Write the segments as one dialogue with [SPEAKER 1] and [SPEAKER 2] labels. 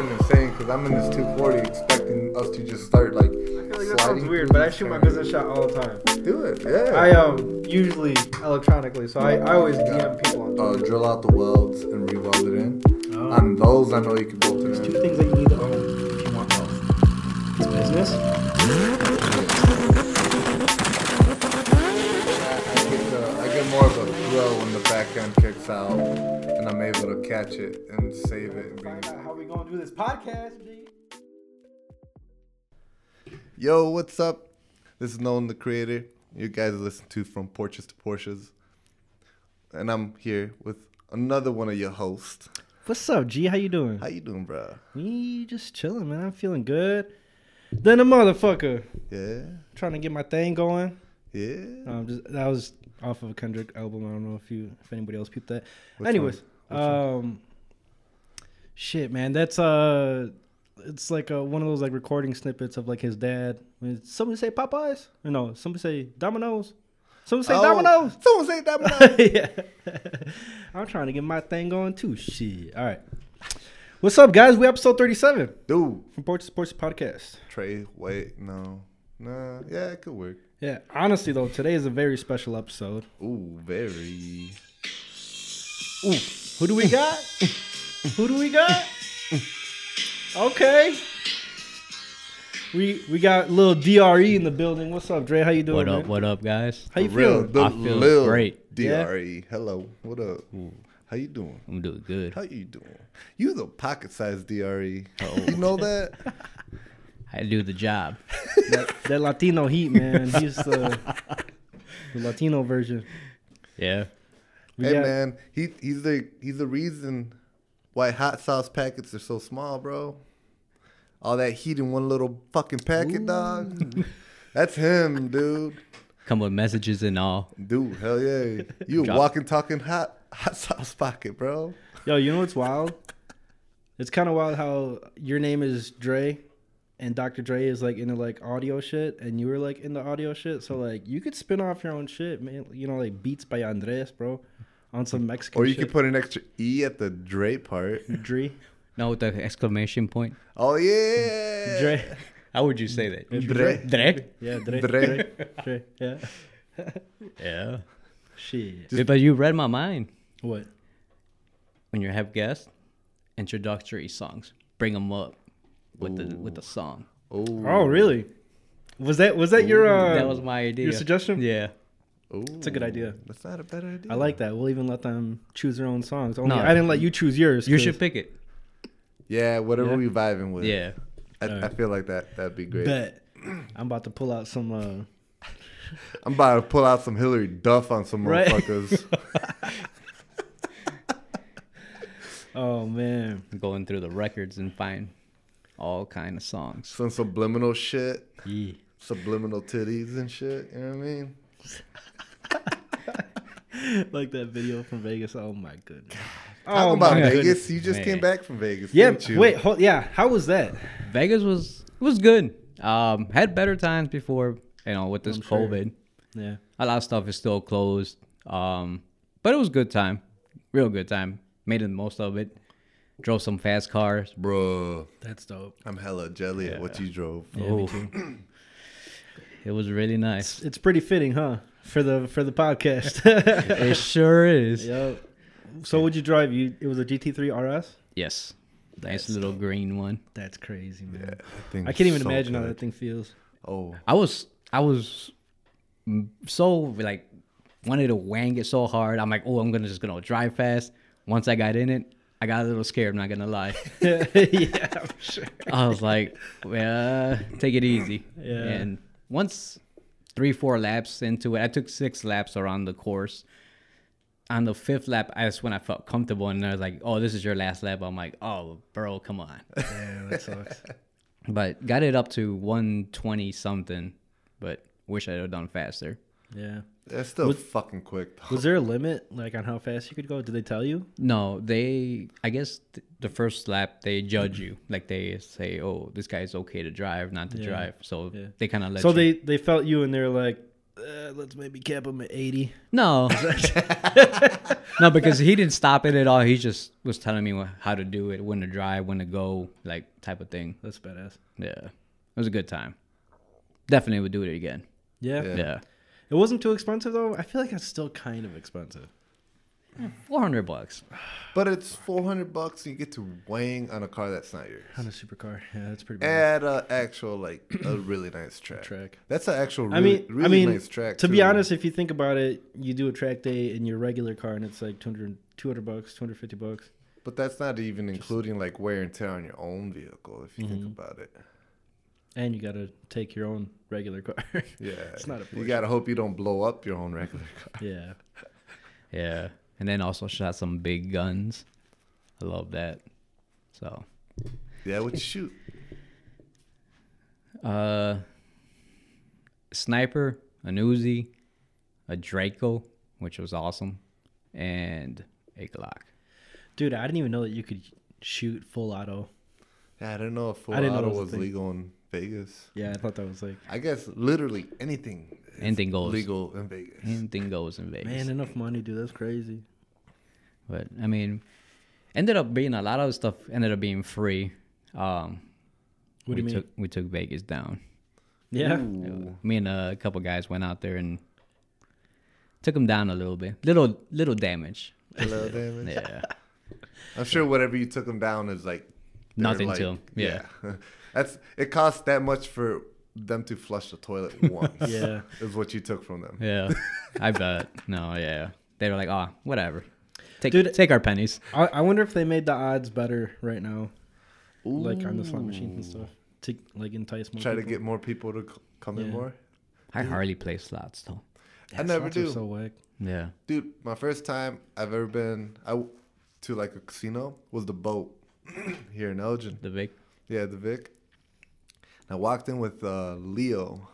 [SPEAKER 1] because I'm in this 240 expecting us to just start like.
[SPEAKER 2] I feel like that sounds weird, but I shoot my business shot all the time.
[SPEAKER 1] Do it, yeah.
[SPEAKER 2] I um usually electronically, so I, I always DM people on
[SPEAKER 1] uh,
[SPEAKER 2] Twitter.
[SPEAKER 1] drill out the welds and re-weld it in.
[SPEAKER 3] Oh.
[SPEAKER 1] On those, I know you can bolt
[SPEAKER 3] There's
[SPEAKER 1] it
[SPEAKER 3] two
[SPEAKER 1] in.
[SPEAKER 3] things that you need to own if you want wealth. It's business.
[SPEAKER 1] I get, the, I get more of a thrill when the back end kicks out, and I'm able to catch it and save it. And bring it back.
[SPEAKER 3] How we gonna do this podcast, G?
[SPEAKER 1] Yo, what's up? This is Nolan the Creator. You guys listen to From Porches to Porsches. And I'm here with another one of your hosts.
[SPEAKER 3] What's up, G? How you doing?
[SPEAKER 1] How you doing, bro?
[SPEAKER 3] Me just chilling, man. I'm feeling good. Then a motherfucker
[SPEAKER 1] Yeah?
[SPEAKER 3] trying to get my thing going.
[SPEAKER 1] Yeah?
[SPEAKER 3] Um, just that was off of a Kendrick album. I don't know if you if anybody else peeped that.
[SPEAKER 1] Which
[SPEAKER 3] Anyways,
[SPEAKER 1] one? Which
[SPEAKER 3] um, shit, man, that's uh, it's like uh one of those like recording snippets of like his dad. When somebody say Popeyes, or no, somebody say Domino's, somebody say
[SPEAKER 1] Oh,
[SPEAKER 3] Domino's.
[SPEAKER 1] Someone say Domino's.
[SPEAKER 3] yeah, I'm trying to get my thing going too. Shit. All right, what's up, guys? We episode 37
[SPEAKER 1] Dude.
[SPEAKER 3] from Porch to Sports Podcast.
[SPEAKER 1] Trey, wait, no. Nah, yeah, it could work.
[SPEAKER 3] Yeah, honestly though, today is a very special episode.
[SPEAKER 1] Ooh, very.
[SPEAKER 3] Ooh, who do we got? who do we got? Okay. We we got little DRE in the building. What's up, Dre? How you doing?
[SPEAKER 4] What up?
[SPEAKER 3] man?
[SPEAKER 4] What up, guys?
[SPEAKER 3] How you
[SPEAKER 1] Real,
[SPEAKER 3] feeling?
[SPEAKER 1] the
[SPEAKER 4] I feel
[SPEAKER 1] Lil
[SPEAKER 4] great.
[SPEAKER 3] Yeah.
[SPEAKER 1] DRE. E. Hello, what up? How you doing?
[SPEAKER 4] I'm doing good.
[SPEAKER 1] How you doing? You the pocket sized DRE. E.
[SPEAKER 4] Oh.
[SPEAKER 1] You know that?
[SPEAKER 4] I do the job.
[SPEAKER 3] That Latino heat, man. He's the, the Latino version.
[SPEAKER 4] Yeah.
[SPEAKER 3] We
[SPEAKER 1] hey
[SPEAKER 3] got-
[SPEAKER 1] man, he he's the he's the reason why hot sauce packets are so small, bro. All that heat in one little fucking packet, dog. That's him, dude.
[SPEAKER 4] Come with messages and all.
[SPEAKER 1] Dude, hell yeah. You a
[SPEAKER 4] Drop-
[SPEAKER 1] walking, talking hot hot sauce pocket, bro.
[SPEAKER 3] Yo, you know what's wild? It's kind of wild how your name is Dre, and Dr. Dre is like into like audio shit, and you were like into audio shit. So like you could spin off your own shit, man. You know, like beats by Andres, bro, on some Mexican.
[SPEAKER 1] Or you
[SPEAKER 3] shit.
[SPEAKER 1] could put an extra E at the Dre part.
[SPEAKER 3] Dre.
[SPEAKER 4] No, with the exclamation point.
[SPEAKER 1] Oh yeah.
[SPEAKER 3] Dre.
[SPEAKER 4] How would you say that?
[SPEAKER 1] Dre.
[SPEAKER 4] Dre?
[SPEAKER 3] Yeah,
[SPEAKER 1] Dre.
[SPEAKER 3] Dre. Dre. Dre. Yeah.
[SPEAKER 4] Yeah.
[SPEAKER 3] Shit.
[SPEAKER 4] but you read my mind.
[SPEAKER 3] What?
[SPEAKER 4] When you have guests, introductory songs, bring them up with the with the song.
[SPEAKER 1] Oh,
[SPEAKER 3] Oh, really? Was that was that your uh,
[SPEAKER 4] that was my idea.
[SPEAKER 3] your suggestion?
[SPEAKER 4] Yeah.
[SPEAKER 3] It's a good idea.
[SPEAKER 1] That's not a bad idea.
[SPEAKER 3] I like that. We'll even let them choose their own songs. Only
[SPEAKER 4] No.
[SPEAKER 3] I didn't let you choose yours.
[SPEAKER 4] You
[SPEAKER 3] 'cause-
[SPEAKER 4] should pick it.
[SPEAKER 1] Yeah, whatever
[SPEAKER 3] Yeah.
[SPEAKER 1] we vibing with.
[SPEAKER 4] Yeah.
[SPEAKER 1] I, I feel like that that'd be great.
[SPEAKER 3] bet. I'm about to pull out some. Uh,
[SPEAKER 1] I'm about to pull out some Hillary Duff on some
[SPEAKER 3] Right.
[SPEAKER 1] motherfuckers.
[SPEAKER 3] oh man,
[SPEAKER 4] Going through the records and find all kind of songs.
[SPEAKER 1] some subliminal shit,
[SPEAKER 4] Yeah.
[SPEAKER 1] subliminal titties and shit. You know what I mean?
[SPEAKER 3] like that video from Vegas. Oh my goodness.
[SPEAKER 1] Talking
[SPEAKER 3] oh
[SPEAKER 1] about
[SPEAKER 3] my
[SPEAKER 1] Vegas,
[SPEAKER 3] goodness.
[SPEAKER 1] you just came
[SPEAKER 4] Man.
[SPEAKER 1] back from Vegas.
[SPEAKER 3] Yeah.
[SPEAKER 1] didn't you?
[SPEAKER 3] Wait. Hold, yeah. How was that?
[SPEAKER 4] Vegas was was good. Um, had better times before, you know, with this
[SPEAKER 3] I'm sure.
[SPEAKER 4] COVID.
[SPEAKER 3] Yeah.
[SPEAKER 4] a lot of stuff is still closed um but it was a good time real good time made the most of it drove some fast cars
[SPEAKER 1] bro,
[SPEAKER 3] That's dope.
[SPEAKER 1] I'm hella jelly at what you drove.
[SPEAKER 4] Ooh. it was really nice
[SPEAKER 3] It's pretty fitting, huh? For the for the podcast.
[SPEAKER 4] it sure is
[SPEAKER 3] Yo. So would you drive? You it was a GT3 RS.
[SPEAKER 4] yes nice little green one
[SPEAKER 3] That's crazy, man.
[SPEAKER 1] That thing's
[SPEAKER 3] I can't even
[SPEAKER 1] so
[SPEAKER 3] imagine how
[SPEAKER 1] good.
[SPEAKER 3] that thing feels.
[SPEAKER 1] Oh,
[SPEAKER 4] i was i was m- so like wanted to wang it so hard i'm like oh i'm gonna just gonna drive fast once i got in it i got a little scared i'm not gonna lie
[SPEAKER 3] yeah, I'm sure.
[SPEAKER 4] I was like, well, take it easy.
[SPEAKER 3] Yeah.
[SPEAKER 4] And once three, four laps into it, I took six laps around the course. On the fifth lap, that's when I felt comfortable, and I was like, "Oh, this is your last lap." I'm like, "Oh, bro, come on!"
[SPEAKER 3] Damn, that sucks.
[SPEAKER 4] but got it up to 120 something, but wish I'd have done faster.
[SPEAKER 3] Yeah.
[SPEAKER 1] that's still fucking quick. though.
[SPEAKER 3] Was there a limit, like on how fast you could go? Did they tell you?
[SPEAKER 4] No, they. I guess th- the first lap they judge you, like they say, "Oh, this guy's okay to drive, not to
[SPEAKER 3] Yeah.
[SPEAKER 4] drive." So
[SPEAKER 3] Yeah.
[SPEAKER 4] they kind of let.
[SPEAKER 3] so
[SPEAKER 4] you-
[SPEAKER 3] they they felt you and they're like uh, let's maybe cap him at 80.
[SPEAKER 4] No. no, because he didn't stop it at all. He just was telling me wha- how to do it, when to drive, when to go, like type of thing.
[SPEAKER 3] That's badass.
[SPEAKER 4] Yeah. It was a good time. Definitely would do it again.
[SPEAKER 3] Yeah.
[SPEAKER 1] Yeah.
[SPEAKER 4] Yeah.
[SPEAKER 3] It wasn't too expensive though. I feel like it's still kind of expensive.
[SPEAKER 4] 400 bucks.
[SPEAKER 1] But it's four hundred bucks, and you get to weighing on a car that's not yours.
[SPEAKER 3] On a supercar. Yeah, that's pretty bad.
[SPEAKER 1] At a actual like a really nice track.
[SPEAKER 3] Track.
[SPEAKER 1] That's an actual. Really,
[SPEAKER 3] I mean,
[SPEAKER 1] really
[SPEAKER 3] I mean,
[SPEAKER 1] nice track.
[SPEAKER 3] to be
[SPEAKER 1] too.
[SPEAKER 3] honest, if you think about it, you do a track day in your regular car and it's like 200, 200 bucks, 250 bucks.
[SPEAKER 1] but that's not even including like wear and tear on your own vehicle. If you think
[SPEAKER 3] Mm-hmm.
[SPEAKER 1] about it,
[SPEAKER 3] And you got to take your own regular car.
[SPEAKER 1] yeah,
[SPEAKER 3] It's not a
[SPEAKER 1] You
[SPEAKER 3] Porsche.
[SPEAKER 1] gotta hope you don't blow up your own regular car.
[SPEAKER 3] yeah.
[SPEAKER 4] Yeah. And then also shot some big guns. I love that. So,
[SPEAKER 1] Yeah, what you shoot?
[SPEAKER 4] uh, sniper, an Uzi, a Draco, which was awesome, and a Glock.
[SPEAKER 3] Dude, I didn't even know that you could shoot full auto.
[SPEAKER 1] Yeah, I don't know if full
[SPEAKER 3] I didn't know
[SPEAKER 1] auto
[SPEAKER 3] that was a
[SPEAKER 1] was
[SPEAKER 3] thing.
[SPEAKER 1] legal in Vegas.
[SPEAKER 3] Yeah, I thought that was like,
[SPEAKER 1] I guess literally anything is
[SPEAKER 4] Anything goes.
[SPEAKER 1] legal in Vegas.
[SPEAKER 4] Anything goes in Vegas.
[SPEAKER 3] man, enough money, dude. That's crazy.
[SPEAKER 4] But I mean, ended up being a lot of stuff ended up being free. Um,
[SPEAKER 3] What
[SPEAKER 4] we
[SPEAKER 3] do you mean?
[SPEAKER 4] took we took Vegas down.
[SPEAKER 3] yeah.
[SPEAKER 1] Ooh.
[SPEAKER 4] Me and a couple guys went out there and took them down a little bit, little little damage.
[SPEAKER 1] Hello, damage.
[SPEAKER 4] Yeah,
[SPEAKER 1] I'm sure whatever you took them down is like they're
[SPEAKER 4] Nothing to 'em. Yeah.
[SPEAKER 1] that's it. Costs that much for them to flush the toilet once.
[SPEAKER 3] Yeah.
[SPEAKER 1] is what you took from them.
[SPEAKER 4] yeah. I bet. No, yeah. They were like, oh, whatever. Take
[SPEAKER 3] Dude-
[SPEAKER 4] take our pennies.
[SPEAKER 3] I, I wonder if they made the odds better right now, like on the slot machines and stuff, to like entice more.
[SPEAKER 1] Try to
[SPEAKER 3] people.
[SPEAKER 1] get more people to c- come in
[SPEAKER 3] Yeah.
[SPEAKER 1] more.
[SPEAKER 4] I hardly play slots though.
[SPEAKER 1] I never
[SPEAKER 3] slots are
[SPEAKER 1] do,
[SPEAKER 3] So whack.
[SPEAKER 4] Yeah.
[SPEAKER 1] dude. My first time I've ever been I w- to like a casino was the boat here in Elgin.
[SPEAKER 4] The big.
[SPEAKER 1] Yeah, the Vic. And I walked in with uh, Leo,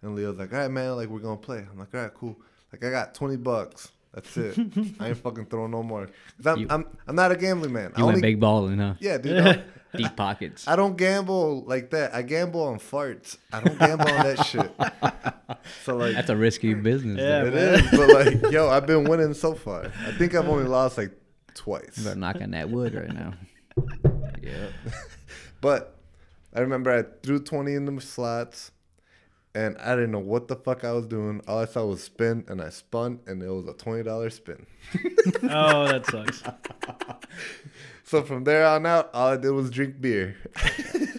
[SPEAKER 1] and Leo's like, "All right, man, like we're gonna play." I'm like, "All right, cool." Like I got twenty bucks. That's it. I ain't fucking throwing no more. 'Cause I'm,
[SPEAKER 4] You-
[SPEAKER 1] I'm I'm not a gambling man. I
[SPEAKER 4] You went big balling, huh?
[SPEAKER 1] Yeah, dude. I don't-
[SPEAKER 4] Deep pockets.
[SPEAKER 1] I don't gamble like that. I gamble on farts. I don't gamble on that shit. So like
[SPEAKER 4] That's a risky business.
[SPEAKER 3] Yeah.
[SPEAKER 4] Yeah.
[SPEAKER 1] it is, but like yo, I've been winning so far. I think I've only lost like twice.
[SPEAKER 4] We're knocking that wood right now. Yeah.
[SPEAKER 1] But I remember I threw 20 in the slots and I didn't know what the fuck I was doing. All I saw was spin and I spun and it was a $20 spin.
[SPEAKER 3] Oh, that sucks.
[SPEAKER 1] So from there on out, all I did was drink beer.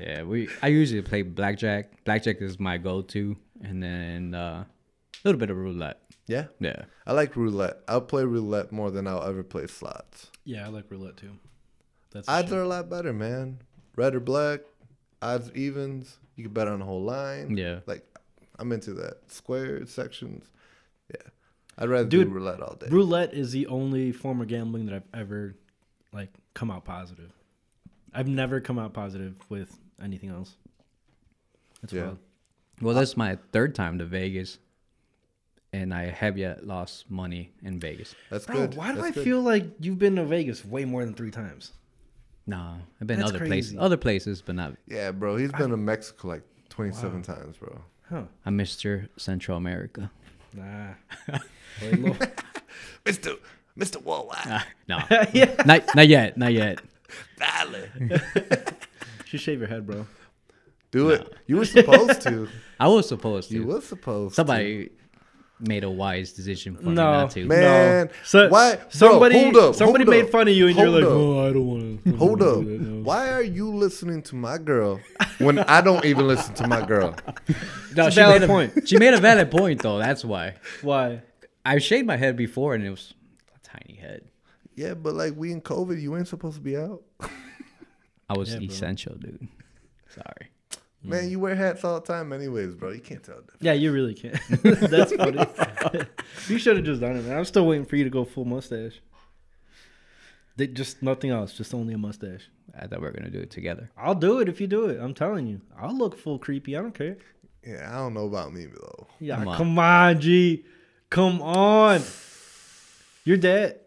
[SPEAKER 4] Yeah, we. I usually play blackjack. Blackjack is my go-to, and then uh, a little bit of roulette.
[SPEAKER 1] Yeah.
[SPEAKER 4] Yeah,
[SPEAKER 1] I like roulette. I'll play roulette more than I'll ever play slots.
[SPEAKER 3] yeah, I like roulette too. That's the
[SPEAKER 1] Odds
[SPEAKER 3] shit.
[SPEAKER 1] are a lot better, man. Red or black, odds, evens. You can bet on the whole line.
[SPEAKER 4] Yeah.
[SPEAKER 1] Like, I'm into that. Squares, sections. Yeah. I'd rather do
[SPEAKER 3] Dude,
[SPEAKER 1] roulette all day.
[SPEAKER 3] roulette is the only form of gambling that I've ever like come out positive. I've never come out positive with anything else. That's
[SPEAKER 1] Yeah.
[SPEAKER 3] wild.
[SPEAKER 4] Well, that's my third time to Vegas, and I have yet lost money in Vegas.
[SPEAKER 1] That's
[SPEAKER 3] Bro,
[SPEAKER 1] good.
[SPEAKER 3] why do
[SPEAKER 1] That's
[SPEAKER 3] I
[SPEAKER 1] good.
[SPEAKER 3] feel like you've been to Vegas way more than three times?
[SPEAKER 4] No, I've been
[SPEAKER 3] That's
[SPEAKER 4] other places,
[SPEAKER 3] crazy.
[SPEAKER 4] other places, but not.
[SPEAKER 1] Yeah, bro. He's been to Mexico like 27 times, bro.
[SPEAKER 3] Huh.
[SPEAKER 4] I missed your Central America.
[SPEAKER 3] Nah. Way low.
[SPEAKER 1] Mr. Mr. Worldwide.
[SPEAKER 4] Ah, no, not not yet, not yet.
[SPEAKER 3] Just shave your head, bro.
[SPEAKER 1] Do it. You were supposed to.
[SPEAKER 4] I was supposed to.
[SPEAKER 1] You were supposed to.
[SPEAKER 4] Somebody made a wise decision for me
[SPEAKER 3] No.
[SPEAKER 4] not to.
[SPEAKER 1] Man.
[SPEAKER 3] So
[SPEAKER 1] why- bro,
[SPEAKER 3] somebody
[SPEAKER 1] hold up,
[SPEAKER 3] somebody
[SPEAKER 1] hold
[SPEAKER 3] made
[SPEAKER 1] up,
[SPEAKER 3] fun of you and you're
[SPEAKER 1] hold
[SPEAKER 3] like,
[SPEAKER 1] up.
[SPEAKER 3] oh, I don't want to.
[SPEAKER 1] Hold up. Why are you listening to my girl when I don't even listen to my girl?
[SPEAKER 4] No,
[SPEAKER 3] It's a valid
[SPEAKER 4] made
[SPEAKER 3] point.
[SPEAKER 4] She made a valid point though. That's why
[SPEAKER 3] Why?
[SPEAKER 4] I shaved my head before, and it was a tiny head.
[SPEAKER 1] Yeah, but like we in COVID, you ain't supposed to be out.
[SPEAKER 4] I was
[SPEAKER 3] Yeah, bro.
[SPEAKER 4] essential, dude. Sorry.
[SPEAKER 1] Man, you wear hats all the time, anyways, bro. You can't tell. Them.
[SPEAKER 3] Yeah, you really can't. That's funny. you should have just done it, man. I'm still waiting for you to go full mustache. They, just nothing else. Just only a mustache.
[SPEAKER 4] I thought we were gonna do it together.
[SPEAKER 3] I'll do it if you do it. I'm telling you. I'll look full creepy. I don't care.
[SPEAKER 1] Yeah, I don't know about me though.
[SPEAKER 3] Yeah,
[SPEAKER 4] Come
[SPEAKER 3] come
[SPEAKER 4] on.
[SPEAKER 3] on, G. Come on. Your dad.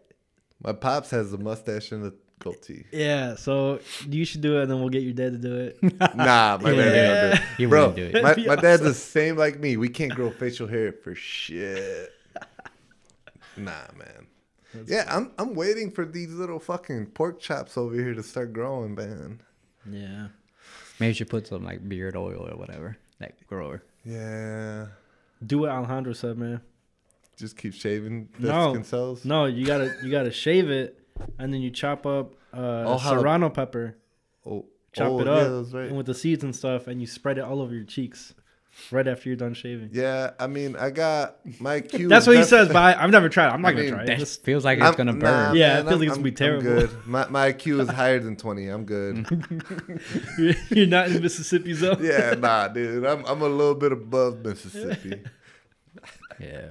[SPEAKER 1] My pops has a mustache and a goatee.
[SPEAKER 3] Yeah, so you should do it, and then we'll get your dad to do it.
[SPEAKER 1] Nah, my dad ain't gonna do it.
[SPEAKER 4] He
[SPEAKER 1] Bro,
[SPEAKER 4] wouldn't do it.
[SPEAKER 1] my,
[SPEAKER 3] That'd be
[SPEAKER 1] my dad's the same like me. We can't grow facial hair for shit. nah, man. yeah, I'm I'm waiting for these little fucking pork chops over here to start growing, man.
[SPEAKER 3] yeah,
[SPEAKER 4] Maybe you should put some like beard oil or whatever. Like grower.
[SPEAKER 1] Yeah,
[SPEAKER 3] do what Alejandro said, man.
[SPEAKER 1] just keep shaving the
[SPEAKER 3] No.
[SPEAKER 1] skin cells.
[SPEAKER 3] No, you gotta you gotta shave it, and then you chop up uh,
[SPEAKER 1] Oh, how-
[SPEAKER 3] serrano pepper,
[SPEAKER 1] Oh,
[SPEAKER 3] chop
[SPEAKER 1] oh,
[SPEAKER 3] it
[SPEAKER 1] yeah,
[SPEAKER 3] up,
[SPEAKER 1] that's right.
[SPEAKER 3] and with the seeds and stuff, and you spread it all over your cheeks, right after you're done shaving.
[SPEAKER 1] Yeah, I mean, I got my cue.
[SPEAKER 3] That's what he
[SPEAKER 1] def-
[SPEAKER 3] says, but I, I've never tried. it. I'm not
[SPEAKER 1] I
[SPEAKER 3] gonna
[SPEAKER 1] mean,
[SPEAKER 3] try it.
[SPEAKER 4] That
[SPEAKER 3] Just-
[SPEAKER 4] feels like it's
[SPEAKER 1] I'm-
[SPEAKER 4] gonna
[SPEAKER 1] nah,
[SPEAKER 4] burn.
[SPEAKER 3] Yeah, I feel
[SPEAKER 1] I'm-
[SPEAKER 3] like it's gonna be
[SPEAKER 1] I'm- I'm
[SPEAKER 3] terrible.
[SPEAKER 1] good. My my IQ is higher than twenty. I'm good.
[SPEAKER 3] you're not in Mississippi zone.
[SPEAKER 1] yeah, nah, dude. I'm I'm a little bit above Mississippi.
[SPEAKER 4] Yeah.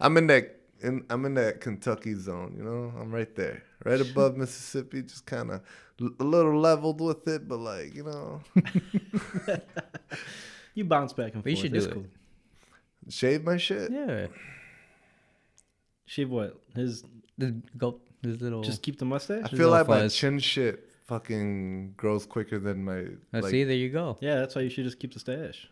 [SPEAKER 1] I'm in that in, I'm in that Kentucky zone, you know. I'm right there, right above Mississippi, just kind of l- a little leveled with it, but like you know,
[SPEAKER 3] You bounce back and forth.
[SPEAKER 4] But you should
[SPEAKER 3] It's
[SPEAKER 4] do it.
[SPEAKER 3] cool.
[SPEAKER 1] shave my shit.
[SPEAKER 4] Yeah.
[SPEAKER 3] Shave what? His
[SPEAKER 4] This go this little
[SPEAKER 3] just keep the mustache.
[SPEAKER 1] I
[SPEAKER 4] There's
[SPEAKER 1] feel
[SPEAKER 4] no
[SPEAKER 1] like my
[SPEAKER 4] fuzz.
[SPEAKER 1] chin shit fucking grows quicker than my
[SPEAKER 4] Let's
[SPEAKER 1] like,
[SPEAKER 4] see, there you go.
[SPEAKER 3] Yeah, that's why you should just keep the stash.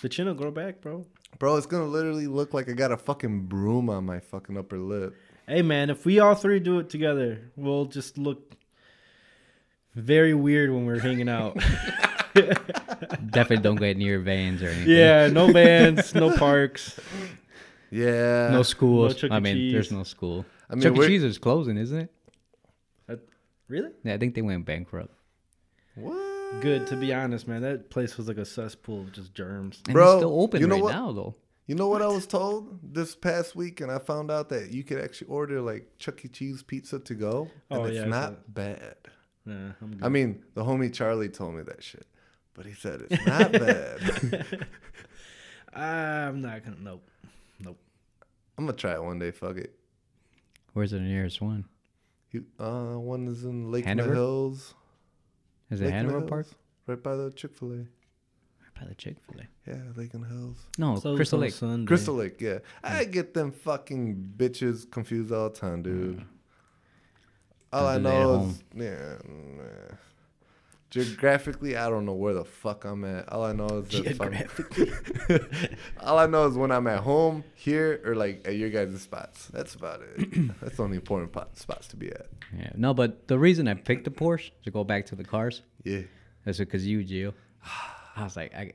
[SPEAKER 3] The chin will grow back, bro.
[SPEAKER 1] bro. It's gonna literally look like I got a fucking broom on my fucking upper lip.
[SPEAKER 3] Hey, man, if we all three do it together, we'll just look very weird when we're hanging out.
[SPEAKER 4] Definitely don't get near veins or anything.
[SPEAKER 3] yeah, no bands, no parks.
[SPEAKER 1] Yeah,
[SPEAKER 4] No school.
[SPEAKER 3] No Chuck E.
[SPEAKER 4] I mean, there's
[SPEAKER 3] Cheese.
[SPEAKER 4] no school.
[SPEAKER 1] I mean,
[SPEAKER 4] Chuck E.
[SPEAKER 1] we're-
[SPEAKER 4] Cheese is closing, isn't it?
[SPEAKER 3] Uh, Really?
[SPEAKER 4] Yeah, I think they went bankrupt.
[SPEAKER 1] what?
[SPEAKER 3] Good, to be honest, man. That place was like a cesspool of just germs.
[SPEAKER 4] And
[SPEAKER 1] Bro,
[SPEAKER 4] it's still open
[SPEAKER 1] you know
[SPEAKER 4] right
[SPEAKER 1] what?
[SPEAKER 4] now, though.
[SPEAKER 1] You know what I was told this past week, and I found out that you could actually order like Chuck E. Cheese pizza to go, and
[SPEAKER 3] Oh,
[SPEAKER 1] it's
[SPEAKER 3] yeah, I saw
[SPEAKER 1] not bad.
[SPEAKER 3] Nah, I'm
[SPEAKER 1] I
[SPEAKER 3] good.
[SPEAKER 1] mean, the homie Charlie told me that shit, but he said it's not bad.
[SPEAKER 3] I'm not gonna. Nope.
[SPEAKER 1] I'm gonna try it one day. Fuck it.
[SPEAKER 4] Where's the nearest one?
[SPEAKER 1] You, uh, one is in Lake in the
[SPEAKER 4] Hanover?
[SPEAKER 1] Hills. Lake
[SPEAKER 4] Is it
[SPEAKER 1] in the
[SPEAKER 4] Hanover Park?
[SPEAKER 1] Hills, Right by the Chick Fil A.
[SPEAKER 4] By the Chick Fil A.
[SPEAKER 1] Yeah, Lake in the Hills.
[SPEAKER 4] No,
[SPEAKER 3] Closed
[SPEAKER 4] Crystal
[SPEAKER 3] on
[SPEAKER 4] Lake.
[SPEAKER 3] Sunday.
[SPEAKER 1] Crystal Lake. Yeah, I get them fucking bitches confused all the time, dude. All I
[SPEAKER 4] Cause they at
[SPEAKER 1] know
[SPEAKER 4] home.
[SPEAKER 1] is yeah. nah. Geographically, I don't know where the fuck I'm at. All I know is that if I'm- all I know is when I'm at home, here, or like at your guys' spots. That's about it. That's the only important pot, spots to be at.
[SPEAKER 4] Yeah. No, but the reason I picked the Porsche to go back to the cars
[SPEAKER 1] Yeah.
[SPEAKER 4] is because you, Gio. I was like, I,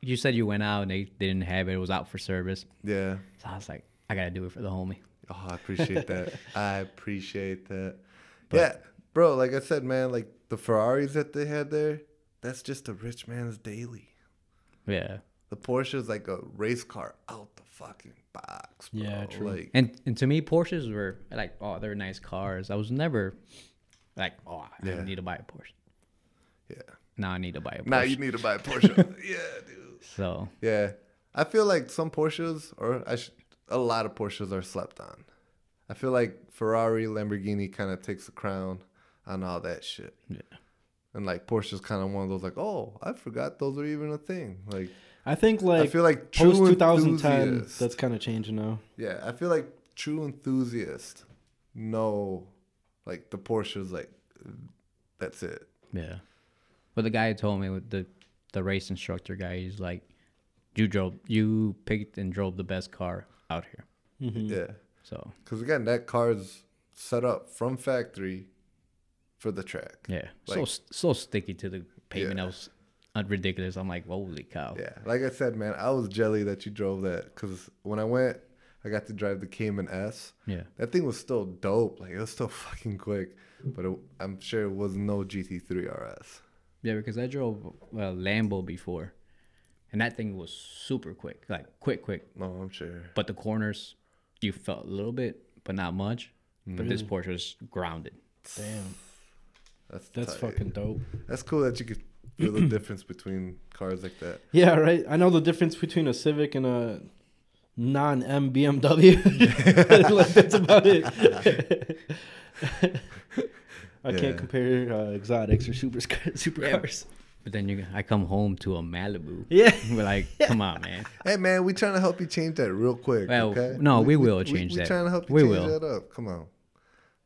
[SPEAKER 4] you said you went out and they didn't have it. It was out for service.
[SPEAKER 1] Yeah.
[SPEAKER 4] So I was like, I gotta do it for the homie.
[SPEAKER 1] Oh, I appreciate that. I appreciate that. yeah, bro. Like I said, man. Like the Ferraris that they had there, that's just a rich man's daily.
[SPEAKER 4] Yeah.
[SPEAKER 1] The Porsche is like a race car out the fucking box. Bro.
[SPEAKER 3] Yeah, true.
[SPEAKER 1] Like,
[SPEAKER 4] And and to me, Porsches were like, oh, they're nice cars. I was never like, oh, I
[SPEAKER 1] Yeah.
[SPEAKER 4] need to buy a Porsche.
[SPEAKER 1] yeah.
[SPEAKER 4] Now I need to buy a Porsche.
[SPEAKER 1] Now you need to buy a Porsche. yeah, dude.
[SPEAKER 4] so
[SPEAKER 1] Yeah, I feel like some Porsches, or I sh- a lot of Porsches, are slept on. I feel like Ferrari, Lamborghini kind of takes the crown on all that shit.
[SPEAKER 4] Yeah.
[SPEAKER 1] And like Porsche's kind of one of those like, oh, I forgot those are even a thing. Like,
[SPEAKER 3] I think
[SPEAKER 1] I
[SPEAKER 3] like
[SPEAKER 1] feel like true
[SPEAKER 3] post 2010,
[SPEAKER 1] enthusiast-
[SPEAKER 3] that's kind of changing now.
[SPEAKER 1] Yeah, I feel like true enthusiasts know, like the Porsche's like, that's it.
[SPEAKER 4] yeah. But the guy told me with the the race instructor guy, he's like, you drove, you picked and drove the best car out here.
[SPEAKER 3] Mm-hmm.
[SPEAKER 1] Yeah.
[SPEAKER 4] So
[SPEAKER 1] Because again, that car's set up from factory for the track.
[SPEAKER 4] yeah, so
[SPEAKER 1] Like-
[SPEAKER 4] so so sticky to the pavement.
[SPEAKER 1] Yeah.
[SPEAKER 4] I was uh, ridiculous. I'm like, holy cow.
[SPEAKER 1] Yeah, like I said, man, I was jelly that you drove that because when I went, I got to drive the Cayman S.
[SPEAKER 4] Yeah.
[SPEAKER 1] That thing was still dope. Like it was still fucking quick, but it, I'm sure it was no GT3 RS.
[SPEAKER 4] Yeah, because I drove a Lambo before, and that thing was super quick, like quick, quick.
[SPEAKER 1] No, I'm sure.
[SPEAKER 4] But the corners, you felt a little bit, but not much. But this Porsche is grounded.
[SPEAKER 3] Damn,
[SPEAKER 1] That's
[SPEAKER 3] that's
[SPEAKER 1] tight.
[SPEAKER 3] fucking dope.
[SPEAKER 1] That's cool that you could feel the difference between cars like that.
[SPEAKER 3] Yeah, right. I know the difference between a Civic and a non M BMW. like that's about it. I
[SPEAKER 1] Yeah.
[SPEAKER 3] can't compare uh, exotics or super supercars.
[SPEAKER 4] But then you, I come home to a Malibu.
[SPEAKER 3] Yeah.
[SPEAKER 4] We're like, come on, man.
[SPEAKER 1] Hey, man, we trying to help you change that real quick.
[SPEAKER 4] Well,
[SPEAKER 1] okay?
[SPEAKER 4] no, we will change
[SPEAKER 1] we,
[SPEAKER 4] that.
[SPEAKER 1] We trying to help you
[SPEAKER 4] We
[SPEAKER 1] change
[SPEAKER 4] will.
[SPEAKER 1] that up. Come on,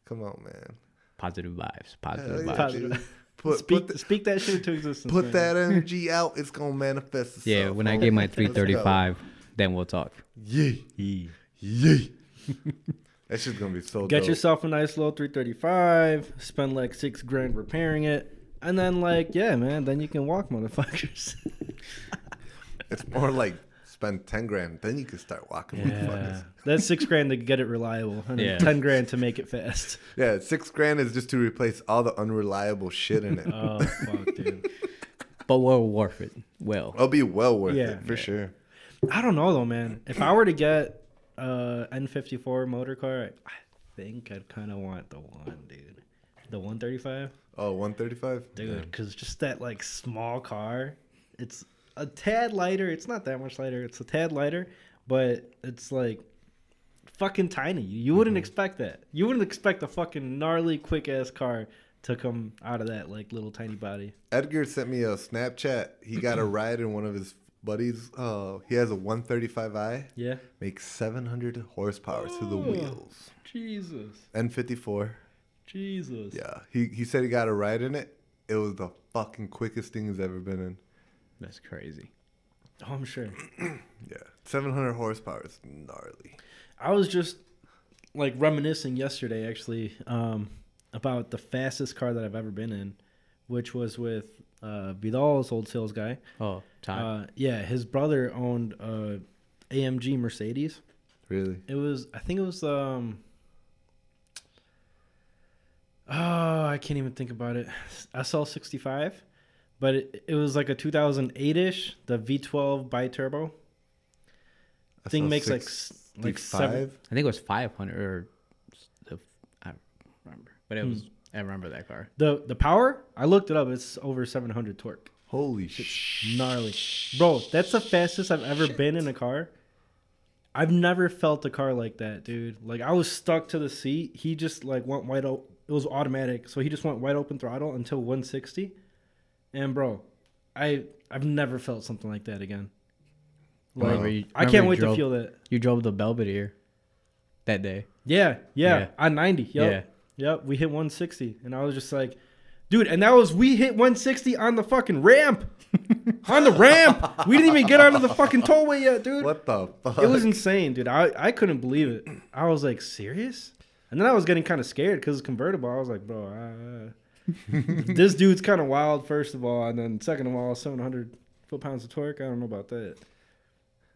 [SPEAKER 1] come on, man.
[SPEAKER 4] positive vibes, positive
[SPEAKER 1] yeah,
[SPEAKER 4] vibes.
[SPEAKER 1] dude.
[SPEAKER 3] Positive.
[SPEAKER 1] Put,
[SPEAKER 3] speak,
[SPEAKER 1] put, th-
[SPEAKER 3] speak that shit into existence.
[SPEAKER 1] put
[SPEAKER 3] man.
[SPEAKER 1] that energy out. It's gonna manifest itself.
[SPEAKER 4] Yeah, when I
[SPEAKER 1] homie.
[SPEAKER 4] get my
[SPEAKER 1] Let's go.
[SPEAKER 4] 335, then we'll talk.
[SPEAKER 1] Yeah, yeah. that shit's gonna be so.
[SPEAKER 3] Get
[SPEAKER 1] dope.
[SPEAKER 3] yourself a nice little 335. Spend like six grand repairing it. And then, like, yeah, man, then you can walk, motherfuckers.
[SPEAKER 1] It's more like spend ten grand, then you can start walking. Yeah,
[SPEAKER 3] That's six grand to get it reliable, and
[SPEAKER 4] Yeah.
[SPEAKER 3] then 10 grand to make it fast.
[SPEAKER 1] yeah. Six grand is just to replace all the unreliable shit in it.
[SPEAKER 3] Oh, fuck, dude.
[SPEAKER 4] But we're worth it. Well,
[SPEAKER 1] It'll be well worth
[SPEAKER 3] Yeah.
[SPEAKER 1] it for sure.
[SPEAKER 3] I don't know, though, man. If I were to get uh N54 motor car, I, I think I'd kind of want the one, dude. The 135?
[SPEAKER 1] Oh, 135?
[SPEAKER 3] Dude, because just that, like, small car, it's a tad lighter. It's not that much lighter. It's a tad lighter, but it's, like, fucking tiny. You, you wouldn't expect that. You wouldn't expect a fucking gnarly, quick-ass car to come out of that, like, little tiny body.
[SPEAKER 1] Edgar sent me a Snapchat. He got a ride in one of his buddies. Uh, he has a 135i.
[SPEAKER 3] Yeah. Oh.
[SPEAKER 1] Makes 700 horsepower to the
[SPEAKER 3] Ooh.
[SPEAKER 1] wheels.
[SPEAKER 3] Jesus.
[SPEAKER 1] N54.
[SPEAKER 3] Jesus.
[SPEAKER 1] Yeah. He he said he got a ride in it. It was the fucking quickest thing he's ever been in.
[SPEAKER 4] that's crazy.
[SPEAKER 3] Oh, I'm sure.
[SPEAKER 1] Yeah. 700 horsepower is gnarly.
[SPEAKER 3] I was just like reminiscing yesterday, actually, um, about the fastest car that I've ever been in, which was with uh, Vidal's old sales guy.
[SPEAKER 4] Oh, time.
[SPEAKER 3] Uh, yeah, his brother owned uh, AMG Mercedes.
[SPEAKER 1] Really?
[SPEAKER 3] It was, I think it was, um, oh, I can't even think about it. SL65, but it, it was like a 2008 ish, the V12 bi turbo. Thing makes like s- like seven-
[SPEAKER 1] 65?
[SPEAKER 4] I think it was 500 or the, I don't remember, but it was I remember that car.
[SPEAKER 3] The the power, I looked it up. It's over 700 torque.
[SPEAKER 1] Holy shit.
[SPEAKER 3] Gnarly, bro. That's the fastest I've ever been in a car. I've never felt a car like that, dude. Like I was stuck to the seat. He just like went wide open. It was automatic, so he just went wide open throttle until 160. And bro, I I've never felt something like that again. Like
[SPEAKER 4] Remember you-
[SPEAKER 3] I
[SPEAKER 4] remember
[SPEAKER 3] can't
[SPEAKER 4] you
[SPEAKER 3] wait to
[SPEAKER 4] drove-
[SPEAKER 3] feel that.
[SPEAKER 4] You drove the Belvedere that day.
[SPEAKER 3] Yeah, yeah,
[SPEAKER 4] Yeah.
[SPEAKER 3] on 90. Yep. Yep, we hit 160 and I was just like, dude, and that was we hit 160 on the fucking ramp. on the ramp. We didn't even get onto the fucking tollway yet, dude.
[SPEAKER 1] What the fuck?
[SPEAKER 3] It was insane, dude. I I couldn't believe it. I was like, serious? And then I was getting kind of scared cuz it's convertible. I was like, bro, uh, this dude's kind of wild first of all, and then second of all, 700 foot-pounds of torque. I don't know about that.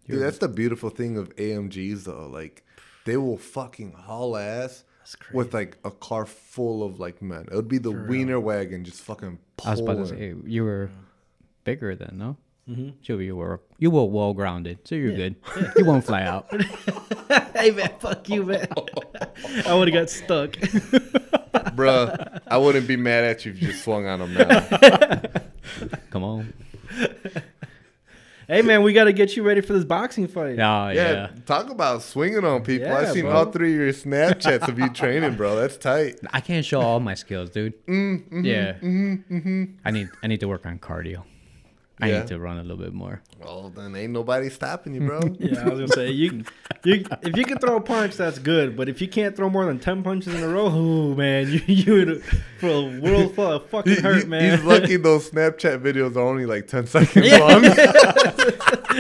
[SPEAKER 1] Dude, that's the beautiful thing of AMGs though. Like, they will fucking haul ass
[SPEAKER 3] That's crazy.
[SPEAKER 1] with like a car full of like men. It would be the wiener wagon just fucking.
[SPEAKER 4] I was about to
[SPEAKER 1] pulling.
[SPEAKER 4] say you were bigger then, no? Mm-hmm. Sure, you were you were well grounded, so you're good. You won't fly out.
[SPEAKER 3] hey man, fuck you, man. I would have got stuck.
[SPEAKER 1] Bruh, I wouldn't be mad at you if you just swung on them now.
[SPEAKER 4] Come on.
[SPEAKER 3] Hey man, we got to get you ready for this boxing fight.
[SPEAKER 4] Oh, yeah.
[SPEAKER 1] Yeah, talk about swinging on people.
[SPEAKER 3] Yeah,
[SPEAKER 1] I've seen
[SPEAKER 3] bro.
[SPEAKER 1] all three of your Snapchats of you training, bro. That's tight.
[SPEAKER 4] I can't show all my skills, dude. yeah. I need I need to work on cardio. I
[SPEAKER 1] Yeah.
[SPEAKER 4] need to run a little bit more.
[SPEAKER 1] Well, then ain't nobody stopping you, bro.
[SPEAKER 3] Yeah, I was gonna say you, you if you can throw a punch, that's good. But if you can't throw more than ten punches in a row, oh man, you you in a- for a world full of
[SPEAKER 1] He-
[SPEAKER 3] fucking
[SPEAKER 1] he-
[SPEAKER 3] hurt, man.
[SPEAKER 1] He's lucky those Snapchat videos are only like 10 seconds long.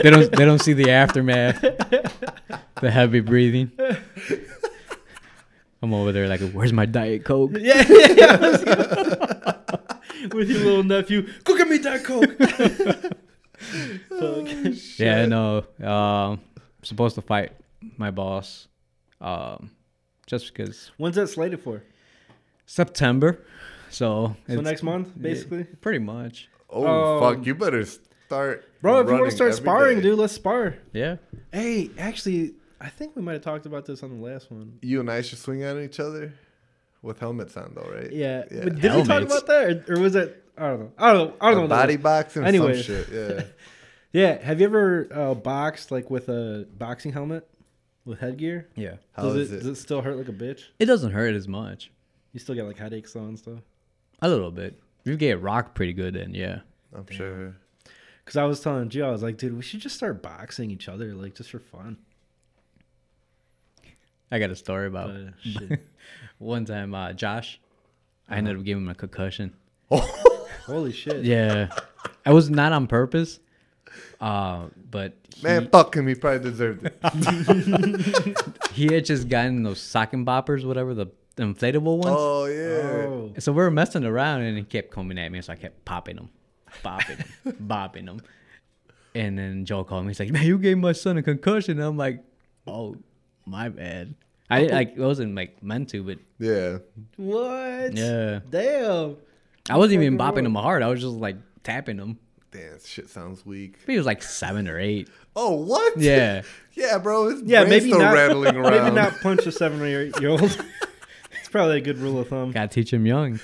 [SPEAKER 4] They don't they don't see the aftermath. The heavy breathing. I'm over there like, where's my diet coke?
[SPEAKER 3] yeah, yeah, yeah. I was gonna- With your little nephew, go get me that coke. Fuck.
[SPEAKER 4] Yeah, no. Um, supposed to fight my boss, um, just because
[SPEAKER 3] When's that slated for?
[SPEAKER 4] September. So,
[SPEAKER 3] So next month, basically.
[SPEAKER 4] pretty much.
[SPEAKER 1] Oh,
[SPEAKER 3] Um,
[SPEAKER 1] fuck. You better start.
[SPEAKER 3] Bro, if you want
[SPEAKER 1] running
[SPEAKER 3] to start
[SPEAKER 1] every
[SPEAKER 3] sparring,
[SPEAKER 1] day.
[SPEAKER 3] dude, let's spar.
[SPEAKER 4] Yeah,
[SPEAKER 3] Hey, actually, I think we might have talked about this on the last one.
[SPEAKER 1] you and I should swing at each other with helmets on, though, right?
[SPEAKER 3] Yeah.
[SPEAKER 1] Yeah.
[SPEAKER 3] But did we talk
[SPEAKER 4] Helmets.
[SPEAKER 3] about that, or, or was that? I don't know. I don't know. I don't
[SPEAKER 1] Or
[SPEAKER 3] know. what that
[SPEAKER 1] body
[SPEAKER 3] was.
[SPEAKER 1] boxing or
[SPEAKER 3] Anyway.
[SPEAKER 1] some shit. Yeah.
[SPEAKER 3] Yeah. Have you ever uh, boxed like with a boxing helmet with headgear?
[SPEAKER 4] yeah.
[SPEAKER 1] How
[SPEAKER 3] does
[SPEAKER 1] is
[SPEAKER 3] it,
[SPEAKER 1] it?
[SPEAKER 3] does it still hurt like a bitch?
[SPEAKER 4] It doesn't hurt as much.
[SPEAKER 3] You still get like headaches though and stuff.
[SPEAKER 4] A little bit. If you get rocked pretty good, then yeah.
[SPEAKER 1] I'm sure.
[SPEAKER 3] Cause I was telling Gio, I was like, dude, we should just start boxing each other, like just for fun.
[SPEAKER 4] I got a story about Oh,
[SPEAKER 3] But, shit.
[SPEAKER 4] one time. Uh, Josh, I ended up giving him a concussion.
[SPEAKER 1] Oh,
[SPEAKER 3] Holy shit.
[SPEAKER 4] Yeah, I was not on purpose. Uh, but he,
[SPEAKER 1] man, fuck him. He probably deserved it.
[SPEAKER 4] he had just gotten those sock and boppers, whatever the inflatable ones.
[SPEAKER 1] oh yeah.
[SPEAKER 3] Oh.
[SPEAKER 4] So we were messing around, and he kept coming at me, so I kept popping him, bopping him, bopping him. And then Joe called me. He's like, "Man, you gave my son a concussion." And I'm like, "Oh, my bad. I didn't, like it wasn't like meant to, but
[SPEAKER 1] Yeah.
[SPEAKER 3] What?
[SPEAKER 4] yeah,
[SPEAKER 3] Damn.
[SPEAKER 4] I wasn't even
[SPEAKER 3] Fucking
[SPEAKER 4] bopping him hard. I was just like tapping him.
[SPEAKER 1] Damn, this shit sounds weak.
[SPEAKER 4] He was like seven or eight.
[SPEAKER 1] Oh what?
[SPEAKER 4] Yeah.
[SPEAKER 1] yeah, bro. His
[SPEAKER 3] Yeah,
[SPEAKER 1] brain's
[SPEAKER 3] maybe
[SPEAKER 1] still
[SPEAKER 3] not.
[SPEAKER 1] rattling around.
[SPEAKER 3] Maybe not punch a seven or eight year old. it's probably a good rule of thumb.
[SPEAKER 4] Gotta teach him young.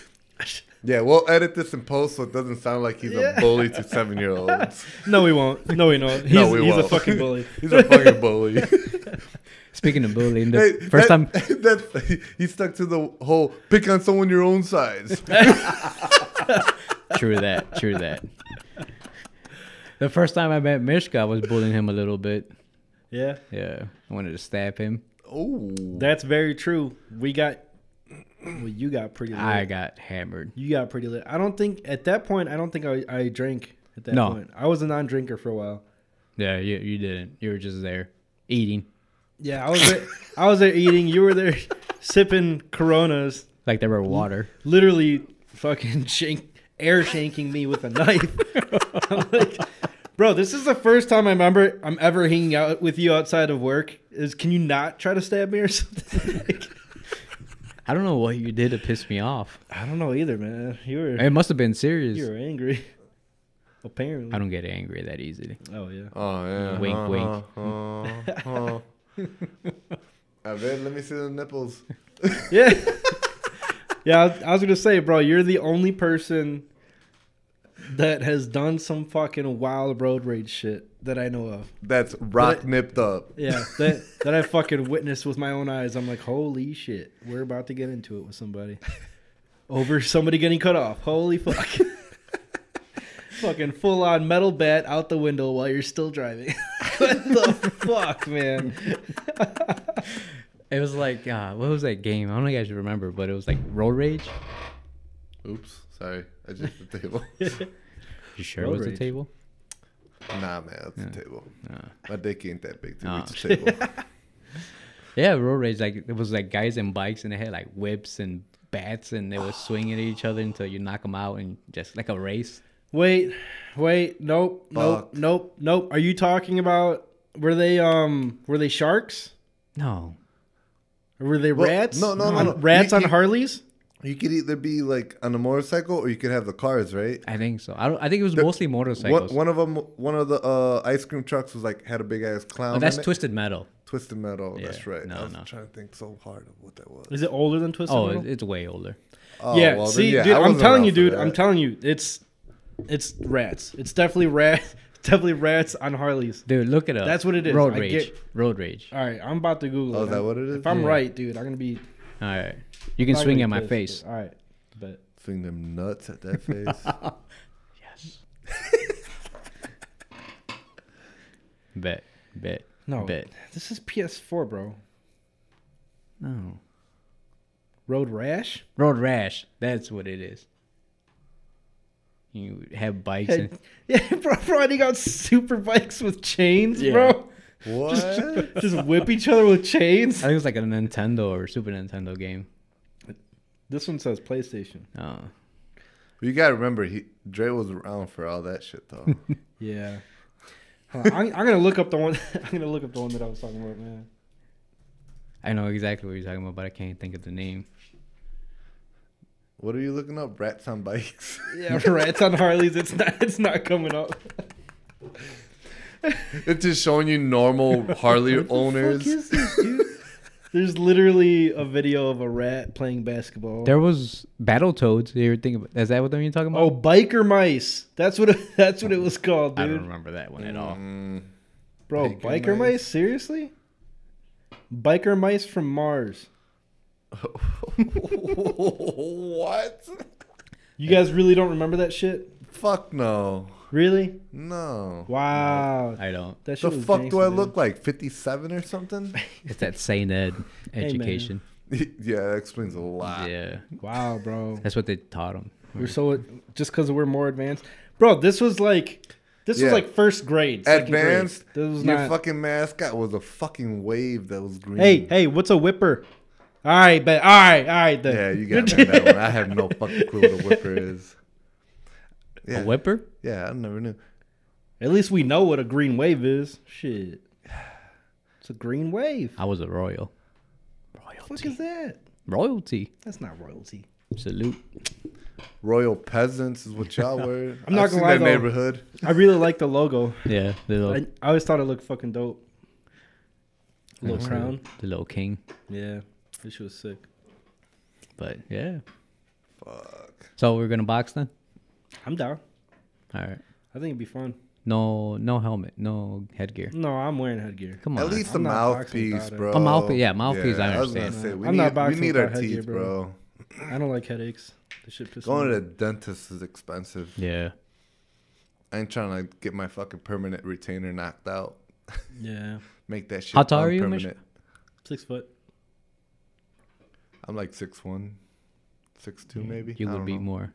[SPEAKER 1] Yeah, we'll edit this in post so it doesn't sound like he's a
[SPEAKER 3] Yeah.
[SPEAKER 1] bully to seven year olds.
[SPEAKER 3] No, we won't. No, we don't. He's,
[SPEAKER 1] No, we
[SPEAKER 3] he's
[SPEAKER 1] won't.
[SPEAKER 3] a fucking bully.
[SPEAKER 1] He's a fucking bully.
[SPEAKER 4] Speaking of bullying, the
[SPEAKER 1] Hey,
[SPEAKER 4] first time
[SPEAKER 1] that- that he stuck to the whole pick on someone your own size.
[SPEAKER 4] True that. True that. The first time I met Mishka, I was bullying him a little bit.
[SPEAKER 3] Yeah.
[SPEAKER 4] Yeah, I wanted to stab him.
[SPEAKER 1] oh,
[SPEAKER 3] That's very true. We got, well, you got pretty lit.
[SPEAKER 4] I got hammered.
[SPEAKER 3] you got pretty lit. I don't think, at that point, I don't think I, I drank at that
[SPEAKER 4] No.
[SPEAKER 3] point. I was a non drinker for a while.
[SPEAKER 4] Yeah, you, you didn't. You were just there eating
[SPEAKER 3] Yeah, I was there, I was there eating. You were there sipping Coronas,
[SPEAKER 4] like they were water.
[SPEAKER 3] literally fucking shank, air shanking me with a knife. I'm like, bro, this is the first time I remember I'm ever hanging out with you outside of work. Is can you not try to stab me or something? Like,
[SPEAKER 4] I don't know what you did to piss me off.
[SPEAKER 3] I don't know either, man. You were
[SPEAKER 4] It must have been
[SPEAKER 3] you
[SPEAKER 4] serious.
[SPEAKER 3] were angry. Apparently.
[SPEAKER 4] I don't get angry that easily.
[SPEAKER 3] Oh yeah.
[SPEAKER 1] oh yeah.
[SPEAKER 4] Wink,
[SPEAKER 1] Uh,
[SPEAKER 4] wink.
[SPEAKER 1] uh, uh. I bet. Let me see the nipples.
[SPEAKER 3] Yeah. yeah, I was, I was gonna say, bro, you're the only person that has done some fucking wild road rage shit that I know of.
[SPEAKER 1] That's rock
[SPEAKER 3] But-
[SPEAKER 1] nipped up.
[SPEAKER 3] Yeah, that that I fucking witnessed with my own eyes. I'm like, holy shit, we're about to get into it with somebody over somebody getting cut off. Holy fuck. Fucking full on metal bat out the window while you're still driving. what the fuck, man?
[SPEAKER 4] It was like uh, what was that game? I don't know if you guys remember, but it was like road rage.
[SPEAKER 1] Oops, sorry. I just hit the table.
[SPEAKER 4] You sure
[SPEAKER 3] Road
[SPEAKER 4] it was the
[SPEAKER 3] rage.
[SPEAKER 4] table?
[SPEAKER 1] nah, man, that's the table.
[SPEAKER 4] Uh,
[SPEAKER 1] My dick ain't that big to
[SPEAKER 4] Ah.
[SPEAKER 1] reach the table.
[SPEAKER 4] yeah, road rage. Like it was like guys in bikes and they had like whips and bats and they would swing at each other until you knock them out and just like a race.
[SPEAKER 3] Wait, wait, nope, nope,
[SPEAKER 1] Fuck.
[SPEAKER 3] nope, nope. Are you talking about were they um were they sharks?
[SPEAKER 4] No.
[SPEAKER 3] Or were they
[SPEAKER 1] Well,
[SPEAKER 3] rats?
[SPEAKER 1] no, no, no,
[SPEAKER 3] On-
[SPEAKER 1] no.
[SPEAKER 3] Rats
[SPEAKER 1] You-
[SPEAKER 3] on
[SPEAKER 1] you-
[SPEAKER 3] Harleys?
[SPEAKER 1] You could either be like on a motorcycle or you could have the cars, right?
[SPEAKER 4] I think so. I don't. I think it was
[SPEAKER 1] The-
[SPEAKER 4] mostly motorcycles.
[SPEAKER 1] One, one of them, one of the uh, ice cream trucks was like had a big ass clown.
[SPEAKER 4] oh, that's
[SPEAKER 1] in it.
[SPEAKER 4] twisted metal.
[SPEAKER 1] Twisted Metal.
[SPEAKER 4] Yeah,
[SPEAKER 1] That's right. I
[SPEAKER 4] no,
[SPEAKER 1] was
[SPEAKER 4] no.
[SPEAKER 1] trying to think so hard of what that was.
[SPEAKER 3] Is it older than Twisted?
[SPEAKER 4] Oh,
[SPEAKER 3] Metal?
[SPEAKER 4] it- it's way older.
[SPEAKER 1] Oh,
[SPEAKER 3] yeah,
[SPEAKER 1] well, then,
[SPEAKER 3] see,
[SPEAKER 1] yeah,
[SPEAKER 3] dude,
[SPEAKER 1] I
[SPEAKER 3] I'm
[SPEAKER 1] wasn't
[SPEAKER 3] telling
[SPEAKER 1] around
[SPEAKER 3] you,
[SPEAKER 1] for
[SPEAKER 3] dude,
[SPEAKER 1] that.
[SPEAKER 3] I'm telling you, it's it's rats. It's definitely rats. Definitely rats on Harleys.
[SPEAKER 4] Dude, look it up.
[SPEAKER 3] That's what it is.
[SPEAKER 4] Road
[SPEAKER 3] I
[SPEAKER 4] rage.
[SPEAKER 3] get-
[SPEAKER 4] Road rage.
[SPEAKER 3] All right, I'm about to Google.
[SPEAKER 1] Oh,
[SPEAKER 3] it.
[SPEAKER 1] is that what it is?
[SPEAKER 3] If I'm
[SPEAKER 4] Yeah.
[SPEAKER 3] right, dude, I'm gonna be.
[SPEAKER 4] All right. You can swing at my face.
[SPEAKER 3] All right, but
[SPEAKER 1] Swing them nuts at that face.
[SPEAKER 4] Yes. bet. Bet.
[SPEAKER 3] no,
[SPEAKER 4] Bet.
[SPEAKER 3] this is PS4, bro.
[SPEAKER 4] No.
[SPEAKER 3] Road rash.
[SPEAKER 4] Road rash. That's what it is. You have bikes. And,
[SPEAKER 3] yeah, bro, riding out super bikes with chains,
[SPEAKER 4] Yeah.
[SPEAKER 3] bro.
[SPEAKER 1] what?
[SPEAKER 3] Just whip each other with
[SPEAKER 4] I
[SPEAKER 3] chains.
[SPEAKER 4] think it was like a Nintendo or Super Nintendo game.
[SPEAKER 3] This one says PlayStation.
[SPEAKER 4] Oh.
[SPEAKER 1] you gotta remember, he Dre was around for all that shit though.
[SPEAKER 3] Yeah. Huh, I'm, I'm gonna look up the one. I'm gonna look up the one that I was talking about, man.
[SPEAKER 4] I know exactly what you're talking about, but I can't think of the name.
[SPEAKER 1] what are you looking up? Rats on bikes.
[SPEAKER 3] Yeah, rats on Harleys. It's not. It's not coming up.
[SPEAKER 1] it's just showing you normal Harley
[SPEAKER 3] Fuck is
[SPEAKER 1] owners.
[SPEAKER 3] this, dude? There's literally a video of a rat playing basketball.
[SPEAKER 4] There was Battletoads. You were thinking about, is that what you're talking about?
[SPEAKER 3] oh, biker mice. That's what. It, that's what it was called,
[SPEAKER 4] I don't
[SPEAKER 3] dude.
[SPEAKER 4] remember that one at all.
[SPEAKER 1] Mm,
[SPEAKER 3] Bro,
[SPEAKER 1] Biker
[SPEAKER 3] biker
[SPEAKER 1] mice.
[SPEAKER 3] mice. Seriously? Biker mice from Mars.
[SPEAKER 1] what?
[SPEAKER 3] You guys really don't remember that shit?
[SPEAKER 1] Fuck no,
[SPEAKER 3] Really?
[SPEAKER 1] no.
[SPEAKER 3] Wow.
[SPEAKER 4] I don't.
[SPEAKER 3] That shit
[SPEAKER 1] The
[SPEAKER 3] was
[SPEAKER 1] fuck do
[SPEAKER 3] gangsta,
[SPEAKER 1] I
[SPEAKER 3] dude.
[SPEAKER 1] look like? Fifty-seven or something?
[SPEAKER 4] It's that Saint Ed
[SPEAKER 3] man.
[SPEAKER 4] education.
[SPEAKER 1] yeah, that explains a lot.
[SPEAKER 4] Yeah,
[SPEAKER 3] Wow, bro.
[SPEAKER 4] that's what they taught him.
[SPEAKER 3] We're so just because we're more advanced, bro. This was like, this
[SPEAKER 1] Yeah.
[SPEAKER 3] was like first grade, second grade.
[SPEAKER 1] Advanced.
[SPEAKER 3] This was
[SPEAKER 1] Your
[SPEAKER 3] not.
[SPEAKER 1] fucking mascot was a fucking wave that was green.
[SPEAKER 3] hey, hey, what's a whipper? All right, but all right, all right. Then.
[SPEAKER 1] Yeah, you got me on that one. I have no fucking clue what a whipper is. Yeah,
[SPEAKER 4] A whipper?
[SPEAKER 1] yeah, I never knew.
[SPEAKER 3] At least we know what a green wave is. Shit, it's a green wave.
[SPEAKER 4] I was a royal.
[SPEAKER 3] What the fuck is that?
[SPEAKER 4] Royalty.
[SPEAKER 3] That's not royalty.
[SPEAKER 4] Salute.
[SPEAKER 1] Royal peasants is what y'all were.
[SPEAKER 3] I'm not
[SPEAKER 1] I've
[SPEAKER 3] gonna
[SPEAKER 1] seen
[SPEAKER 3] lie,
[SPEAKER 1] that
[SPEAKER 3] though.
[SPEAKER 1] neighborhood.
[SPEAKER 3] I really like the logo.
[SPEAKER 4] Yeah, the little,
[SPEAKER 3] I, I always thought it looked fucking dope. Little crown.
[SPEAKER 4] the little king.
[SPEAKER 3] Yeah, this shit was sick.
[SPEAKER 4] But yeah.
[SPEAKER 1] Fuck.
[SPEAKER 4] So we're gonna box then.
[SPEAKER 3] I'm down.
[SPEAKER 4] All right.
[SPEAKER 3] I think it'd be fun.
[SPEAKER 4] No, no helmet, no headgear.
[SPEAKER 3] No, I'm wearing headgear.
[SPEAKER 4] Come on.
[SPEAKER 1] Mm. At least the
[SPEAKER 3] I'm not boxing
[SPEAKER 1] mouthpiece,
[SPEAKER 3] without it.
[SPEAKER 1] bro.
[SPEAKER 4] A mouthpiece- yeah, mouthpiece, I
[SPEAKER 1] was gonna
[SPEAKER 4] understand.
[SPEAKER 1] say, we
[SPEAKER 3] I'm not
[SPEAKER 1] need, we
[SPEAKER 3] boxing
[SPEAKER 1] need our
[SPEAKER 3] without headgear,
[SPEAKER 1] teeth,
[SPEAKER 3] bro.
[SPEAKER 1] bro.
[SPEAKER 3] I don't like headaches. This shit pisses
[SPEAKER 1] Going
[SPEAKER 3] me.
[SPEAKER 1] to
[SPEAKER 3] off.
[SPEAKER 1] the
[SPEAKER 4] Hmm.
[SPEAKER 1] dentist is expensive.
[SPEAKER 4] yeah.
[SPEAKER 1] I ain't trying to get my fucking permanent retainer knocked out.
[SPEAKER 3] Yeah,
[SPEAKER 1] Make that shit.
[SPEAKER 4] How tall are you, Mish?
[SPEAKER 1] permanent.
[SPEAKER 3] six foot.
[SPEAKER 1] I'm like six one, six two maybe.
[SPEAKER 4] You
[SPEAKER 1] I
[SPEAKER 4] would
[SPEAKER 1] don't
[SPEAKER 4] be
[SPEAKER 1] know.
[SPEAKER 4] more.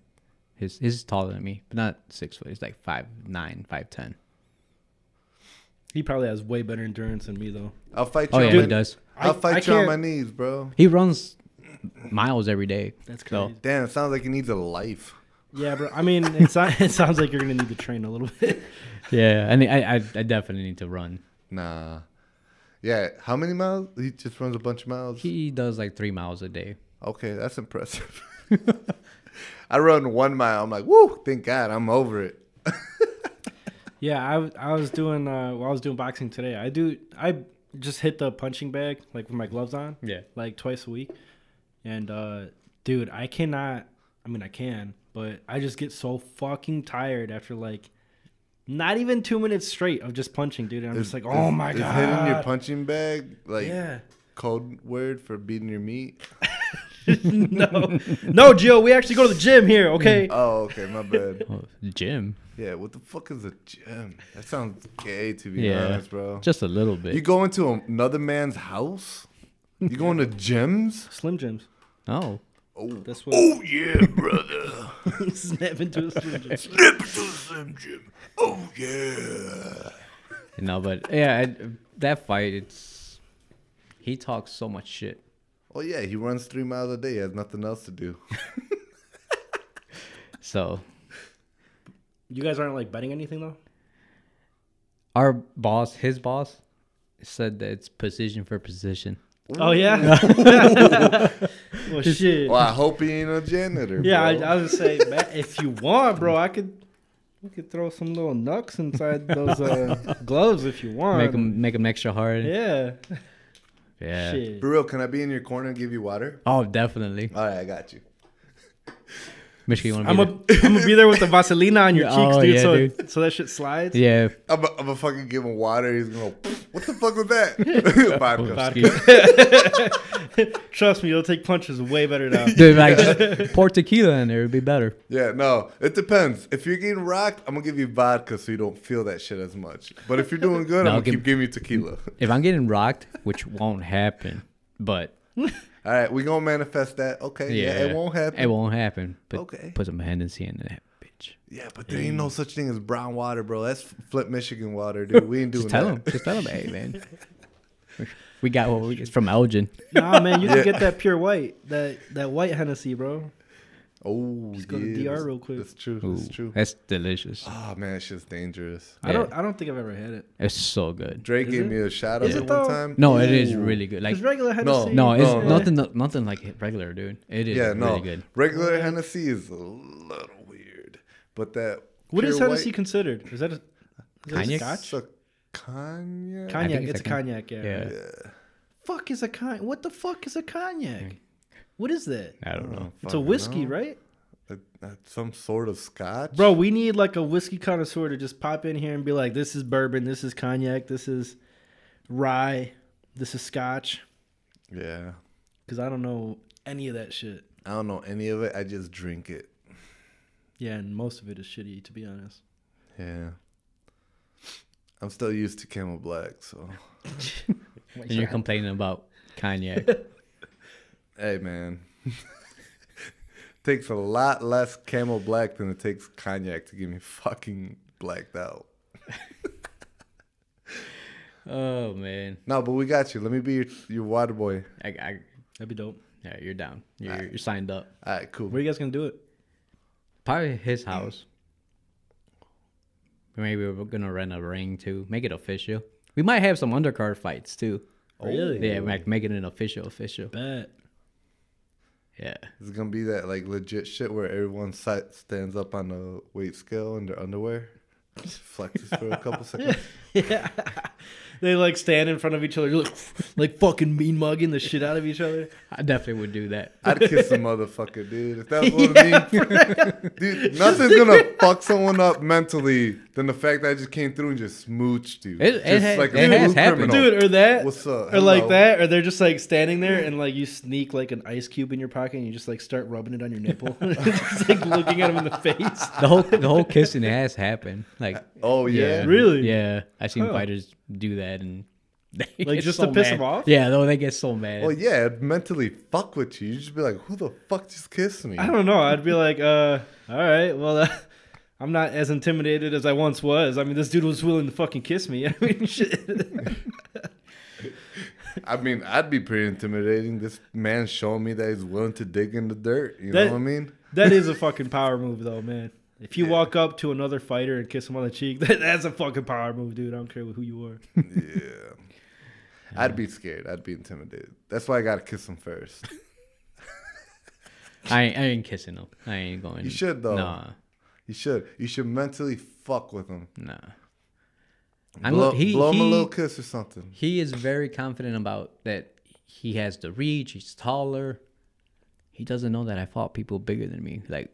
[SPEAKER 4] His his is taller than me, but not six foot. He's like five nine, five ten.
[SPEAKER 3] He probably has way better endurance than me though.
[SPEAKER 1] I'll fight you.
[SPEAKER 4] Oh yeah,
[SPEAKER 1] on
[SPEAKER 4] he
[SPEAKER 1] my-
[SPEAKER 4] does.
[SPEAKER 1] I'll
[SPEAKER 3] I-
[SPEAKER 1] fight
[SPEAKER 3] I
[SPEAKER 1] you on
[SPEAKER 3] can't-
[SPEAKER 1] my knees, bro.
[SPEAKER 4] He runs miles every day.
[SPEAKER 3] That's
[SPEAKER 4] So-
[SPEAKER 3] crazy.
[SPEAKER 1] Damn, it sounds like he needs a life.
[SPEAKER 3] Yeah, bro. I mean, it, so- it sounds like you're gonna need to train a little bit.
[SPEAKER 4] Yeah, and I, I I definitely need to run.
[SPEAKER 1] Nah. Yeah, how many miles? He just runs a bunch of miles.
[SPEAKER 4] He does like three miles a day.
[SPEAKER 1] Okay, that's impressive. I run one mile. I'm like, woo! Thank God, I'm over it.
[SPEAKER 3] Yeah, I, w- I was doing uh, while I was doing boxing today. I do I just hit the punching bag like with my gloves on.
[SPEAKER 4] Yeah.
[SPEAKER 3] like twice a week. And uh dude, I cannot I mean I can, but I just get so fucking tired after like not even two minutes straight of just punching, dude. And I'm just like, oh
[SPEAKER 1] Is-
[SPEAKER 3] my
[SPEAKER 1] is
[SPEAKER 3] god.
[SPEAKER 1] hitting your punching bag like
[SPEAKER 3] yeah.
[SPEAKER 1] code word for beating your meat?
[SPEAKER 3] no. No, Jill, we actually go to the gym here, okay?
[SPEAKER 1] Oh, okay, my bad.
[SPEAKER 4] Oh, gym,
[SPEAKER 1] Yeah, what the fuck is a gym? That sounds gay to be
[SPEAKER 4] Yeah.
[SPEAKER 1] honest, bro.
[SPEAKER 4] just a little bit.
[SPEAKER 1] Oh. You go into another man's house? You going to gyms?
[SPEAKER 3] Slim gyms.
[SPEAKER 4] oh,
[SPEAKER 1] Oh,
[SPEAKER 3] That's what
[SPEAKER 1] oh yeah, brother.
[SPEAKER 3] snap into a slim gym.
[SPEAKER 1] Nip it to the Slim Jim. Oh yeah.
[SPEAKER 4] no, but yeah, I, that fight. It's he talks so much shit.
[SPEAKER 1] Oh yeah, he runs three miles a day. He has nothing else to do.
[SPEAKER 4] So
[SPEAKER 3] You guys aren't like betting anything though?
[SPEAKER 4] our boss, his boss, said that it's position for position.
[SPEAKER 3] Oh yeah.
[SPEAKER 4] Mm.
[SPEAKER 3] well shit.
[SPEAKER 1] Well, I hope he ain't a janitor.
[SPEAKER 3] Yeah, I,
[SPEAKER 1] bro.
[SPEAKER 3] I would say, man, if you want, bro, I could we could throw some little nucks inside those uh, gloves if you want.
[SPEAKER 4] Make him make him extra hard. Yeah.
[SPEAKER 3] yeah. Shit.
[SPEAKER 1] For real, can I be in your corner and give you water?
[SPEAKER 4] Oh, definitely.
[SPEAKER 1] All right, I got you.
[SPEAKER 4] Michigan, you want to
[SPEAKER 3] I'm
[SPEAKER 4] be?
[SPEAKER 3] gonna I'm gonna be there with the Vaseline on your
[SPEAKER 4] Yeah,
[SPEAKER 3] cheeks,
[SPEAKER 4] oh,
[SPEAKER 3] dude,
[SPEAKER 4] yeah,
[SPEAKER 3] so
[SPEAKER 4] dude.
[SPEAKER 3] so that shit slides.
[SPEAKER 4] the- yeah.
[SPEAKER 1] I'm a, I'm a fucking give him water. He's gonna. go, What the fuck was that? Vodka.
[SPEAKER 4] Excuse-
[SPEAKER 3] Trust me, you'll take punches way better now.
[SPEAKER 4] Dude, like just pour tequila in there, it'd be better.
[SPEAKER 1] Yeah, no, it depends. If you're getting rocked, I'm gonna give you vodka so you don't feel that shit as much. But if you're doing good,
[SPEAKER 4] No,
[SPEAKER 1] I'm gonna
[SPEAKER 4] give-
[SPEAKER 1] keep giving you tequila.
[SPEAKER 4] If I'm getting rocked, which won't happen, but
[SPEAKER 1] All right, we gonna manifest that. Okay, yeah,
[SPEAKER 4] yeah,
[SPEAKER 1] it won't happen.
[SPEAKER 4] It won't happen. But
[SPEAKER 1] Okay.
[SPEAKER 4] put some Hennessy in that bitch.
[SPEAKER 1] Yeah, but there ain't no such thing as brown water, bro. That's Flint, Michigan water, dude. We ain't doing
[SPEAKER 4] Just tell
[SPEAKER 1] that.
[SPEAKER 4] him. Just tell him, hey man, we got what we it's from Elgin.
[SPEAKER 3] nah, man, you
[SPEAKER 1] Yeah.
[SPEAKER 3] can get that pure white, that that white Hennessy, bro.
[SPEAKER 1] Oh,
[SPEAKER 3] Just go to
[SPEAKER 1] yeah,
[SPEAKER 3] DR
[SPEAKER 1] that's-
[SPEAKER 3] real quick.
[SPEAKER 1] That's true.
[SPEAKER 4] Ooh,
[SPEAKER 1] That's true.
[SPEAKER 4] That's delicious.
[SPEAKER 1] Ah, man, it's just dangerous.
[SPEAKER 3] I don't I don't think I've ever had it.
[SPEAKER 4] It's so good.
[SPEAKER 1] Drake
[SPEAKER 3] Is
[SPEAKER 1] gave
[SPEAKER 3] it?
[SPEAKER 1] me a shot
[SPEAKER 3] Is
[SPEAKER 1] of it
[SPEAKER 3] it
[SPEAKER 1] one
[SPEAKER 3] though?
[SPEAKER 1] time.
[SPEAKER 4] No, it is
[SPEAKER 1] Ooh.
[SPEAKER 4] really good. Like
[SPEAKER 3] Cause regular Hennessy.
[SPEAKER 4] no, it's
[SPEAKER 1] No, no.
[SPEAKER 4] nothing. Nothing like regular, dude. It is
[SPEAKER 1] Yeah, no.
[SPEAKER 4] really good.
[SPEAKER 1] Regular Hennessy is a little weird, but that
[SPEAKER 3] What is
[SPEAKER 1] pure
[SPEAKER 3] Hennessy
[SPEAKER 1] white-
[SPEAKER 3] considered? Is that a, is that a
[SPEAKER 4] Cognac?
[SPEAKER 3] scotch?
[SPEAKER 1] It's a cognac.
[SPEAKER 4] think
[SPEAKER 3] Cognac.
[SPEAKER 4] it's
[SPEAKER 3] It's a
[SPEAKER 4] a con-
[SPEAKER 3] cognac. Yeah.
[SPEAKER 4] Yeah,
[SPEAKER 3] Fuck is a cognac? What the fuck is a cognac? What is that?
[SPEAKER 4] I don't know.
[SPEAKER 3] It's a whiskey, right?
[SPEAKER 1] right? Some sort of scotch,
[SPEAKER 3] Bro, we need like a whiskey connoisseur to just pop in here and be like, this is bourbon, this is cognac, this is rye, this is scotch.
[SPEAKER 1] Yeah,
[SPEAKER 3] Because I don't know any of that shit.
[SPEAKER 1] I don't know any of it. I just drink it.
[SPEAKER 3] Yeah, and most of it is shitty, to be honest.
[SPEAKER 1] Yeah, I'm still used to Camel Black, so
[SPEAKER 4] And you're complaining about Kanye.
[SPEAKER 1] Hey man, takes a lot less Camel Black than it takes cognac to get me fucking blacked out.
[SPEAKER 4] Oh man,
[SPEAKER 1] No, but we got you. Let me be your, your water boy.
[SPEAKER 4] I, I
[SPEAKER 3] That'd be dope.
[SPEAKER 4] yeah, you're down. You're, you're signed up.
[SPEAKER 1] All right, cool.
[SPEAKER 3] Where you guys gonna do it?
[SPEAKER 4] Probably his house. Maybe we're gonna rent a ring too. Make it official. We might have some undercard fights too.
[SPEAKER 3] Really?
[SPEAKER 4] Yeah, like make it an official, official.
[SPEAKER 3] Bet.
[SPEAKER 4] Yeah.
[SPEAKER 1] It's gonna be that like legit shit where everyone si- stands up on the weight scale in their underwear, just flexes for a couple seconds.
[SPEAKER 3] Yeah. they like stand in front of each other, like, like fucking mean mugging the shit out of each other.
[SPEAKER 4] I definitely would do that.
[SPEAKER 1] I'd kiss a motherfucker, dude. If that was what it means, dude, nothing's gonna fuck someone up mentally than the fact that I just came through and just smooched you.
[SPEAKER 4] It- it
[SPEAKER 1] just
[SPEAKER 4] ha- it has
[SPEAKER 1] smooth
[SPEAKER 4] happened.
[SPEAKER 1] criminal.
[SPEAKER 3] Dude, or that,
[SPEAKER 1] What's up?
[SPEAKER 3] or like
[SPEAKER 1] Hello.
[SPEAKER 3] that, or they're just like standing there and like you sneak like an ice cube in your pocket and you just like start rubbing it on your nipple, just like looking at him in the face.
[SPEAKER 4] The whole the whole kissing ass happened. Like
[SPEAKER 1] Oh yeah.
[SPEAKER 3] Really?
[SPEAKER 4] Yeah. I've seen
[SPEAKER 3] Huh.
[SPEAKER 4] fighters do that and they get
[SPEAKER 3] just to piss 'em
[SPEAKER 4] mad.
[SPEAKER 3] off?
[SPEAKER 4] Yeah, though they get so mad.
[SPEAKER 1] Well, yeah, it'd mentally fuck with you. You'd just be like, "Who the fuck just kissed me?"
[SPEAKER 3] I don't know. I'd be like, uh, all right, well, uh, I'm not as intimidated as I once was. I mean, this dude was willing to fucking kiss me. I mean, shit.
[SPEAKER 1] I mean, I'd be pretty intimidating. This man's showing me that he's willing to dig in the dirt. You
[SPEAKER 3] That-
[SPEAKER 1] know what I mean?
[SPEAKER 3] That is a fucking power move, though, man. If you walk up to another fighter and kiss him on the cheek, that, that's a fucking power move, dude. I don't care who you are.
[SPEAKER 1] yeah. I'd be scared. I'd be intimidated. That's why I gotta kiss him first.
[SPEAKER 4] I ain't, I ain't kissing them. I ain't going.
[SPEAKER 1] You should, though.
[SPEAKER 4] Nah,
[SPEAKER 1] You should. You should mentally fuck with him.
[SPEAKER 4] nah. I'm
[SPEAKER 1] Blow,
[SPEAKER 4] he,
[SPEAKER 1] blow him
[SPEAKER 4] he,
[SPEAKER 1] a little kiss or something.
[SPEAKER 4] he is very confident about that. He has the reach. He's taller. He doesn't know that I fought people bigger than me. Like,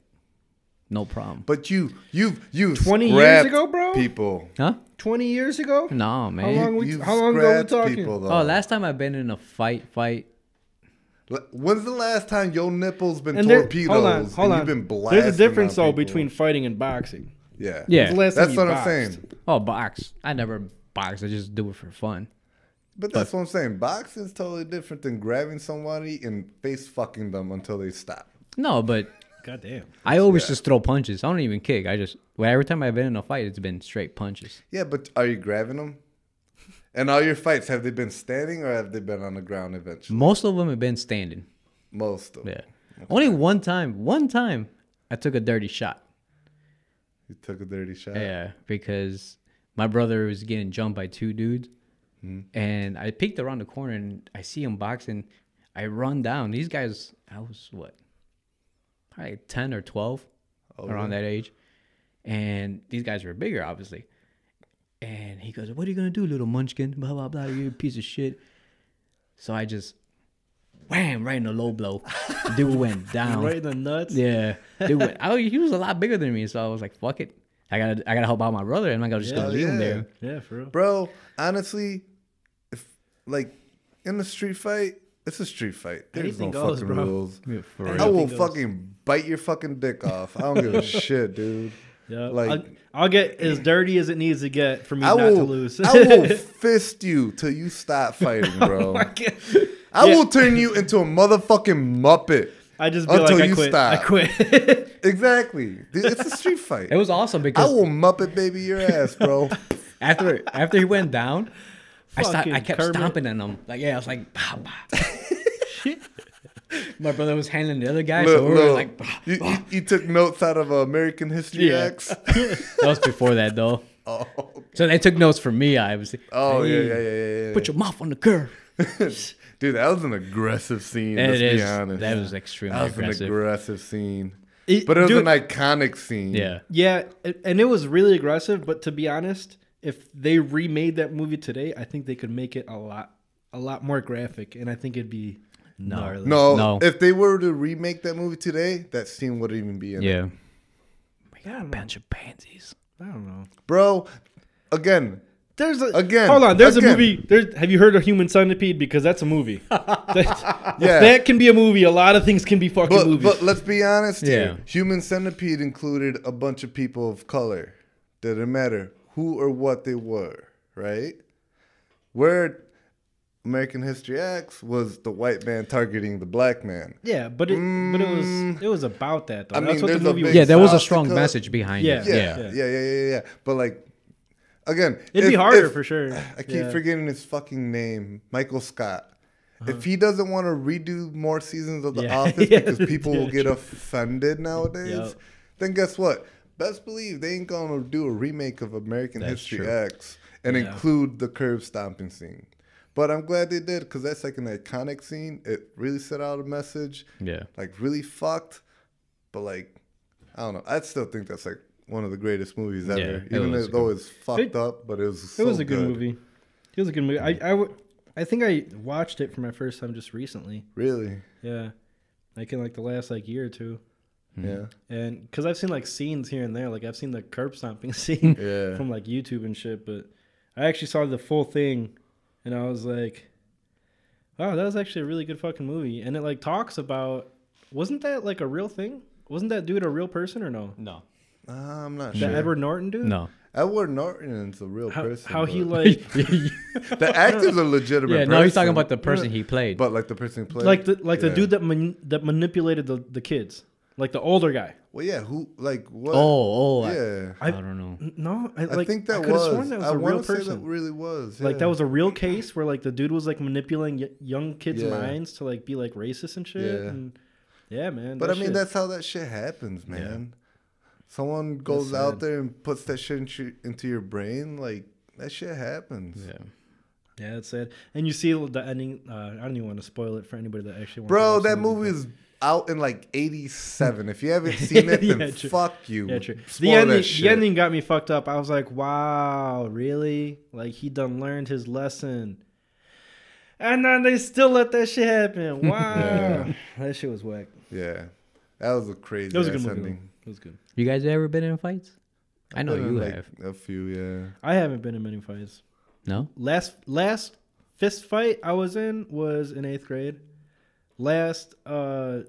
[SPEAKER 4] no problem.
[SPEAKER 1] But you, you've, you've
[SPEAKER 3] 20 years
[SPEAKER 1] scrapped
[SPEAKER 3] ago, bro?
[SPEAKER 1] People,
[SPEAKER 4] Huh?
[SPEAKER 3] 20 years ago?
[SPEAKER 4] No, man.
[SPEAKER 3] long- we-
[SPEAKER 1] You've
[SPEAKER 3] how long ago we
[SPEAKER 1] scrapped
[SPEAKER 3] talking?
[SPEAKER 1] though.
[SPEAKER 4] oh, last time I've been in a fight, fight.
[SPEAKER 1] L- When's the last time your nipples been
[SPEAKER 3] And there,
[SPEAKER 1] torpedoes?
[SPEAKER 3] hold on, hold
[SPEAKER 1] and
[SPEAKER 3] on.
[SPEAKER 1] You've been blasting.
[SPEAKER 3] There's a difference,
[SPEAKER 1] on
[SPEAKER 3] though,
[SPEAKER 1] people?
[SPEAKER 3] between fighting and boxing.
[SPEAKER 1] yeah,
[SPEAKER 3] When's
[SPEAKER 4] Yeah.
[SPEAKER 3] the last time
[SPEAKER 1] That's
[SPEAKER 3] you
[SPEAKER 1] what I'm
[SPEAKER 3] boxed?
[SPEAKER 1] saying.
[SPEAKER 4] Oh, box. I never box. I just do it for fun.
[SPEAKER 1] But that's what I'm saying. Boxing's totally different than grabbing somebody and face fucking them until they stop.
[SPEAKER 4] No, but
[SPEAKER 3] God damn.
[SPEAKER 4] I always just throw punches. I don't even kick. I just well, every time I've been in a fight, it's been straight punches.
[SPEAKER 1] Yeah, but are you grabbing them? And all your fights have they been standing or have they been on the ground eventually?
[SPEAKER 4] Most of them have been standing.
[SPEAKER 1] Most of them.
[SPEAKER 4] Yeah. Only one time. One time, I took a dirty shot.
[SPEAKER 1] You took a dirty shot.
[SPEAKER 4] Yeah, because my brother was getting jumped by two dudes,
[SPEAKER 3] Mm-hmm.
[SPEAKER 4] and I peeked around the corner and I see him boxing. I run down. These guys, I was what, probably ten or twelve,
[SPEAKER 3] Oh,
[SPEAKER 4] around that age, and these guys were bigger, obviously. And he goes, "What are you gonna do, little munchkin? Blah blah blah. You piece of shit." So I just, wham, right in the low blow. Dude went down.
[SPEAKER 3] Right in the nuts?
[SPEAKER 4] Yeah, dude. when- I, he was a lot bigger than me, so I was like, "Fuck it, I gotta, I gotta help out my brother. I'm not gonna just gonna
[SPEAKER 1] Yeah.
[SPEAKER 4] leave him
[SPEAKER 1] Yeah.
[SPEAKER 4] there."
[SPEAKER 3] Yeah, for real.
[SPEAKER 1] Bro, honestly, if like in a street fight, it's a street fight. There's
[SPEAKER 3] Anything
[SPEAKER 1] no
[SPEAKER 3] goes,
[SPEAKER 1] fucking
[SPEAKER 3] bro.
[SPEAKER 1] rules.
[SPEAKER 4] for
[SPEAKER 1] I will
[SPEAKER 3] Anything goes.
[SPEAKER 1] fucking bite your fucking dick off. I don't give a shit, dude.
[SPEAKER 3] Yeah.
[SPEAKER 1] Like-
[SPEAKER 3] I'll, I'll get as dirty as it needs to get for me
[SPEAKER 1] I
[SPEAKER 3] not
[SPEAKER 1] will,
[SPEAKER 3] to lose. Oh
[SPEAKER 1] I will fist you till you stop fighting, bro. I will turn you into a motherfucking muppet.
[SPEAKER 3] I just be
[SPEAKER 1] Until
[SPEAKER 3] like, I
[SPEAKER 1] you
[SPEAKER 3] quit.
[SPEAKER 1] stop.
[SPEAKER 3] I quit.
[SPEAKER 1] Exactly. Dude, It's a street fight.
[SPEAKER 4] It was awesome
[SPEAKER 1] I
[SPEAKER 4] because
[SPEAKER 1] will muppet baby your ass, bro.
[SPEAKER 4] after after he went down, I stopped, I
[SPEAKER 3] Fucking
[SPEAKER 4] kept
[SPEAKER 3] Kermit.
[SPEAKER 4] stomping on him. Like yeah, I was like, bah, bah. shit. My brother was handling the other guy,
[SPEAKER 1] Look,
[SPEAKER 4] so we were
[SPEAKER 1] look,
[SPEAKER 4] like, bah,
[SPEAKER 1] you,
[SPEAKER 4] bah.
[SPEAKER 1] you, you took notes out of American History
[SPEAKER 4] Yeah.
[SPEAKER 1] X.
[SPEAKER 4] that was before that though.
[SPEAKER 1] oh,
[SPEAKER 4] So they took notes from me. I was,
[SPEAKER 1] oh yeah, yeah, yeah, yeah. yeah.
[SPEAKER 4] put your mouth on the curb.
[SPEAKER 1] Dude, that was an aggressive scene.
[SPEAKER 4] It
[SPEAKER 1] let's
[SPEAKER 4] is.
[SPEAKER 1] be honest.
[SPEAKER 4] That was extremely
[SPEAKER 1] That was
[SPEAKER 4] aggressive.
[SPEAKER 1] an aggressive scene.
[SPEAKER 3] It-
[SPEAKER 1] But it was
[SPEAKER 3] dude,
[SPEAKER 1] an iconic scene.
[SPEAKER 4] yeah.
[SPEAKER 3] Yeah, a- and it was really aggressive. But to be honest, if they remade that movie today, I think they could make it a lot, a lot more graphic, and I think it'd be gnarly.
[SPEAKER 1] No,
[SPEAKER 4] No.
[SPEAKER 1] if they were to remake that movie today, that scene wouldn't even be in it.
[SPEAKER 4] Yeah. We got a bunch of pansies.
[SPEAKER 3] I don't know.
[SPEAKER 1] Bro, again,
[SPEAKER 3] There's a
[SPEAKER 1] Again,
[SPEAKER 3] Hold on. There's
[SPEAKER 1] again.
[SPEAKER 3] a movie. There's. Have you heard of Human Centipede? Because that's a movie. That,
[SPEAKER 1] Yeah.
[SPEAKER 3] If that can be a movie. A lot of things can be fucking
[SPEAKER 1] but,
[SPEAKER 3] movies.
[SPEAKER 1] but let's be honest here.
[SPEAKER 4] Yeah.
[SPEAKER 1] Human Centipede included a bunch of people of color. Didn't matter who or what they were, right? Where American History X was the white man targeting the black man.
[SPEAKER 3] Yeah, but it but it was
[SPEAKER 1] Mm.
[SPEAKER 3] it was about that though.
[SPEAKER 1] I
[SPEAKER 3] That's
[SPEAKER 1] mean,
[SPEAKER 3] what the
[SPEAKER 1] there's a
[SPEAKER 3] movie was.
[SPEAKER 1] big-
[SPEAKER 4] Yeah, there was a
[SPEAKER 1] South
[SPEAKER 4] strong
[SPEAKER 1] Dakota-
[SPEAKER 4] message behind it.
[SPEAKER 3] Yeah.
[SPEAKER 1] Yeah, yeah, yeah, yeah, yeah. yeah. But like, again,
[SPEAKER 3] It'd be
[SPEAKER 1] if-
[SPEAKER 3] harder
[SPEAKER 1] if-
[SPEAKER 3] for sure.
[SPEAKER 1] I keep
[SPEAKER 3] Yeah. Uh-huh.
[SPEAKER 1] forgetting his fucking name, Michael Scott. If he doesn't want to redo more seasons of The
[SPEAKER 3] Yeah.
[SPEAKER 1] Office
[SPEAKER 3] Yeah,
[SPEAKER 1] because people will
[SPEAKER 3] dude.
[SPEAKER 1] get offended nowadays,
[SPEAKER 3] Yup.
[SPEAKER 1] then guess what? Best believe they ain't gonna do a remake of American
[SPEAKER 4] That's
[SPEAKER 1] History
[SPEAKER 4] true.
[SPEAKER 1] X and
[SPEAKER 3] Yeah.
[SPEAKER 1] include the curb stomping scene. But I'm glad they did because that's like an iconic scene. It really set out a message,
[SPEAKER 4] Yeah.
[SPEAKER 1] like really fucked. But like, I don't know. I still think that's like one of the greatest movies ever.
[SPEAKER 4] it
[SPEAKER 1] Even
[SPEAKER 4] was a
[SPEAKER 1] though it's fucked
[SPEAKER 3] It-
[SPEAKER 1] up, but it was
[SPEAKER 3] It
[SPEAKER 1] so
[SPEAKER 3] was a good,
[SPEAKER 1] good.
[SPEAKER 3] movie. It was a good movie. I I w- I think I watched it for my first time just recently.
[SPEAKER 1] Really?
[SPEAKER 3] Yeah, like in like the last like year or two,
[SPEAKER 4] Mm-hmm.
[SPEAKER 1] Yeah.
[SPEAKER 3] and because I've seen like scenes here and there. Like I've seen the curb stomping scene
[SPEAKER 1] Yeah.
[SPEAKER 3] from like YouTube and shit, but I actually saw the full thing, and I was like, "Wow, that was actually a really good fucking movie." And it like talks about wasn't that like a real thing? Wasn't that dude a real person or no?
[SPEAKER 4] No.
[SPEAKER 1] Uh, I'm not
[SPEAKER 3] The
[SPEAKER 1] sure. Edward,
[SPEAKER 3] Edward Norton dude?
[SPEAKER 4] No.
[SPEAKER 1] Norton's a real
[SPEAKER 3] How,
[SPEAKER 1] person.
[SPEAKER 3] how he
[SPEAKER 1] but-
[SPEAKER 3] like
[SPEAKER 1] the actor's a legitimate.
[SPEAKER 4] yeah,
[SPEAKER 1] person,
[SPEAKER 4] no, he's talking about the person he played.
[SPEAKER 1] But like the person who played,
[SPEAKER 3] like the like the
[SPEAKER 1] yeah.
[SPEAKER 3] dude that man, that manipulated the, the kids, like the older guy.
[SPEAKER 1] Well, yeah, who like what?
[SPEAKER 4] oh, oh, I-
[SPEAKER 1] yeah.
[SPEAKER 4] I,
[SPEAKER 3] I-
[SPEAKER 4] don't know.
[SPEAKER 3] N- No, I,
[SPEAKER 1] I
[SPEAKER 3] like,
[SPEAKER 1] think that
[SPEAKER 3] I coulda
[SPEAKER 1] was.
[SPEAKER 3] Sworn that was
[SPEAKER 1] I
[SPEAKER 3] a
[SPEAKER 1] wanna
[SPEAKER 3] real
[SPEAKER 1] say that
[SPEAKER 3] person.
[SPEAKER 1] really was.
[SPEAKER 3] Like that
[SPEAKER 1] yeah.
[SPEAKER 3] was a real case where like the dude was like manipulating y- young kids'
[SPEAKER 1] Yeah.
[SPEAKER 3] minds to like be like racist and shit.
[SPEAKER 1] Yeah.
[SPEAKER 3] And, yeah, man.
[SPEAKER 1] But
[SPEAKER 3] that
[SPEAKER 1] I mean,
[SPEAKER 3] shit-
[SPEAKER 1] that's how that shit happens, man. Someone goes
[SPEAKER 3] sad.
[SPEAKER 1] out there and puts that shit into, into your brain. Like that shit happens,
[SPEAKER 4] Yeah.
[SPEAKER 3] yeah, that's sad. And you see the ending. Uh, I don't even want to spoil it for anybody that actually. wants to
[SPEAKER 1] bro.
[SPEAKER 3] watch the
[SPEAKER 1] That movie
[SPEAKER 3] but-
[SPEAKER 1] is out in like '87. if you haven't seen it, then
[SPEAKER 3] Yeah, true.
[SPEAKER 1] fuck you.
[SPEAKER 3] Yeah, true. The
[SPEAKER 1] Spoil
[SPEAKER 3] ending,
[SPEAKER 1] that
[SPEAKER 3] the
[SPEAKER 1] shit.
[SPEAKER 3] ending got me fucked up. I was like, wow, really? Like he done learned his lesson. And then they still let that shit happen. Wow.
[SPEAKER 1] Yeah.
[SPEAKER 3] That shit was whack.
[SPEAKER 1] Yeah, that was a crazy.
[SPEAKER 3] That was a good
[SPEAKER 1] ass
[SPEAKER 3] movie.
[SPEAKER 1] ending.
[SPEAKER 3] though. It was good.
[SPEAKER 4] You guys ever been in fights? I know
[SPEAKER 1] Been in,
[SPEAKER 4] you
[SPEAKER 1] Uh, like,
[SPEAKER 4] have.
[SPEAKER 1] a few. Yeah,
[SPEAKER 3] I haven't been in many fights.
[SPEAKER 4] No?
[SPEAKER 3] Last last fist fight I was in was in eighth grade. Last uh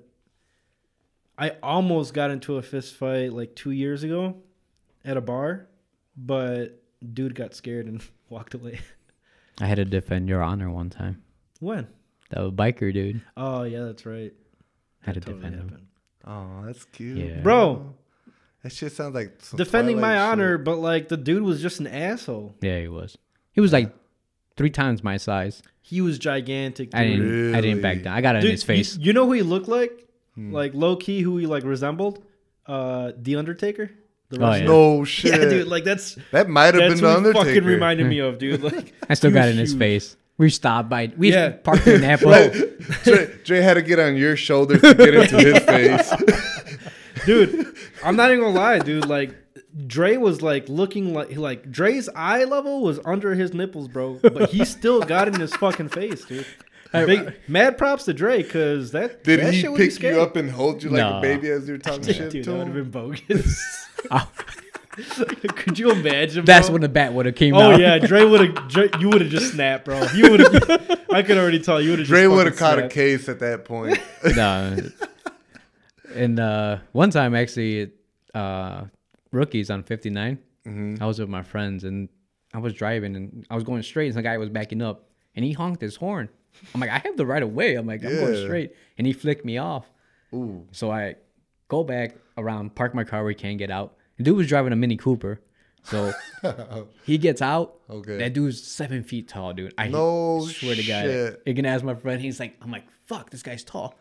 [SPEAKER 3] I almost got into a fist fight like two years ago at a bar, but dude got scared and walked away.
[SPEAKER 4] I had to defend your honor one time.
[SPEAKER 3] when?
[SPEAKER 4] That was biker dude.
[SPEAKER 3] Oh yeah, that's right.
[SPEAKER 4] Had to
[SPEAKER 3] That totally
[SPEAKER 4] defend him.
[SPEAKER 3] happened.
[SPEAKER 1] Oh, that's cute.
[SPEAKER 4] Yeah.
[SPEAKER 3] Bro.
[SPEAKER 1] That shit sounds like some
[SPEAKER 3] Defending my
[SPEAKER 1] Oh, Twilight shit.
[SPEAKER 3] honor, but like the dude was just an asshole.
[SPEAKER 4] Yeah, he was. He was like three times my size.
[SPEAKER 3] He was gigantic. Dude.
[SPEAKER 4] I didn't. I didn't back
[SPEAKER 1] Really?
[SPEAKER 4] down. I got it
[SPEAKER 3] Dude,
[SPEAKER 4] in his face.
[SPEAKER 3] You, you know who he looked like?
[SPEAKER 1] Hmm.
[SPEAKER 3] Like low key, who he like resembled? Uh, the Undertaker. The
[SPEAKER 4] Oh,
[SPEAKER 3] wrestler.
[SPEAKER 4] yeah.
[SPEAKER 1] No shit.
[SPEAKER 3] yeah, dude. Like that's
[SPEAKER 1] that might have
[SPEAKER 3] that's
[SPEAKER 1] been
[SPEAKER 3] who
[SPEAKER 1] the
[SPEAKER 3] he
[SPEAKER 1] Undertaker.
[SPEAKER 3] fucking reminded me of, dude. Like
[SPEAKER 4] I still
[SPEAKER 3] he was
[SPEAKER 4] got it in his
[SPEAKER 3] huge.
[SPEAKER 4] face. We stopped by. We
[SPEAKER 3] Yeah.
[SPEAKER 4] parked in Napa.
[SPEAKER 1] Dre, Dre had to get on your shoulders to get into his face.
[SPEAKER 3] dude. I'm not even gonna lie, dude. Like Dre was like looking like like Dre's eye level was under his nipples, bro. But he still got it in his fucking face, dude. Big, mad props to Dre, cause that
[SPEAKER 1] Did
[SPEAKER 3] that
[SPEAKER 1] he
[SPEAKER 3] shit was
[SPEAKER 1] pick
[SPEAKER 3] scary.
[SPEAKER 1] you up and hold you like
[SPEAKER 4] Nah.
[SPEAKER 1] a baby as you were talking shit
[SPEAKER 3] Dude,
[SPEAKER 1] to
[SPEAKER 3] that would
[SPEAKER 1] him?
[SPEAKER 3] have been bogus.
[SPEAKER 4] Oh.
[SPEAKER 3] Could you imagine?
[SPEAKER 4] That's
[SPEAKER 3] bro?
[SPEAKER 4] when the bat would have came
[SPEAKER 3] Oh
[SPEAKER 4] out.
[SPEAKER 3] yeah, Dre would have. You would have just snapped, bro. You would. have I could already tell you would have.
[SPEAKER 1] Dre would have caught a case at that point.
[SPEAKER 4] no. And uh, one time, actually, uh, rookies on 59,
[SPEAKER 1] Mm-hmm.
[SPEAKER 4] I was with my friends and I was driving and I was going straight and the guy was backing up and he honked his horn. I'm like, I have the right of way. I'm like, I'm going
[SPEAKER 1] Yeah.
[SPEAKER 4] straight. And he flicked me off.
[SPEAKER 1] Ooh.
[SPEAKER 4] So I go back around, park my car where he can't get out. The dude was driving a Mini Cooper. So he gets out.
[SPEAKER 1] Okay.
[SPEAKER 4] That dude's seven feet tall, dude. I
[SPEAKER 1] No
[SPEAKER 4] swear to God.
[SPEAKER 1] shit.
[SPEAKER 4] You can ask my friend. He's like, I'm like, fuck, this guy's tall.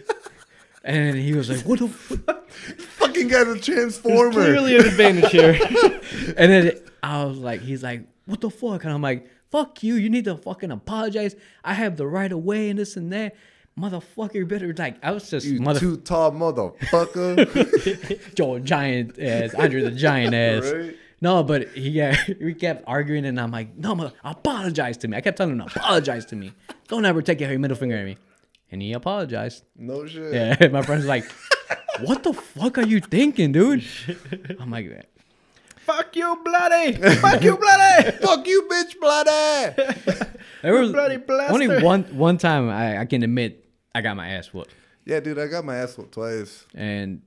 [SPEAKER 4] and he was like, what the fuck?
[SPEAKER 1] fucking guy's a transformer.
[SPEAKER 3] Clearly an advantage here.
[SPEAKER 4] And then I was like, he's like, what the fuck? And I'm like, fuck you. You need to fucking apologize. I have the right of way and this and that. Motherfucker, you better like I was just
[SPEAKER 1] you
[SPEAKER 4] mother
[SPEAKER 1] too tall motherfucker.
[SPEAKER 4] Joe giant ass, Andre the giant ass.
[SPEAKER 1] Right?
[SPEAKER 4] No, but he yeah, we kept arguing, and I'm like, no, mother, apologize to me. I kept telling him, apologize to me. Don't ever take your middle finger at me. And he apologized.
[SPEAKER 1] no shit.
[SPEAKER 4] Yeah, my friend's like, what the fuck are you thinking, dude? I'm like,
[SPEAKER 3] Fuck you, bloody! Fuck you, bloody!
[SPEAKER 1] Fuck you, bitch, bloody.
[SPEAKER 4] there was
[SPEAKER 3] Bloody blaster.
[SPEAKER 4] only one one time I, I can admit I got my ass whooped,
[SPEAKER 1] yeah, dude, I got my ass whooped twice.
[SPEAKER 4] and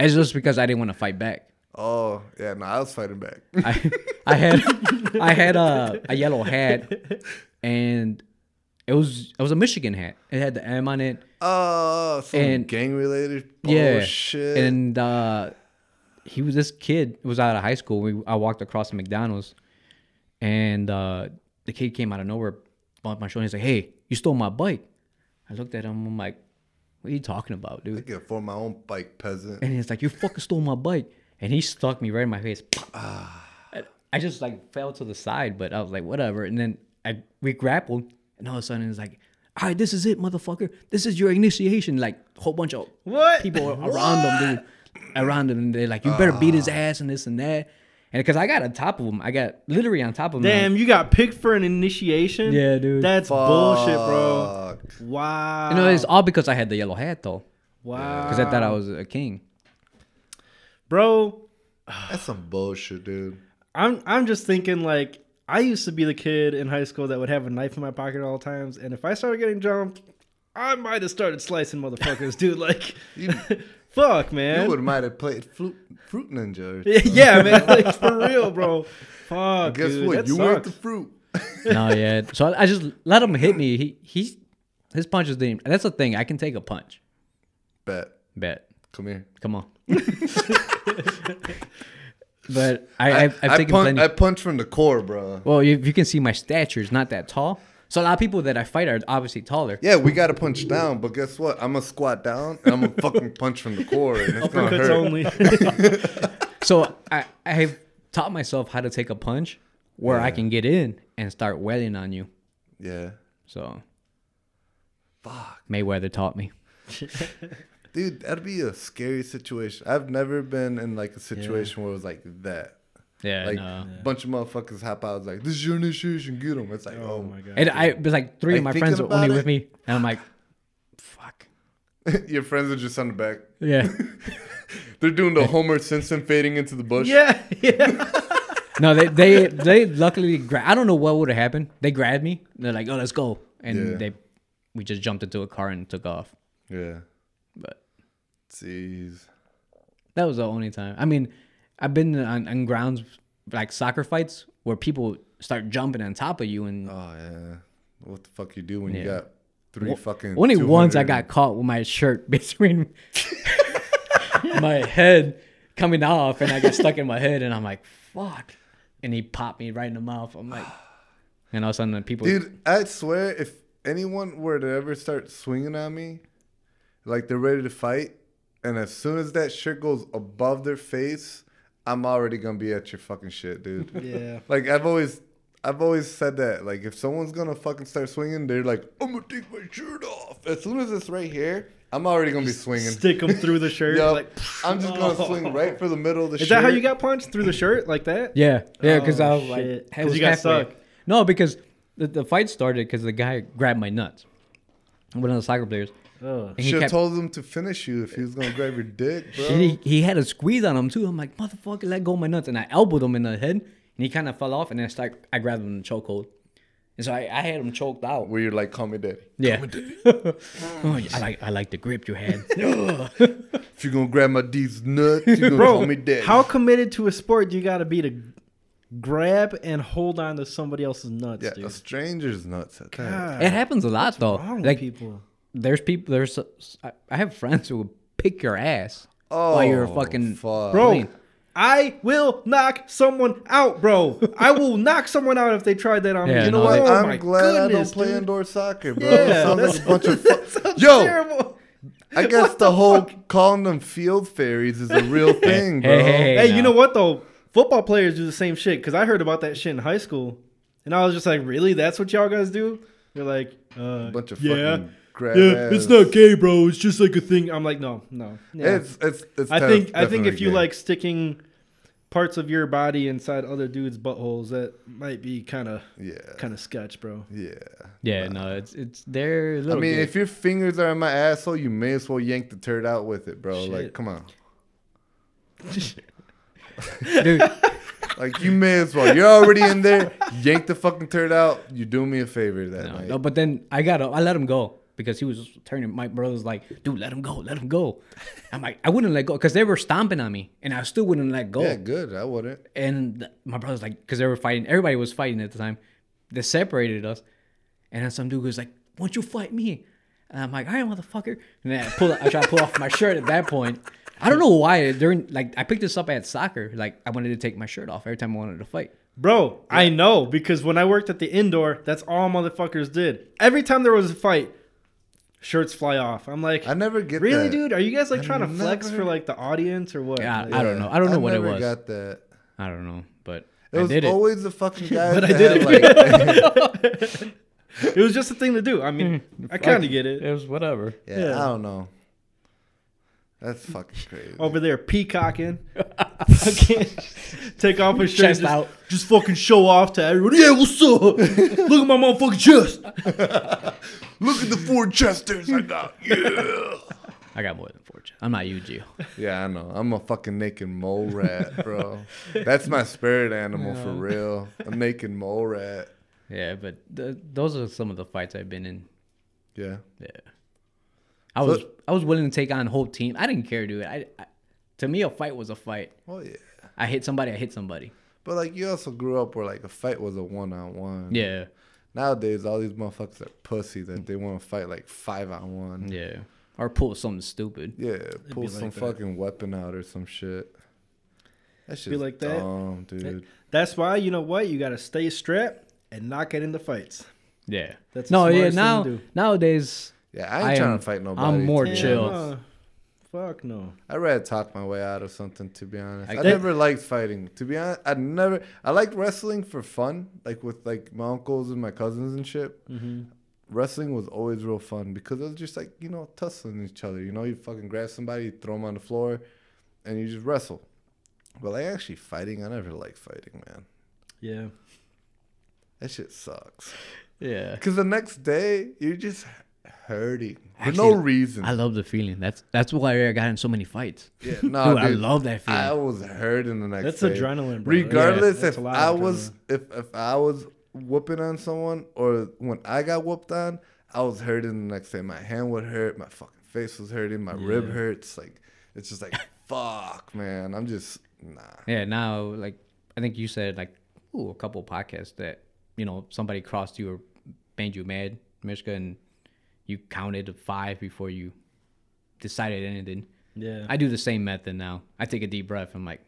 [SPEAKER 4] it's just because I didn't want to fight back.
[SPEAKER 1] Oh yeah, no, I was fighting back. Oh,
[SPEAKER 4] I, I had I had a, a yellow hat and It was it was a Michigan hat. It had the M on it.
[SPEAKER 1] Oh, some
[SPEAKER 4] And-
[SPEAKER 1] gang related
[SPEAKER 4] yeah.
[SPEAKER 1] bullshit.
[SPEAKER 4] And uh, he was this kid was out of high school. We I walked across the McDonald's, and uh, the kid came out of nowhere, bumped my shoulder. He's like, "Hey, you stole my bike." I looked at him. I'm like, "What are you talking about,
[SPEAKER 1] I
[SPEAKER 4] dude?"
[SPEAKER 1] can afford my own bike, peasant.
[SPEAKER 4] And he's like, "You fucking stole my bike!" And he stuck me right in my face. And I just like fell to the side, but I was like, "Whatever." And then I we grappled, and all of a sudden it's like, "All right, this is it, motherfucker. This is your initiation." Like a whole bunch of
[SPEAKER 3] What?
[SPEAKER 4] people around them, dude, around him, and they're like, "You better beat his ass and this and that." And because I got on top of him, I got literally on top of him.
[SPEAKER 3] Damn, you got picked for an initiation?
[SPEAKER 4] Yeah, dude.
[SPEAKER 3] That's bullshit, bro.
[SPEAKER 1] Fuck.
[SPEAKER 3] Wow.
[SPEAKER 4] You know, it's all because I had the yellow hat though,
[SPEAKER 3] wow.
[SPEAKER 4] because I thought I was a king.
[SPEAKER 3] Bro,
[SPEAKER 1] That's some bullshit, dude.
[SPEAKER 3] I'm I'm just thinking like I used to be the kid in high school that would have a knife in my pocket at all times, and if I started getting jumped, I might have started slicing motherfuckers, dude. Like, fuck, man.
[SPEAKER 1] You would might have played Fruit, fruit Ninja. Or
[SPEAKER 3] yeah, man. Like for real, bro. Fuck,
[SPEAKER 1] Guess
[SPEAKER 3] dude.
[SPEAKER 1] what?
[SPEAKER 3] That
[SPEAKER 1] you weren't
[SPEAKER 3] sucks.
[SPEAKER 1] the fruit.
[SPEAKER 4] no, yeah. So I, I just let him hit me. He he, his punches didn't. That's the thing. I can take a punch.
[SPEAKER 1] Bet.
[SPEAKER 4] Bet.
[SPEAKER 1] Come here.
[SPEAKER 4] Come on. but I, I I've, I've taken
[SPEAKER 1] punch,
[SPEAKER 4] plenty.
[SPEAKER 1] I punch from the core, bro.
[SPEAKER 4] well, if you can see my stature is not that tall. So a lot of people that I fight are obviously taller.
[SPEAKER 1] Yeah, we gotta punch down, but guess what? I'm gonna squat down and I'm gonna fucking punch from the core, and it's gonna
[SPEAKER 3] Uppercuts
[SPEAKER 1] hurt.
[SPEAKER 3] only.
[SPEAKER 4] So I I have taught myself how to take a punch where I can get in and start wailing on you.
[SPEAKER 1] Yeah,
[SPEAKER 4] So. Fuck. Mayweather taught me.
[SPEAKER 1] dude, that'd be a scary situation. I've never been in like a situation where it was like that.
[SPEAKER 4] Yeah.
[SPEAKER 1] Like
[SPEAKER 4] no.
[SPEAKER 1] a bunch of motherfuckers hop out, it's like this is your initiation, get them. It's like, oh, my
[SPEAKER 3] god.
[SPEAKER 4] And I was like three of
[SPEAKER 1] Like,
[SPEAKER 4] my
[SPEAKER 1] thinking
[SPEAKER 4] friends were only
[SPEAKER 1] about
[SPEAKER 4] with
[SPEAKER 1] it-
[SPEAKER 4] me, and I'm like, fuck.
[SPEAKER 1] god, your friends are just on the back.
[SPEAKER 4] Yeah.
[SPEAKER 1] They're doing the Homer Simpson fading into the bush.
[SPEAKER 3] Yeah, yeah.
[SPEAKER 4] No, they they they luckily gra- I don't know what would have happened. They grabbed me. They're like, "Oh, let's go," and
[SPEAKER 1] Yeah.
[SPEAKER 4] they we just jumped into a car and took off.
[SPEAKER 1] yeah.
[SPEAKER 4] But
[SPEAKER 1] Jeez.
[SPEAKER 4] that was the only time. I mean, I've been on, on grounds like soccer fights where people start jumping on top of you, and
[SPEAKER 1] Oh yeah. What the fuck you do when you
[SPEAKER 4] Yeah.
[SPEAKER 1] got three
[SPEAKER 4] Wo-
[SPEAKER 1] fucking?
[SPEAKER 4] only once I
[SPEAKER 1] 200
[SPEAKER 4] got caught with my shirt between my head coming off, and I got stuck in my head, and I'm like, "Fuck!" And he popped me right in the mouth. I'm like, and all of a sudden, people
[SPEAKER 1] Dude, I swear, if anyone were to ever start swinging on me, like they're ready to fight, and as soon as that shirt goes above their face, I'm already gonna be at your fucking shit, dude.
[SPEAKER 3] Yeah.
[SPEAKER 1] Like I've always, I've always said that. Like if someone's gonna fucking start swinging, they're like, I'm gonna take my shirt off. As soon as it's right here, I'm already gonna be swinging.
[SPEAKER 3] Stick them through the shirt.
[SPEAKER 1] Yup.
[SPEAKER 3] Like,
[SPEAKER 1] I'm just gonna swing right for the middle of the
[SPEAKER 3] is
[SPEAKER 1] shirt.
[SPEAKER 3] that how you got punched through the shirt like that?
[SPEAKER 4] Yeah, yeah, because I
[SPEAKER 3] Oh,
[SPEAKER 4] was like,
[SPEAKER 3] shit.
[SPEAKER 4] I
[SPEAKER 3] 'Cause
[SPEAKER 4] was
[SPEAKER 3] you got
[SPEAKER 4] halfway.
[SPEAKER 3] stuck.
[SPEAKER 4] No, because the, the fight started because the guy grabbed my nuts. One of the soccer players.
[SPEAKER 3] Ugh.
[SPEAKER 4] And he,
[SPEAKER 1] Should have
[SPEAKER 4] kept,
[SPEAKER 1] told him to finish you if he was gonna grab your dick, bro.
[SPEAKER 4] he, he had a squeeze on him too. I'm like, motherfucker, let go of my nuts. And I elbowed him in the head, and he kind of fell off. And then I start, I grabbed him in the chokehold. And so I, I had him choked out.
[SPEAKER 1] Where you're like, call me daddy.
[SPEAKER 4] Yeah. Oh, yeah, I like I like the grip you had. Ugh.
[SPEAKER 1] If you're gonna grab my D's nuts, you're gonna call
[SPEAKER 3] Bro,
[SPEAKER 1] me daddy.
[SPEAKER 3] how committed to a sport do you got to be to grab and hold on to somebody else's nuts,
[SPEAKER 1] yeah,
[SPEAKER 3] dude?
[SPEAKER 1] a stranger's nuts at that.
[SPEAKER 4] it happens a lot though.
[SPEAKER 3] wrong with
[SPEAKER 4] Like
[SPEAKER 3] people?
[SPEAKER 4] there's people there's I- I have friends who will pick your ass
[SPEAKER 1] Oh,
[SPEAKER 4] while you're fucking
[SPEAKER 1] fuck.
[SPEAKER 3] Bro,
[SPEAKER 4] clean.
[SPEAKER 3] I will knock someone out, bro. I will knock someone out if they tried that on
[SPEAKER 4] Yeah,
[SPEAKER 3] me.
[SPEAKER 4] You know no,
[SPEAKER 1] But
[SPEAKER 4] what?
[SPEAKER 3] Oh my
[SPEAKER 1] I'm glad I don't
[SPEAKER 3] goodness,
[SPEAKER 1] play
[SPEAKER 3] dude.
[SPEAKER 1] indoor soccer, bro.
[SPEAKER 3] Yeah,
[SPEAKER 1] Sounds
[SPEAKER 3] that's-
[SPEAKER 1] like a bunch of fu-
[SPEAKER 3] Sounds
[SPEAKER 1] Yo,
[SPEAKER 3] terrible.
[SPEAKER 1] I guess the whole calling them field fairies is a real thing, bro.
[SPEAKER 4] Hey, hey,
[SPEAKER 3] Hey,
[SPEAKER 4] no.
[SPEAKER 3] you know what though? Football players do the same shit because I heard about that shit in high school, and I was just like, "Really? That's what y'all guys do?" They're like, uh,
[SPEAKER 1] Bunch of
[SPEAKER 3] yeah,
[SPEAKER 1] fucking grab
[SPEAKER 3] yeah. It's
[SPEAKER 1] ass.
[SPEAKER 3] not gay, bro. It's just like a thing." I'm like, "No, no." Yeah.
[SPEAKER 1] It's it's it's.
[SPEAKER 3] I
[SPEAKER 1] tough,
[SPEAKER 3] think I think
[SPEAKER 1] definitely
[SPEAKER 3] if you
[SPEAKER 1] gay.
[SPEAKER 3] like sticking parts of your body inside other dudes' buttholes, that might be kind of
[SPEAKER 1] yeah,
[SPEAKER 3] kind of sketch, bro.
[SPEAKER 1] yeah.
[SPEAKER 4] Yeah, no, it's it's their
[SPEAKER 1] I
[SPEAKER 4] little.
[SPEAKER 1] mean,
[SPEAKER 4] gay.
[SPEAKER 1] if your fingers are in my asshole, you may as well yank the turd out with it, bro. Like,
[SPEAKER 3] Shit.
[SPEAKER 1] come on.
[SPEAKER 4] dude,
[SPEAKER 1] Like, you may as well. You're already in there. Yank the fucking turd out. You do me a favor that
[SPEAKER 4] no,
[SPEAKER 1] night.
[SPEAKER 4] no, but then I got I let him go because he was turning. My brother's like, dude, let him go, let him go. I'm like, I wouldn't let go because they were stomping on me, and I still wouldn't let go.
[SPEAKER 1] Yeah, good. I wouldn't.
[SPEAKER 4] And th- my brother's like, because they were fighting, everybody was fighting at the time. They separated us, And then some dude was like, "Won't you fight me?" And I'm like, "All right, motherfucker." And then I pull, I try to pull off my shirt at that point. I don't know why during like I picked this up at soccer. Like I wanted to take my shirt off every time I wanted to fight.
[SPEAKER 3] Bro, I know because when I worked at the indoor, that's all motherfuckers did. Every time there was a fight, shirts fly off. I'm like,
[SPEAKER 1] I never get
[SPEAKER 3] really,
[SPEAKER 1] that.
[SPEAKER 3] dude? Are you guys like
[SPEAKER 1] I
[SPEAKER 3] trying to flex
[SPEAKER 1] never-
[SPEAKER 3] for like the audience or what?
[SPEAKER 4] Yeah,
[SPEAKER 3] Like,
[SPEAKER 4] I don't know. I don't know what it
[SPEAKER 1] never
[SPEAKER 4] was.
[SPEAKER 1] Got that.
[SPEAKER 4] I don't know, but
[SPEAKER 1] It
[SPEAKER 4] I
[SPEAKER 1] was
[SPEAKER 4] did it.
[SPEAKER 1] always the fucking guys
[SPEAKER 3] But I
[SPEAKER 1] that
[SPEAKER 3] did
[SPEAKER 1] had like.
[SPEAKER 3] it was just a thing to do. I mean, I kind of get it.
[SPEAKER 4] It was whatever.
[SPEAKER 1] yeah,
[SPEAKER 3] Yeah.
[SPEAKER 1] I don't know. That's fucking crazy.
[SPEAKER 3] Over there, peacocking. Fucking Take off his shirt.
[SPEAKER 4] Chest
[SPEAKER 3] just,
[SPEAKER 4] out.
[SPEAKER 3] just fucking show off to everyone. Yeah, what's up? Look at my motherfucking chest.
[SPEAKER 1] Look at the four chesters I got. Yeah.
[SPEAKER 4] I got more than four. ch- I'm not you, Gio.
[SPEAKER 1] yeah, I know. I'm a fucking naked mole rat, bro. That's my spirit animal for real. A naked mole rat.
[SPEAKER 4] Yeah, but th- those are some of the fights I've been in.
[SPEAKER 1] Yeah.
[SPEAKER 4] Yeah, I was I was willing to take on whole team. I didn't care, dude. I, I to me a fight was a fight.
[SPEAKER 1] Oh yeah.
[SPEAKER 4] I hit somebody. I hit somebody.
[SPEAKER 1] But like you also grew up where like a fight was a one on one.
[SPEAKER 4] Yeah,
[SPEAKER 1] Nowadays all these motherfuckers are pussy that they want to fight like five on one.
[SPEAKER 4] yeah. Or pull something stupid.
[SPEAKER 1] Yeah, pull
[SPEAKER 3] be
[SPEAKER 1] some
[SPEAKER 3] like that.
[SPEAKER 1] fucking weapon out or some shit. That's just
[SPEAKER 3] like that.
[SPEAKER 1] dumb, dude.
[SPEAKER 3] That's why you know what you got to stay strapped and not get into fights.
[SPEAKER 4] Yeah.
[SPEAKER 3] That's the
[SPEAKER 4] no. Yeah.
[SPEAKER 3] smartest thing
[SPEAKER 4] Now
[SPEAKER 3] to do.
[SPEAKER 4] nowadays,
[SPEAKER 1] Yeah, I ain't trying to fight nobody.
[SPEAKER 4] I'm more
[SPEAKER 1] to be
[SPEAKER 4] chill.
[SPEAKER 1] honest.
[SPEAKER 3] no. Fuck no.
[SPEAKER 1] I'd rather talk my way out of something, to be honest. I,
[SPEAKER 4] I-
[SPEAKER 1] never liked fighting. To be honest, I never. I liked wrestling for fun, like with like my uncles and my cousins and shit.
[SPEAKER 4] Mm-hmm.
[SPEAKER 1] Wrestling was always real fun because it was just like you know tussling each other. You know, you fucking grab somebody, you throw them on the floor, and you just wrestle. But like actually fighting, I never liked fighting, man.
[SPEAKER 3] Yeah.
[SPEAKER 1] That shit sucks.
[SPEAKER 4] Yeah.
[SPEAKER 1] Because the next day you're just hurting for no
[SPEAKER 4] Actually,
[SPEAKER 1] reason.
[SPEAKER 4] I love the feeling. That's that's why I got in so many fights.
[SPEAKER 1] yeah, nah,
[SPEAKER 4] dude, I
[SPEAKER 1] dude.
[SPEAKER 4] love that feeling.
[SPEAKER 1] I was hurting the next
[SPEAKER 3] That's
[SPEAKER 1] day.
[SPEAKER 3] adrenaline, bro.
[SPEAKER 1] regardless
[SPEAKER 3] That's- that's
[SPEAKER 1] if
[SPEAKER 3] a lot
[SPEAKER 1] I
[SPEAKER 3] of
[SPEAKER 1] was if if I was whooping on someone or when I got whooped on, I was hurting the next day. My hand would hurt, my fucking face was hurting, my rib hurts. Like it's just like fuck, man. I'm just nah.
[SPEAKER 4] Yeah, now like I think you said like ooh, a couple podcasts that you know somebody crossed you or made you mad, Mishka, and you counted five before you decided anything.
[SPEAKER 3] Yeah.
[SPEAKER 4] I do the same method now. I take a deep breath. I'm like,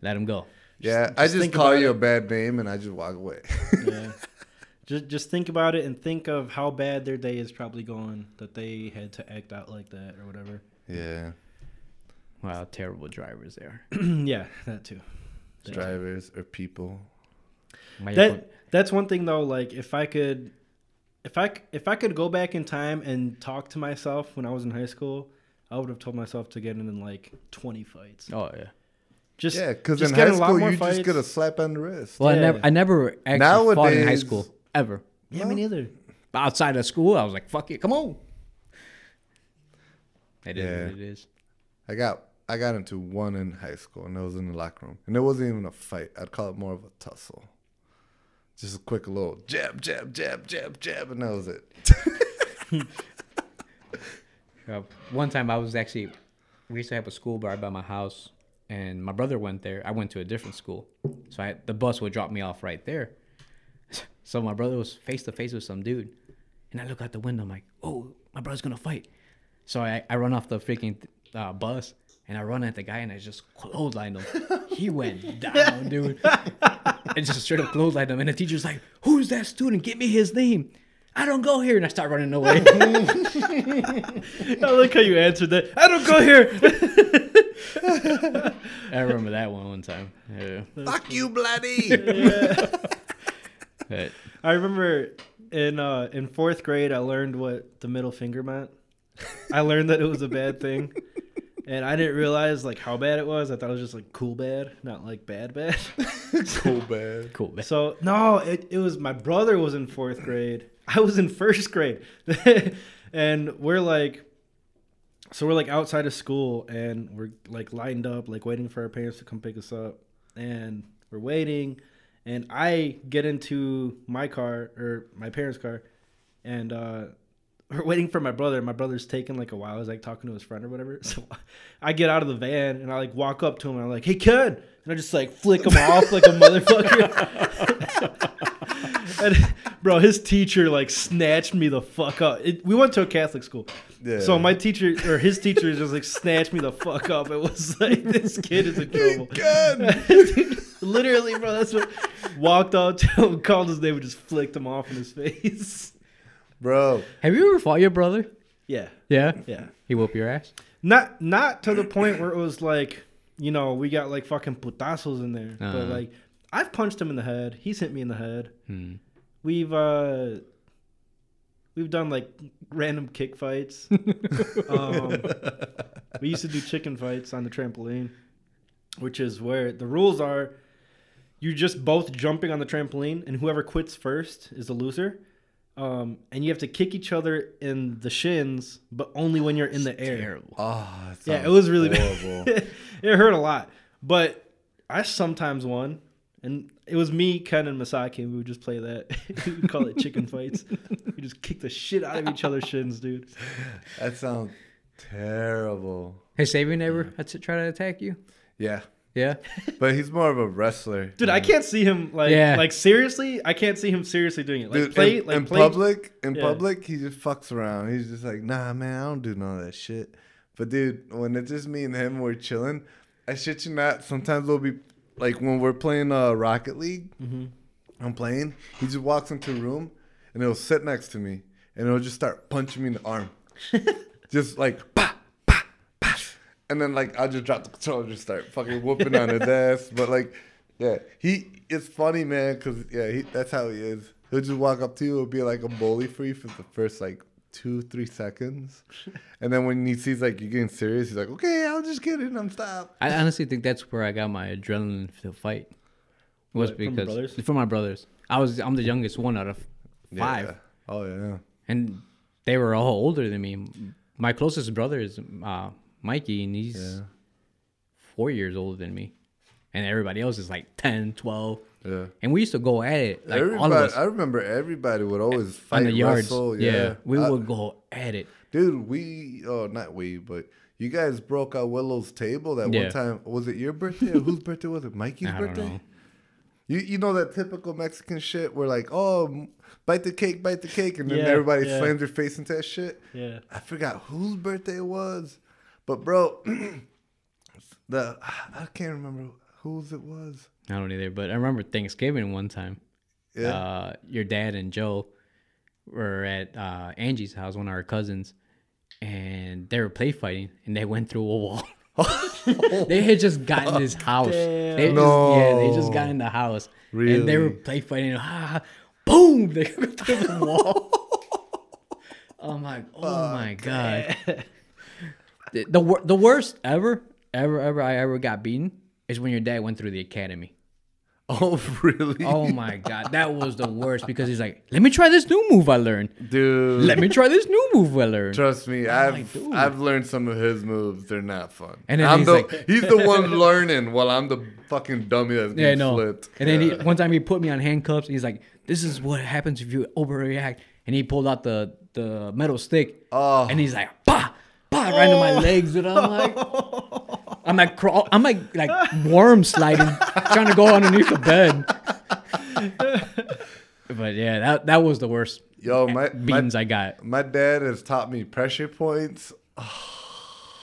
[SPEAKER 4] let him go.
[SPEAKER 1] Yeah, I just call you a bad name and I just walk away.
[SPEAKER 3] yeah. Just just think about it and think of how bad their day is probably going that they had to act out like that or whatever.
[SPEAKER 1] yeah,
[SPEAKER 4] Wow, terrible drivers there.
[SPEAKER 3] yeah, that too.
[SPEAKER 1] drivers or people.
[SPEAKER 4] My
[SPEAKER 3] That that's one thing though. Like if I could, if I c- if I could go back in time and talk to myself when I was in high school, I would have told myself to get in like twenty fights.
[SPEAKER 4] oh yeah.
[SPEAKER 3] Just
[SPEAKER 1] Yeah, because in
[SPEAKER 3] just get
[SPEAKER 1] high
[SPEAKER 3] a lot
[SPEAKER 1] school
[SPEAKER 3] more
[SPEAKER 1] you just
[SPEAKER 3] fights.
[SPEAKER 1] get a slap on the wrist.
[SPEAKER 4] Well, I
[SPEAKER 3] Yeah.
[SPEAKER 4] never, I never actually fought in high
[SPEAKER 1] Nowadays-
[SPEAKER 4] school ever.
[SPEAKER 3] Yeah, me neither.
[SPEAKER 4] But outside of school, I was like, fuck it, come on. It is
[SPEAKER 1] Yeah.
[SPEAKER 4] what it is.
[SPEAKER 1] I got I got into one in high school, and it was in the locker room, and it wasn't even a fight. I'd call it more of a tussle. Just a quick little jab, jab, jab, jab, jab, and that was it.
[SPEAKER 4] Uh, one time I was actually, we used to have a school bar by my house, and my brother went there. I went to a different school, so I, the bus would drop me off right there. So my brother was face to face with some dude, and I look out the window. I'm like, "Oh, my brother's gonna fight!" So I, I run off the freaking uh, bus, and I run at the guy, and I just clotheslined him. he went down, dude. and just straight up clotheslined him. And the teacher's like, "Who's that student? Give me his name." I don't go here, and I start running away.
[SPEAKER 3] I like how you answered that. I don't go here.
[SPEAKER 4] I remember that one one time. Yeah.
[SPEAKER 1] Fuck you, bloody!
[SPEAKER 4] But-
[SPEAKER 3] I remember in uh, in fourth grade, I learned what the middle finger meant. I learned that it was a bad thing, and I didn't realize like how bad it was. I thought it was just like cool bad, not like bad bad.
[SPEAKER 1] cool bad.
[SPEAKER 4] Cool. man.
[SPEAKER 3] So no, it, it was my brother was in fourth grade. I was in first grade, and we're like, so we're like outside of school, and we're like lined up, like waiting for our parents to come pick us up, and we're waiting, and I get into my car or my parents' car, and uh, we're waiting for my brother. My brother's taking like a while. He's like talking to his friend or whatever. So I get out of the van and I like walk up to him and I'm like, "Hey, kid," and I just like flick him off like a motherfucker. And, bro, his teacher like snatched me the fuck up. It, we went to a Catholic school.
[SPEAKER 1] Yeah.
[SPEAKER 3] So my teacher or his teacher just like snatched me the fuck up. It was like this kid is in trouble. Literally, bro. That's what walked up to him, called his name, and just flicked him off in his face.
[SPEAKER 1] Bro,
[SPEAKER 4] Have you ever fought your brother?
[SPEAKER 3] Yeah,
[SPEAKER 4] Yeah.
[SPEAKER 3] yeah.
[SPEAKER 4] He whooped your ass.
[SPEAKER 3] Not not to the point where it was like you know we got like fucking putazos in there,
[SPEAKER 4] Uh-huh.
[SPEAKER 3] but like I've punched him in the head. He's hit me in the head.
[SPEAKER 4] Hmm.
[SPEAKER 3] We've uh we've done like random kick fights. um, we used to do chicken fights on the trampoline, which is where the rules are you're just both jumping on the trampoline and whoever quits first is the loser. Um, and you have to kick each other in the shins, but only when you're in the air.
[SPEAKER 1] oh, that
[SPEAKER 3] Yeah, it
[SPEAKER 1] sounds
[SPEAKER 3] was really
[SPEAKER 1] horrible.
[SPEAKER 3] bad. it hurt a lot, but I sometimes won, and it was me, Ken, and Masaki. We would just play that. we would call it chicken fights. We just kick the shit out of each other's shins, dude.
[SPEAKER 1] that sounds terrible.
[SPEAKER 4] Has Sabian ever had to try to attack you?
[SPEAKER 1] Yeah,
[SPEAKER 4] Yeah.
[SPEAKER 1] but he's more of a wrestler.
[SPEAKER 3] Dude, I can't see him like
[SPEAKER 4] Yeah.
[SPEAKER 3] like seriously. I can't see him seriously doing it. Like
[SPEAKER 1] Dude,
[SPEAKER 3] play
[SPEAKER 1] in,
[SPEAKER 3] like
[SPEAKER 1] in
[SPEAKER 3] play.
[SPEAKER 1] public, in
[SPEAKER 3] Yeah.
[SPEAKER 1] public, he just fucks around. He's just like, nah, man, I don't do none of that shit. But dude, when it's just me and him, we're chilling. I shit you not. Sometimes we'll be like when we're playing uh, Rocket League.
[SPEAKER 3] Mm-hmm.
[SPEAKER 1] I'm playing. He just walks into a room and he'll sit next to me and he'll just start punching me in the arm, just like pa pa pa, and then like I'll just drop the controller, and just start fucking whooping on his ass. But like, yeah, he it's funny, man, because yeah, he, that's how he is. He'll just walk up to you, he'll be like a bully for you for the first like two three seconds, and then when he sees like you're getting serious, he's like, okay, I'll just get it, I'm stopped.
[SPEAKER 4] I honestly think that's where I got my adrenaline to fight. Was
[SPEAKER 3] What, from
[SPEAKER 4] because
[SPEAKER 3] brothers?
[SPEAKER 4] from my brothers. I was I'm the youngest one out of five,
[SPEAKER 1] Yeah. Oh yeah.
[SPEAKER 4] and they were all older than me. My closest brother is uh, Mikey, and he's
[SPEAKER 1] Yeah.
[SPEAKER 4] four years older than me, and everybody else is like 10, 12.
[SPEAKER 1] Yeah.
[SPEAKER 4] And we used to go at it like
[SPEAKER 1] everybody,
[SPEAKER 4] all of us
[SPEAKER 1] I remember everybody would always fight
[SPEAKER 4] on the yards.
[SPEAKER 1] wrestle.
[SPEAKER 4] yeah.
[SPEAKER 1] Yeah, Uh,
[SPEAKER 4] we
[SPEAKER 1] I-
[SPEAKER 4] would go at it.
[SPEAKER 1] dude. We oh, not we, but you guys broke out Willow's table that
[SPEAKER 4] Yeah.
[SPEAKER 1] one time. Was it your birthday? or whose birthday was it? Mikey's
[SPEAKER 4] I don't
[SPEAKER 1] birthday.
[SPEAKER 4] know.
[SPEAKER 1] You you know that typical Mexican shit where like oh, m- bite the cake, bite the cake, and then
[SPEAKER 3] Yeah,
[SPEAKER 1] everybody
[SPEAKER 3] yeah.
[SPEAKER 1] slams their face into that shit.
[SPEAKER 3] Yeah,
[SPEAKER 1] I forgot whose birthday it was, but bro, the I can't remember whose it was.
[SPEAKER 4] I don't either. But I remember Thanksgiving one time.
[SPEAKER 1] Yeah.
[SPEAKER 4] Uh, your dad and Joe were at uh, Angie's house, one of our cousins, and they were play fighting, and they went through a wall. they had just gotten this house. They
[SPEAKER 3] Damn.
[SPEAKER 4] just, yeah, they just got
[SPEAKER 1] Oh, No.
[SPEAKER 4] in the house, and they were
[SPEAKER 1] Really?
[SPEAKER 4] play fighting. Ah, boom! They went through the wall. oh my! Oh my god! the the, wor- the worst ever, ever, ever I ever got beaten is when your dad went through the academy.
[SPEAKER 1] Oh really?
[SPEAKER 4] Oh my god, that was the worst because he's like, "Let me try this new move I learned.
[SPEAKER 1] dude.
[SPEAKER 4] Let me try this new move I learned."
[SPEAKER 1] Trust me,
[SPEAKER 4] like,
[SPEAKER 1] I've
[SPEAKER 4] dude.
[SPEAKER 1] I've learned some of his moves. They're not fun. And
[SPEAKER 4] And then
[SPEAKER 1] I'm
[SPEAKER 4] he's
[SPEAKER 1] the,
[SPEAKER 4] like-
[SPEAKER 1] he's the one learning while I'm the fucking dummy that's
[SPEAKER 4] Yeah,
[SPEAKER 1] getting
[SPEAKER 4] no.
[SPEAKER 1] flipped.
[SPEAKER 4] And then
[SPEAKER 1] Yeah.
[SPEAKER 4] he, one time he put me on handcuffs. And he's like, "This is what happens if you overreact." And he pulled out the the metal stick.
[SPEAKER 1] Oh.
[SPEAKER 4] And he's like, "Bah, bah!" Right into my legs, and I'm like, I'm like crawl, I'm like like worm sliding, trying to go underneath the bed. but yeah, that that was the worst
[SPEAKER 1] yo, my my,
[SPEAKER 4] beans I got.
[SPEAKER 1] my dad has taught me pressure points.
[SPEAKER 4] Uh.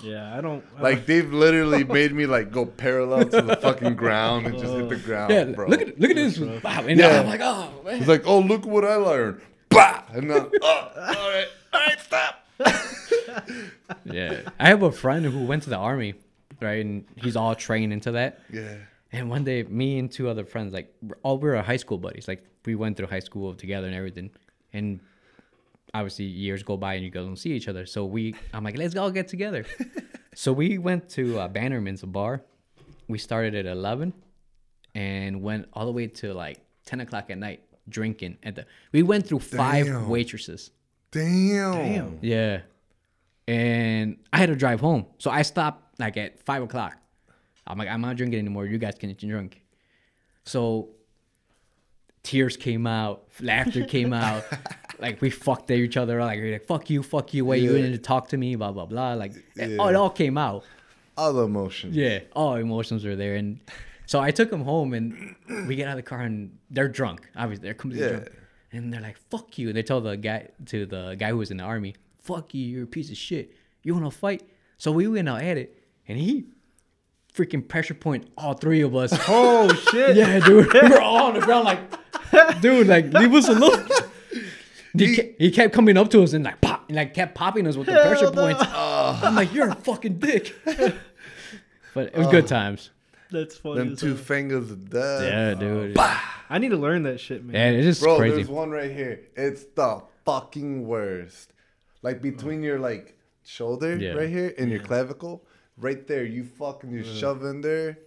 [SPEAKER 3] yeah. I don't I
[SPEAKER 1] Like they've literally made me like go parallel to the fucking ground and just hit the ground,
[SPEAKER 4] Oh. Yeah,
[SPEAKER 1] Oh, bro.
[SPEAKER 4] look at look at this. Wow, and
[SPEAKER 1] Yeah.
[SPEAKER 4] I'm like, oh man.
[SPEAKER 1] He's like, oh look what I learned. Bah! And then, oh, all right, all right, stop.
[SPEAKER 4] Yeah. I have a friend who went to the army, right? And he's all trained into that.
[SPEAKER 1] Yeah.
[SPEAKER 4] And one day, me and two other friends, like we're- all we were high school buddies, like we went through high school together and everything. And obviously, years go by and you go and see each other. So we, I'm like, let's all get together. so we went to uh, Bannerman's a bar. We started at eleven, and went all the way to like ten o'clock at night drinking. At the we went through five
[SPEAKER 1] Damn.
[SPEAKER 4] waitresses.
[SPEAKER 1] Damn.
[SPEAKER 3] Damn.
[SPEAKER 4] Yeah. And I had to drive home. So I stopped like at five o'clock. I'm like, I'm not drinking anymore. You guys can drink. So tears came out, laughter came out. like we fucked at each other. Like we're like, fuck you, fuck you, wait, you
[SPEAKER 1] Yeah.
[SPEAKER 4] didn't talk to me, blah blah blah. Like it-
[SPEAKER 1] Yeah.
[SPEAKER 4] oh, it all came out.
[SPEAKER 1] All the emotions.
[SPEAKER 4] Yeah, all emotions were there, and so I took him home, and we get out of the car, and they're drunk. Obviously, they're completely
[SPEAKER 1] Yeah.
[SPEAKER 4] drunk. and they're like, "Fuck you!" And they tell the guy to the guy who was in the army, "Fuck you, you're a piece of shit. You want to fight?" So we went out at it, and he freaking pressure point all three of us.
[SPEAKER 3] Oh shit!
[SPEAKER 4] yeah, dude, we were all on the ground like, dude, like leave us alone. He, ke- he kept coming up to us and like pop and like kept popping us with the pressure
[SPEAKER 3] Hell no.
[SPEAKER 4] points. I'm like, you're a fucking dick. but it was good times.
[SPEAKER 3] That's funny.
[SPEAKER 1] Them
[SPEAKER 3] as
[SPEAKER 1] two
[SPEAKER 3] hell.
[SPEAKER 1] fingers of death.
[SPEAKER 4] Yeah, dude.
[SPEAKER 3] I need to learn that shit, man.
[SPEAKER 4] Yeah, it's just
[SPEAKER 1] Bro,
[SPEAKER 4] crazy.
[SPEAKER 1] there's one right here. It's the fucking worst. Like between your like shoulder
[SPEAKER 4] Yeah.
[SPEAKER 1] right here and your clavicle, right there. You fucking you shove in there.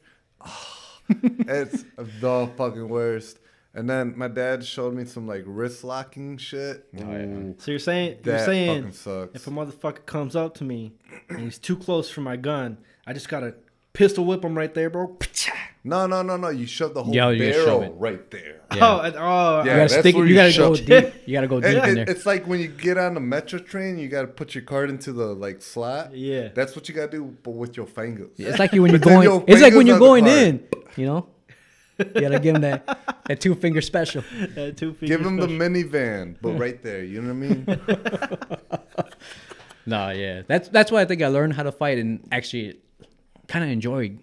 [SPEAKER 1] it's the fucking worst. And then my dad showed me some like wrist locking shit.
[SPEAKER 4] Oh,
[SPEAKER 1] Ooh,
[SPEAKER 3] So you're saying
[SPEAKER 1] that
[SPEAKER 3] you're
[SPEAKER 1] fucking
[SPEAKER 3] saying
[SPEAKER 1] sucks.
[SPEAKER 3] if a motherfucker comes up to me and he's too close for my gun, I just gotta pistol whip him right there, bro.
[SPEAKER 1] no, no, no, no. You shove the whole
[SPEAKER 4] Yeah, you shove
[SPEAKER 1] barrel
[SPEAKER 4] it.
[SPEAKER 1] right there.
[SPEAKER 4] Yeah.
[SPEAKER 3] Oh, and, oh,
[SPEAKER 1] Yeah.
[SPEAKER 4] you gotta
[SPEAKER 1] that's
[SPEAKER 4] stick.
[SPEAKER 1] where
[SPEAKER 4] You,
[SPEAKER 1] you
[SPEAKER 4] gotta go
[SPEAKER 1] shove-
[SPEAKER 4] deep. You gotta go deep
[SPEAKER 1] It-
[SPEAKER 4] in
[SPEAKER 1] it-
[SPEAKER 4] there.
[SPEAKER 1] it's like when you get on the metro train, you gotta put your card into the like slot.
[SPEAKER 3] Yeah.
[SPEAKER 1] that's what you gotta do, but with your fingers.
[SPEAKER 4] It's like you when you're
[SPEAKER 1] But then your
[SPEAKER 4] going. It's like
[SPEAKER 1] fingers
[SPEAKER 4] when you're
[SPEAKER 1] on
[SPEAKER 4] going
[SPEAKER 1] the
[SPEAKER 4] in. You know, you gotta give him that that two finger special.
[SPEAKER 3] that two
[SPEAKER 1] Give
[SPEAKER 3] finger
[SPEAKER 1] him the
[SPEAKER 3] special.
[SPEAKER 1] minivan, but right there. You know what I mean?
[SPEAKER 4] No, yeah, that's that's why I think I learned how to fight and actually kind of enjoy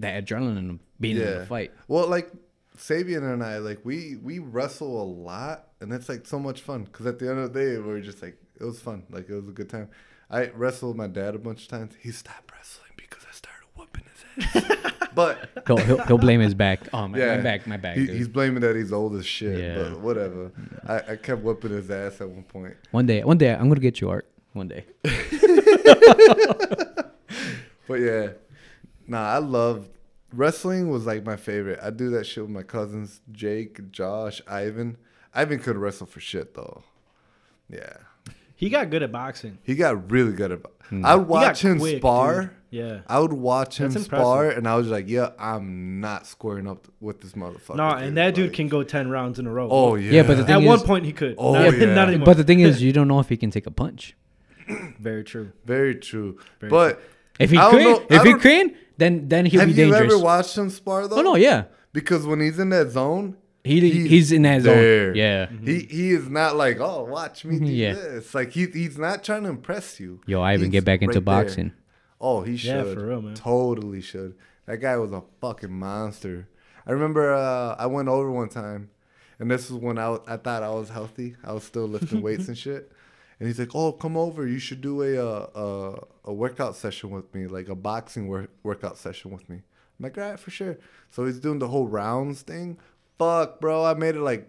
[SPEAKER 4] that adrenaline of being in
[SPEAKER 1] yeah.
[SPEAKER 4] the fight.
[SPEAKER 1] Well, like Sabian and I, like we we wrestle a lot, and it's like so much fun. Cause at the end of the day, we were just like it was fun. Like it was a good time. I wrestled my dad a bunch of times. He stopped wrestling because I started whooping his ass. but
[SPEAKER 4] He'll, he'll, he'll blame his back. Oh my,
[SPEAKER 1] Yeah.
[SPEAKER 4] my back, my back.
[SPEAKER 1] He,
[SPEAKER 4] dude.
[SPEAKER 1] he's blaming that he's old as shit,
[SPEAKER 4] Yeah.
[SPEAKER 1] but whatever. I, I kept whipping his ass at one point.
[SPEAKER 4] One day, one day, I'm gonna get you art. One day.
[SPEAKER 1] But yeah, nah, I love wrestling was like my favorite. I do that shit with my cousins, Jake, Josh, Ivan. Ivan could wrestle for shit though. Yeah,
[SPEAKER 3] He got good at boxing.
[SPEAKER 1] he got really good at. I would
[SPEAKER 3] He got
[SPEAKER 1] watch him
[SPEAKER 3] quick,
[SPEAKER 1] spar.
[SPEAKER 3] dude. Yeah.
[SPEAKER 1] I would watch him
[SPEAKER 3] That's
[SPEAKER 1] spar, and I was like, "Yeah, I'm not squaring up with this motherfucker."
[SPEAKER 3] No, and that dude
[SPEAKER 1] Like,
[SPEAKER 3] can go ten rounds in a row.
[SPEAKER 1] Oh yeah,
[SPEAKER 4] Yeah, but the thing-
[SPEAKER 3] at one
[SPEAKER 4] is-
[SPEAKER 3] point he could.
[SPEAKER 1] Oh,
[SPEAKER 3] not,
[SPEAKER 1] yeah.
[SPEAKER 3] not anymore.
[SPEAKER 4] But the thing is, you don't know if he can take a punch.
[SPEAKER 3] very true.
[SPEAKER 1] very true. but
[SPEAKER 4] If he
[SPEAKER 1] I
[SPEAKER 4] can,
[SPEAKER 1] don't know-
[SPEAKER 4] if
[SPEAKER 1] I
[SPEAKER 4] he
[SPEAKER 1] don't-
[SPEAKER 4] can, then then he'll
[SPEAKER 1] have
[SPEAKER 4] be
[SPEAKER 1] you
[SPEAKER 4] dangerous.
[SPEAKER 1] ever watched him spar though?
[SPEAKER 4] oh no, yeah,
[SPEAKER 1] Because when he's in that zone,
[SPEAKER 4] he he's, in that
[SPEAKER 1] there.
[SPEAKER 4] zone. Yeah.
[SPEAKER 1] He he is not like, oh, watch me do
[SPEAKER 4] Yeah.
[SPEAKER 1] this. Like he he's not trying to impress you.
[SPEAKER 4] Yo, I even
[SPEAKER 1] He's
[SPEAKER 4] get back into
[SPEAKER 1] right there.
[SPEAKER 4] boxing.
[SPEAKER 1] Oh, he should.
[SPEAKER 3] Yeah, for real, man.
[SPEAKER 1] Totally should. That guy was a fucking monster. I remember uh, I went over one time, and this was when I was, I thought I was healthy. I was still lifting weights and shit. And he's like, "Oh, come over. You should do a uh, a, a workout session with me, like a boxing work, workout session with me." I'm like, "All right, for sure." So he's doing the whole rounds thing. Fuck, bro. I made it like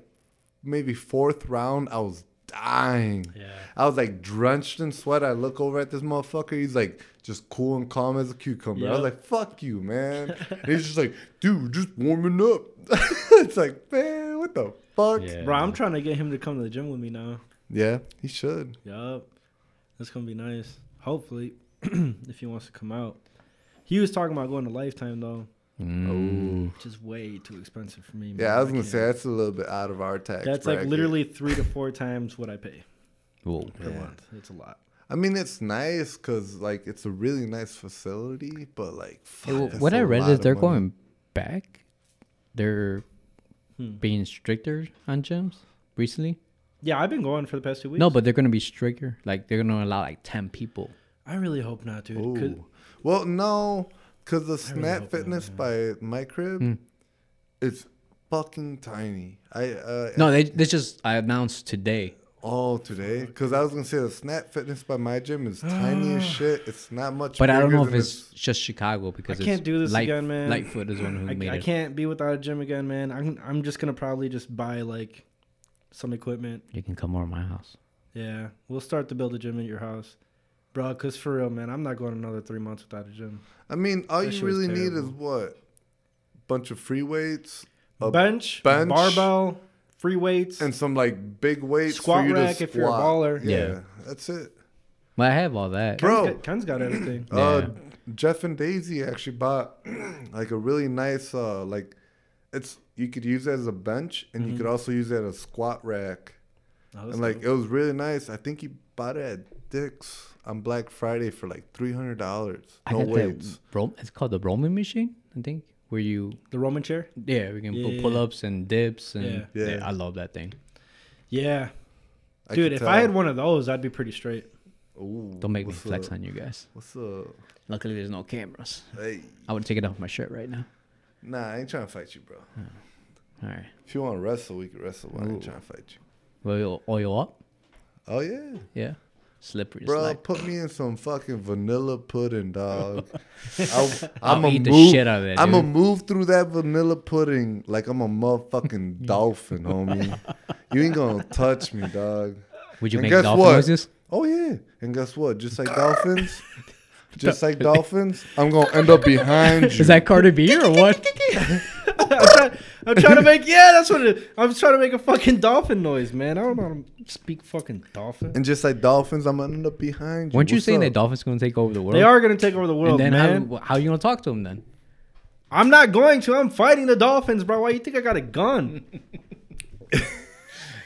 [SPEAKER 1] maybe fourth round. I was dying.
[SPEAKER 3] Yeah.
[SPEAKER 1] I was like drenched in sweat. I look over at this motherfucker. He's like just cool and calm as a cucumber. I was
[SPEAKER 3] Yep.
[SPEAKER 1] like, fuck you, man. and he's just like, dude, just warming up. it's like, man, what the fuck?
[SPEAKER 4] Yeah.
[SPEAKER 1] Yeah,
[SPEAKER 3] Bro, I'm trying to get him to come to the gym with me now.
[SPEAKER 1] he should.
[SPEAKER 3] Yup. That's gonna be nice. Hopefully, if he wants to come out. He was talking about going to Lifetime though, which is way too expensive for me. man.
[SPEAKER 1] Yeah, I was gonna
[SPEAKER 3] can't.
[SPEAKER 1] say that's a little bit out of our tax.
[SPEAKER 3] that's like
[SPEAKER 1] bracket.
[SPEAKER 3] literally three to four times what I pay
[SPEAKER 4] Ooh.
[SPEAKER 3] per
[SPEAKER 1] Yeah.
[SPEAKER 3] month. It's a lot.
[SPEAKER 1] I mean, it's nice because like it's a really nice facility, but like, fuck,
[SPEAKER 4] Well,
[SPEAKER 1] that's
[SPEAKER 4] what
[SPEAKER 1] a
[SPEAKER 4] I read
[SPEAKER 1] lot
[SPEAKER 4] is
[SPEAKER 1] of
[SPEAKER 4] they're
[SPEAKER 1] money.
[SPEAKER 4] going back. They're being stricter on gyms recently.
[SPEAKER 3] Yeah, I've been going for the past two weeks.
[SPEAKER 4] No, but they're gonna be stricter. Like they're gonna allow like ten people.
[SPEAKER 3] I really hope not, dude. 'cause-
[SPEAKER 1] Ooh. Well, no, because the
[SPEAKER 3] really
[SPEAKER 1] Snap
[SPEAKER 3] hope not,
[SPEAKER 1] Fitness by my crib
[SPEAKER 4] Hmm.
[SPEAKER 1] is fucking tiny. I uh,
[SPEAKER 4] No, they they just announced today.
[SPEAKER 1] all today because I was gonna say the Snap Fitness by my gym is tiny as shit. It's not much.
[SPEAKER 4] But I don't
[SPEAKER 1] bigger
[SPEAKER 4] know if
[SPEAKER 1] than
[SPEAKER 4] it's just Chicago because
[SPEAKER 3] I can't
[SPEAKER 4] it's
[SPEAKER 3] do this
[SPEAKER 4] Light-
[SPEAKER 3] again, man.
[SPEAKER 4] Lightfoot is one who
[SPEAKER 3] I,
[SPEAKER 4] made
[SPEAKER 3] I
[SPEAKER 4] it.
[SPEAKER 3] can't be without a gym again, man. I'm I'm just gonna probably just buy like some equipment.
[SPEAKER 4] You can come over to my house.
[SPEAKER 3] Yeah, we'll start to build a gym at your house, bro. Cause for real, man, I'm not going another three months without a gym.
[SPEAKER 1] I mean, all
[SPEAKER 3] That
[SPEAKER 1] you
[SPEAKER 3] shit was
[SPEAKER 1] really need is
[SPEAKER 3] terrible.
[SPEAKER 1] what bunch of free weights, a
[SPEAKER 3] bench,
[SPEAKER 1] bench,
[SPEAKER 3] barbell, free weights.
[SPEAKER 1] and some like big weights.
[SPEAKER 3] Squat
[SPEAKER 1] for you
[SPEAKER 3] rack
[SPEAKER 1] to
[SPEAKER 3] if you're a
[SPEAKER 1] squat.
[SPEAKER 3] baller.
[SPEAKER 1] Yeah,
[SPEAKER 4] Yeah.
[SPEAKER 1] that's it.
[SPEAKER 4] But I have all that.
[SPEAKER 1] Bro.
[SPEAKER 3] Ken's got, Ken's got everything. Oh,
[SPEAKER 1] Uh, Jeff and Daisy actually bought like a really nice uh like it's you could use it as a bench and you could
[SPEAKER 4] Mm-hmm.
[SPEAKER 1] also use it as a squat rack.
[SPEAKER 3] Oh, that's
[SPEAKER 1] and like it was really nice. I think he bought it at Dick's on Black Friday for like three hundred dollars.
[SPEAKER 4] I
[SPEAKER 1] No
[SPEAKER 4] got
[SPEAKER 1] weights.
[SPEAKER 4] the Ro- it's called the Roman machine, I think, where you
[SPEAKER 3] the Roman chair.
[SPEAKER 4] yeah, we can
[SPEAKER 3] Yeah,
[SPEAKER 4] put
[SPEAKER 3] yeah,
[SPEAKER 4] pull ups and dips and
[SPEAKER 3] Yeah.
[SPEAKER 4] yeah.
[SPEAKER 1] Yeah.
[SPEAKER 4] I love that thing.
[SPEAKER 2] Yeah.
[SPEAKER 1] I
[SPEAKER 2] Dude,
[SPEAKER 1] could
[SPEAKER 2] if
[SPEAKER 1] tell.
[SPEAKER 2] I had one of those, I'd be pretty straight.
[SPEAKER 1] Ooh,
[SPEAKER 4] Don't make me
[SPEAKER 1] what's
[SPEAKER 4] flex
[SPEAKER 1] up?
[SPEAKER 4] on you guys.
[SPEAKER 1] What's up?
[SPEAKER 4] Luckily, there's no cameras.
[SPEAKER 1] Hey,
[SPEAKER 4] I would take it off my shirt right now.
[SPEAKER 1] nah, I ain't trying to fight you, bro.
[SPEAKER 4] All right.
[SPEAKER 1] If you want to wrestle, we can wrestle. but I ain't
[SPEAKER 4] Ooh.
[SPEAKER 1] trying to fight you.
[SPEAKER 4] Oil, oil up.
[SPEAKER 1] Oh yeah,
[SPEAKER 4] Yeah. Slippery.
[SPEAKER 1] bro,
[SPEAKER 4] slide.
[SPEAKER 1] put me in some fucking vanilla pudding, dog. I, am
[SPEAKER 4] I'll
[SPEAKER 1] going
[SPEAKER 4] eat
[SPEAKER 1] move,
[SPEAKER 4] the shit out of that,
[SPEAKER 1] I'm
[SPEAKER 4] dude.
[SPEAKER 1] gonna move through that vanilla pudding like I'm a motherfucking dolphin, homie. You ain't gonna touch me, dog.
[SPEAKER 4] Would you
[SPEAKER 1] And
[SPEAKER 4] make
[SPEAKER 1] guess
[SPEAKER 4] golf
[SPEAKER 1] what?
[SPEAKER 4] noises?
[SPEAKER 1] Oh yeah, and guess what? Just like dolphins, just like dolphins, I'm gonna end up behind you.
[SPEAKER 4] Is that Carter B or what?
[SPEAKER 3] I'm, trying, I'm trying to make yeah, that's what it is. I'm trying to make a fucking dolphin noise, man. I don't know how to speak fucking dolphin.
[SPEAKER 1] and just like dolphins, I'm gonna end up behind you.
[SPEAKER 4] Weren't you
[SPEAKER 1] What's
[SPEAKER 4] saying
[SPEAKER 1] up?
[SPEAKER 4] that dolphins gonna take over the world?
[SPEAKER 3] They are gonna take over the
[SPEAKER 4] And
[SPEAKER 3] world,
[SPEAKER 4] then
[SPEAKER 3] man.
[SPEAKER 4] how, how you gonna talk to them then?
[SPEAKER 3] I'm not going to. I'm fighting the dolphins, bro. Why you think I got a gun?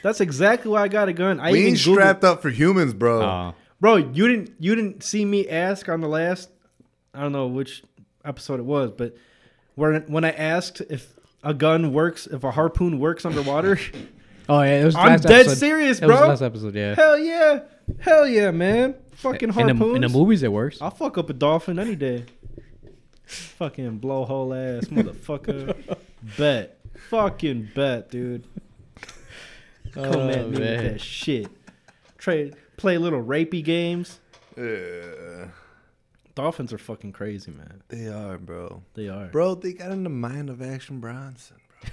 [SPEAKER 3] That's exactly why I got a gun. I
[SPEAKER 1] We
[SPEAKER 3] even
[SPEAKER 1] ain't
[SPEAKER 3] Googled-
[SPEAKER 1] strapped up for humans,
[SPEAKER 3] Oh.
[SPEAKER 1] bro.
[SPEAKER 4] Oh.
[SPEAKER 3] bro. You didn't you didn't see me ask on the last I don't know which episode it was, but when when I asked if a gun works, if a harpoon works underwater,
[SPEAKER 4] oh yeah, it was.
[SPEAKER 3] I'm
[SPEAKER 4] last
[SPEAKER 3] dead
[SPEAKER 4] episode.
[SPEAKER 3] serious,
[SPEAKER 4] It was
[SPEAKER 3] bro.
[SPEAKER 4] last episode, yeah.
[SPEAKER 3] hell yeah, hell yeah, man. Fucking
[SPEAKER 4] in,
[SPEAKER 3] harpoons. Oh.
[SPEAKER 4] the, in the movies, it works.
[SPEAKER 3] I'll fuck up a dolphin any day. Fucking blowhole ass motherfucker. bet. Fucking bet, dude. Come
[SPEAKER 4] Oh,
[SPEAKER 3] at me
[SPEAKER 4] man.
[SPEAKER 3] with that shit. Trade, play little rapey games.
[SPEAKER 1] Yeah,
[SPEAKER 3] Dolphins are fucking crazy, man.
[SPEAKER 1] they are, bro.
[SPEAKER 3] They are.
[SPEAKER 1] Bro, they got in the mind of Action Bronson, bro.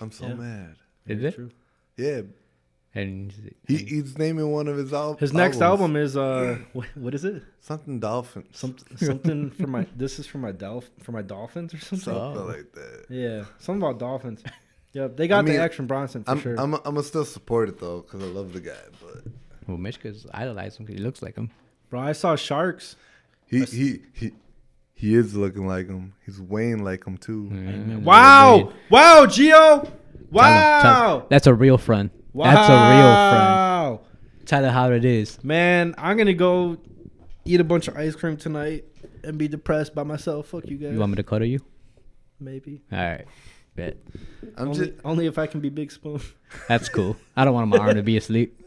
[SPEAKER 1] I'm so
[SPEAKER 3] Yeah.
[SPEAKER 1] mad.
[SPEAKER 4] Is
[SPEAKER 3] Very
[SPEAKER 4] it?
[SPEAKER 3] true.
[SPEAKER 1] Yeah,
[SPEAKER 4] And
[SPEAKER 1] he, he's naming one of his albums.
[SPEAKER 3] His next album is uh, what, what is it?
[SPEAKER 1] something Dolphins,
[SPEAKER 3] Some, something for my. This is for my delf for my dolphins or something.
[SPEAKER 1] something
[SPEAKER 4] Oh.
[SPEAKER 1] like that.
[SPEAKER 3] Yeah, something about dolphins. Yep, they got
[SPEAKER 1] mean,
[SPEAKER 3] the action Bronson for
[SPEAKER 1] I'm,
[SPEAKER 3] sure.
[SPEAKER 1] I'm, I'm gonna still support it though, cause I love the guy. But
[SPEAKER 4] well, Mishka's idolized him because he looks like him.
[SPEAKER 3] Bro, I saw sharks.
[SPEAKER 1] he, he, he, he is looking like him. He's weighing like him too.
[SPEAKER 3] Wow! Wow, Geo!
[SPEAKER 4] Tyler- Tyler-
[SPEAKER 3] Wow!
[SPEAKER 4] that's a real friend.
[SPEAKER 3] Wow.
[SPEAKER 4] That's a real friend. Tyler how it is.
[SPEAKER 3] Man, I'm gonna go eat a bunch of ice cream tonight and be depressed by myself. Fuck you guys.
[SPEAKER 4] You want me to cuddle you?
[SPEAKER 3] Maybe.
[SPEAKER 4] All right, bet.
[SPEAKER 1] I'm
[SPEAKER 3] only,
[SPEAKER 1] just,
[SPEAKER 3] only if I can be Big Spoon.
[SPEAKER 4] That's cool. I don't want my arm to be asleep.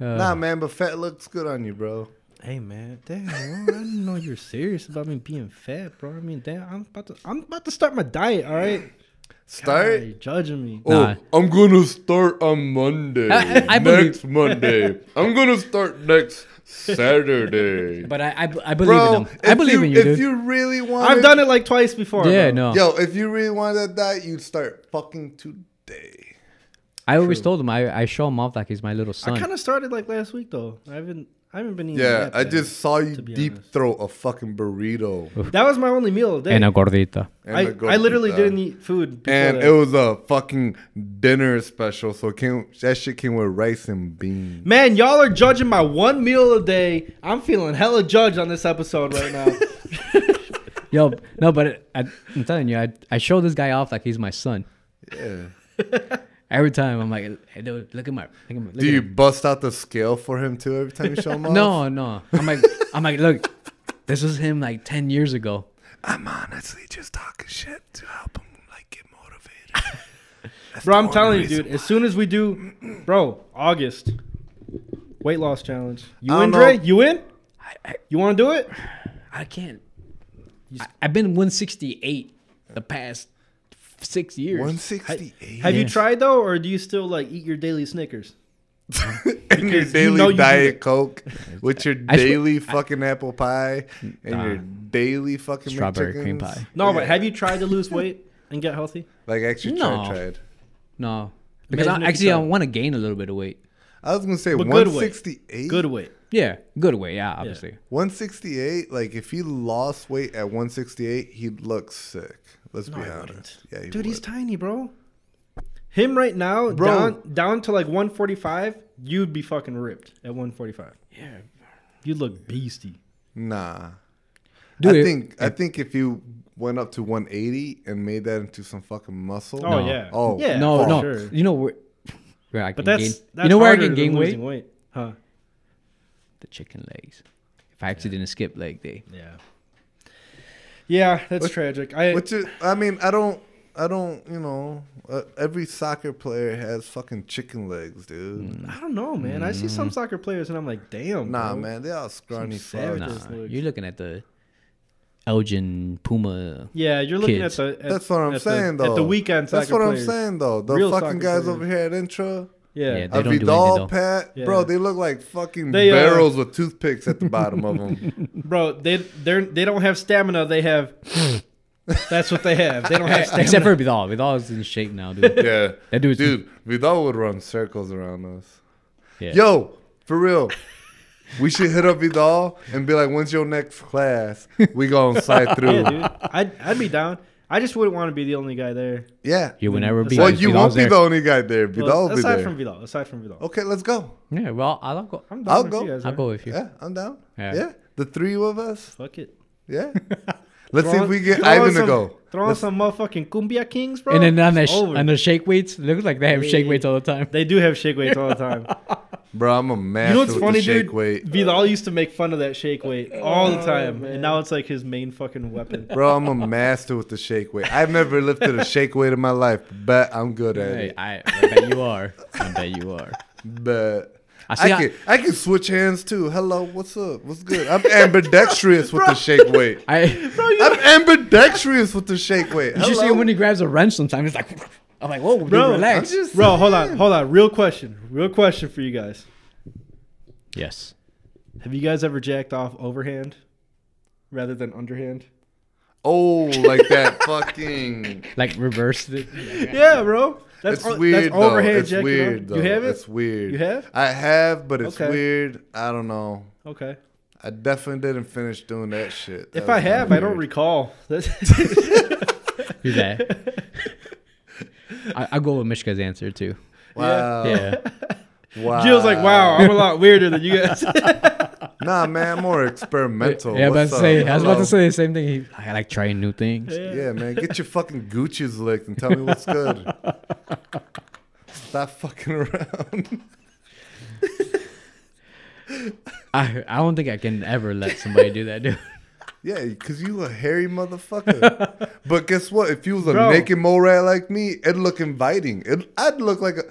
[SPEAKER 4] Uh,
[SPEAKER 1] nah, man. But fat looks good on you, bro.
[SPEAKER 3] Hey man, damn, bro, I didn't know you were serious about me being fat, bro. I mean, damn, I'm about to, I'm about to start my diet. All right,
[SPEAKER 1] Start.
[SPEAKER 3] God, you're judging me.
[SPEAKER 4] Nah.
[SPEAKER 1] Oh, I'm gonna start on Monday.
[SPEAKER 4] I- I- I
[SPEAKER 1] next
[SPEAKER 4] believe-
[SPEAKER 1] Monday. I'm gonna start next Saturday.
[SPEAKER 4] But I, I, I believe in him. I
[SPEAKER 1] if
[SPEAKER 4] believe
[SPEAKER 1] you,
[SPEAKER 4] in you,
[SPEAKER 1] If
[SPEAKER 4] dude.
[SPEAKER 1] you really want,
[SPEAKER 3] I've done it like twice before.
[SPEAKER 4] yeah,
[SPEAKER 3] bro.
[SPEAKER 4] no.
[SPEAKER 1] Yo, if you really wanted that diet, you'd start fucking today.
[SPEAKER 4] I always told him I, I show him off like he's my little son.
[SPEAKER 3] I kind of started like last week though. I haven't, I haven't been eating.
[SPEAKER 1] Yeah,
[SPEAKER 3] that
[SPEAKER 1] I
[SPEAKER 3] bad.
[SPEAKER 1] just saw you
[SPEAKER 3] be
[SPEAKER 1] deep
[SPEAKER 3] honest.
[SPEAKER 1] throat a fucking burrito.
[SPEAKER 3] that was my only meal of the day.
[SPEAKER 4] and a gordita.
[SPEAKER 1] and
[SPEAKER 3] I,
[SPEAKER 1] a
[SPEAKER 3] I literally
[SPEAKER 1] gordita.
[SPEAKER 3] didn't eat food. before
[SPEAKER 1] And
[SPEAKER 3] that.
[SPEAKER 1] it was a fucking dinner special, so it came that shit came with rice and beans.
[SPEAKER 3] Man, y'all are judging my one meal a day. I'm feeling hella judged on this episode right now.
[SPEAKER 4] Yo, no, but it, I, I'm telling you, I, I show this guy off like he's my son.
[SPEAKER 1] Yeah.
[SPEAKER 4] Every time I'm like, hey, dude, look at my, look at my. Look
[SPEAKER 1] Do
[SPEAKER 4] at
[SPEAKER 1] you
[SPEAKER 4] him."
[SPEAKER 1] bust out the scale for him too every time you show him off?
[SPEAKER 4] No, no. I'm like, I'm like, look, this was him like 10 years ago.
[SPEAKER 1] I'm honestly just talking shit to help him like get motivated.
[SPEAKER 3] bro, I'm telling you, dude, as soon as we do, bro, August, weight loss challenge. You
[SPEAKER 1] I
[SPEAKER 3] in,
[SPEAKER 1] don't
[SPEAKER 3] Dre?
[SPEAKER 1] know.
[SPEAKER 3] You in?
[SPEAKER 4] I, I,
[SPEAKER 3] You want to do it?
[SPEAKER 4] I can't. I, I've been 168 the past six years.
[SPEAKER 1] 168.
[SPEAKER 3] Have you
[SPEAKER 4] Yeah.
[SPEAKER 3] tried though, or do you still like eat your daily Snickers?
[SPEAKER 1] and your
[SPEAKER 3] you
[SPEAKER 1] daily
[SPEAKER 3] know you do
[SPEAKER 1] diet coke with your
[SPEAKER 4] I swear-
[SPEAKER 1] daily fucking apple pie and
[SPEAKER 4] Nah.
[SPEAKER 1] your daily fucking
[SPEAKER 4] Strawberry cream
[SPEAKER 1] McChickens.
[SPEAKER 4] pie.
[SPEAKER 3] No,
[SPEAKER 1] Yeah.
[SPEAKER 3] but have you tried to lose weight and get healthy?
[SPEAKER 1] like actually
[SPEAKER 4] No.
[SPEAKER 1] tried tried.
[SPEAKER 4] No. Because
[SPEAKER 3] Imagine if
[SPEAKER 4] I,
[SPEAKER 3] you
[SPEAKER 4] actually, I
[SPEAKER 3] tried.
[SPEAKER 4] want to gain a little bit of weight.
[SPEAKER 1] I was gonna say
[SPEAKER 3] But good weight.
[SPEAKER 1] 168.
[SPEAKER 3] Good weight.
[SPEAKER 4] Yeah, good weight. Yeah, obviously.
[SPEAKER 1] 168. Like if he lost weight at 168, he'd look sick. Let's be
[SPEAKER 3] I
[SPEAKER 1] honest.
[SPEAKER 3] wouldn't.
[SPEAKER 1] Yeah, he
[SPEAKER 3] dude, he's
[SPEAKER 1] would.
[SPEAKER 3] tiny, bro. Him right now,
[SPEAKER 1] Bro.
[SPEAKER 3] down down to like 145, you'd be fucking ripped at 145. Yeah, you'd look beasty.
[SPEAKER 1] nah.
[SPEAKER 4] Dude,
[SPEAKER 1] I
[SPEAKER 4] it-
[SPEAKER 1] think I think if you went up to 180 and made that into some fucking muscle.
[SPEAKER 3] Oh
[SPEAKER 4] No.
[SPEAKER 3] yeah.
[SPEAKER 1] Oh,
[SPEAKER 3] yeah.
[SPEAKER 4] no,
[SPEAKER 3] for
[SPEAKER 4] no.
[SPEAKER 3] sure.
[SPEAKER 4] You know where, where I can
[SPEAKER 3] But that's,
[SPEAKER 4] gain.
[SPEAKER 3] that's
[SPEAKER 4] you know where I
[SPEAKER 3] harder
[SPEAKER 4] can
[SPEAKER 3] than
[SPEAKER 4] gain weight?
[SPEAKER 3] losing weight, huh?
[SPEAKER 4] The chicken legs. If I actually didn't skip leg day,
[SPEAKER 3] Yeah. Yeah, that's tragic. I
[SPEAKER 1] Which is, I mean, I don't I don't, you know, uh, every soccer player has fucking chicken legs,
[SPEAKER 4] Mm.
[SPEAKER 1] dude.
[SPEAKER 3] I don't know, man. I see some soccer players and I'm like, damn.
[SPEAKER 1] Nah,
[SPEAKER 3] bro.
[SPEAKER 1] man, they all scrawny
[SPEAKER 3] Some
[SPEAKER 1] fucks.
[SPEAKER 3] savage- Nah.
[SPEAKER 4] Nah,
[SPEAKER 3] just looks-
[SPEAKER 4] you're looking at the Elgin Puma.
[SPEAKER 3] Yeah, you're looking
[SPEAKER 4] Kids.
[SPEAKER 3] at the. At,
[SPEAKER 1] That's what I'm
[SPEAKER 3] at
[SPEAKER 1] saying,
[SPEAKER 3] the,
[SPEAKER 1] though.
[SPEAKER 3] At the weekend soccer
[SPEAKER 1] That's what
[SPEAKER 3] players.
[SPEAKER 1] I'm saying, though. The
[SPEAKER 3] Real
[SPEAKER 1] fucking
[SPEAKER 3] soccer
[SPEAKER 1] guys over here at Intro,
[SPEAKER 3] Yeah.
[SPEAKER 4] Yeah, They don't do
[SPEAKER 1] Avidal,
[SPEAKER 4] anything,
[SPEAKER 1] Pat,
[SPEAKER 3] Yeah.
[SPEAKER 1] bro, they look like fucking
[SPEAKER 3] They, uh,
[SPEAKER 1] barrels with toothpicks at the bottom of them.
[SPEAKER 3] Bro, they they're they don't have stamina. They have. That's what they have. They don't have stamina.
[SPEAKER 4] Except for Vidal. Vidal's in shape now, dude.
[SPEAKER 1] yeah,
[SPEAKER 4] That dude's
[SPEAKER 1] dude, Vidal would run circles around us.
[SPEAKER 4] Yeah.
[SPEAKER 1] Yo, for real. We should hit up Vidal and be like, "When's your next class? We gonna slide through."
[SPEAKER 3] yeah, dude. I'd I'd be down. I just wouldn't want to be the only guy there.
[SPEAKER 1] Yeah.
[SPEAKER 4] You would never be.
[SPEAKER 1] Well,
[SPEAKER 4] because
[SPEAKER 1] you
[SPEAKER 4] Vidal's
[SPEAKER 1] won't be
[SPEAKER 4] there.
[SPEAKER 1] the only guy there. Vidal
[SPEAKER 3] Well,
[SPEAKER 1] will be
[SPEAKER 3] aside
[SPEAKER 1] there.
[SPEAKER 3] from Vidal, aside from Vidal,
[SPEAKER 1] okay, let's go.
[SPEAKER 4] Yeah, well, I'll go.
[SPEAKER 3] I'm
[SPEAKER 1] I'll
[SPEAKER 3] down with
[SPEAKER 1] go.
[SPEAKER 3] you guys.
[SPEAKER 4] I'll
[SPEAKER 3] man.
[SPEAKER 4] go with you.
[SPEAKER 1] Yeah, I'm down. Yeah.
[SPEAKER 4] Yeah.
[SPEAKER 1] the three of us.
[SPEAKER 3] Fuck it.
[SPEAKER 1] Yeah. Let's see
[SPEAKER 3] Throw
[SPEAKER 1] if we
[SPEAKER 3] on-
[SPEAKER 1] get
[SPEAKER 3] throw on
[SPEAKER 1] Ivan
[SPEAKER 3] some-
[SPEAKER 1] to go.
[SPEAKER 3] Throw on
[SPEAKER 1] Let's-
[SPEAKER 3] some motherfucking cumbia kings, bro.
[SPEAKER 4] And then on the,
[SPEAKER 3] It's
[SPEAKER 4] sh-
[SPEAKER 3] over.
[SPEAKER 4] on the shake weights, it looks like they have shake
[SPEAKER 3] Yeah.
[SPEAKER 4] weights all the time.
[SPEAKER 3] They do have shake weights all the time.
[SPEAKER 1] Bro, I'm a master
[SPEAKER 3] you know what's
[SPEAKER 1] with
[SPEAKER 3] funny,
[SPEAKER 1] the shake
[SPEAKER 3] dude?
[SPEAKER 1] weight. Oh,
[SPEAKER 3] Vidal used to make fun of that shake weight all the time, and now it's like his main fucking weapon.
[SPEAKER 1] Bro, I'm a master with the shake weight. I've never lifted a shake weight in my life, but I'm good at
[SPEAKER 4] Hey,
[SPEAKER 1] it.
[SPEAKER 4] I, I bet you are. I bet you are.
[SPEAKER 1] But
[SPEAKER 4] I
[SPEAKER 1] I
[SPEAKER 4] see. I
[SPEAKER 1] can I can switch hands too. Hello, what's up? What's good? I'm ambidextrous with the shake weight.
[SPEAKER 4] I,
[SPEAKER 1] I'm ambidextrous with the shake weight.
[SPEAKER 4] did you see
[SPEAKER 1] Hello?
[SPEAKER 4] him when he grabs a wrench? Sometimes it's like, I'm like, whoa, dude,
[SPEAKER 3] Bro,
[SPEAKER 4] relax.
[SPEAKER 1] I'm just
[SPEAKER 3] Bro, hold on,
[SPEAKER 1] saying.
[SPEAKER 3] hold on. Real question, real question for you guys.
[SPEAKER 4] yes.
[SPEAKER 3] Have you guys ever jacked off overhand rather than underhand?
[SPEAKER 1] Oh, like that fucking.
[SPEAKER 4] Like reverse it.
[SPEAKER 3] Yeah, bro. That's
[SPEAKER 1] It's
[SPEAKER 3] o-
[SPEAKER 1] weird
[SPEAKER 3] That's
[SPEAKER 1] though.
[SPEAKER 3] overhand
[SPEAKER 1] it's
[SPEAKER 3] jacking
[SPEAKER 1] weird
[SPEAKER 3] off.
[SPEAKER 1] though.
[SPEAKER 3] You have it?
[SPEAKER 1] It's weird.
[SPEAKER 3] You have?
[SPEAKER 1] I have, but it's
[SPEAKER 3] Okay.
[SPEAKER 1] weird. I don't know.
[SPEAKER 3] Okay.
[SPEAKER 1] I definitely didn't finish doing that shit. That
[SPEAKER 3] If
[SPEAKER 1] was
[SPEAKER 3] I have,
[SPEAKER 1] kinda
[SPEAKER 3] I don't
[SPEAKER 1] weird.
[SPEAKER 3] recall. That's-
[SPEAKER 4] He's that. I, I'll go with Mishka's answer too.
[SPEAKER 1] Wow.
[SPEAKER 4] Yeah.
[SPEAKER 1] Wow.
[SPEAKER 3] Jill's like, wow, I'm a lot weirder than you guys.
[SPEAKER 1] Nah, man, I'm more experimental.
[SPEAKER 4] yeah, I was
[SPEAKER 1] What's
[SPEAKER 4] about to say.
[SPEAKER 1] up?
[SPEAKER 4] I was about
[SPEAKER 1] Hello?
[SPEAKER 4] to say the same thing. He, I like trying new things.
[SPEAKER 1] Yeah, man, get your fucking Gucci's licked and tell me what's good. Stop fucking around.
[SPEAKER 4] I I don't think I can ever let somebody do that, dude.
[SPEAKER 1] Yeah, because you a hairy motherfucker. but guess what? If you was a
[SPEAKER 3] Bro.
[SPEAKER 1] naked mole rat like me, it'd look inviting. It, I'd look like a.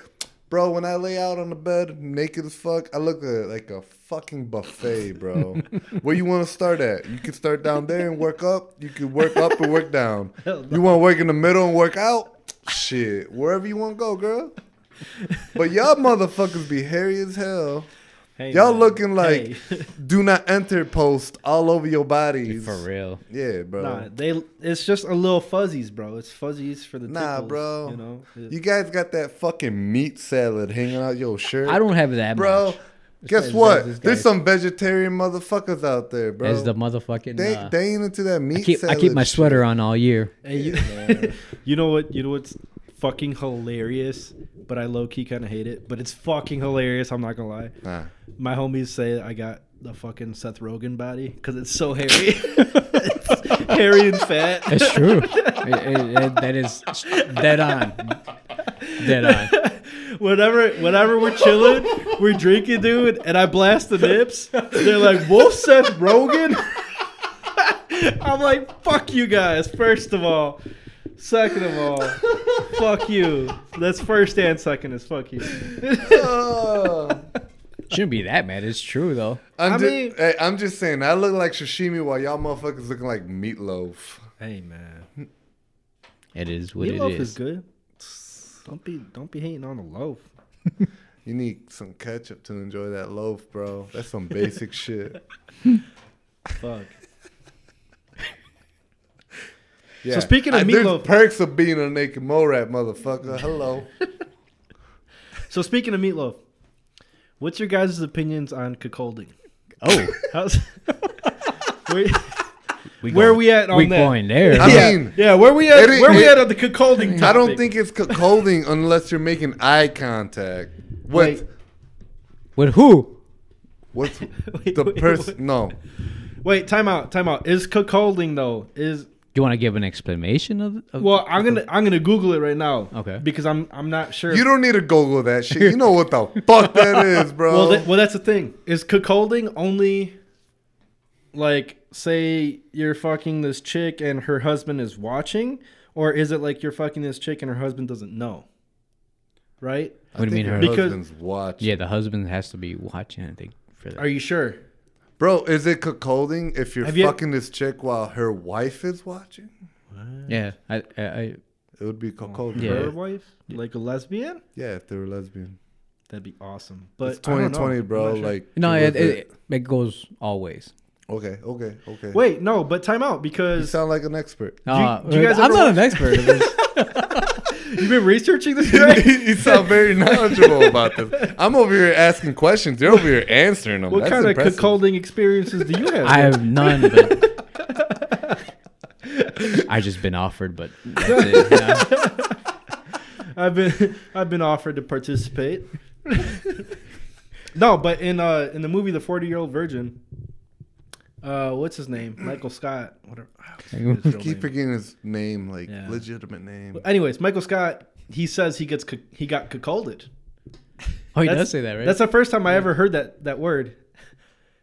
[SPEAKER 1] Bro, when I lay out on the bed naked as fuck, I look a, like a fucking buffet, bro. Where you want to start at? You can start down there and work up. You can work up and work down. You want to work in the middle and work out? Shit, wherever you want to go, girl. But y'all motherfuckers be hairy as hell.
[SPEAKER 3] Hey,
[SPEAKER 1] Y'all
[SPEAKER 3] man.
[SPEAKER 1] looking like
[SPEAKER 3] Hey.
[SPEAKER 1] do not enter post all over your bodies.
[SPEAKER 4] For real.
[SPEAKER 1] Yeah, bro.
[SPEAKER 3] Nah, they. It's just a little fuzzies, bro. It's fuzzies for the
[SPEAKER 1] Nah,
[SPEAKER 3] tickles,
[SPEAKER 1] bro.
[SPEAKER 3] You know, It-
[SPEAKER 1] You guys got that fucking meat salad hanging out your shirt.
[SPEAKER 4] I don't have that
[SPEAKER 1] bro.
[SPEAKER 4] much.
[SPEAKER 1] Guess
[SPEAKER 4] guy's-
[SPEAKER 1] what?
[SPEAKER 4] this
[SPEAKER 1] There's
[SPEAKER 4] guy's-
[SPEAKER 1] some vegetarian motherfuckers out there, bro.
[SPEAKER 4] As the motherfucking.
[SPEAKER 1] they,
[SPEAKER 4] uh,
[SPEAKER 1] they ain't into that meat
[SPEAKER 4] I keep I
[SPEAKER 1] salad.
[SPEAKER 4] keep my
[SPEAKER 1] shit.
[SPEAKER 4] sweater on all year.
[SPEAKER 3] Hey, you, you know what? You know what's fucking hilarious, but I low key kind of hate it. But it's fucking hilarious. I'm not gonna lie.
[SPEAKER 1] Nah.
[SPEAKER 3] My homies say I got the fucking Seth Rogen body because it's so hairy, It's hairy and fat.
[SPEAKER 4] That's true. It- it- it- that is dead on. Dead on.
[SPEAKER 3] Whenever, whenever we're chilling, we're drinking, dude, and I blast the nips. They're like, "Wolf Seth Rogen." I'm like, "Fuck you guys!" First of all, second of all, fuck you. That's first and second is fuck you.
[SPEAKER 1] Oh.
[SPEAKER 4] Shouldn't be that mad. It's true though.
[SPEAKER 1] I'm,
[SPEAKER 3] I
[SPEAKER 1] just,
[SPEAKER 3] mean-
[SPEAKER 1] hey, I'm just saying, I look like sashimi while y'all motherfuckers looking like meatloaf.
[SPEAKER 3] Hey man,
[SPEAKER 4] It is what
[SPEAKER 3] meatloaf
[SPEAKER 4] it
[SPEAKER 3] is
[SPEAKER 4] is.
[SPEAKER 3] good. Don't be, don't be hating on the loaf.
[SPEAKER 1] You need some ketchup to enjoy that loaf, bro. That's some basic shit.
[SPEAKER 3] Fuck.
[SPEAKER 1] Yeah.
[SPEAKER 3] speaking of
[SPEAKER 1] I- there's
[SPEAKER 3] meatloaf-
[SPEAKER 1] perks of being a naked mole rat, motherfucker. Hello.
[SPEAKER 3] So speaking of meatloaf, what's your guys' opinions on cuckolding?
[SPEAKER 4] Oh,
[SPEAKER 3] How's where,
[SPEAKER 4] we
[SPEAKER 3] where
[SPEAKER 4] going-
[SPEAKER 3] we at on
[SPEAKER 4] we
[SPEAKER 3] that?
[SPEAKER 4] going there?
[SPEAKER 1] I
[SPEAKER 3] yeah,
[SPEAKER 1] mean-
[SPEAKER 3] yeah, where we at?
[SPEAKER 1] It-
[SPEAKER 3] where we
[SPEAKER 1] it-
[SPEAKER 3] at on the cuckolding? Topic?
[SPEAKER 1] I don't think it's cuckolding unless you're making eye contact. What?
[SPEAKER 3] Wait.
[SPEAKER 4] With who?
[SPEAKER 1] What's
[SPEAKER 3] Wait,
[SPEAKER 1] the
[SPEAKER 3] wait,
[SPEAKER 1] person? No.
[SPEAKER 3] Wait, time out, time out. Is cuckolding though? Is
[SPEAKER 4] Do you want to give an explanation of? of
[SPEAKER 3] well, I'm gonna I'm gonna Google it right now.
[SPEAKER 4] Okay.
[SPEAKER 3] Because I'm I'm not sure.
[SPEAKER 1] You don't need to Google that shit. You know what the fuck that is, bro.
[SPEAKER 3] well, that, well, that's the thing. Is cuckolding only like say you're fucking this chick and her husband is watching, Or is it like you're fucking this chick and her husband doesn't know? Right?
[SPEAKER 1] I
[SPEAKER 4] What do you
[SPEAKER 1] think
[SPEAKER 4] mean
[SPEAKER 1] your
[SPEAKER 4] her-
[SPEAKER 3] Because-
[SPEAKER 1] husband's watch?
[SPEAKER 4] Yeah, the husband has to be watching. I think for that.
[SPEAKER 3] Are you sure?
[SPEAKER 1] Bro, is it cuckolding if you're
[SPEAKER 3] Have you-
[SPEAKER 1] fucking this chick while her wife is watching?
[SPEAKER 4] yeah, I, I, I
[SPEAKER 1] It would be cuckolding.
[SPEAKER 4] Yeah.
[SPEAKER 1] Yeah,
[SPEAKER 3] Her wife? Like a lesbian?
[SPEAKER 1] yeah if they were lesbian.
[SPEAKER 3] That'd be awesome. But
[SPEAKER 1] it's
[SPEAKER 3] I don't know.
[SPEAKER 1] 2020,
[SPEAKER 3] I'm
[SPEAKER 1] bro.
[SPEAKER 3] not sure.
[SPEAKER 1] Like
[SPEAKER 4] no,
[SPEAKER 1] with
[SPEAKER 4] it, it, it goes always.
[SPEAKER 1] Okay, okay, okay.
[SPEAKER 3] Wait, no, but time out
[SPEAKER 1] you
[SPEAKER 3] because
[SPEAKER 1] sound like an expert.
[SPEAKER 4] Uh,
[SPEAKER 3] do you guys
[SPEAKER 4] I'm
[SPEAKER 3] ever
[SPEAKER 4] not an expert. It was-
[SPEAKER 3] you've been researching this, right?
[SPEAKER 1] you sound very knowledgeable about this. I'm over here asking questions. You're over here answering them.
[SPEAKER 3] What
[SPEAKER 1] That's
[SPEAKER 3] kind
[SPEAKER 1] impressive.
[SPEAKER 3] of cuckolding experiences do you have?
[SPEAKER 4] I have none. But I just been offered, but that's it, yeah.
[SPEAKER 3] I've been I've been offered to participate. no, but in uh in the movie The Forty Year Old Virgin, uh what's his name? Michael Scott. Whatever. I always forget his real
[SPEAKER 1] Keep
[SPEAKER 3] name.
[SPEAKER 1] forgetting his name, like
[SPEAKER 3] Yeah.
[SPEAKER 1] legitimate name.
[SPEAKER 3] Anyways, Michael Scott. He says he gets cu- he got cuckolded.
[SPEAKER 4] Oh, he
[SPEAKER 3] That's-
[SPEAKER 4] does say that, right?
[SPEAKER 3] That's the first time I ever heard that that word.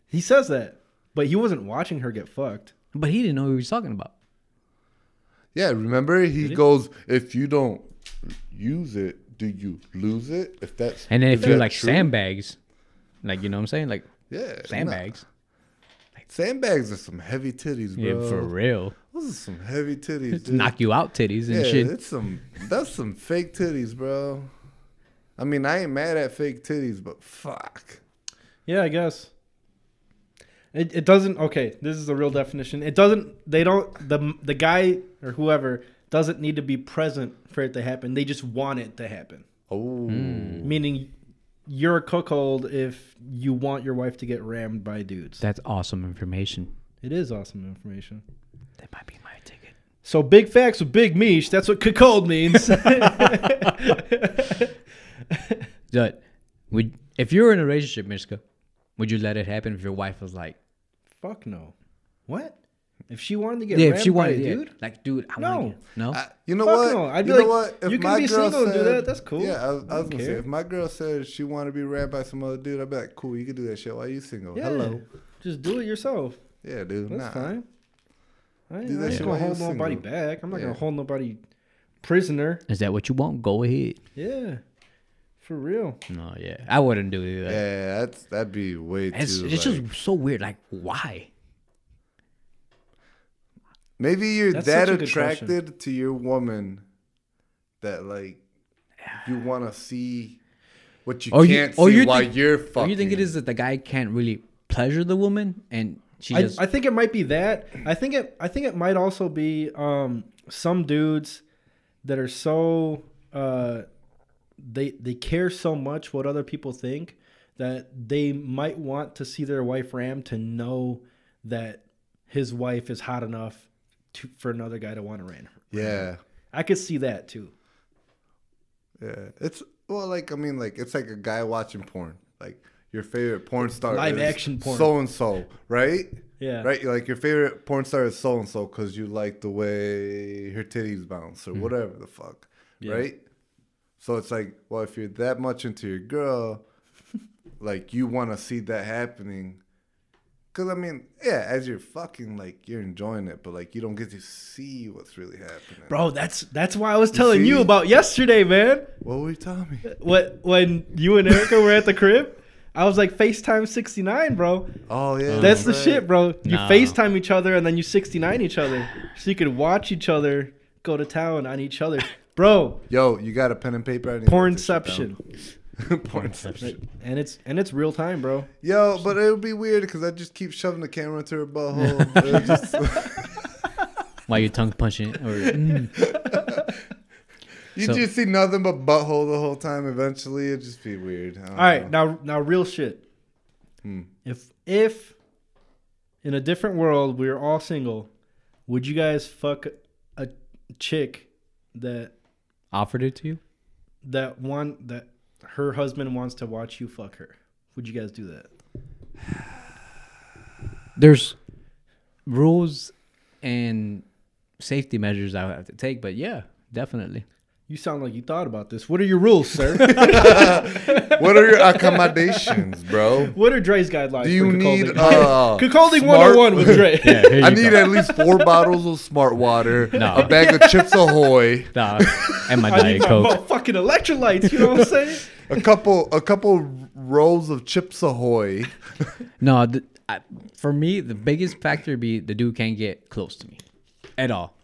[SPEAKER 3] He says that, but he wasn't watching her get fucked.
[SPEAKER 4] but he didn't know who he was talking about.
[SPEAKER 1] Yeah, remember he goes, if you don't use it, do you lose it? If that's
[SPEAKER 4] And then
[SPEAKER 1] is
[SPEAKER 4] if you're
[SPEAKER 1] that
[SPEAKER 4] like
[SPEAKER 1] true?
[SPEAKER 4] sandbags, like you know what I'm saying, like
[SPEAKER 1] yeah, nah.
[SPEAKER 4] sandbags.
[SPEAKER 1] Sandbags are some heavy titties,
[SPEAKER 4] Yeah,
[SPEAKER 1] bro.
[SPEAKER 4] for real.
[SPEAKER 1] Those are some heavy titties. Dude.
[SPEAKER 4] Knock you out titties and
[SPEAKER 1] yeah,
[SPEAKER 4] shit.
[SPEAKER 1] it's some that's some fake titties, bro. I mean, I ain't mad at fake titties, but fuck.
[SPEAKER 3] Yeah, I guess. It, it doesn't. Okay, this is the real definition. It doesn't. They don't. The the guy or whoever doesn't need to be present for it to happen. They just want it to happen.
[SPEAKER 1] Oh,
[SPEAKER 4] Hmm. Mm.
[SPEAKER 3] Meaning, you're a cuckold if you want your wife to get rammed by dudes.
[SPEAKER 4] That's awesome information.
[SPEAKER 3] It is awesome information.
[SPEAKER 4] That might be my ticket.
[SPEAKER 3] So big facts with big mish. That's what cuckold means.
[SPEAKER 4] But would if you were in a relationship, Mishka, would you let it happen if your wife was like,
[SPEAKER 3] Fuck no. What? If she wanted to get
[SPEAKER 4] yeah,
[SPEAKER 3] rammed
[SPEAKER 4] if she wanted,
[SPEAKER 3] by a
[SPEAKER 4] yeah,
[SPEAKER 3] dude,
[SPEAKER 4] like, dude, I
[SPEAKER 3] No.
[SPEAKER 4] want to, no,
[SPEAKER 1] I- you know
[SPEAKER 3] Fuck
[SPEAKER 1] what?
[SPEAKER 3] no, I'd be
[SPEAKER 1] you know
[SPEAKER 3] like,
[SPEAKER 1] what? If
[SPEAKER 3] you can
[SPEAKER 1] my
[SPEAKER 3] be
[SPEAKER 1] girl
[SPEAKER 3] single and do
[SPEAKER 1] said-
[SPEAKER 3] that, that's cool.
[SPEAKER 1] Yeah, I, was- I
[SPEAKER 3] I
[SPEAKER 1] was
[SPEAKER 3] don't
[SPEAKER 1] gonna say
[SPEAKER 3] care.
[SPEAKER 1] if my girl said she wanted to be ran by some other dude, I'd be like, cool, you can do that shit. Why you single?
[SPEAKER 3] yeah,
[SPEAKER 1] Hello.
[SPEAKER 3] Just do it yourself.
[SPEAKER 1] Yeah, dude.
[SPEAKER 3] That's
[SPEAKER 1] nah.
[SPEAKER 3] fine. I ain't
[SPEAKER 1] Do that
[SPEAKER 3] I'm not
[SPEAKER 1] shit
[SPEAKER 3] gonna
[SPEAKER 1] while
[SPEAKER 3] hold
[SPEAKER 1] you're
[SPEAKER 3] nobody
[SPEAKER 1] single.
[SPEAKER 3] back. I'm not
[SPEAKER 1] Yeah.
[SPEAKER 3] gonna hold nobody prisoner.
[SPEAKER 4] is that what you want? Go ahead.
[SPEAKER 3] Yeah, for real.
[SPEAKER 4] No, yeah, I wouldn't do it. Either.
[SPEAKER 1] Yeah, that's that'd be way
[SPEAKER 4] it's
[SPEAKER 1] too.
[SPEAKER 4] it's
[SPEAKER 1] like-
[SPEAKER 4] just so weird. Like, why?
[SPEAKER 1] maybe you're
[SPEAKER 3] That's
[SPEAKER 1] that
[SPEAKER 3] such a good question.
[SPEAKER 1] attracted to your woman that like you want to see what you
[SPEAKER 4] Or you-
[SPEAKER 1] can't
[SPEAKER 4] or
[SPEAKER 1] see
[SPEAKER 4] you
[SPEAKER 1] while
[SPEAKER 4] think-
[SPEAKER 1] you're fucking.
[SPEAKER 4] Or you think it is that the guy can't really pleasure the woman and she
[SPEAKER 3] I,
[SPEAKER 4] just
[SPEAKER 3] I think it might be that. I think it. I think it might also be um, some dudes that are so uh, they they care so much what other people think that they might want to see their wife ram to know that his wife is hot enough to, for another guy to want to ram her.
[SPEAKER 1] Yeah,
[SPEAKER 3] I could see that too.
[SPEAKER 1] yeah. It's well, like I mean, like it's like a guy watching porn, like. Your favorite porn star,
[SPEAKER 3] Live action porn.
[SPEAKER 1] so and so, right?
[SPEAKER 3] Yeah.
[SPEAKER 1] Right, like your favorite porn star is so and so because you like the way her titties bounce
[SPEAKER 3] Mm-hmm.
[SPEAKER 1] or whatever the fuck, right? So it's like, well, if you're that much into your girl, like you want to see that happening, because I mean, yeah, as you're fucking, like you're enjoying it, but like you don't get to see what's really happening.
[SPEAKER 3] Bro, that's that's why I was telling you
[SPEAKER 1] see?
[SPEAKER 3] about yesterday, man.
[SPEAKER 1] What were you telling me?
[SPEAKER 3] What when you and Erica were at the crib, I was like FaceTime 69, bro.
[SPEAKER 1] Oh yeah,
[SPEAKER 3] That's the
[SPEAKER 1] right.
[SPEAKER 3] shit, bro. You
[SPEAKER 4] Nah.
[SPEAKER 3] FaceTime each other and then you 69 each other. So you could watch each other go to town on each other. Bro,
[SPEAKER 1] Yo, you got a pen and paper? I need to write this shit down.
[SPEAKER 3] pornception.
[SPEAKER 1] pornception.
[SPEAKER 3] And it's and it's real time, bro.
[SPEAKER 1] Yo, but it would be weird because I just keep shoving the camera into her butthole. It just-
[SPEAKER 4] why you tongue punching it? Or, mm.
[SPEAKER 1] You
[SPEAKER 4] So-
[SPEAKER 1] just see nothing but butthole the whole time. Eventually, it'd just be weird. I don't
[SPEAKER 3] All right,
[SPEAKER 1] know.
[SPEAKER 3] now now real shit. If if in a different world we were all single, would you guys fuck a chick that
[SPEAKER 4] offered it to you?
[SPEAKER 3] that one that her husband wants to watch you fuck her? Would you guys do that?
[SPEAKER 4] there's rules and safety measures I would have to take, but yeah, definitely.
[SPEAKER 3] You sound like you thought about this. What are your rules, sir?
[SPEAKER 1] What are your accommodations, bro?
[SPEAKER 3] what are Dre's guidelines?
[SPEAKER 1] Do you
[SPEAKER 3] for
[SPEAKER 1] need
[SPEAKER 3] cuckolding?
[SPEAKER 1] uh,
[SPEAKER 3] Cuckolding
[SPEAKER 1] smart-
[SPEAKER 3] 101 with Dre.
[SPEAKER 4] Yeah, here
[SPEAKER 1] I
[SPEAKER 4] you
[SPEAKER 1] need
[SPEAKER 4] go.
[SPEAKER 1] at least four bottles of Smart Water,
[SPEAKER 4] No.
[SPEAKER 1] a bag of Chips Ahoy,
[SPEAKER 4] Nah, and my
[SPEAKER 3] I need
[SPEAKER 4] diet
[SPEAKER 3] my
[SPEAKER 4] coke.
[SPEAKER 3] fucking electrolytes. You know what I'm saying?
[SPEAKER 1] a couple a couple rolls of Chips Ahoy.
[SPEAKER 4] No, th- I, for me, the biggest factor be the dude can't get close to me at all.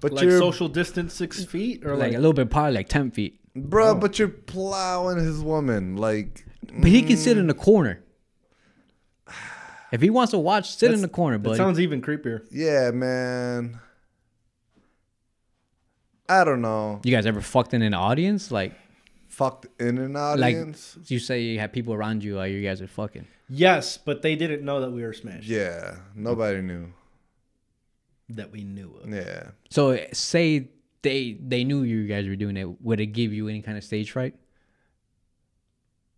[SPEAKER 1] But
[SPEAKER 3] Like
[SPEAKER 1] you're
[SPEAKER 3] social distance six feet or
[SPEAKER 4] Like
[SPEAKER 3] like,
[SPEAKER 4] a little bit, probably like ten feet.
[SPEAKER 1] bro,
[SPEAKER 3] Oh.
[SPEAKER 1] but you're plowing his woman like
[SPEAKER 4] But he can sit in the corner. If he wants to watch, sit in the corner,
[SPEAKER 3] that
[SPEAKER 4] buddy.
[SPEAKER 3] sounds even creepier.
[SPEAKER 1] yeah, man. I don't know.
[SPEAKER 4] you guys ever fucked in an audience? Like,
[SPEAKER 1] Fucked in an audience.
[SPEAKER 4] like you say, you had people around you. Like you guys are fucking.
[SPEAKER 3] Yes, but they didn't know that we were smashed.
[SPEAKER 1] yeah, nobody knew.
[SPEAKER 3] That we knew of.
[SPEAKER 1] Yeah.
[SPEAKER 4] So say they they knew you guys were doing it. Would it give you any kind of stage fright?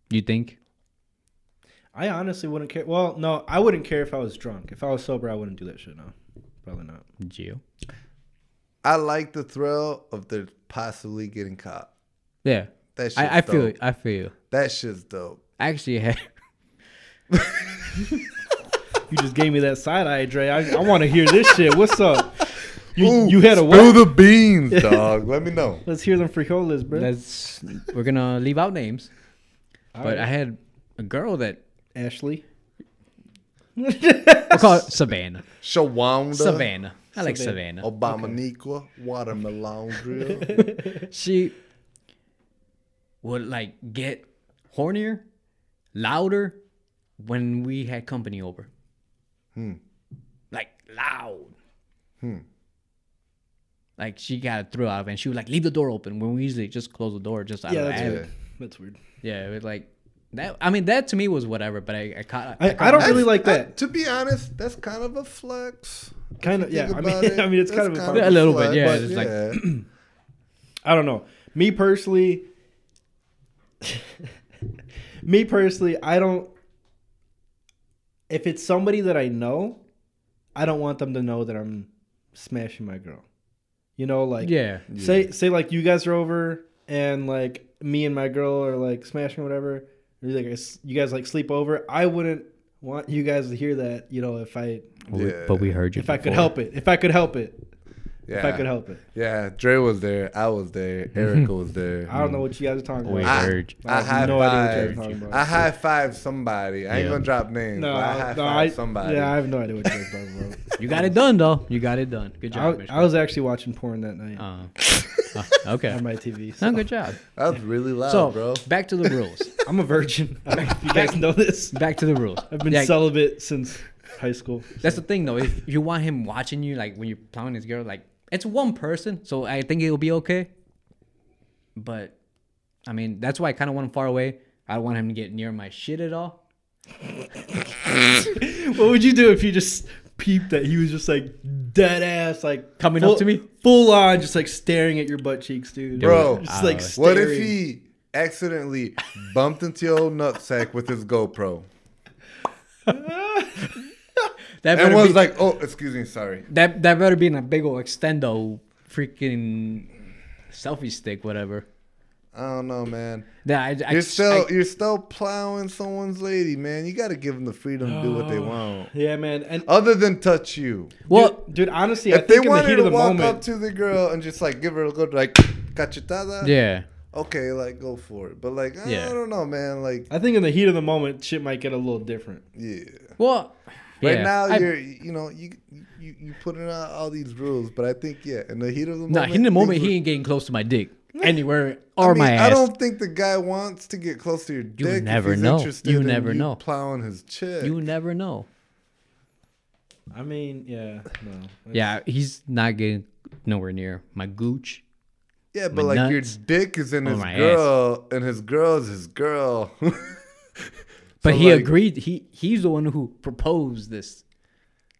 [SPEAKER 4] You think?
[SPEAKER 3] I honestly wouldn't care. Well, no, I wouldn't care if I was drunk. If I was sober, I wouldn't do that shit. No, probably not.
[SPEAKER 4] Geo.
[SPEAKER 1] I like the thrill of the possibly getting caught.
[SPEAKER 4] Yeah,
[SPEAKER 1] That shit's
[SPEAKER 4] I, I feel
[SPEAKER 1] dope.
[SPEAKER 4] you. I feel you.
[SPEAKER 1] That shit's dope.
[SPEAKER 4] I actually had.
[SPEAKER 3] You just gave me that side eye, Dre. I, I want to hear this shit. What's up? You,
[SPEAKER 1] Ooh,
[SPEAKER 3] you had a
[SPEAKER 1] spill
[SPEAKER 3] what?
[SPEAKER 1] the beans, dog. Let me know.
[SPEAKER 3] Let's hear them frijoles, bro.
[SPEAKER 4] That's we're gonna leave out names,
[SPEAKER 3] All
[SPEAKER 4] but
[SPEAKER 3] right.
[SPEAKER 4] I had a girl that
[SPEAKER 3] Ashley.
[SPEAKER 4] we'll call it Savannah.
[SPEAKER 1] Shawanda.
[SPEAKER 4] Savannah. I like
[SPEAKER 3] Savannah.
[SPEAKER 4] Savannah.
[SPEAKER 1] Obamaniqua, watermelon grill.
[SPEAKER 4] Oh, She would like get hornier, louder when we had company over.
[SPEAKER 3] Hmm.
[SPEAKER 4] Like loud. Like she got a thrill out of it. And she would like leave the door open when we usually just close the door just out
[SPEAKER 3] Yeah,
[SPEAKER 4] of
[SPEAKER 3] that's
[SPEAKER 4] habit.
[SPEAKER 3] weird. That's weird.
[SPEAKER 4] Yeah, it was like that. I mean, that to me was whatever, but I, I caught.
[SPEAKER 3] I, I don't really like that.
[SPEAKER 1] to be honest, that's kind of a flex. If
[SPEAKER 3] Kind
[SPEAKER 1] you
[SPEAKER 3] of, yeah,
[SPEAKER 1] think
[SPEAKER 3] I
[SPEAKER 1] about
[SPEAKER 3] mean- I mean, it's
[SPEAKER 1] that's
[SPEAKER 3] kind of a
[SPEAKER 4] A little bit, yeah,
[SPEAKER 1] but
[SPEAKER 4] it's like-
[SPEAKER 3] I don't know. Me personally, me personally, I don't. If it's somebody that I know, I don't want them to know that I'm smashing my girl. You know, like
[SPEAKER 4] Yeah.
[SPEAKER 3] Say say like you guys are over and like me and my girl are like smashing or whatever. Or like it's- you guys like sleep over. I wouldn't want you guys to hear that. You know, if I
[SPEAKER 4] But,
[SPEAKER 1] we-
[SPEAKER 4] we,
[SPEAKER 1] Yeah. but we
[SPEAKER 4] heard you.
[SPEAKER 3] if I could help it, if I could help it,
[SPEAKER 1] yeah.
[SPEAKER 3] if I could help it.
[SPEAKER 1] Yeah, Dre was there. I was there. Erica was there.
[SPEAKER 3] I don't know what you guys are talking
[SPEAKER 4] We
[SPEAKER 3] about.
[SPEAKER 1] I-
[SPEAKER 4] heard. you.
[SPEAKER 1] I,
[SPEAKER 3] I
[SPEAKER 1] high
[SPEAKER 3] have no idea what
[SPEAKER 1] five.
[SPEAKER 3] you're talking about.
[SPEAKER 1] I high five somebody. I ain't
[SPEAKER 4] Yeah.
[SPEAKER 1] gonna drop names.
[SPEAKER 3] No,
[SPEAKER 1] but I high
[SPEAKER 3] no,
[SPEAKER 1] five
[SPEAKER 3] I,
[SPEAKER 1] somebody.
[SPEAKER 3] Yeah, I have no idea what you're talking about.
[SPEAKER 4] You got it done though. You got it done. Good job.
[SPEAKER 3] I, I was actually watching porn that night
[SPEAKER 4] Uh, uh, okay.
[SPEAKER 3] on my TV. so-
[SPEAKER 4] No, good job.
[SPEAKER 1] that was really loud,
[SPEAKER 4] so
[SPEAKER 1] Oh, bro.
[SPEAKER 4] back to the rules.
[SPEAKER 3] I'm a virgin. I don't know if you guys know this.
[SPEAKER 4] back to the rules.
[SPEAKER 3] I've been
[SPEAKER 4] Yeah,
[SPEAKER 3] celibate since high school.
[SPEAKER 4] That's the thing though. If you want him watching you, like when you're plowing his girl, like it's one person, so I think it'll be okay. But I mean, that's why I kind of want him far away. I don't want him to get near my shit at all.
[SPEAKER 3] What would you do if you just peeped that he was just like dead ass, like
[SPEAKER 4] Coming
[SPEAKER 3] full,
[SPEAKER 4] up to me?
[SPEAKER 3] full on, just like staring at your butt cheeks, dude.
[SPEAKER 1] Bro,
[SPEAKER 3] just like
[SPEAKER 4] uh,
[SPEAKER 3] staring.
[SPEAKER 1] What if he accidentally bumped into your old nutsack with his GoPro
[SPEAKER 4] That
[SPEAKER 1] and
[SPEAKER 4] better
[SPEAKER 1] was
[SPEAKER 4] be,
[SPEAKER 1] like, "Oh, excuse me, sorry."
[SPEAKER 4] that that better be in a big old extendo freaking selfie stick, whatever.
[SPEAKER 1] I don't know, man.
[SPEAKER 4] That I, I,
[SPEAKER 1] You're still
[SPEAKER 4] I-
[SPEAKER 1] you're still plowing someone's lady, man. You got to give them the freedom to do what
[SPEAKER 3] Oh.
[SPEAKER 1] they want,
[SPEAKER 3] Yeah, man. And
[SPEAKER 1] other than touch you.
[SPEAKER 4] well,
[SPEAKER 3] dude, dude, honestly, I
[SPEAKER 1] If they
[SPEAKER 3] think in the
[SPEAKER 1] wanted
[SPEAKER 3] heat
[SPEAKER 1] to
[SPEAKER 3] of the
[SPEAKER 1] walk up
[SPEAKER 3] moment,
[SPEAKER 1] to the girl and just like give her a good like cachetada,
[SPEAKER 4] yeah.
[SPEAKER 1] okay, like go for it. But like, I,
[SPEAKER 4] Yeah.
[SPEAKER 1] don't know, man. Like,
[SPEAKER 3] I think in the heat of the moment, shit might get a little different.
[SPEAKER 1] yeah.
[SPEAKER 4] Well,
[SPEAKER 1] Right
[SPEAKER 4] yeah,
[SPEAKER 1] now,
[SPEAKER 4] I-
[SPEAKER 1] you're you know you you you putting out all these rules, but I think yeah, in the heat of the moment,
[SPEAKER 4] Nah, in the
[SPEAKER 1] these
[SPEAKER 4] moment
[SPEAKER 1] were-
[SPEAKER 4] he ain't getting close to my dick anywhere or
[SPEAKER 1] I mean,
[SPEAKER 4] my ass.
[SPEAKER 1] I don't think the guy wants to get close to your dick. if
[SPEAKER 4] never
[SPEAKER 1] he's
[SPEAKER 4] know.
[SPEAKER 1] interested
[SPEAKER 4] You
[SPEAKER 1] in
[SPEAKER 4] never know.
[SPEAKER 1] Plowing his chick.
[SPEAKER 4] You never know.
[SPEAKER 3] I mean, yeah, no.
[SPEAKER 4] Yeah, he's not getting nowhere near my gooch.
[SPEAKER 1] yeah, but
[SPEAKER 4] my
[SPEAKER 1] like
[SPEAKER 4] nuts.
[SPEAKER 1] your dick is in
[SPEAKER 4] Oh,
[SPEAKER 1] his
[SPEAKER 4] my ass.
[SPEAKER 1] girl, and his girl's his girl.
[SPEAKER 4] But
[SPEAKER 1] So,
[SPEAKER 4] he
[SPEAKER 1] like-
[SPEAKER 4] agreed. He he's the one who proposed this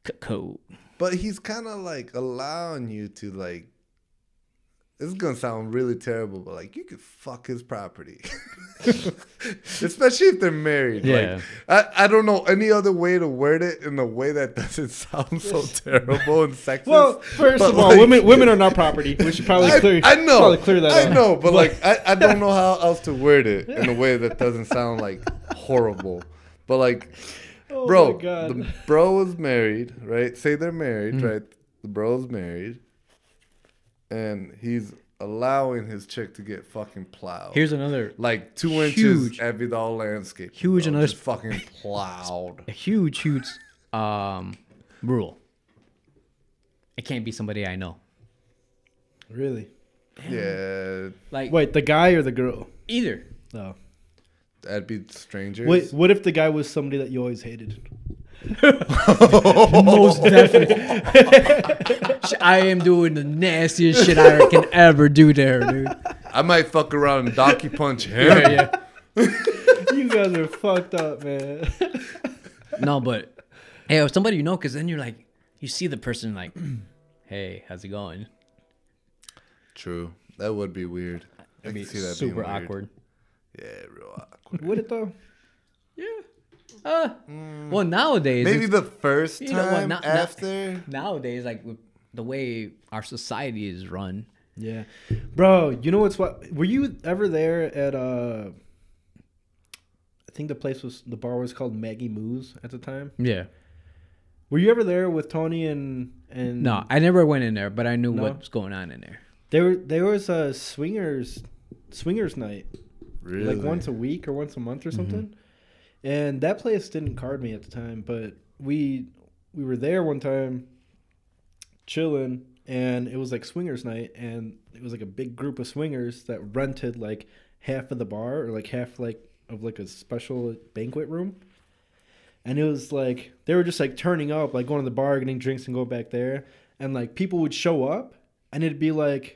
[SPEAKER 4] c- code.
[SPEAKER 1] but he's kind of like allowing you to like This is gonna sound really terrible, but like you could fuck his property, especially if they're married.
[SPEAKER 4] Yeah.
[SPEAKER 1] Like, I I don't know any other way to word it in a way that doesn't sound so terrible and sexist.
[SPEAKER 3] Well, first
[SPEAKER 1] but,
[SPEAKER 3] of all,
[SPEAKER 1] like,
[SPEAKER 3] women women are not property. We should probably
[SPEAKER 1] I,
[SPEAKER 3] clear.
[SPEAKER 1] I know.
[SPEAKER 3] probably clear that.
[SPEAKER 1] I
[SPEAKER 3] up.
[SPEAKER 1] know, but like I, I don't know how else to word it in a way that doesn't sound like horrible. But like
[SPEAKER 3] Oh
[SPEAKER 1] bro,
[SPEAKER 3] my God. Mm.
[SPEAKER 1] the bro is married, right? Say they're married, right? The bro's married. And he's allowing his chick to get fucking plowed.
[SPEAKER 4] Here's another
[SPEAKER 1] like two inches
[SPEAKER 4] huge-
[SPEAKER 1] every all landscape.
[SPEAKER 4] huge
[SPEAKER 1] bro,
[SPEAKER 4] another
[SPEAKER 1] just fucking plowed.
[SPEAKER 4] a huge, huge um, rule. It can't be somebody I know.
[SPEAKER 3] really?
[SPEAKER 1] yeah.
[SPEAKER 4] Like
[SPEAKER 3] Wait, the guy or the girl?
[SPEAKER 4] either.
[SPEAKER 3] No.
[SPEAKER 1] That'd be strangers.
[SPEAKER 3] What What if the guy was somebody that you always hated?
[SPEAKER 4] Most definitely. I am doing the nastiest shit I can ever do there, dude.
[SPEAKER 1] I might fuck around and donkey punch him.
[SPEAKER 3] you guys are fucked up, man.
[SPEAKER 4] No, but hey, if somebody you know, because then you're like, you see the person like, hey, how's it going?
[SPEAKER 1] True. That would be weird. I can see that being
[SPEAKER 4] Super
[SPEAKER 1] weird.
[SPEAKER 4] awkward.
[SPEAKER 1] Yeah, real awkward.
[SPEAKER 3] Would it though?
[SPEAKER 4] Uh, Well, nowadays,
[SPEAKER 1] Hmm. Maybe
[SPEAKER 4] it's-
[SPEAKER 1] the first time
[SPEAKER 4] You know what, not- not-
[SPEAKER 1] after.
[SPEAKER 4] nowadays, like with the way our society is run,
[SPEAKER 3] Yeah, bro. You know what's what? Were you ever there at? uh I think the place was the bar was called Maggie Moo's at the time.
[SPEAKER 4] yeah.
[SPEAKER 3] Were you ever there with Tony and and
[SPEAKER 4] No, I never went in there, but I knew
[SPEAKER 3] No?
[SPEAKER 4] what's going on in there.
[SPEAKER 3] There were there was a swingers swingers night
[SPEAKER 1] really?
[SPEAKER 3] like once a week or once a month or something, and that place didn't card me at the time. But we we were there one time, chilling, and it was like swingers night, and it was like a big group of swingers that rented like half of the bar or like half like of like a special banquet room. And it was like they were just like turning up, like going to the bar, getting drinks, and going back there. And like people would show up, and it'd be like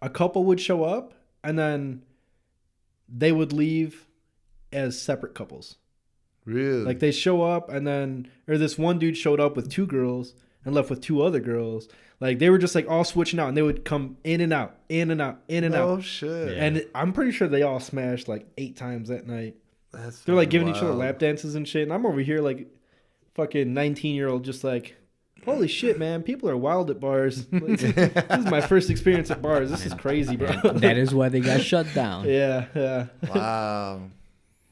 [SPEAKER 3] a couple would show up, and then they would leave as separate couples.
[SPEAKER 1] Really?
[SPEAKER 3] Like they show up, and then or this one dude showed up with two girls and left with two other girls. Like they were just like all switching out, and they would come in and out, in and out, in and
[SPEAKER 1] oh
[SPEAKER 3] out.
[SPEAKER 1] shit!
[SPEAKER 3] And I'm pretty sure they all smashed like eight times that night.
[SPEAKER 1] That's
[SPEAKER 3] They're like
[SPEAKER 1] fucking
[SPEAKER 3] giving each other
[SPEAKER 1] wild.
[SPEAKER 3] lap dances and shit. And I'm over here like fucking 19 year old, just like, holy shit, man. People are wild at bars. Like, this is my first experience at bars. This is crazy, bro.
[SPEAKER 4] That is why they got shut down.
[SPEAKER 3] yeah, yeah.
[SPEAKER 1] Wow,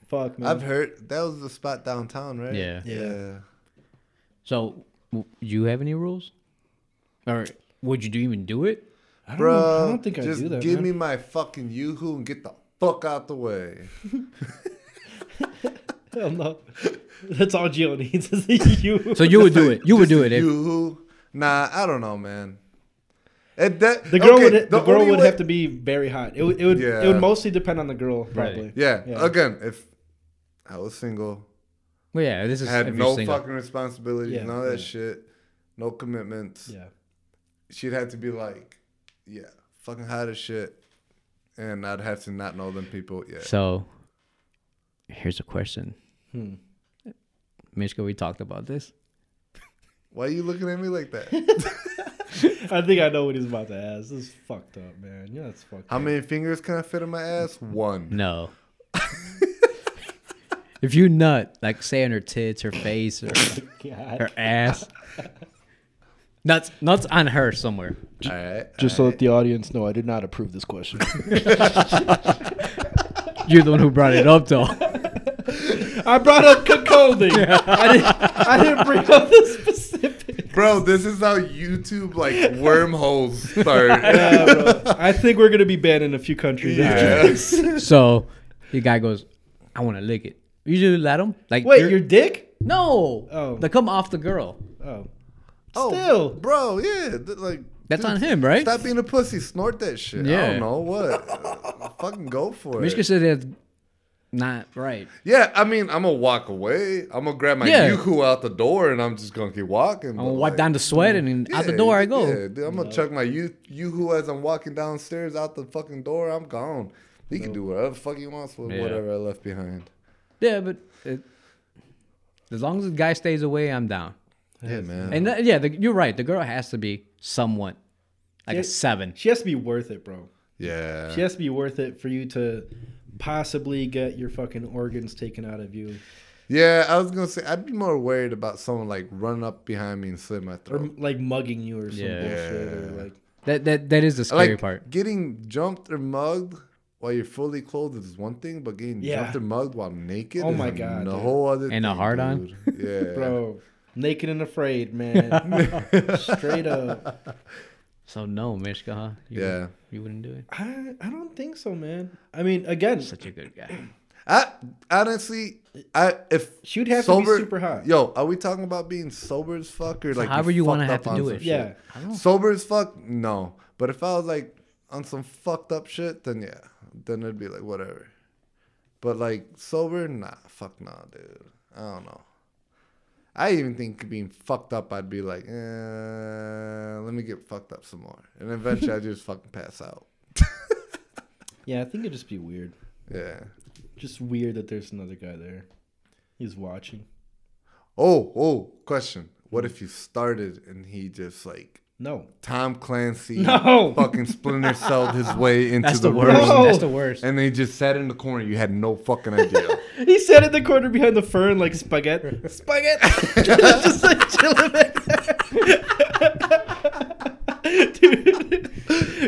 [SPEAKER 3] Fuck, man.
[SPEAKER 1] I've heard that was the spot downtown, right?
[SPEAKER 4] Yeah.
[SPEAKER 1] yeah.
[SPEAKER 4] So, w- you have any rules? Or would you do even do it?
[SPEAKER 3] I don't know-
[SPEAKER 1] Bro,
[SPEAKER 3] I don't think I
[SPEAKER 1] just
[SPEAKER 3] do that.
[SPEAKER 1] give
[SPEAKER 3] man.
[SPEAKER 1] me my fucking yoo-hoo and get the fuck out the way.
[SPEAKER 3] Hell no. That's all Gio needs is you.
[SPEAKER 4] So you would do it. You would
[SPEAKER 1] Just
[SPEAKER 4] do
[SPEAKER 1] a
[SPEAKER 4] it. If,
[SPEAKER 1] Yoo-hoo. Nah, I don't know, man. And that,
[SPEAKER 3] the girl
[SPEAKER 1] okay,
[SPEAKER 3] would the, girl
[SPEAKER 1] only
[SPEAKER 3] would
[SPEAKER 1] way-
[SPEAKER 3] have to be very hot. It would it would it
[SPEAKER 1] Yeah.
[SPEAKER 3] would mostly depend on the girl probably.
[SPEAKER 1] Yeah,
[SPEAKER 3] Yeah.
[SPEAKER 1] Again, if I was single,
[SPEAKER 4] well, yeah, this is
[SPEAKER 1] had
[SPEAKER 4] if
[SPEAKER 1] no
[SPEAKER 4] you're single.
[SPEAKER 1] fucking responsibilities,
[SPEAKER 3] Yeah,
[SPEAKER 1] none of that
[SPEAKER 3] yeah.
[SPEAKER 1] shit, no commitments.
[SPEAKER 3] Yeah.
[SPEAKER 1] she'd have to be like, yeah, fucking hot as shit. And I'd have to not know them people yet.
[SPEAKER 4] So, here's a question.
[SPEAKER 3] Hmm.
[SPEAKER 4] Mishka, we talked about this.
[SPEAKER 1] Why are you looking at me like that?
[SPEAKER 3] I think I know what he's about to ask. This is fucked up, man. Yeah, it's fucked
[SPEAKER 1] How
[SPEAKER 3] up.
[SPEAKER 1] many fingers can I fit in my ass? One.
[SPEAKER 4] No. if you nut, like say on her tits, her face, or
[SPEAKER 3] God.
[SPEAKER 4] her ass, nuts, nuts on her somewhere.
[SPEAKER 1] All right.
[SPEAKER 3] Just so that the audience know, I did not approve this question.
[SPEAKER 4] You're the one who brought it up, though.
[SPEAKER 3] I brought up cuckolding. I, didn't, I didn't bring up the specific.
[SPEAKER 1] Bro, this is how YouTube like wormholes start.
[SPEAKER 3] I think we're gonna be banned in a few countries.
[SPEAKER 1] Yes.
[SPEAKER 4] so the guy goes, "I want to lick it." You just let him. Like,
[SPEAKER 3] Wait,
[SPEAKER 4] you're-
[SPEAKER 3] your dick?
[SPEAKER 4] no,
[SPEAKER 3] Oh.
[SPEAKER 4] they come off the girl.
[SPEAKER 3] Oh,
[SPEAKER 1] Oh,
[SPEAKER 3] Still.
[SPEAKER 1] Bro, yeah. th- like
[SPEAKER 4] That's
[SPEAKER 1] dude,
[SPEAKER 4] on him, right?
[SPEAKER 1] Stop being a pussy. Snort that shit. I
[SPEAKER 4] Yeah.
[SPEAKER 1] don't know what. Uh, fucking go for
[SPEAKER 4] Mishka
[SPEAKER 1] it.
[SPEAKER 4] said that's not right.
[SPEAKER 1] Yeah, I mean, I'm gonna walk away. I'm gonna grab my
[SPEAKER 4] Yeah.
[SPEAKER 1] yoo-hoo out the door, and I'm just gonna keep walking.
[SPEAKER 4] I'm
[SPEAKER 1] but,
[SPEAKER 4] gonna wipe
[SPEAKER 1] like-
[SPEAKER 4] down the sweat and then out the
[SPEAKER 1] Yeah,
[SPEAKER 4] door I go.
[SPEAKER 1] Yeah, dude, I'm gonna chuck my you you who as I'm walking downstairs out the fucking door. I'm gone. He can do whatever the fuck he wants with
[SPEAKER 4] Yeah.
[SPEAKER 1] whatever I left behind.
[SPEAKER 4] Yeah, but it, as long as the guy stays away, I'm down.
[SPEAKER 1] Yeah, man.
[SPEAKER 4] And that, yeah, the, you're right. The girl has to be somewhat. like a seven.
[SPEAKER 3] She has to be worth it, bro.
[SPEAKER 1] Yeah.
[SPEAKER 3] She has to be worth it for you to possibly get your fucking organs taken out of you,
[SPEAKER 1] Yeah, I was gonna say I'd be more worried about someone like running up behind me and slit my
[SPEAKER 3] or
[SPEAKER 1] throat.
[SPEAKER 3] like mugging you or some
[SPEAKER 4] Yeah.
[SPEAKER 3] bullshit, or like
[SPEAKER 4] That that that is the
[SPEAKER 1] I like
[SPEAKER 4] scary part.
[SPEAKER 1] getting jumped or mugged while you're fully clothed is one thing, but getting
[SPEAKER 3] Yeah.
[SPEAKER 1] jumped or mugged while naked
[SPEAKER 3] Oh
[SPEAKER 1] is
[SPEAKER 3] my
[SPEAKER 1] a
[SPEAKER 3] God,
[SPEAKER 1] no-
[SPEAKER 3] dude.
[SPEAKER 1] whole other
[SPEAKER 4] And a
[SPEAKER 1] thing,
[SPEAKER 4] hard-on?
[SPEAKER 1] dude. Yeah,
[SPEAKER 3] bro, naked and afraid, man, straight up.
[SPEAKER 4] So no, Mishka, huh? You,
[SPEAKER 1] yeah.
[SPEAKER 4] you wouldn't do it.
[SPEAKER 3] I I don't think so, man. I mean, again,
[SPEAKER 4] Such a good guy.
[SPEAKER 1] I honestly, I if
[SPEAKER 3] she'd have
[SPEAKER 1] sober,
[SPEAKER 3] to be super hot.
[SPEAKER 1] Yo, are we talking about being sober as fuck or like
[SPEAKER 4] however you wanna
[SPEAKER 1] fucked
[SPEAKER 4] have
[SPEAKER 1] up
[SPEAKER 4] to
[SPEAKER 1] on
[SPEAKER 4] do
[SPEAKER 1] some
[SPEAKER 4] it.
[SPEAKER 1] shit?
[SPEAKER 3] Yeah,
[SPEAKER 4] I don't.
[SPEAKER 1] Sober as fuck, no. But if I was like on some fucked up shit, then yeah, then it'd be like whatever. But like sober, nah, fuck nah, dude. I don't know. I even think being fucked up, I'd be like, eh, let me get fucked up some more, and eventually I just fucking pass out.
[SPEAKER 3] yeah. I think it'd just be weird.
[SPEAKER 1] Yeah.
[SPEAKER 3] Just weird that there's another guy there. He's watching.
[SPEAKER 1] Oh, oh, question.
[SPEAKER 4] Hmm.
[SPEAKER 1] What if you started and he just like
[SPEAKER 3] No.
[SPEAKER 1] Tom Clancy
[SPEAKER 3] No.
[SPEAKER 1] fucking splinter celled his way into
[SPEAKER 4] That's
[SPEAKER 1] the,
[SPEAKER 4] the,
[SPEAKER 1] room?
[SPEAKER 4] worst.
[SPEAKER 3] No.
[SPEAKER 4] That's the worst.
[SPEAKER 1] And they just sat in the corner. You had no fucking idea.
[SPEAKER 3] He sat in the corner behind the fern like spaghetti. spaghetti! Just like chilling back there. Dude,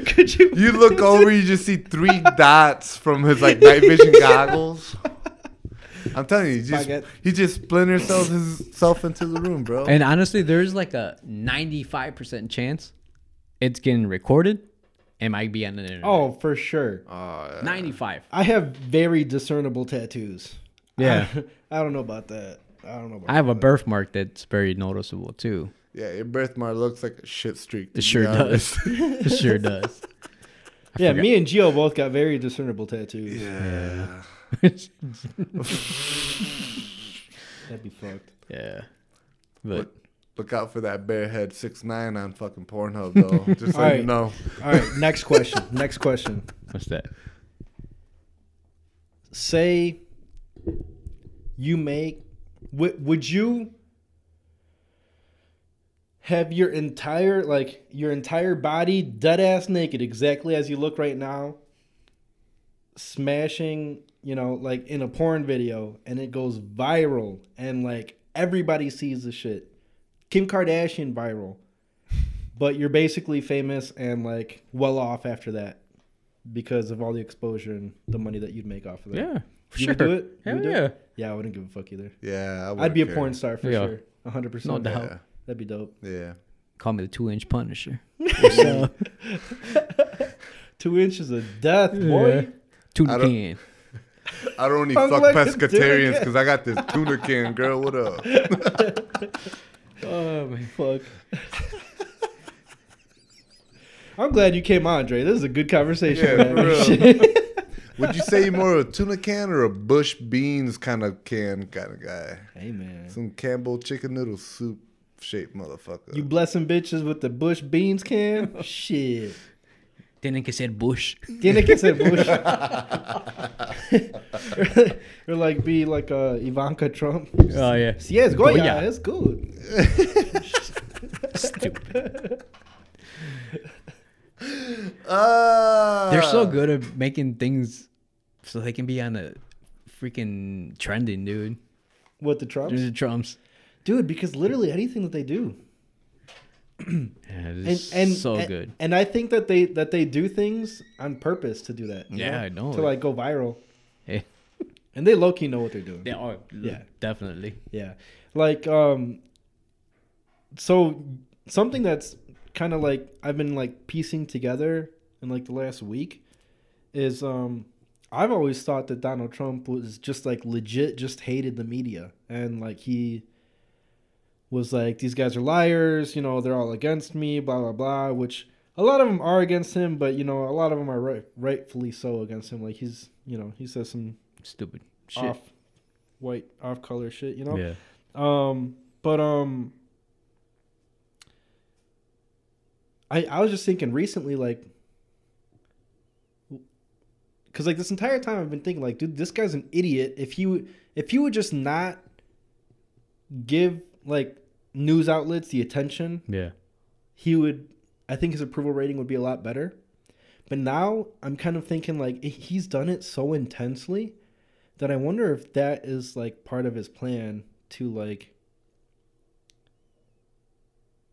[SPEAKER 3] could you?
[SPEAKER 1] you look over, you just see three dots from his like night vision goggles. I'm telling you, he just,
[SPEAKER 3] Spaghetti.
[SPEAKER 1] he just splinter cells himself into the room, bro.
[SPEAKER 4] And honestly, there's like a 95% chance it's getting recorded and might be on the internet.
[SPEAKER 3] Oh, for sure.
[SPEAKER 1] Oh, yeah.
[SPEAKER 4] 95.
[SPEAKER 3] I have very discernible tattoos.
[SPEAKER 4] Yeah.
[SPEAKER 3] I, I don't know about that. I don't know about
[SPEAKER 4] I have a birthmark that's very noticeable too.
[SPEAKER 1] yeah, your birthmark looks like a shit streak. to be
[SPEAKER 4] It sure
[SPEAKER 1] honest.
[SPEAKER 4] does. it sure does.
[SPEAKER 3] Yeah,
[SPEAKER 4] forgot.
[SPEAKER 3] me and Gio both got very discernible tattoos.
[SPEAKER 1] Yeah.
[SPEAKER 3] That'd be fucked.
[SPEAKER 4] yeah.
[SPEAKER 1] Look,
[SPEAKER 4] But
[SPEAKER 1] look out for that barehead six nine on fucking Pornhub though. Just so you
[SPEAKER 3] Alright.
[SPEAKER 1] know.
[SPEAKER 3] All right, next question. next question.
[SPEAKER 4] what's that?
[SPEAKER 3] say you make would would you have your entire like your entire body dead ass naked exactly as you look right now smashing you know like in a porn video and it goes viral and like everybody sees the shit kim kardashian viral but you're basically famous and like well off after that because of all the exposure and the money that you'd make off of that
[SPEAKER 4] Yeah.
[SPEAKER 3] you
[SPEAKER 4] sure.
[SPEAKER 3] would do it? You
[SPEAKER 4] Hell
[SPEAKER 3] would do it?
[SPEAKER 4] yeah.
[SPEAKER 3] Yeah, I wouldn't give a fuck either.
[SPEAKER 1] Yeah, I
[SPEAKER 3] I'd
[SPEAKER 1] wouldn't
[SPEAKER 3] be a
[SPEAKER 1] care.
[SPEAKER 3] porn star for
[SPEAKER 4] Yeah.
[SPEAKER 3] sure. 100%.
[SPEAKER 4] No doubt.
[SPEAKER 1] Yeah,
[SPEAKER 3] That'd be dope.
[SPEAKER 1] yeah.
[SPEAKER 4] Call me the two inch punisher.
[SPEAKER 3] Two inches of death, boy.
[SPEAKER 1] I
[SPEAKER 4] Tuna
[SPEAKER 1] don't-
[SPEAKER 4] can.
[SPEAKER 1] I don't only
[SPEAKER 3] I'm
[SPEAKER 1] fuck
[SPEAKER 3] like a
[SPEAKER 1] pescatarians
[SPEAKER 3] dick.
[SPEAKER 1] because I got this tuna can, girl. What up?
[SPEAKER 4] Oh man.
[SPEAKER 3] Fuck. I'm glad you came on, Dre. This is a good conversation.
[SPEAKER 1] Yeah,
[SPEAKER 3] man.
[SPEAKER 1] for real.
[SPEAKER 3] Shit.
[SPEAKER 1] Would you say you're more of a tuna can or a bush beans kind of can kind of guy?
[SPEAKER 3] hey, man.
[SPEAKER 1] Some Campbell chicken noodle soup shaped motherfucker.
[SPEAKER 3] You blessing bitches with the Bush beans can? Shit.
[SPEAKER 4] Then it said bush.
[SPEAKER 3] Then it gets a Bush. or like be like uh, Ivanka Trump.
[SPEAKER 4] Oh yeah.
[SPEAKER 3] Yeah, it's Goya.
[SPEAKER 4] Goya.
[SPEAKER 3] That's good.
[SPEAKER 1] Ah,
[SPEAKER 4] They're
[SPEAKER 3] Uh,
[SPEAKER 4] so good at making things so they can be on a freaking trending, dude.
[SPEAKER 3] What the Trumps?
[SPEAKER 4] There's the Trumps.
[SPEAKER 3] dude because literally anything that they do
[SPEAKER 4] Yeah,
[SPEAKER 3] and
[SPEAKER 4] it's
[SPEAKER 3] and
[SPEAKER 4] so
[SPEAKER 3] and-
[SPEAKER 4] good.
[SPEAKER 3] and i think that they that they do things on purpose to do that you
[SPEAKER 4] Yeah, I know.
[SPEAKER 3] to like go viral
[SPEAKER 4] Yeah.
[SPEAKER 3] and they low-key know what they're doing
[SPEAKER 4] They are.
[SPEAKER 3] Yeah.
[SPEAKER 4] Definitely.
[SPEAKER 3] yeah like um so something that's kind of like i've been like piecing together in like the last week is um i've always thought that donald trump was just like legit just hated the media and like he was like these guys are liars you know they're all against me blah blah blah which a lot of them are against him but you know a lot of them are right, rightfully so against him like he's you know he says some
[SPEAKER 4] Stupid
[SPEAKER 3] Oh,
[SPEAKER 4] shit.
[SPEAKER 3] off white off color shit you know
[SPEAKER 4] Yeah.
[SPEAKER 3] um, but um, I I was just thinking recently, like, because like this entire time I've been thinking, like, dude, this guy's an idiot. If he would- if he would just not give like news outlets the attention
[SPEAKER 4] Yeah.
[SPEAKER 3] he would I think his approval rating would be a lot better. But now I'm kind of thinking like h- he's done it so intensely that I wonder if that is like part of his plan to like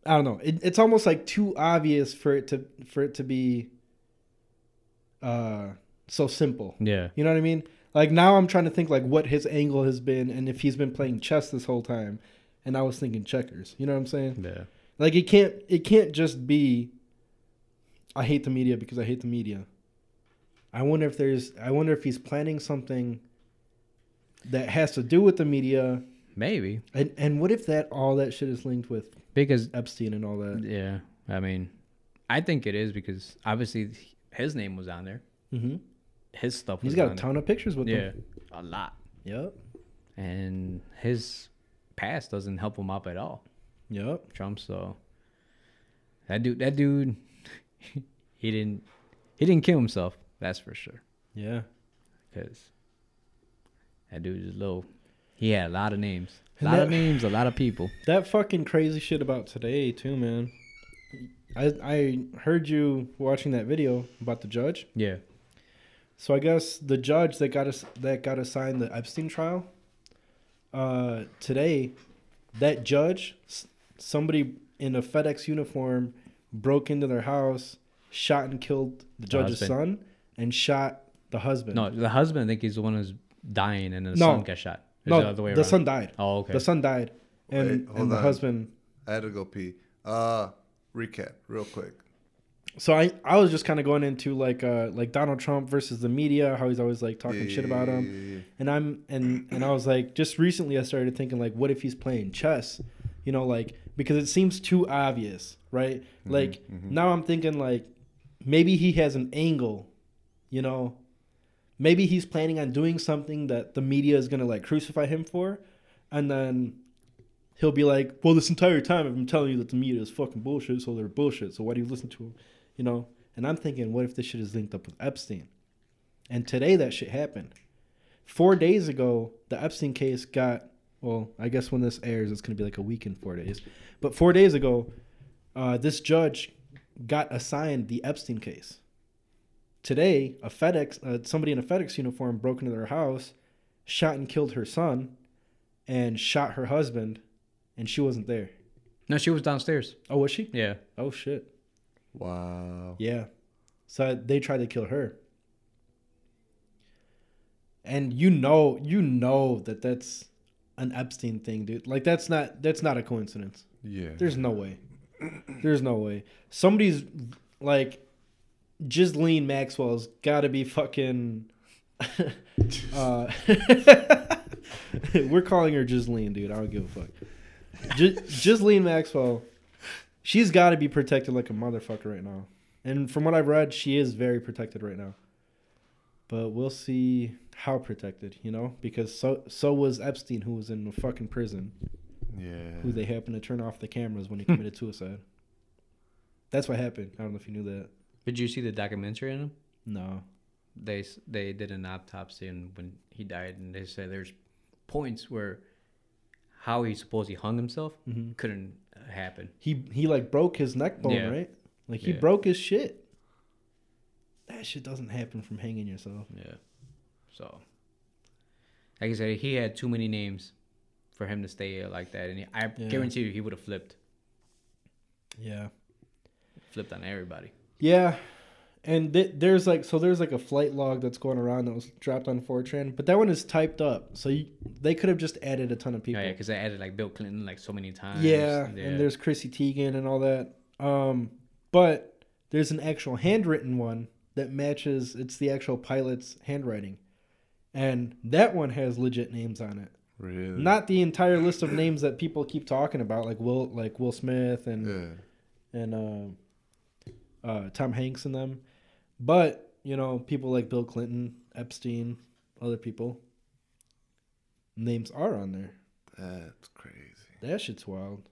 [SPEAKER 3] I don't know. It, it's almost like too obvious for it to for it to be uh so simple.
[SPEAKER 4] Yeah.
[SPEAKER 3] You know what I mean? Like now I'm trying to think like what his angle has been and if he's been playing chess this whole time. And I was thinking checkers. You know what I'm saying?
[SPEAKER 4] Yeah.
[SPEAKER 3] Like it can't it can't just be I hate the media because I hate the media. I wonder if there's I wonder if he's planning something that has to do with the media
[SPEAKER 4] Maybe.
[SPEAKER 3] and and what if that all that shit is linked with
[SPEAKER 4] Because
[SPEAKER 3] Epstein and all that.
[SPEAKER 4] yeah, I mean, I think it is because obviously his name was on there.
[SPEAKER 3] Mm-hmm.
[SPEAKER 4] His stuff was
[SPEAKER 3] He's got a
[SPEAKER 4] on
[SPEAKER 3] ton of pictures with
[SPEAKER 4] there.
[SPEAKER 3] him.
[SPEAKER 4] Yeah. A lot.
[SPEAKER 3] Yep.
[SPEAKER 4] And his past doesn't help him up at all.
[SPEAKER 3] Yep.
[SPEAKER 4] Trump, so that dude that dude he didn't he didn't kill himself, that's for sure.
[SPEAKER 3] Yeah.
[SPEAKER 4] Cuz that dude is low. He had a lot of names. A
[SPEAKER 3] And
[SPEAKER 4] lot of
[SPEAKER 3] that-
[SPEAKER 4] names, a lot of people.
[SPEAKER 3] That fucking crazy shit about today too, man. I I heard you watching that video about the judge.
[SPEAKER 4] Yeah.
[SPEAKER 3] So I guess the judge that got us that got assigned the Epstein trial uh, today, that judge, s- somebody in a FedEx uniform broke into their house, shot and killed the judge's
[SPEAKER 4] husband.
[SPEAKER 3] son, and shot the husband.
[SPEAKER 4] No, the husband I think he's the one who's dying and the
[SPEAKER 3] No.
[SPEAKER 4] son got shot. Is
[SPEAKER 3] no,
[SPEAKER 4] it the other way
[SPEAKER 3] the
[SPEAKER 4] around?
[SPEAKER 3] son died.
[SPEAKER 4] Oh, okay.
[SPEAKER 3] The son died, and,
[SPEAKER 1] Wait, hold
[SPEAKER 3] and the
[SPEAKER 1] on.
[SPEAKER 3] husband
[SPEAKER 1] I had to go pee. Uh, recap real quick.
[SPEAKER 3] so I, I was just kind of going into like uh like Donald Trump versus the media, how he's always like talking shit about him, and I'm and and I was like just recently I started thinking like what if he's playing chess, you know like because it seems too obvious, right? Like now I'm thinking like maybe he has an angle, you know, maybe he's planning on doing something that the media is gonna like crucify him for, and then he'll be like, well this entire time I've been telling you that the media is fucking bullshit, so they're bullshit, so why do you listen to them? you know and i'm thinking what if this shit is linked up with epstein and today that shit happened four days ago the epstein case got well i guess when this airs it's going to be like a week and four days but four days ago uh, this judge got assigned the epstein case today a fedex uh, somebody in a fedex uniform broke into their house shot and killed her son and shot her husband and she wasn't there
[SPEAKER 4] No, she was downstairs.
[SPEAKER 3] oh was she
[SPEAKER 4] Yeah.
[SPEAKER 3] oh shit
[SPEAKER 1] Wow.
[SPEAKER 3] yeah. So they tried to kill her. And you know, you know that that's an Epstein thing, dude. Like that's not that's not a coincidence.
[SPEAKER 1] Yeah.
[SPEAKER 3] There's no way. There's no way. Somebody's like Ghislaine Maxwell's got to be fucking uh, we're calling her Ghislaine, dude. I don't give a fuck. G- Ghislaine Maxwell, she's got to be protected like a motherfucker right now. And from what I've read, she is very protected right now. But we'll see how protected, you know, because so so was Epstein, who was in the fucking prison who
[SPEAKER 1] Yeah.
[SPEAKER 3] they happened to turn off the cameras when he
[SPEAKER 4] Hmm.
[SPEAKER 3] committed suicide. That's what happened. I don't know if you knew that.
[SPEAKER 4] Did you see the documentary on him?
[SPEAKER 3] No.
[SPEAKER 4] They s- they did an autopsy and when he died and they said there's points where how he supposedly hung himself
[SPEAKER 3] Mhm.
[SPEAKER 4] couldn't uh, happen.
[SPEAKER 3] He he like broke his neck bone,
[SPEAKER 4] Yeah.
[SPEAKER 3] right? Like he
[SPEAKER 4] Yeah.
[SPEAKER 3] broke his shit. That shit doesn't happen from hanging yourself.
[SPEAKER 4] Yeah. So, like I said, he had too many names for him to stay like that, and he, I
[SPEAKER 3] Yeah.
[SPEAKER 4] guarantee you, he would have flipped,
[SPEAKER 3] Yeah.
[SPEAKER 4] flipped on everybody.
[SPEAKER 3] Yeah. And th- there's like so there's like a flight log that's going around that was dropped on 4chan, but that one is typed up. So you, they could have just added a ton of
[SPEAKER 4] Oh,
[SPEAKER 3] people.
[SPEAKER 4] yeah, because they added like Bill Clinton like so many times.
[SPEAKER 3] Yeah,
[SPEAKER 4] Yeah.
[SPEAKER 3] and there's Chrissy Teigen and all that. Um, but there's an actual handwritten one that matches. It's the actual pilot's handwriting, and that one has legit names on it.
[SPEAKER 1] Really.
[SPEAKER 3] Not the entire list of names that people keep talking about, like Will, like Will Smith and
[SPEAKER 1] Yeah.
[SPEAKER 3] and uh, uh, Tom Hanks and them. But you know, people like Bill Clinton, Epstein, other people. Names are on there.
[SPEAKER 1] That's crazy.
[SPEAKER 3] That shit's wild.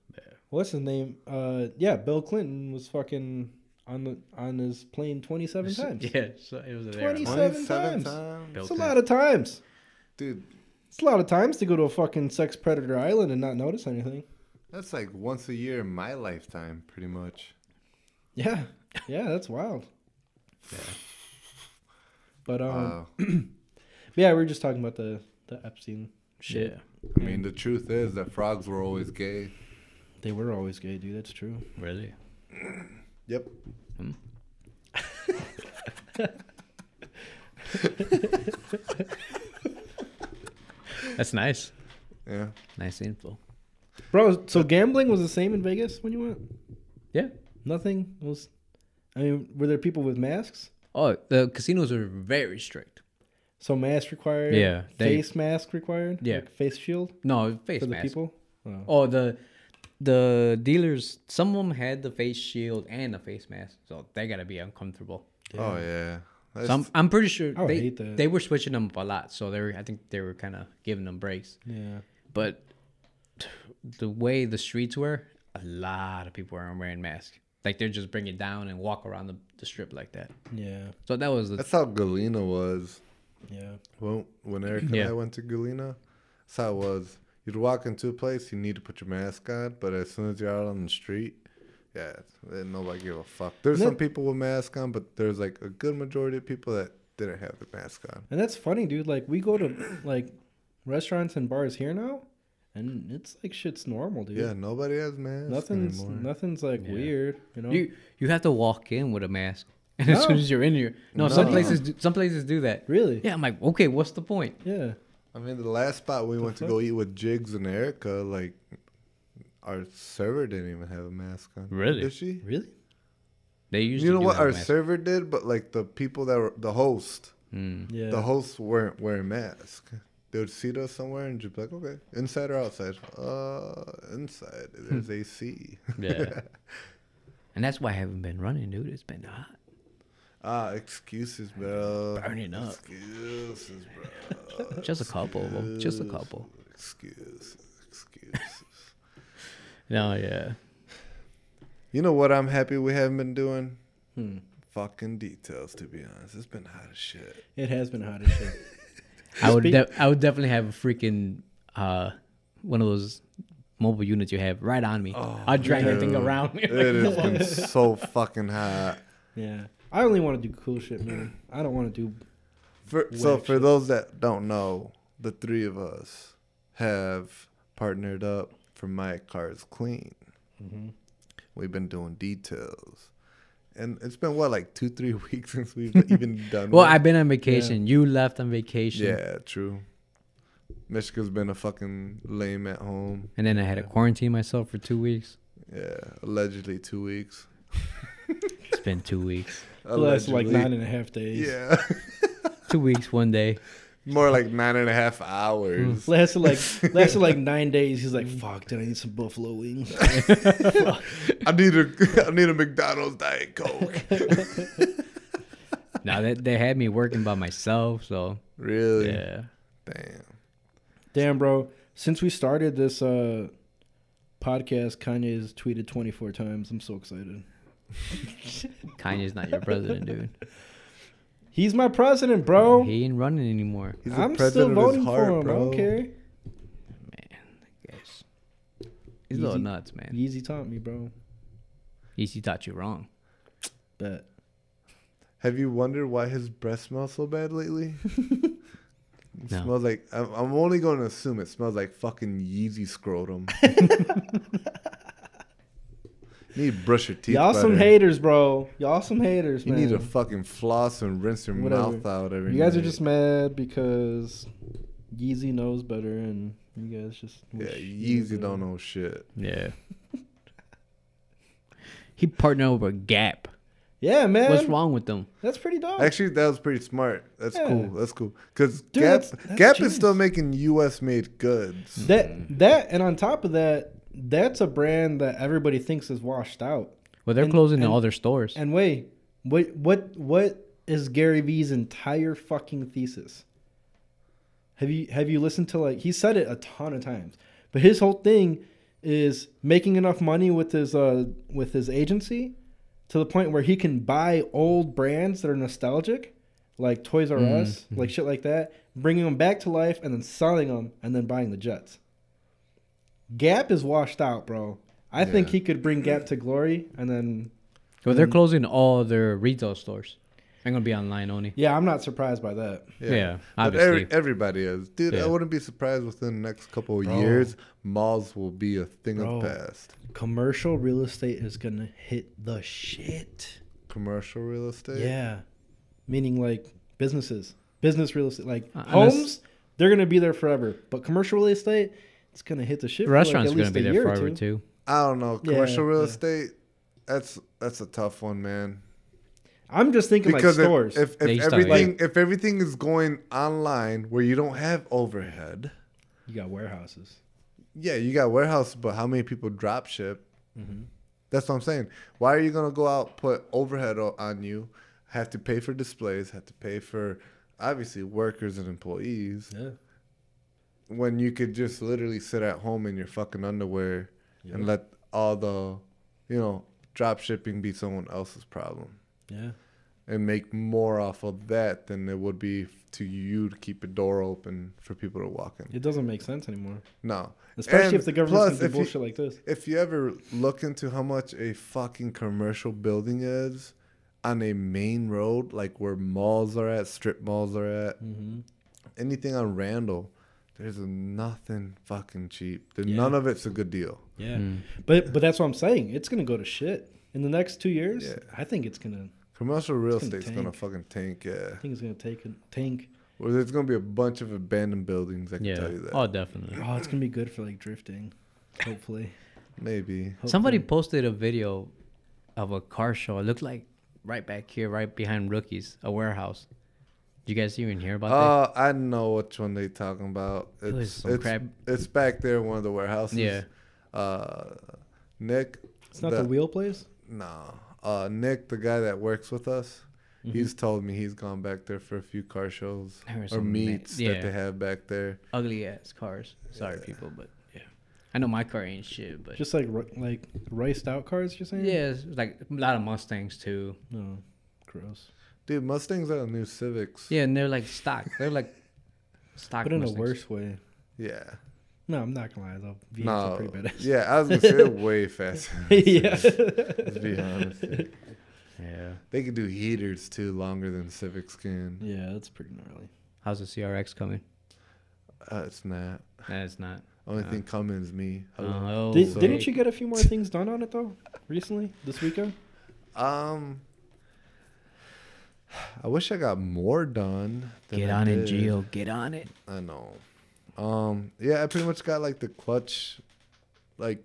[SPEAKER 3] What's his name? Uh, yeah, Bill Clinton was fucking on the on his plane twenty seven times.
[SPEAKER 4] yeah, so it was there.
[SPEAKER 3] 27
[SPEAKER 1] times.
[SPEAKER 3] times.
[SPEAKER 4] Bill
[SPEAKER 3] It's a
[SPEAKER 4] Clinton.
[SPEAKER 3] lot of times.
[SPEAKER 1] Dude,
[SPEAKER 3] It's a lot of times to go to a fucking sex predator island and not notice anything.
[SPEAKER 1] that's like once a year in my lifetime, pretty much.
[SPEAKER 3] Yeah, yeah, that's wild. But um,
[SPEAKER 4] Uh,
[SPEAKER 1] Wow.
[SPEAKER 3] yeah, we were just talking about the the Epstein shit.
[SPEAKER 1] I mean, the truth is that frogs were always gay.
[SPEAKER 3] They were always gay, dude. That's true.
[SPEAKER 4] Really?
[SPEAKER 1] Yep.
[SPEAKER 4] That's nice.
[SPEAKER 1] Yeah.
[SPEAKER 4] Nice info.
[SPEAKER 3] Bro, so gambling was the same in Vegas when you went?
[SPEAKER 4] Yeah.
[SPEAKER 3] Nothing was. I mean, were there people with masks?
[SPEAKER 4] Oh, the casinos are very strict.
[SPEAKER 3] So mask required.
[SPEAKER 4] Yeah, they-
[SPEAKER 3] face mask required.
[SPEAKER 4] Yeah.
[SPEAKER 3] like face shield
[SPEAKER 4] No, face
[SPEAKER 3] for the
[SPEAKER 4] mask.
[SPEAKER 3] people. Oh.
[SPEAKER 4] Oh, the the dealers. Some of them had the face shield and the face mask, so they gotta be uncomfortable.
[SPEAKER 1] Oh yeah. That's,
[SPEAKER 4] So I'm, I'm pretty sure
[SPEAKER 3] I would
[SPEAKER 4] they
[SPEAKER 3] hate that.
[SPEAKER 4] they were switching them up a lot. So they were, I think they were kind of giving them breaks.
[SPEAKER 3] Yeah.
[SPEAKER 4] But the way the streets were, a lot of people are wearing masks. Like they're just bring it down and walk around the, the strip like that.
[SPEAKER 3] Yeah.
[SPEAKER 4] So that was the,
[SPEAKER 1] that's how Galena was.
[SPEAKER 3] Yeah.
[SPEAKER 1] Well, when Eric and
[SPEAKER 4] Yeah.
[SPEAKER 1] I went to Galena, that's how it was. You'd walk into a place, you need to put your mask on, but as soon as you're out on the street, yeah, then nobody gave a fuck. There's
[SPEAKER 3] No.
[SPEAKER 1] some people with masks on, but there's like a good majority of people that didn't have the mask on.
[SPEAKER 3] And that's funny, dude. Like we go to like restaurants and bars here now, and it's like shit's normal, dude.
[SPEAKER 1] Yeah, nobody has masks
[SPEAKER 3] Nothing's
[SPEAKER 1] anymore.
[SPEAKER 3] nothing's like
[SPEAKER 4] Yeah.
[SPEAKER 3] weird, you know.
[SPEAKER 4] you you have to walk in with a mask. And as
[SPEAKER 3] No.
[SPEAKER 4] soon as you're in here, no, some
[SPEAKER 1] No.
[SPEAKER 4] places do, some places do that.
[SPEAKER 3] really?
[SPEAKER 4] Yeah, I'm like, okay, what's the point?
[SPEAKER 3] Yeah.
[SPEAKER 1] I mean, the last spot we went to go eat with Jigs and Erica, like, our server didn't even have a mask on.
[SPEAKER 4] Really?
[SPEAKER 1] Did she?
[SPEAKER 3] Really?
[SPEAKER 4] They usually
[SPEAKER 1] You know
[SPEAKER 4] do
[SPEAKER 1] what
[SPEAKER 4] have
[SPEAKER 1] our
[SPEAKER 4] masks.
[SPEAKER 1] server did, but like the people that were the host,
[SPEAKER 4] Mm.
[SPEAKER 3] Yeah.
[SPEAKER 1] the hosts weren't wearing masks. They would seat us somewhere and just be like, okay, inside or outside? Uh, inside.
[SPEAKER 4] Hmm.
[SPEAKER 1] There's AC.
[SPEAKER 4] Yeah. and that's why I haven't been running, dude. It's been hot.
[SPEAKER 1] ah, excuses, bro.
[SPEAKER 4] Burning up.
[SPEAKER 1] Excuses, bro.
[SPEAKER 4] Just a couple of 'em, just a couple.
[SPEAKER 1] Excuses, excuses.
[SPEAKER 4] No, yeah.
[SPEAKER 1] you know what I'm happy we haven't been doing? Fucking details, to be honest. It's been hot as shit.
[SPEAKER 3] It has been hot as shit.
[SPEAKER 4] I would
[SPEAKER 3] Speak-
[SPEAKER 4] de- I would definitely have a freaking uh one of those mobile units you have right on me. I'll drag that thing
[SPEAKER 1] dude.
[SPEAKER 4] around.
[SPEAKER 1] It has been so fucking hot.
[SPEAKER 3] yeah. I only want to do cool shit, man. I don't want to do.
[SPEAKER 1] For, so
[SPEAKER 3] Whack
[SPEAKER 1] for those that don't know, the three of us have partnered up for My Car's Clean. We've been doing details. And it's been what, like two, three weeks since we've even done
[SPEAKER 4] well,
[SPEAKER 1] one?
[SPEAKER 4] I've been on vacation. You left on vacation.
[SPEAKER 1] Yeah, true. Michigan's been a fucking lame at home.
[SPEAKER 4] And then I had to quarantine myself for two weeks.
[SPEAKER 1] Yeah, allegedly two weeks.
[SPEAKER 4] It's been two weeks.
[SPEAKER 3] The last like nine
[SPEAKER 1] Allegedly.
[SPEAKER 3] and a half days.
[SPEAKER 1] Yeah,
[SPEAKER 4] two weeks, one day.
[SPEAKER 1] more like nine and a half hours.
[SPEAKER 3] Lasted like lasted like nine days. He's like, "Fuck, did I need some buffalo wings?"
[SPEAKER 1] I need a I need a McDonald's diet coke.
[SPEAKER 4] Now that they had me working by myself, so
[SPEAKER 1] really?
[SPEAKER 4] yeah.
[SPEAKER 1] Damn.
[SPEAKER 3] Damn, bro. Since we started this uh, podcast, Kanye's tweeted 24 times. I'm so excited.
[SPEAKER 4] Kanye's not your president, dude.
[SPEAKER 3] He's my president, bro.
[SPEAKER 4] He ain't running anymore.
[SPEAKER 1] He's the
[SPEAKER 3] I'm still
[SPEAKER 1] president of his
[SPEAKER 3] voting
[SPEAKER 1] heart,
[SPEAKER 3] for him. I don't care.
[SPEAKER 4] Yes. He's a little
[SPEAKER 3] Easy-
[SPEAKER 4] nuts, man.
[SPEAKER 3] Yeezy taught me, bro.
[SPEAKER 4] Easy taught you wrong.
[SPEAKER 3] But
[SPEAKER 1] Have you wondered why his breath smells so bad lately? It
[SPEAKER 4] No.
[SPEAKER 1] Smells like I'm, I'm only going to assume it smells like fucking Yeezy scrotum. you need to brush your teeth.
[SPEAKER 3] y'all some
[SPEAKER 1] better.
[SPEAKER 3] haters, bro. Y'all some haters,
[SPEAKER 1] You
[SPEAKER 3] man.
[SPEAKER 1] need to fucking floss and rinse your
[SPEAKER 3] Whatever.
[SPEAKER 1] mouth out every.
[SPEAKER 3] you guys are
[SPEAKER 1] night.
[SPEAKER 3] just mad because Yeezy knows better, and you guys just
[SPEAKER 1] yeah.
[SPEAKER 3] wish he was
[SPEAKER 1] Yeezy don't
[SPEAKER 3] better.
[SPEAKER 1] know shit.
[SPEAKER 4] Yeah. he partnered up with Gap.
[SPEAKER 3] Yeah, man.
[SPEAKER 4] What's wrong with them?
[SPEAKER 3] That's pretty dope.
[SPEAKER 1] Actually, that was pretty smart. That's
[SPEAKER 3] Yeah.
[SPEAKER 1] cool. That's cool. Cause
[SPEAKER 3] Dude,
[SPEAKER 1] Gap
[SPEAKER 3] that's- that's
[SPEAKER 1] Gap is still
[SPEAKER 3] genius. Mm.
[SPEAKER 1] making U.S. made goods.
[SPEAKER 3] That that and on top of that, that's a brand that everybody thinks is washed out.
[SPEAKER 4] Well, they're
[SPEAKER 3] And-
[SPEAKER 4] closing
[SPEAKER 3] and-
[SPEAKER 4] all their stores.
[SPEAKER 3] And wait, what what what is Gary Vee's entire fucking thesis? Have you have you listened to like he said it a ton of times, but his whole thing is making enough money with his uh with his agency to the point where he can buy old brands that are nostalgic, like Toys R Us, like shit like that, bringing them back to life and then selling them and then buying the Jets. Gap is washed out, bro. I think
[SPEAKER 1] Yeah.
[SPEAKER 3] he could bring Gap to glory and then
[SPEAKER 4] Well, they're closing all their retail stores. They're gonna be online only.
[SPEAKER 3] Yeah, I'm not surprised by that.
[SPEAKER 4] Yeah,
[SPEAKER 1] But
[SPEAKER 4] obviously.
[SPEAKER 1] every, everybody is, dude.
[SPEAKER 4] Yeah.
[SPEAKER 1] I wouldn't be surprised within the next couple of
[SPEAKER 3] Bro.
[SPEAKER 1] years, malls will be a thing
[SPEAKER 3] Bro.
[SPEAKER 1] of the past.
[SPEAKER 3] Commercial real estate is gonna hit the shit.
[SPEAKER 1] Commercial real estate.
[SPEAKER 3] Yeah, meaning like businesses, business real estate, like
[SPEAKER 4] Uh, unless-
[SPEAKER 3] homes. they're gonna be there forever, but commercial real estate, it's gonna hit the shit. for, like,
[SPEAKER 4] Restaurants
[SPEAKER 3] at
[SPEAKER 4] are
[SPEAKER 3] least
[SPEAKER 4] gonna be
[SPEAKER 3] a
[SPEAKER 4] there
[SPEAKER 3] year or
[SPEAKER 4] forever
[SPEAKER 3] two.
[SPEAKER 4] too.
[SPEAKER 1] I don't know.
[SPEAKER 3] Yeah,
[SPEAKER 1] Commercial real
[SPEAKER 3] yeah.
[SPEAKER 1] estate. That's that's a tough one, man.
[SPEAKER 3] I'm just thinking
[SPEAKER 1] Because
[SPEAKER 3] like
[SPEAKER 1] if-
[SPEAKER 3] stores.
[SPEAKER 1] if if,
[SPEAKER 4] They start-
[SPEAKER 1] everything if everything is going online where you don't have overhead,
[SPEAKER 3] you got warehouses.
[SPEAKER 1] yeah, you got warehouse, but how many people drop ship?
[SPEAKER 3] Mhm.
[SPEAKER 1] That's what I'm saying. Why are you gonna go out put overhead o- on you? Have to pay for displays. Have to pay for obviously workers and employees.
[SPEAKER 3] Yeah.
[SPEAKER 1] when you could just literally sit at home in your fucking underwear and let all the, you know, drop shipping be someone else's problem
[SPEAKER 3] Yeah.
[SPEAKER 1] and make more off of that than it would be to you to keep a door open for people to walk in.
[SPEAKER 3] It doesn't make sense anymore.
[SPEAKER 1] No.
[SPEAKER 3] Especially
[SPEAKER 1] And
[SPEAKER 3] if the government's
[SPEAKER 1] plus,
[SPEAKER 3] gonna
[SPEAKER 1] if
[SPEAKER 3] do
[SPEAKER 1] you-
[SPEAKER 3] bullshit like this.
[SPEAKER 1] If you ever look into how much a fucking commercial building is on a main road, like where malls are at, strip malls are at,
[SPEAKER 3] Mm-hmm.
[SPEAKER 1] anything on Randall, there's nothing fucking cheap. There-
[SPEAKER 3] Yeah.
[SPEAKER 1] None of it's a good deal.
[SPEAKER 3] Yeah.
[SPEAKER 4] Hmm.
[SPEAKER 3] But but that's what I'm saying. It's gonna go to shit in the next two years.
[SPEAKER 1] Yeah.
[SPEAKER 3] I think it's gonna.
[SPEAKER 1] Commercial real
[SPEAKER 3] It's gonna
[SPEAKER 1] estate's gonna
[SPEAKER 3] tank.
[SPEAKER 1] fucking tank, yeah.
[SPEAKER 3] I think it's gonna take a tank.
[SPEAKER 1] Well, there's gonna be a bunch of abandoned buildings. I can
[SPEAKER 4] Yeah.
[SPEAKER 1] tell you that.
[SPEAKER 4] Oh, definitely.
[SPEAKER 3] Oh, it's gonna be good for like drifting. Hopefully.
[SPEAKER 1] Maybe.
[SPEAKER 4] Somebody
[SPEAKER 3] Hopefully.
[SPEAKER 4] posted a video of a car show. It looked like right back here, right behind Rookies, a warehouse. Did you guys even hear about that?
[SPEAKER 1] Uh, I know which one they talking about. It's,
[SPEAKER 4] It was some
[SPEAKER 1] it's,
[SPEAKER 4] crap.
[SPEAKER 1] it's back there, in one of the warehouses.
[SPEAKER 4] Yeah.
[SPEAKER 1] Uh, Nick.
[SPEAKER 3] It's not the, wheel place.
[SPEAKER 1] No. Uh, Nick, the guy that works with us,
[SPEAKER 4] Mm-hmm.
[SPEAKER 1] he's told me he's gone back there for a few car shows
[SPEAKER 4] I heard
[SPEAKER 1] or
[SPEAKER 4] some ma-
[SPEAKER 1] meets
[SPEAKER 4] yeah.
[SPEAKER 1] that they have back there.
[SPEAKER 4] Ugly ass cars. Sorry, people, but yeah. I know my car ain't shit, but
[SPEAKER 3] Just like ri- like riced out cars. You're saying?
[SPEAKER 4] yeah, it's like a lot of Mustangs too.
[SPEAKER 3] No. Gross.
[SPEAKER 1] Dude, Mustangs are the new Civics.
[SPEAKER 4] Yeah, and they're like stock. They're like stock.
[SPEAKER 3] But in a
[SPEAKER 4] Mustangs.
[SPEAKER 3] worse way.
[SPEAKER 1] Yeah.
[SPEAKER 3] No, I'm not gonna lie though. V8s are
[SPEAKER 1] No.
[SPEAKER 3] pretty badass.
[SPEAKER 1] Yeah, I was gonna say they're way faster.
[SPEAKER 3] yeah.
[SPEAKER 1] Let's be honest. dude.
[SPEAKER 4] Yeah.
[SPEAKER 1] They could do heaters too, longer than Civics can.
[SPEAKER 3] yeah, that's pretty gnarly.
[SPEAKER 4] How's the CRX coming?
[SPEAKER 1] Uh, it's not.
[SPEAKER 4] Nah, it's not.
[SPEAKER 1] Only
[SPEAKER 4] Uh.
[SPEAKER 1] thing coming is me. Hello.
[SPEAKER 4] Oh,
[SPEAKER 3] Did,
[SPEAKER 1] so-
[SPEAKER 3] Didn't you get a few more things done on it though? Recently, this weekend.
[SPEAKER 4] Uh-huh.
[SPEAKER 1] Um, I wish I got more done. than
[SPEAKER 4] get
[SPEAKER 1] I
[SPEAKER 4] on it,
[SPEAKER 1] did.
[SPEAKER 4] Geo? Get on it.
[SPEAKER 1] I know. Um, yeah, I pretty much got like the clutch, like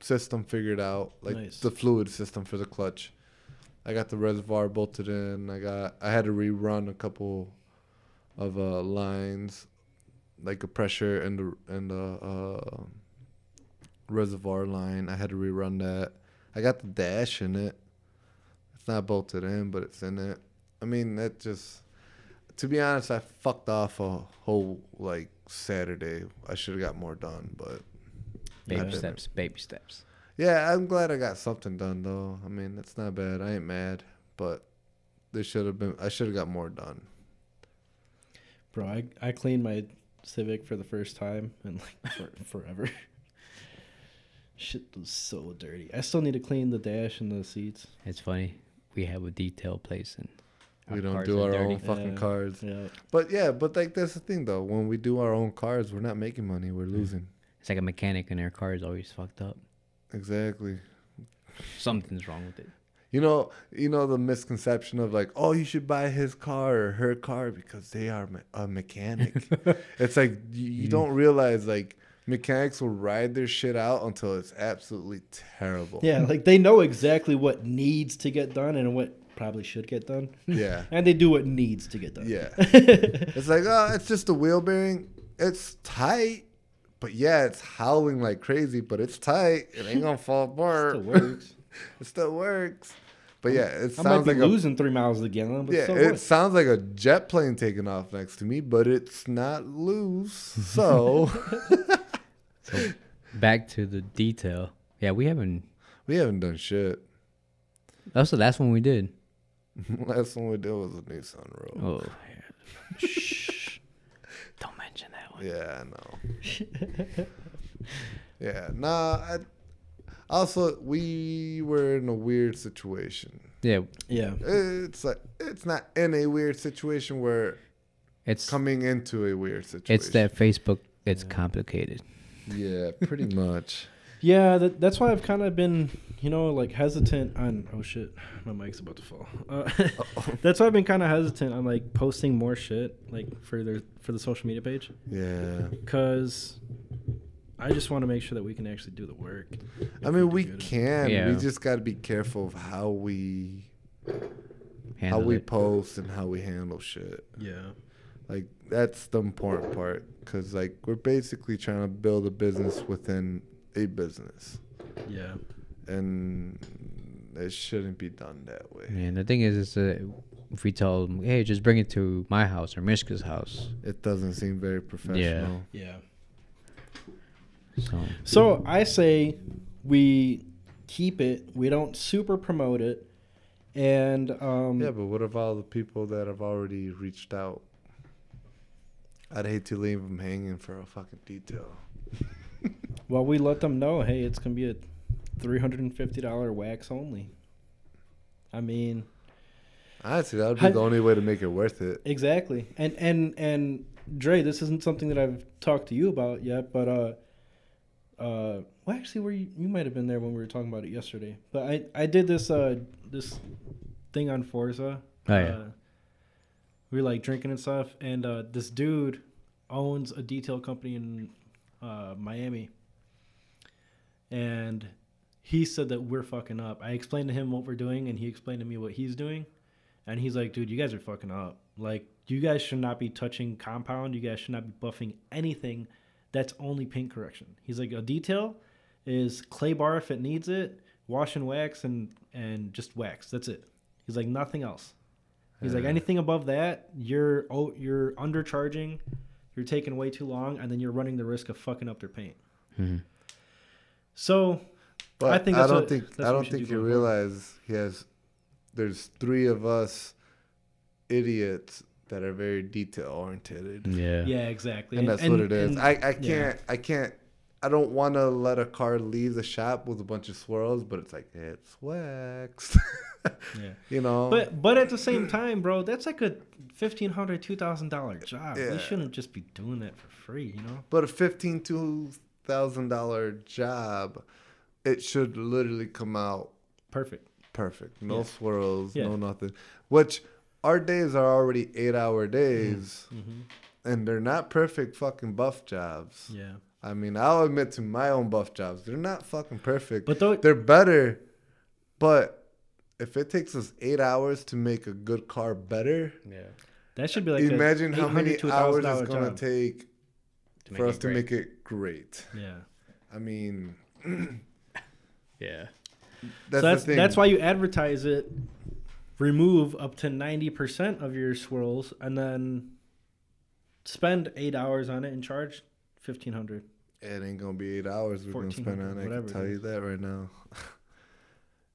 [SPEAKER 1] system figured out, like
[SPEAKER 3] Nice.
[SPEAKER 1] the fluid system for the clutch. I got the reservoir bolted in. I got I had to rerun a couple of uh lines, like a pressure and the and the uh, reservoir line. I had to rerun that. I got the dash in it. It's not bolted in, but it's in it. I mean, that just to be honest, I fucked off a whole like Saturday. I should have got more done, but I
[SPEAKER 4] Baby
[SPEAKER 1] didn't.
[SPEAKER 4] steps. Baby steps.
[SPEAKER 1] Yeah, I'm glad I got something done though. I mean, it's not bad. I ain't mad, but there should have been. I should have got more done.
[SPEAKER 3] Bro, I, I cleaned my Civic for the first time in like for, forever. Shit was so dirty. I still need to clean the dash and the seats.
[SPEAKER 4] It's funny. We have a detail place and
[SPEAKER 1] we
[SPEAKER 4] our
[SPEAKER 1] don't
[SPEAKER 4] cars
[SPEAKER 1] do
[SPEAKER 4] are
[SPEAKER 1] our
[SPEAKER 4] dirty.
[SPEAKER 1] own fucking
[SPEAKER 3] Yeah.
[SPEAKER 1] cards.
[SPEAKER 3] Yeah.
[SPEAKER 1] But yeah, but like that's the thing though. When we do our own cards, we're not making money. We're losing.
[SPEAKER 4] It's like a mechanic and their car is always fucked up.
[SPEAKER 1] Exactly.
[SPEAKER 4] Something's wrong with it.
[SPEAKER 1] You know, you know the misconception of like, oh, you should buy his car or her car because they are me- a mechanic. it's like you,
[SPEAKER 3] Mm.
[SPEAKER 1] you don't realize like mechanics will ride their shit out until it's absolutely terrible.
[SPEAKER 3] Yeah, like they know exactly what needs to get done and what probably should get done.
[SPEAKER 1] Yeah.
[SPEAKER 3] And they do what needs to get done.
[SPEAKER 1] Yeah. it's like, oh, it's just the wheel bearing. It's tight, but yeah, it's howling like crazy, but it's tight. It ain't gonna fall apart.
[SPEAKER 3] Still works.
[SPEAKER 1] it still works. But yeah, it
[SPEAKER 3] I
[SPEAKER 1] sounds
[SPEAKER 3] might be
[SPEAKER 1] like a
[SPEAKER 3] losing three miles a gallon, but
[SPEAKER 1] yeah,
[SPEAKER 3] so
[SPEAKER 1] it
[SPEAKER 3] what?
[SPEAKER 1] sounds like a jet plane taking off next to me, but it's not loose. So
[SPEAKER 4] Back to the detail. Yeah, we haven't.
[SPEAKER 1] we haven't done shit.
[SPEAKER 4] That's the last one we did.
[SPEAKER 1] Last one we did was a Nissan Rogue.
[SPEAKER 4] Oh. yeah. Shh. Don't mention
[SPEAKER 3] Oh.
[SPEAKER 4] that one.
[SPEAKER 1] Yeah, I know. yeah, nah, I, Also, we were in a weird situation.
[SPEAKER 4] Yeah,
[SPEAKER 3] Yeah.
[SPEAKER 1] It's like it's not in a weird situation. We're
[SPEAKER 4] it's
[SPEAKER 1] coming into a weird situation.
[SPEAKER 4] it's that Facebook. It's complicated.
[SPEAKER 1] Yeah, pretty much.
[SPEAKER 3] Yeah, that, that's why I've kind of been, you know, like hesitant on. Oh shit, my mic's about to fall. Uh, that's why I've been kind of hesitant on like posting more shit, like for their for the social media page,
[SPEAKER 1] Yeah.
[SPEAKER 3] because I just want to make sure that we can actually do the work.
[SPEAKER 1] I mean, we
[SPEAKER 3] Good.
[SPEAKER 1] can.
[SPEAKER 4] Yeah.
[SPEAKER 1] We just got to be careful of how we how
[SPEAKER 4] Handle
[SPEAKER 1] we
[SPEAKER 4] it.
[SPEAKER 1] post and how we handle shit.
[SPEAKER 3] Yeah.
[SPEAKER 1] Like that's the important part cuz like we're basically trying to build a business within a business
[SPEAKER 3] Yeah.
[SPEAKER 1] and it shouldn't be done that way.
[SPEAKER 4] Man, the thing is, is uh, if we tell them, hey, just bring it to my house or Mishka's house.
[SPEAKER 1] It doesn't seem very professional.
[SPEAKER 3] Yeah.
[SPEAKER 4] So
[SPEAKER 3] So I say we keep it. We don't super promote it, and um,
[SPEAKER 1] Yeah. but what of all the people that have already reached out? I'd hate to leave them hanging for a fucking detail.
[SPEAKER 3] well, we let them know, hey, it's gonna be a three hundred and fifty dollar wax only. I mean.
[SPEAKER 1] Honestly, that would be
[SPEAKER 3] I-
[SPEAKER 1] the only way to make it worth it.
[SPEAKER 3] Exactly. And and and Dre, this isn't something that I've talked to you about yet, but uh uh well actually were you, you might have been there when we were talking about it yesterday. But I I did this uh this thing on Forza.
[SPEAKER 4] Oh, yeah.
[SPEAKER 3] Uh, we were like drinking and stuff and uh this dude owns a detail company in uh Miami. And he said that we're fucking up. I explained to him what we're doing and he explained to me what he's doing. And he's like, dude, you guys are fucking up. Like, you guys should not be touching compound. You guys should not be buffing anything. That's only paint correction. He's like, a detail is clay bar if it needs it, wash and wax, and and just wax. That's it. He's like, nothing else. He's like,
[SPEAKER 1] Yeah.
[SPEAKER 3] anything above that, you're oh, you're undercharging, you're taking way too long, and then you're running the risk of fucking up their paint.
[SPEAKER 4] Mhm.
[SPEAKER 3] So,
[SPEAKER 1] But I,
[SPEAKER 3] think that's
[SPEAKER 1] don't
[SPEAKER 3] what-
[SPEAKER 1] think
[SPEAKER 3] that's
[SPEAKER 1] I
[SPEAKER 3] what
[SPEAKER 1] don't
[SPEAKER 3] we should
[SPEAKER 1] think
[SPEAKER 3] do
[SPEAKER 1] you
[SPEAKER 3] going
[SPEAKER 1] realize he has. There's three of us, idiots that are very detail oriented,
[SPEAKER 4] yeah,
[SPEAKER 3] yeah, exactly.
[SPEAKER 1] and that's what it is.
[SPEAKER 3] and-
[SPEAKER 1] I I can't
[SPEAKER 3] yeah.
[SPEAKER 1] I can't I don't want to let a car leave the shop with a bunch of swirls, but it's like it's waxed,
[SPEAKER 3] Yeah.
[SPEAKER 1] you know.
[SPEAKER 3] But but at the same time, bro, that's like a fifteen hundred, two thousand dollar job.
[SPEAKER 1] Yeah.
[SPEAKER 3] We shouldn't just be doing that for free, you know?
[SPEAKER 1] But a fifteen two thousand dollar job, it should literally come out
[SPEAKER 3] Perfect.
[SPEAKER 1] perfect. No
[SPEAKER 3] Yeah.
[SPEAKER 1] swirls,
[SPEAKER 3] Yeah.
[SPEAKER 1] no nothing. Which our days are already eight
[SPEAKER 3] Mm-hmm.
[SPEAKER 1] hour days and they're not perfect fucking buff jobs.
[SPEAKER 3] Yeah.
[SPEAKER 1] I mean, I'll admit to my own buff jobs. They're not fucking perfect.
[SPEAKER 3] But though-
[SPEAKER 1] they're better. But if it takes us eight hours to make a good car better,
[SPEAKER 3] That should be like a
[SPEAKER 1] imagine how many
[SPEAKER 3] $800, $2,000
[SPEAKER 1] hours it's gonna
[SPEAKER 3] job.
[SPEAKER 1] take
[SPEAKER 4] make
[SPEAKER 1] for
[SPEAKER 4] it
[SPEAKER 1] us to
[SPEAKER 4] great.
[SPEAKER 1] make it great.
[SPEAKER 3] Yeah.
[SPEAKER 1] I mean
[SPEAKER 4] yeah.
[SPEAKER 1] that's,
[SPEAKER 3] so that's
[SPEAKER 1] the thing.
[SPEAKER 3] that's why you advertise it. Remove up to ninety percent of your swirls, and then spend eight hours on it and charge fifteen hundred.
[SPEAKER 1] It ain't gonna be eight hours we're gonna spend
[SPEAKER 3] 1400,
[SPEAKER 1] on it. I
[SPEAKER 3] whatever
[SPEAKER 1] can
[SPEAKER 3] it
[SPEAKER 1] tell you that right now.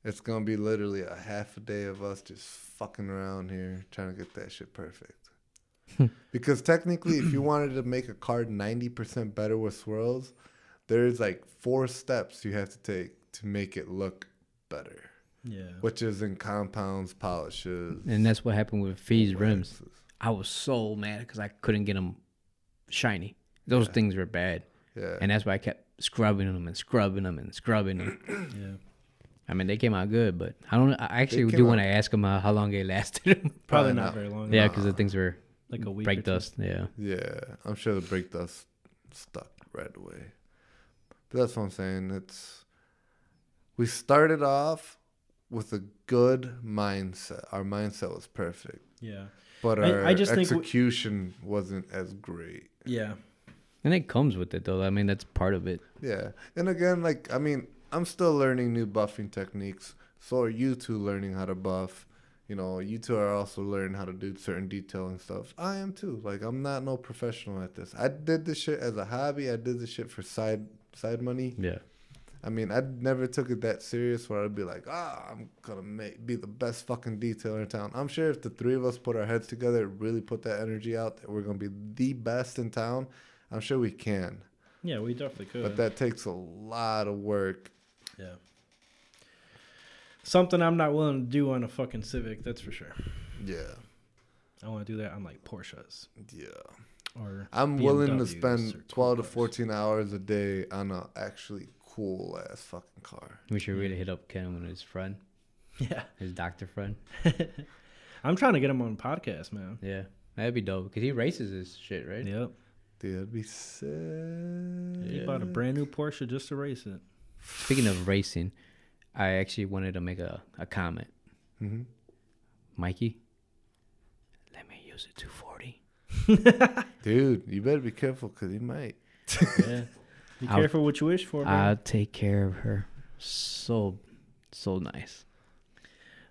[SPEAKER 1] it's gonna be literally a half a day of us just fucking around here trying to get that shit perfect.
[SPEAKER 4] Hmm.
[SPEAKER 1] because technically, if you wanted to make a card ninety percent better with swirls, there's like four steps you have to take to make it look better,
[SPEAKER 3] Yeah.
[SPEAKER 1] which is in compounds, polishes.
[SPEAKER 4] And that's what happened with Fee's rims.
[SPEAKER 1] waxes.
[SPEAKER 4] I was so mad because I couldn't get them shiny. Those things were bad,
[SPEAKER 1] Yeah.
[SPEAKER 4] and that's why I kept scrubbing them and scrubbing them and scrubbing them.
[SPEAKER 3] Yeah.
[SPEAKER 4] I mean, they came out good, but I don't. I actually
[SPEAKER 1] came
[SPEAKER 4] do want to ask them uh, how long they lasted.
[SPEAKER 1] Probably
[SPEAKER 3] Probably not
[SPEAKER 1] not.
[SPEAKER 3] very long.
[SPEAKER 4] yeah, because the things were
[SPEAKER 3] Like a week. or
[SPEAKER 4] break
[SPEAKER 3] two.
[SPEAKER 4] dust. Yeah.
[SPEAKER 1] Yeah, I'm sure the brake dust stuck right away. But that's what I'm saying. It's we started off with a good mindset. Our mindset was perfect,
[SPEAKER 3] Yeah.
[SPEAKER 1] but
[SPEAKER 3] I-
[SPEAKER 1] our
[SPEAKER 3] I just think we-
[SPEAKER 1] execution wasn't as great.
[SPEAKER 3] Yeah.
[SPEAKER 4] And it comes with it though. I mean, that's part of it.
[SPEAKER 1] Yeah, and again, like I mean, I'm still learning new buffing techniques. So are you two learning how to buff? You know, you two are also learning how to do certain detail and stuff. I am too. Like I'm not no professional at this. I did this shit as a hobby. I did this shit for side side money.
[SPEAKER 4] Yeah.
[SPEAKER 1] I mean, I never took it that serious where I'd be like, ah, I'm gonna make, be the best fucking detailer in town. I'm sure if the three of us put our heads together, really put that energy out, that we're gonna be the best in town. I'm sure we can,
[SPEAKER 3] Yeah, we definitely could.
[SPEAKER 1] but that takes a lot of work
[SPEAKER 3] Yeah. Something I'm not willing to do on a fucking Civic, that's for sure.
[SPEAKER 1] Yeah.
[SPEAKER 3] I want to do that on like Porsches
[SPEAKER 1] Yeah.
[SPEAKER 3] or
[SPEAKER 1] I'm willing to
[SPEAKER 3] BMWs or cool
[SPEAKER 1] spend 12 to
[SPEAKER 3] cars.
[SPEAKER 1] 14 hours a day on a actually cool ass fucking car.
[SPEAKER 4] We should really hit up Ken and his friend,
[SPEAKER 3] Yeah.
[SPEAKER 4] his doctor friend.
[SPEAKER 3] I'm trying to get him on podcast, man.
[SPEAKER 4] Yeah, that'd be dope because he races his shit, right?
[SPEAKER 3] Yep.
[SPEAKER 1] Dude, that'd be sick.
[SPEAKER 3] He bought a brand new Porsche just to race it.
[SPEAKER 4] Speaking of racing, I actually wanted to make a, a comment.
[SPEAKER 1] Mhm.
[SPEAKER 4] Mikey, let me use a 240.
[SPEAKER 1] Dude, you better be careful because he might.
[SPEAKER 3] Yeah. Be
[SPEAKER 4] I'll-
[SPEAKER 3] careful what you wish for, man.
[SPEAKER 4] I'll take care of her. So, so nice.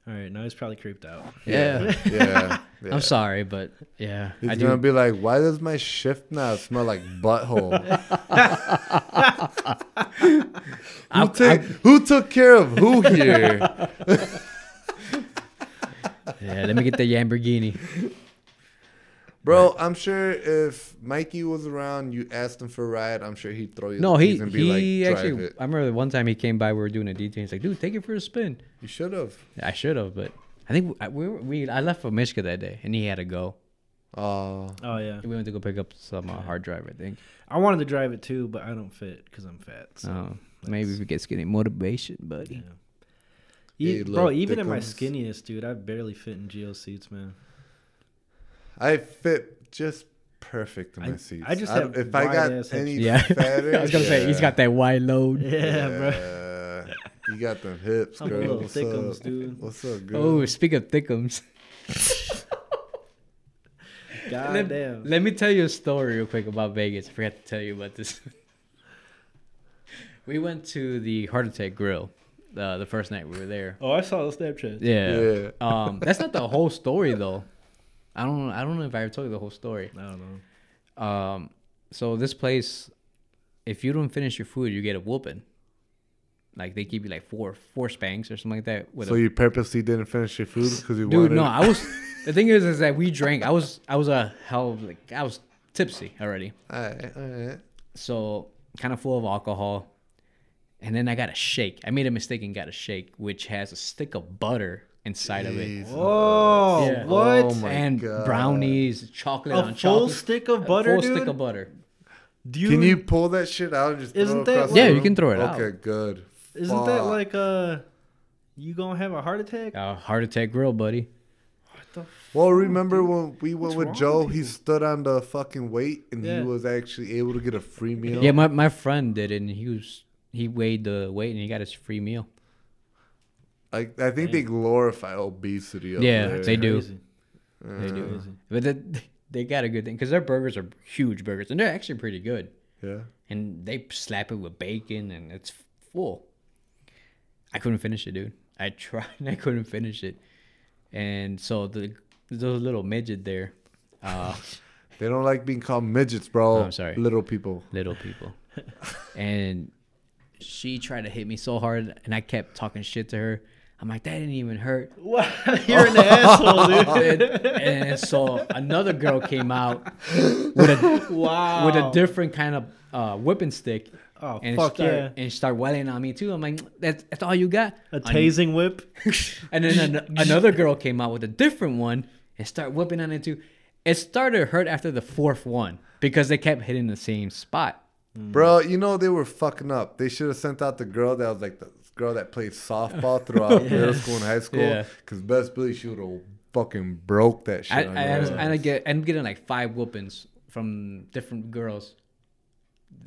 [SPEAKER 3] All right, now he's probably creeped out.
[SPEAKER 4] Yeah.
[SPEAKER 1] Yeah. yeah.
[SPEAKER 4] I'm sorry, but yeah,
[SPEAKER 1] He's
[SPEAKER 4] I
[SPEAKER 1] gonna
[SPEAKER 4] do.
[SPEAKER 1] be like, why does my shift now smell like butthole?
[SPEAKER 4] I-
[SPEAKER 1] who, take, who took care of who here?
[SPEAKER 4] yeah, let me get the Lamborghini.
[SPEAKER 1] Bro, I'm sure if Mikey was around, you asked him for a ride, I'm sure he'd throw you
[SPEAKER 4] No,
[SPEAKER 1] the
[SPEAKER 4] he
[SPEAKER 1] keys and be
[SPEAKER 4] he
[SPEAKER 1] like, drive
[SPEAKER 4] actually.
[SPEAKER 1] it.
[SPEAKER 4] I remember the one time he came by. We were doing a DT. He's like, "Dude, take it for a spin."
[SPEAKER 1] You should have.
[SPEAKER 4] I should have, but I think I- we, were- we I left for Mishka that day, and he had to go.
[SPEAKER 1] Oh,
[SPEAKER 3] Oh yeah,
[SPEAKER 4] We went to go pick up some uh, hard drive, I think.
[SPEAKER 3] I wanted to drive it too, but I don't fit because I'm fat. So.
[SPEAKER 4] Uh, maybe we get skinny motivation, buddy.
[SPEAKER 1] Yeah,
[SPEAKER 3] E-
[SPEAKER 1] you
[SPEAKER 3] bro,
[SPEAKER 1] little
[SPEAKER 3] even in my
[SPEAKER 1] dickums.
[SPEAKER 3] skinniest, dude, I barely fit in GL seats, man.
[SPEAKER 1] I fit just perfect in my
[SPEAKER 3] I-
[SPEAKER 1] seats.
[SPEAKER 3] I just have
[SPEAKER 1] if I
[SPEAKER 3] wide-ass
[SPEAKER 1] got any
[SPEAKER 4] hips. Yeah.
[SPEAKER 1] fatter,
[SPEAKER 4] I was gonna say he's got that wide load.
[SPEAKER 3] Yeah, bro.
[SPEAKER 1] bro. You got them hips,
[SPEAKER 3] I'm a
[SPEAKER 1] girl.
[SPEAKER 3] little
[SPEAKER 1] What's
[SPEAKER 3] thickums,
[SPEAKER 1] up?
[SPEAKER 3] dude.
[SPEAKER 1] What's up, girl?
[SPEAKER 4] Oh, speak of thickums.
[SPEAKER 3] God
[SPEAKER 4] Let,
[SPEAKER 3] damn.
[SPEAKER 4] let me tell you a story real quick about Vegas. I forgot to tell you about this. we went to the Heart Attack Grill uh, the first night we were there.
[SPEAKER 3] Oh, I saw the Snapchat.
[SPEAKER 4] Yeah.
[SPEAKER 1] Yeah.
[SPEAKER 4] Um, that's not the whole story though. I don't. I don't know if I ever told you the whole story.
[SPEAKER 3] I don't know.
[SPEAKER 4] Um, so this place, if you don't finish your food, you get a whooping. Like they give you like four four spanks or something like that. With
[SPEAKER 1] So
[SPEAKER 4] a,
[SPEAKER 1] you purposely didn't finish your food because you
[SPEAKER 4] dude,
[SPEAKER 1] wanted.
[SPEAKER 4] no, I was. the thing is, is that we drank. I was. I was a hell of, like I was tipsy already.
[SPEAKER 1] Alright, alright.
[SPEAKER 4] so kind of full of alcohol. And then I got a shake. I made a mistake and got a shake, which has a stick of butter inside of it.
[SPEAKER 1] Jeez.
[SPEAKER 3] Oh,
[SPEAKER 4] Yeah.
[SPEAKER 3] what?
[SPEAKER 1] Oh my
[SPEAKER 4] and
[SPEAKER 1] God.
[SPEAKER 4] brownies, chocolate
[SPEAKER 3] a
[SPEAKER 4] on
[SPEAKER 3] full
[SPEAKER 4] chocolate.
[SPEAKER 3] stick of
[SPEAKER 4] a
[SPEAKER 3] butter,
[SPEAKER 4] full
[SPEAKER 3] dude.
[SPEAKER 4] stick of butter.
[SPEAKER 3] Dude,
[SPEAKER 1] Can you pull that shit out and just throw
[SPEAKER 3] Isn't
[SPEAKER 1] it
[SPEAKER 3] that
[SPEAKER 1] across
[SPEAKER 3] like-
[SPEAKER 1] the
[SPEAKER 4] Yeah, you
[SPEAKER 1] room?
[SPEAKER 4] can throw it out.
[SPEAKER 1] Okay, good.
[SPEAKER 3] Isn't that
[SPEAKER 1] Fuck.
[SPEAKER 3] like uh, you gonna have a heart attack?
[SPEAKER 4] Uh, heart attack grill, buddy.
[SPEAKER 3] What the? F-
[SPEAKER 1] Well, remember when we went
[SPEAKER 3] What's wrong
[SPEAKER 1] with
[SPEAKER 3] with
[SPEAKER 1] Joe? He stood on the fucking weight, and
[SPEAKER 3] Yeah.
[SPEAKER 1] he was actually able to get a free meal.
[SPEAKER 4] Yeah, my, my friend did it, and he was he weighed the weight and he got his free meal.
[SPEAKER 1] Like I think they glorify obesity. Up
[SPEAKER 4] Yeah,
[SPEAKER 1] there.
[SPEAKER 4] they do.
[SPEAKER 3] Crazy.
[SPEAKER 4] They do, but the, they got a good thing because their burgers are huge burgers, and they're actually pretty good.
[SPEAKER 1] Yeah.
[SPEAKER 4] And they slap it with bacon, and it's full. I couldn't finish it, dude. I tried, and I couldn't finish it. And so the the little midget there, uh,
[SPEAKER 1] They don't like being called midgets, bro.
[SPEAKER 4] Oh, I'm sorry.
[SPEAKER 1] Little people.
[SPEAKER 4] little people. and she tried to hit me so hard, and I kept talking shit to her. I'm like, that didn't even hurt.
[SPEAKER 3] Wow, you're an asshole,
[SPEAKER 4] and, and so another girl came out with a
[SPEAKER 3] dude. Wow.
[SPEAKER 4] with a different kind of uh, whipping stick.
[SPEAKER 3] Oh,
[SPEAKER 4] and
[SPEAKER 3] fuck
[SPEAKER 4] start,
[SPEAKER 3] yeah. Uh,
[SPEAKER 4] And start wailing on me too. I'm like, that's that's all you got.
[SPEAKER 3] a tasing whip.
[SPEAKER 4] And then an- another girl came out with a different one and start whipping on it too. It started to hurt after the fourth one because they kept hitting the same spot.
[SPEAKER 1] Bro, you know they were fucking up. They should have sent out the girl that was like the girl that played softball throughout middle school and high school.
[SPEAKER 4] Yeah.
[SPEAKER 1] Cause best believe she would have fucking broke that shit.
[SPEAKER 4] I,
[SPEAKER 1] on
[SPEAKER 4] I,
[SPEAKER 1] your
[SPEAKER 4] I, was,
[SPEAKER 1] ass.
[SPEAKER 4] I get I'm getting like five whoopings from different girls.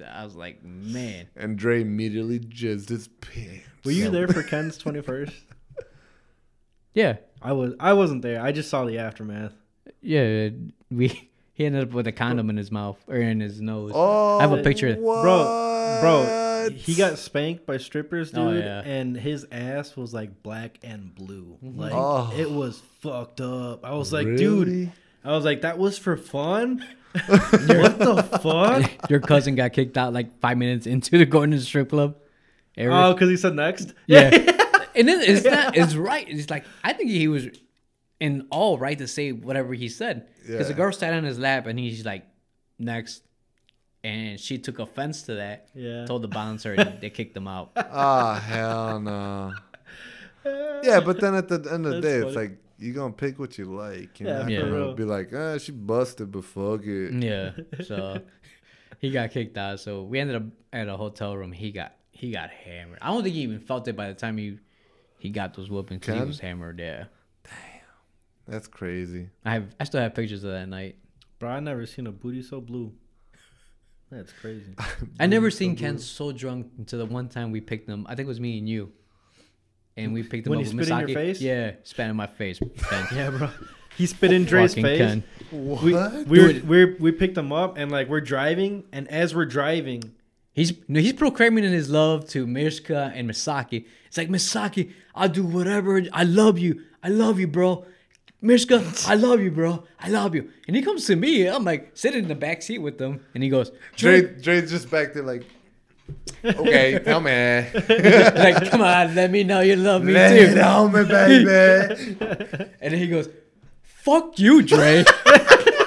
[SPEAKER 4] I was like, man.
[SPEAKER 1] and Dre immediately jizzed his pants.
[SPEAKER 3] Were you there for Ken's twenty first?
[SPEAKER 4] Yeah,
[SPEAKER 3] I was. I wasn't there. I just saw the aftermath.
[SPEAKER 4] Yeah, we he ended up with a condom in his mouth or in his nose.
[SPEAKER 1] Oh,
[SPEAKER 4] I have a picture.
[SPEAKER 1] What?
[SPEAKER 3] Bro, Bro, he got spanked by strippers, dude,
[SPEAKER 4] Oh, yeah. Mm-hmm.
[SPEAKER 3] and his ass was like black and blue. Like
[SPEAKER 1] Oh.
[SPEAKER 3] it was fucked up. I was like, dude,
[SPEAKER 1] Really?
[SPEAKER 3] I was like, that was for fun. what the fuck?
[SPEAKER 4] Your cousin got kicked out like five minutes into the going to the strip club. Eric.
[SPEAKER 3] Oh, because he said next.
[SPEAKER 4] yeah, and then it's not. It's right. It's like I think he was in all right to say whatever he said because the
[SPEAKER 1] Yeah.
[SPEAKER 4] girl sat on his lap and he's like, next, and she took offense to that.
[SPEAKER 3] Yeah.
[SPEAKER 4] Told the bouncer, and they kicked him out.
[SPEAKER 1] Ah, hell no. Yeah, but then at the end of the
[SPEAKER 3] That's
[SPEAKER 1] day, it's
[SPEAKER 3] funny.
[SPEAKER 1] like you gonna pick what you like. You
[SPEAKER 3] Yeah,
[SPEAKER 1] know,
[SPEAKER 3] for
[SPEAKER 1] yeah,
[SPEAKER 3] real.
[SPEAKER 1] be like, ah, she busted, but fuck it.
[SPEAKER 4] Yeah. So he got kicked out. So we ended up at a hotel room. He got he got hammered. I don't think he even felt it by the time he he got those whoopings. 'cause He
[SPEAKER 1] Ken?
[SPEAKER 4] was hammered. Yeah.
[SPEAKER 1] That's crazy.
[SPEAKER 4] I have I still have pictures of that night.
[SPEAKER 5] Bro, I never seen a booty so blue. That's crazy.
[SPEAKER 4] I never seen Ken so drunk until the one time we picked him. I think it was me and you. And we picked him
[SPEAKER 3] When
[SPEAKER 4] up
[SPEAKER 3] he
[SPEAKER 4] with
[SPEAKER 3] spit in your
[SPEAKER 4] Misaki.
[SPEAKER 3] face?
[SPEAKER 4] Yeah, spat in my face. Ken.
[SPEAKER 3] Yeah, bro. He spit in Dre's
[SPEAKER 4] Fucking
[SPEAKER 3] face.
[SPEAKER 4] Ken.
[SPEAKER 1] What?
[SPEAKER 3] We we were, we're, we picked him up and like we're driving and as we're driving,
[SPEAKER 4] He's no, he's proclaiming in his love to Mishka and Misaki. It's like Misaki, I'll do whatever. I love you. I love you, bro. Mishka, I love you, bro. I love you. And he comes to me. I'm like sitting in the back seat with them, and he goes,
[SPEAKER 1] Dre,
[SPEAKER 4] "Drake,
[SPEAKER 1] Dre's just back there like, okay, tell me.
[SPEAKER 4] like, come on, let me know you love me
[SPEAKER 1] Let
[SPEAKER 4] too."
[SPEAKER 1] it on me, baby.
[SPEAKER 4] And then he goes, "Fuck you, Dre.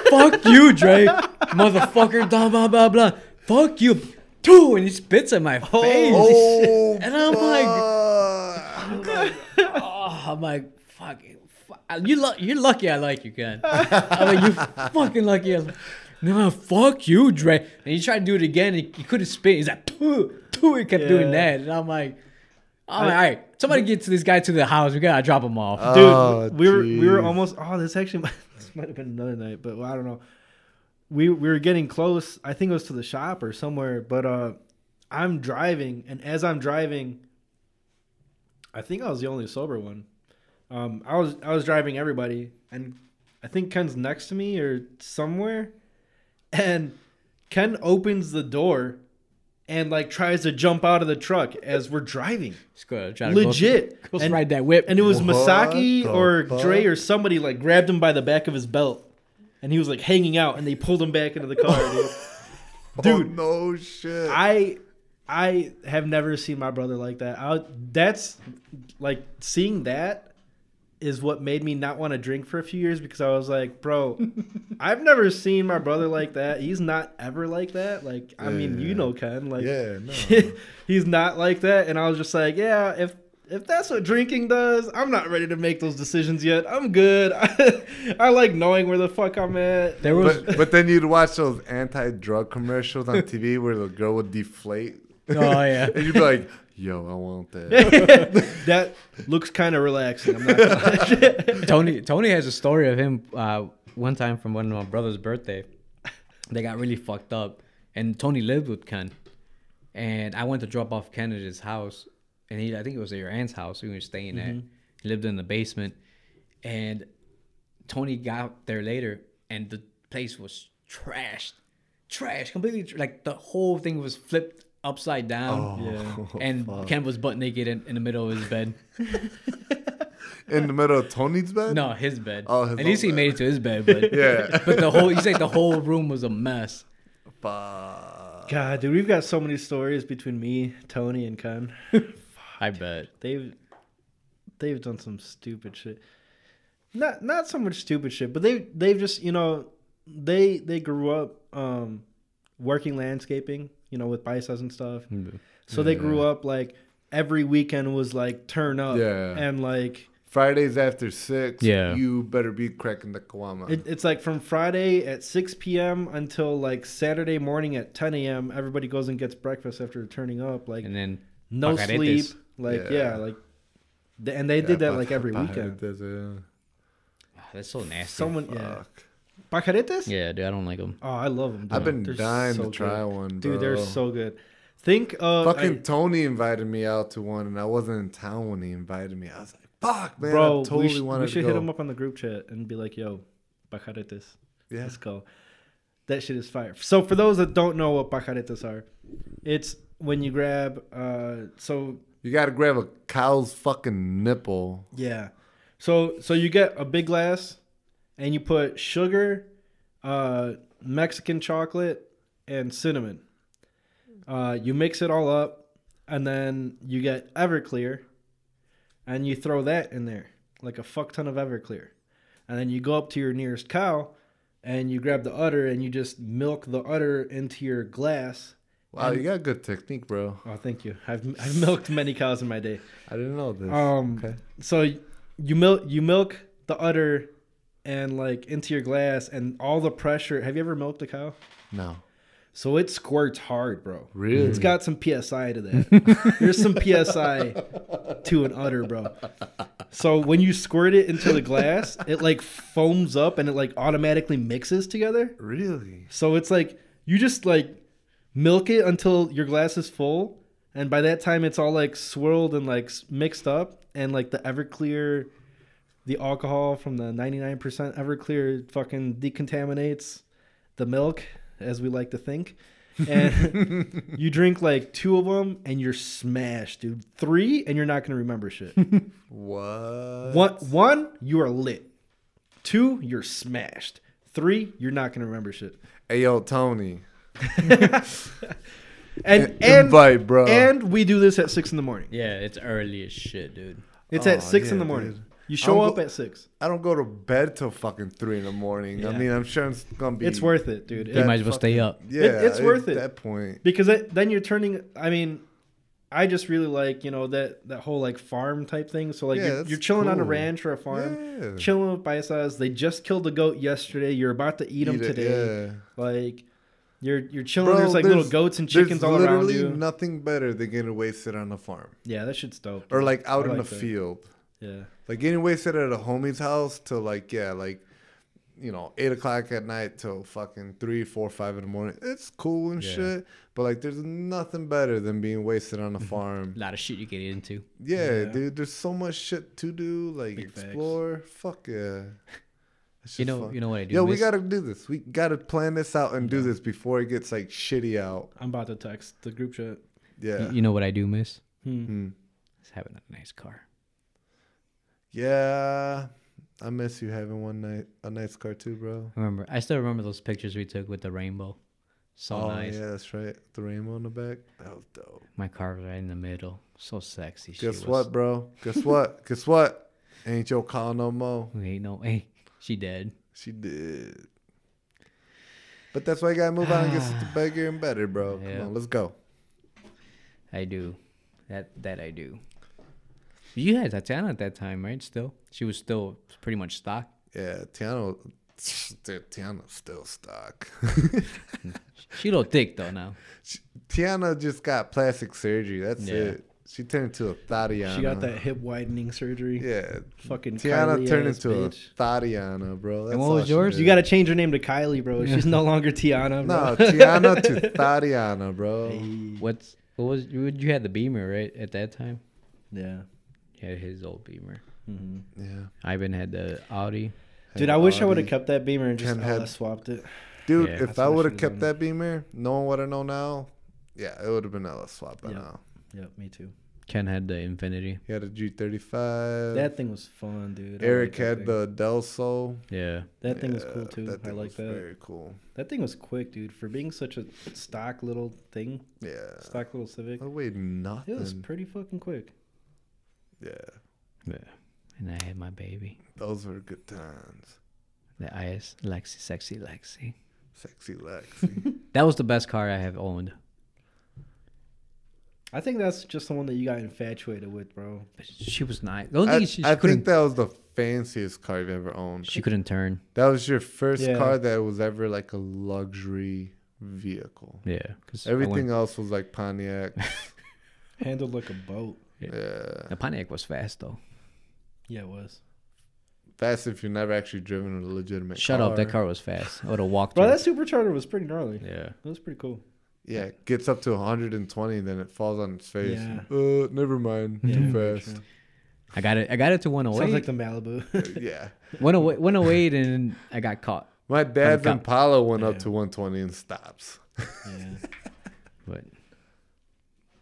[SPEAKER 4] Fuck you, Dre. Motherfucker. Blah blah blah blah. Fuck you, too." And he spits at my face.
[SPEAKER 1] Oh,
[SPEAKER 4] And I'm like-
[SPEAKER 1] like,
[SPEAKER 4] oh, I'm like, fuck, it, fuck. you lu- you're lucky I like you, Ken. I'm like, you fucking lucky. I li- no, fuck you, Dre. And he tried to do it again. He, he couldn't spit. He's like, two, two. He kept doing
[SPEAKER 3] Yeah.
[SPEAKER 4] that, and I'm like, all right, all right. Somebody get to this guy to the house. We gotta drop him off.
[SPEAKER 3] dude,
[SPEAKER 1] Oh,
[SPEAKER 3] we were we were
[SPEAKER 1] jeez.
[SPEAKER 3] almost. Oh, this actually might- this might have been another night, but I don't know. We we were getting close. I think it was to the shop or somewhere. But uh, I'm driving, and as I'm driving, I think I was the only sober one. Um, I was I was driving everybody, and I think Ken's next to me or somewhere, and Ken opens the door, and like tries to jump out of the truck as we're driving.
[SPEAKER 4] Just go, try to
[SPEAKER 3] Legit.
[SPEAKER 4] Go, go
[SPEAKER 3] And-
[SPEAKER 4] ride that whip.
[SPEAKER 3] And it was
[SPEAKER 1] What
[SPEAKER 3] Masaki
[SPEAKER 1] the
[SPEAKER 3] or
[SPEAKER 1] fuck?
[SPEAKER 3] Dre or somebody like grabbed him by the back of his belt, and he was like hanging out, and they pulled him back into the car. dude. Dude.
[SPEAKER 1] Oh, no shit.
[SPEAKER 3] I I have never seen my brother like that. I, that's like seeing that is what made me not want to drink for a few years because I was like, bro, I've never seen my brother like that. He's not ever like that. Like, I mean,
[SPEAKER 1] Yeah.
[SPEAKER 3] you know, Ken, like,
[SPEAKER 1] yeah, no.
[SPEAKER 3] he's not like that and i was just like yeah if if that's what drinking does i'm not ready to make those decisions yet i'm good i like knowing where the fuck i'm at
[SPEAKER 4] there was
[SPEAKER 1] But, but then you'd watch those anti-drug commercials on TV where the girl would deflate.
[SPEAKER 4] Oh, yeah.
[SPEAKER 1] and you'd be like, "Yo, I want that."
[SPEAKER 3] that looks kind of relaxing i'm not gonna
[SPEAKER 4] Tony Tony has a story of him uh, one time from one of my brother's birthday. They got really fucked up, and Tony lived with Ken. And I went to drop off Ken at his house, and he I think it was at your aunt's house we were staying at. He lived in the basement, and Tony got there later, and the place was trashed, trashed completely. Tr- like the whole thing was flipped upside down. And Ken was butt naked in, in the middle of his bed.
[SPEAKER 1] In the middle of Tony's bed.
[SPEAKER 4] No, his bed.
[SPEAKER 1] Oh, his
[SPEAKER 4] At least
[SPEAKER 1] own
[SPEAKER 4] he
[SPEAKER 1] bed.
[SPEAKER 4] made it to his bed, but
[SPEAKER 1] Yeah.
[SPEAKER 4] But the whole you say the whole room was a mess.
[SPEAKER 1] Fuck.
[SPEAKER 3] god dude we've got so many stories between me tony and ken
[SPEAKER 4] I bet.
[SPEAKER 3] they've they've done some stupid shit not not so much stupid shit but they they've just you know they they grew up um working landscaping you know with biceps and stuff so they grew up like every weekend was like turn up
[SPEAKER 1] Yeah.
[SPEAKER 3] and like
[SPEAKER 1] Fridays after six.
[SPEAKER 4] Yeah.
[SPEAKER 1] You better be cracking the kawama.
[SPEAKER 3] it, it's like from friday at 6 p.m until like saturday morning at 10 a.m everybody goes and gets breakfast after turning up like
[SPEAKER 4] And then
[SPEAKER 3] no
[SPEAKER 4] Pacaretes.
[SPEAKER 3] sleep like
[SPEAKER 1] Yeah.
[SPEAKER 3] yeah, like th- and they did that like every weekend
[SPEAKER 1] weekend.
[SPEAKER 4] Ah, that's so nasty.
[SPEAKER 3] someone yeah
[SPEAKER 1] Fuck.
[SPEAKER 3] Pacaretes?
[SPEAKER 4] Yeah, dude, I don't like them.
[SPEAKER 3] Oh, I love them. Dude.
[SPEAKER 1] I've been
[SPEAKER 3] They're
[SPEAKER 1] dying
[SPEAKER 3] so
[SPEAKER 1] to try
[SPEAKER 3] good.
[SPEAKER 1] one, bro.
[SPEAKER 3] Dude, they're so good. Think uh,
[SPEAKER 1] Fucking
[SPEAKER 3] I-
[SPEAKER 1] Tony invited me out to one, and I wasn't in town when he invited me. I was like, "Fuck, man,
[SPEAKER 3] bro,
[SPEAKER 1] I totally
[SPEAKER 3] we, sh-
[SPEAKER 1] wanted
[SPEAKER 3] we should
[SPEAKER 1] to go."
[SPEAKER 3] hit them up on the group chat and be like, "Yo, Pacaretes,
[SPEAKER 1] Yeah.
[SPEAKER 3] let's go." That shit is fire. So for those that don't know what Pacaretes are, it's when you grab uh, so
[SPEAKER 1] You gotta grab a cow's fucking nipple.
[SPEAKER 3] Yeah. So so you get a big glass and you put sugar, uh, Mexican chocolate, and cinnamon. Uh, you mix it all up and then you get Everclear and you throw that in there like a fuck ton of Everclear. And then you go up to your nearest cow and you grab the udder and you just milk the udder into your glass.
[SPEAKER 1] Wow, you got good technique, bro.
[SPEAKER 3] Oh, thank you. I've I've milked many cows in my day.
[SPEAKER 1] I didn't know this.
[SPEAKER 3] Um,
[SPEAKER 1] okay.
[SPEAKER 3] so y- you milk you milk the udder and like into your glass and all the pressure. Have you ever milked a cow?
[SPEAKER 1] No.
[SPEAKER 3] So it squirts hard, bro.
[SPEAKER 1] Really?
[SPEAKER 3] It's got some PSI to that. There's some PSI to an udder, bro. So when you squirt it into the glass, it like foams up and it like automatically mixes together.
[SPEAKER 1] Really?
[SPEAKER 3] So it's like you just like milk it until your glass is full, and by that time it's all like swirled and like s- mixed up, and like the Everclear, the alcohol from the ninety nine percent Everclear fucking decontaminates the milk, as we like to think. And you drink like two of them and you're smashed, dude. Three and you're not gonna remember shit.
[SPEAKER 1] What?
[SPEAKER 3] One, one, you are lit. Two, you're smashed. Three, you're not gonna remember shit.
[SPEAKER 1] Hey, yo, Tony.
[SPEAKER 3] and and
[SPEAKER 1] Invite, bro.
[SPEAKER 3] and we do this at six in the morning.
[SPEAKER 4] Yeah, it's early as shit, dude.
[SPEAKER 3] It's
[SPEAKER 1] Oh,
[SPEAKER 3] at six in
[SPEAKER 1] yeah,
[SPEAKER 3] the morning.
[SPEAKER 1] dude.
[SPEAKER 3] You show
[SPEAKER 1] I'm
[SPEAKER 3] up
[SPEAKER 1] go-
[SPEAKER 3] at six.
[SPEAKER 1] I don't go to bed till fucking three in the morning. I
[SPEAKER 4] Yeah.
[SPEAKER 1] mean, I'm sure it's gonna be.
[SPEAKER 3] It's worth it, dude.
[SPEAKER 4] You
[SPEAKER 3] It-
[SPEAKER 4] might as well stay up.
[SPEAKER 1] Yeah,
[SPEAKER 3] it's worth it.
[SPEAKER 1] At that point,
[SPEAKER 3] because it, then you're turning. I mean, I just really like you know that that whole like farm type thing. So like
[SPEAKER 1] Yeah,
[SPEAKER 3] you're,
[SPEAKER 1] that's
[SPEAKER 3] you're chilling on a
[SPEAKER 1] cool.
[SPEAKER 3] ranch or a farm,
[SPEAKER 1] Yeah.
[SPEAKER 3] chilling with paisas. They just killed a goat yesterday. You're about to eat them
[SPEAKER 1] Eat it,
[SPEAKER 3] today.
[SPEAKER 1] yeah.
[SPEAKER 3] Like you're you're chilling.
[SPEAKER 1] Bro,
[SPEAKER 3] there's like little
[SPEAKER 1] there's-
[SPEAKER 3] goats and
[SPEAKER 1] There's
[SPEAKER 3] chickens all around
[SPEAKER 1] literally
[SPEAKER 3] you.
[SPEAKER 1] nothing better than getting wasted on the farm
[SPEAKER 3] yeah, that shit's dope.
[SPEAKER 1] or
[SPEAKER 3] dude.
[SPEAKER 1] like out
[SPEAKER 3] I
[SPEAKER 1] in
[SPEAKER 3] like
[SPEAKER 1] the
[SPEAKER 3] that.
[SPEAKER 1] field.
[SPEAKER 3] Yeah.
[SPEAKER 1] Like getting wasted at a homie's house till like yeah, like you know eight o'clock at night till fucking three, four, five in the morning. It's cool and shit, but like there's nothing better than being wasted on a farm.
[SPEAKER 4] A lot of shit you get into.
[SPEAKER 1] Yeah,
[SPEAKER 3] Yeah.
[SPEAKER 1] dude, there's so much shit to do, like
[SPEAKER 3] Big facts.
[SPEAKER 1] explore. Fuck yeah. It's
[SPEAKER 4] You
[SPEAKER 1] just
[SPEAKER 4] know,
[SPEAKER 1] fun.
[SPEAKER 4] you know what I do.
[SPEAKER 1] Yo, we
[SPEAKER 4] miss?
[SPEAKER 1] gotta do this. We gotta plan this out and do this before it gets like shitty out.
[SPEAKER 3] I'm about to text the group chat.
[SPEAKER 1] Yeah.
[SPEAKER 4] You know what I do miss?
[SPEAKER 1] Hmm.
[SPEAKER 4] Is having a nice car.
[SPEAKER 1] Yeah. I miss you having one night a nice car too, bro.
[SPEAKER 4] I remember. I still remember those pictures we took with the rainbow. So
[SPEAKER 1] oh
[SPEAKER 4] nice.
[SPEAKER 1] yeah, that's right. The rainbow on the back. That was dope.
[SPEAKER 4] My car was right in the middle. So sexy. She
[SPEAKER 1] Guess
[SPEAKER 4] was-
[SPEAKER 1] what, bro? Guess what? Guess what? Ain't your call no more.
[SPEAKER 4] We ain't no way. She dead.
[SPEAKER 1] She did. But that's why you gotta move on and get something bigger and better, bro. Come
[SPEAKER 4] Yeah.
[SPEAKER 1] on, let's go.
[SPEAKER 4] I do. That that I do. You had Tatiana at that time, right? Still, she was still pretty much stock.
[SPEAKER 1] Yeah, Tiana, dude, Tiana's still stuck.
[SPEAKER 4] She a little thick though now.
[SPEAKER 1] She- Tiana just got plastic surgery. That's
[SPEAKER 4] Yeah.
[SPEAKER 1] it. She turned into a Thadiana.
[SPEAKER 3] She got that hip widening surgery.
[SPEAKER 1] Yeah.
[SPEAKER 3] Fucking
[SPEAKER 1] Tiana
[SPEAKER 3] Kylie
[SPEAKER 1] turned
[SPEAKER 3] ass
[SPEAKER 1] into
[SPEAKER 3] bitch.
[SPEAKER 1] a Thadiana, bro. That's
[SPEAKER 4] what
[SPEAKER 1] all
[SPEAKER 4] was
[SPEAKER 1] she
[SPEAKER 4] yours?
[SPEAKER 1] is.
[SPEAKER 3] You got to change her name to Kylie, bro. She's no longer Tiana, bro.
[SPEAKER 1] No, Tiana to Thadiana, bro.
[SPEAKER 4] What's what was you you had the Beamer right at that time?
[SPEAKER 3] Yeah. Mm-hmm.
[SPEAKER 4] You had his old Beamer.
[SPEAKER 1] Yeah.
[SPEAKER 4] Ivan had the Audi.
[SPEAKER 3] Dude, I wish I
[SPEAKER 1] Audi.
[SPEAKER 3] would have kept that beamer and just
[SPEAKER 1] Ken
[SPEAKER 3] had...
[SPEAKER 1] uh, had-
[SPEAKER 3] swapped it.
[SPEAKER 1] Dude,
[SPEAKER 4] Yeah.
[SPEAKER 1] if
[SPEAKER 4] That's
[SPEAKER 1] I
[SPEAKER 3] what I
[SPEAKER 1] would have
[SPEAKER 3] should've
[SPEAKER 1] kept
[SPEAKER 3] done.
[SPEAKER 1] that Beamer, knowing what I know now, yeah, it would have been LS swap by
[SPEAKER 3] Yeah.
[SPEAKER 1] now.
[SPEAKER 3] Yep, me too.
[SPEAKER 4] Ken had the Infinity.
[SPEAKER 1] He had a G35.
[SPEAKER 3] That thing was fun, dude. I
[SPEAKER 1] Eric
[SPEAKER 3] liked that
[SPEAKER 1] had
[SPEAKER 3] thing.
[SPEAKER 1] the Delso.
[SPEAKER 4] Yeah.
[SPEAKER 3] That thing was
[SPEAKER 1] Yeah,
[SPEAKER 3] cool too. I
[SPEAKER 1] thing
[SPEAKER 3] like
[SPEAKER 1] was
[SPEAKER 3] that.
[SPEAKER 1] Very cool.
[SPEAKER 3] That thing was quick, dude. For being such a stock little thing,
[SPEAKER 1] Yeah.
[SPEAKER 3] stock little Civic,
[SPEAKER 1] I weighed nothing.
[SPEAKER 3] it was pretty fucking quick.
[SPEAKER 1] yeah.
[SPEAKER 4] Yeah. And I had my baby,
[SPEAKER 1] Those were good times.
[SPEAKER 4] the IS Lexi, sexy Lexi.
[SPEAKER 1] Sexy Lexi.
[SPEAKER 4] That was the best car I have owned.
[SPEAKER 3] I think that's just the one that you got infatuated with, bro.
[SPEAKER 4] But she was nice. The only
[SPEAKER 1] I,
[SPEAKER 4] thing she, she
[SPEAKER 1] I
[SPEAKER 4] couldn't
[SPEAKER 1] think that was the fanciest car you've ever owned.
[SPEAKER 4] she couldn't turn.
[SPEAKER 1] That was your first
[SPEAKER 3] Yeah.
[SPEAKER 1] car that was ever like a luxury vehicle.
[SPEAKER 4] Yeah. Cause I went-
[SPEAKER 1] Everything else was like Pontiac.
[SPEAKER 3] Handled like a boat.
[SPEAKER 1] yeah.
[SPEAKER 4] The Pontiac was fast though.
[SPEAKER 3] Yeah, it was.
[SPEAKER 1] Fast if you've never actually driven a legitimate
[SPEAKER 4] Shut
[SPEAKER 1] car.
[SPEAKER 4] up! That car was fast. I would have walked.
[SPEAKER 3] Bro,
[SPEAKER 4] to
[SPEAKER 3] that
[SPEAKER 4] it.
[SPEAKER 3] supercharger was pretty gnarly.
[SPEAKER 4] yeah.
[SPEAKER 3] It was pretty cool.
[SPEAKER 1] Yeah, it gets up to 120 then it falls on its face.
[SPEAKER 3] Yeah.
[SPEAKER 1] Uh, never mind.
[SPEAKER 3] Yeah,
[SPEAKER 1] Too
[SPEAKER 3] very
[SPEAKER 1] fast. Uh,
[SPEAKER 4] I got it. I got it to
[SPEAKER 3] Sounds
[SPEAKER 4] 108.
[SPEAKER 3] like the Malibu.
[SPEAKER 1] yeah.
[SPEAKER 4] went away, went away, oh and I got caught.
[SPEAKER 1] My dad's
[SPEAKER 4] Like a-
[SPEAKER 1] Impala went up
[SPEAKER 3] Yeah.
[SPEAKER 1] to 120 and stops.
[SPEAKER 3] yeah.
[SPEAKER 4] But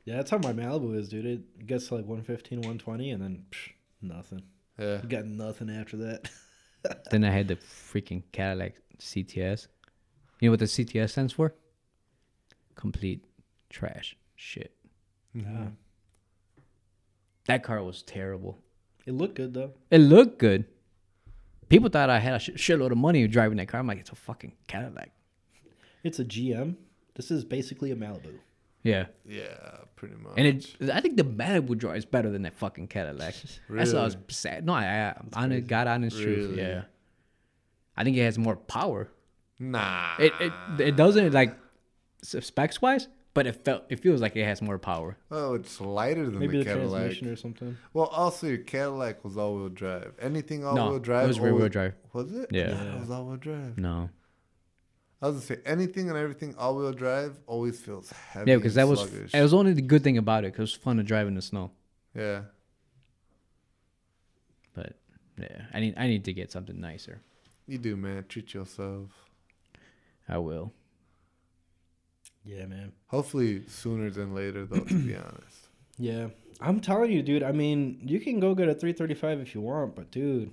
[SPEAKER 3] yeah, that's how my Malibu is, dude. It gets to like 115, 120, and then psh, nothing.
[SPEAKER 1] Yeah.
[SPEAKER 3] You got nothing after that.
[SPEAKER 4] then I had the freaking Cadillac CTS. You know what the CTS stands for? Complete trash shit.
[SPEAKER 3] Yeah.
[SPEAKER 4] That car was terrible.
[SPEAKER 3] It looked good though.
[SPEAKER 4] It looked good. People thought I had a sh- shitload of money driving that car. I'm like, it's a fucking Cadillac.
[SPEAKER 3] It's a GM. This is basically a Malibu.
[SPEAKER 4] Yeah.
[SPEAKER 1] Yeah, pretty much.
[SPEAKER 4] And it, I think the Malibu draw is better than that fucking Cadillac. That's what I was sad. No, I, I on it, got on the truth.
[SPEAKER 1] Really?
[SPEAKER 4] Yeah. I think it has more power.
[SPEAKER 1] nah.
[SPEAKER 4] It it, it doesn't like s- specs wise, but it felt it feels like it has more power.
[SPEAKER 1] oh, it's lighter than
[SPEAKER 3] Maybe
[SPEAKER 1] the
[SPEAKER 3] the,
[SPEAKER 1] Cadillac.
[SPEAKER 3] transmission or something.
[SPEAKER 1] Well, also your Cadillac was all-wheel drive. Anything all-wheel
[SPEAKER 4] No, it
[SPEAKER 1] drive?
[SPEAKER 4] was
[SPEAKER 1] all-
[SPEAKER 4] rear-wheel drive.
[SPEAKER 1] Was it?
[SPEAKER 4] Yeah.
[SPEAKER 1] it was all-wheel drive.
[SPEAKER 4] No.
[SPEAKER 1] I was gonna say anything and everything all-wheel drive always feels heavy.
[SPEAKER 4] Yeah, because
[SPEAKER 1] and
[SPEAKER 4] that was
[SPEAKER 1] sluggish.
[SPEAKER 4] it was only the good thing about it because it was fun to drive in the snow.
[SPEAKER 1] yeah.
[SPEAKER 4] But yeah, I need I need to get something nicer.
[SPEAKER 1] You do, man. Treat yourself.
[SPEAKER 4] I will.
[SPEAKER 3] Yeah, man.
[SPEAKER 1] Hopefully sooner than later, though. to be honest.
[SPEAKER 3] Yeah. I'm telling you, dude. I mean, you can go get a 335 if you want, but dude,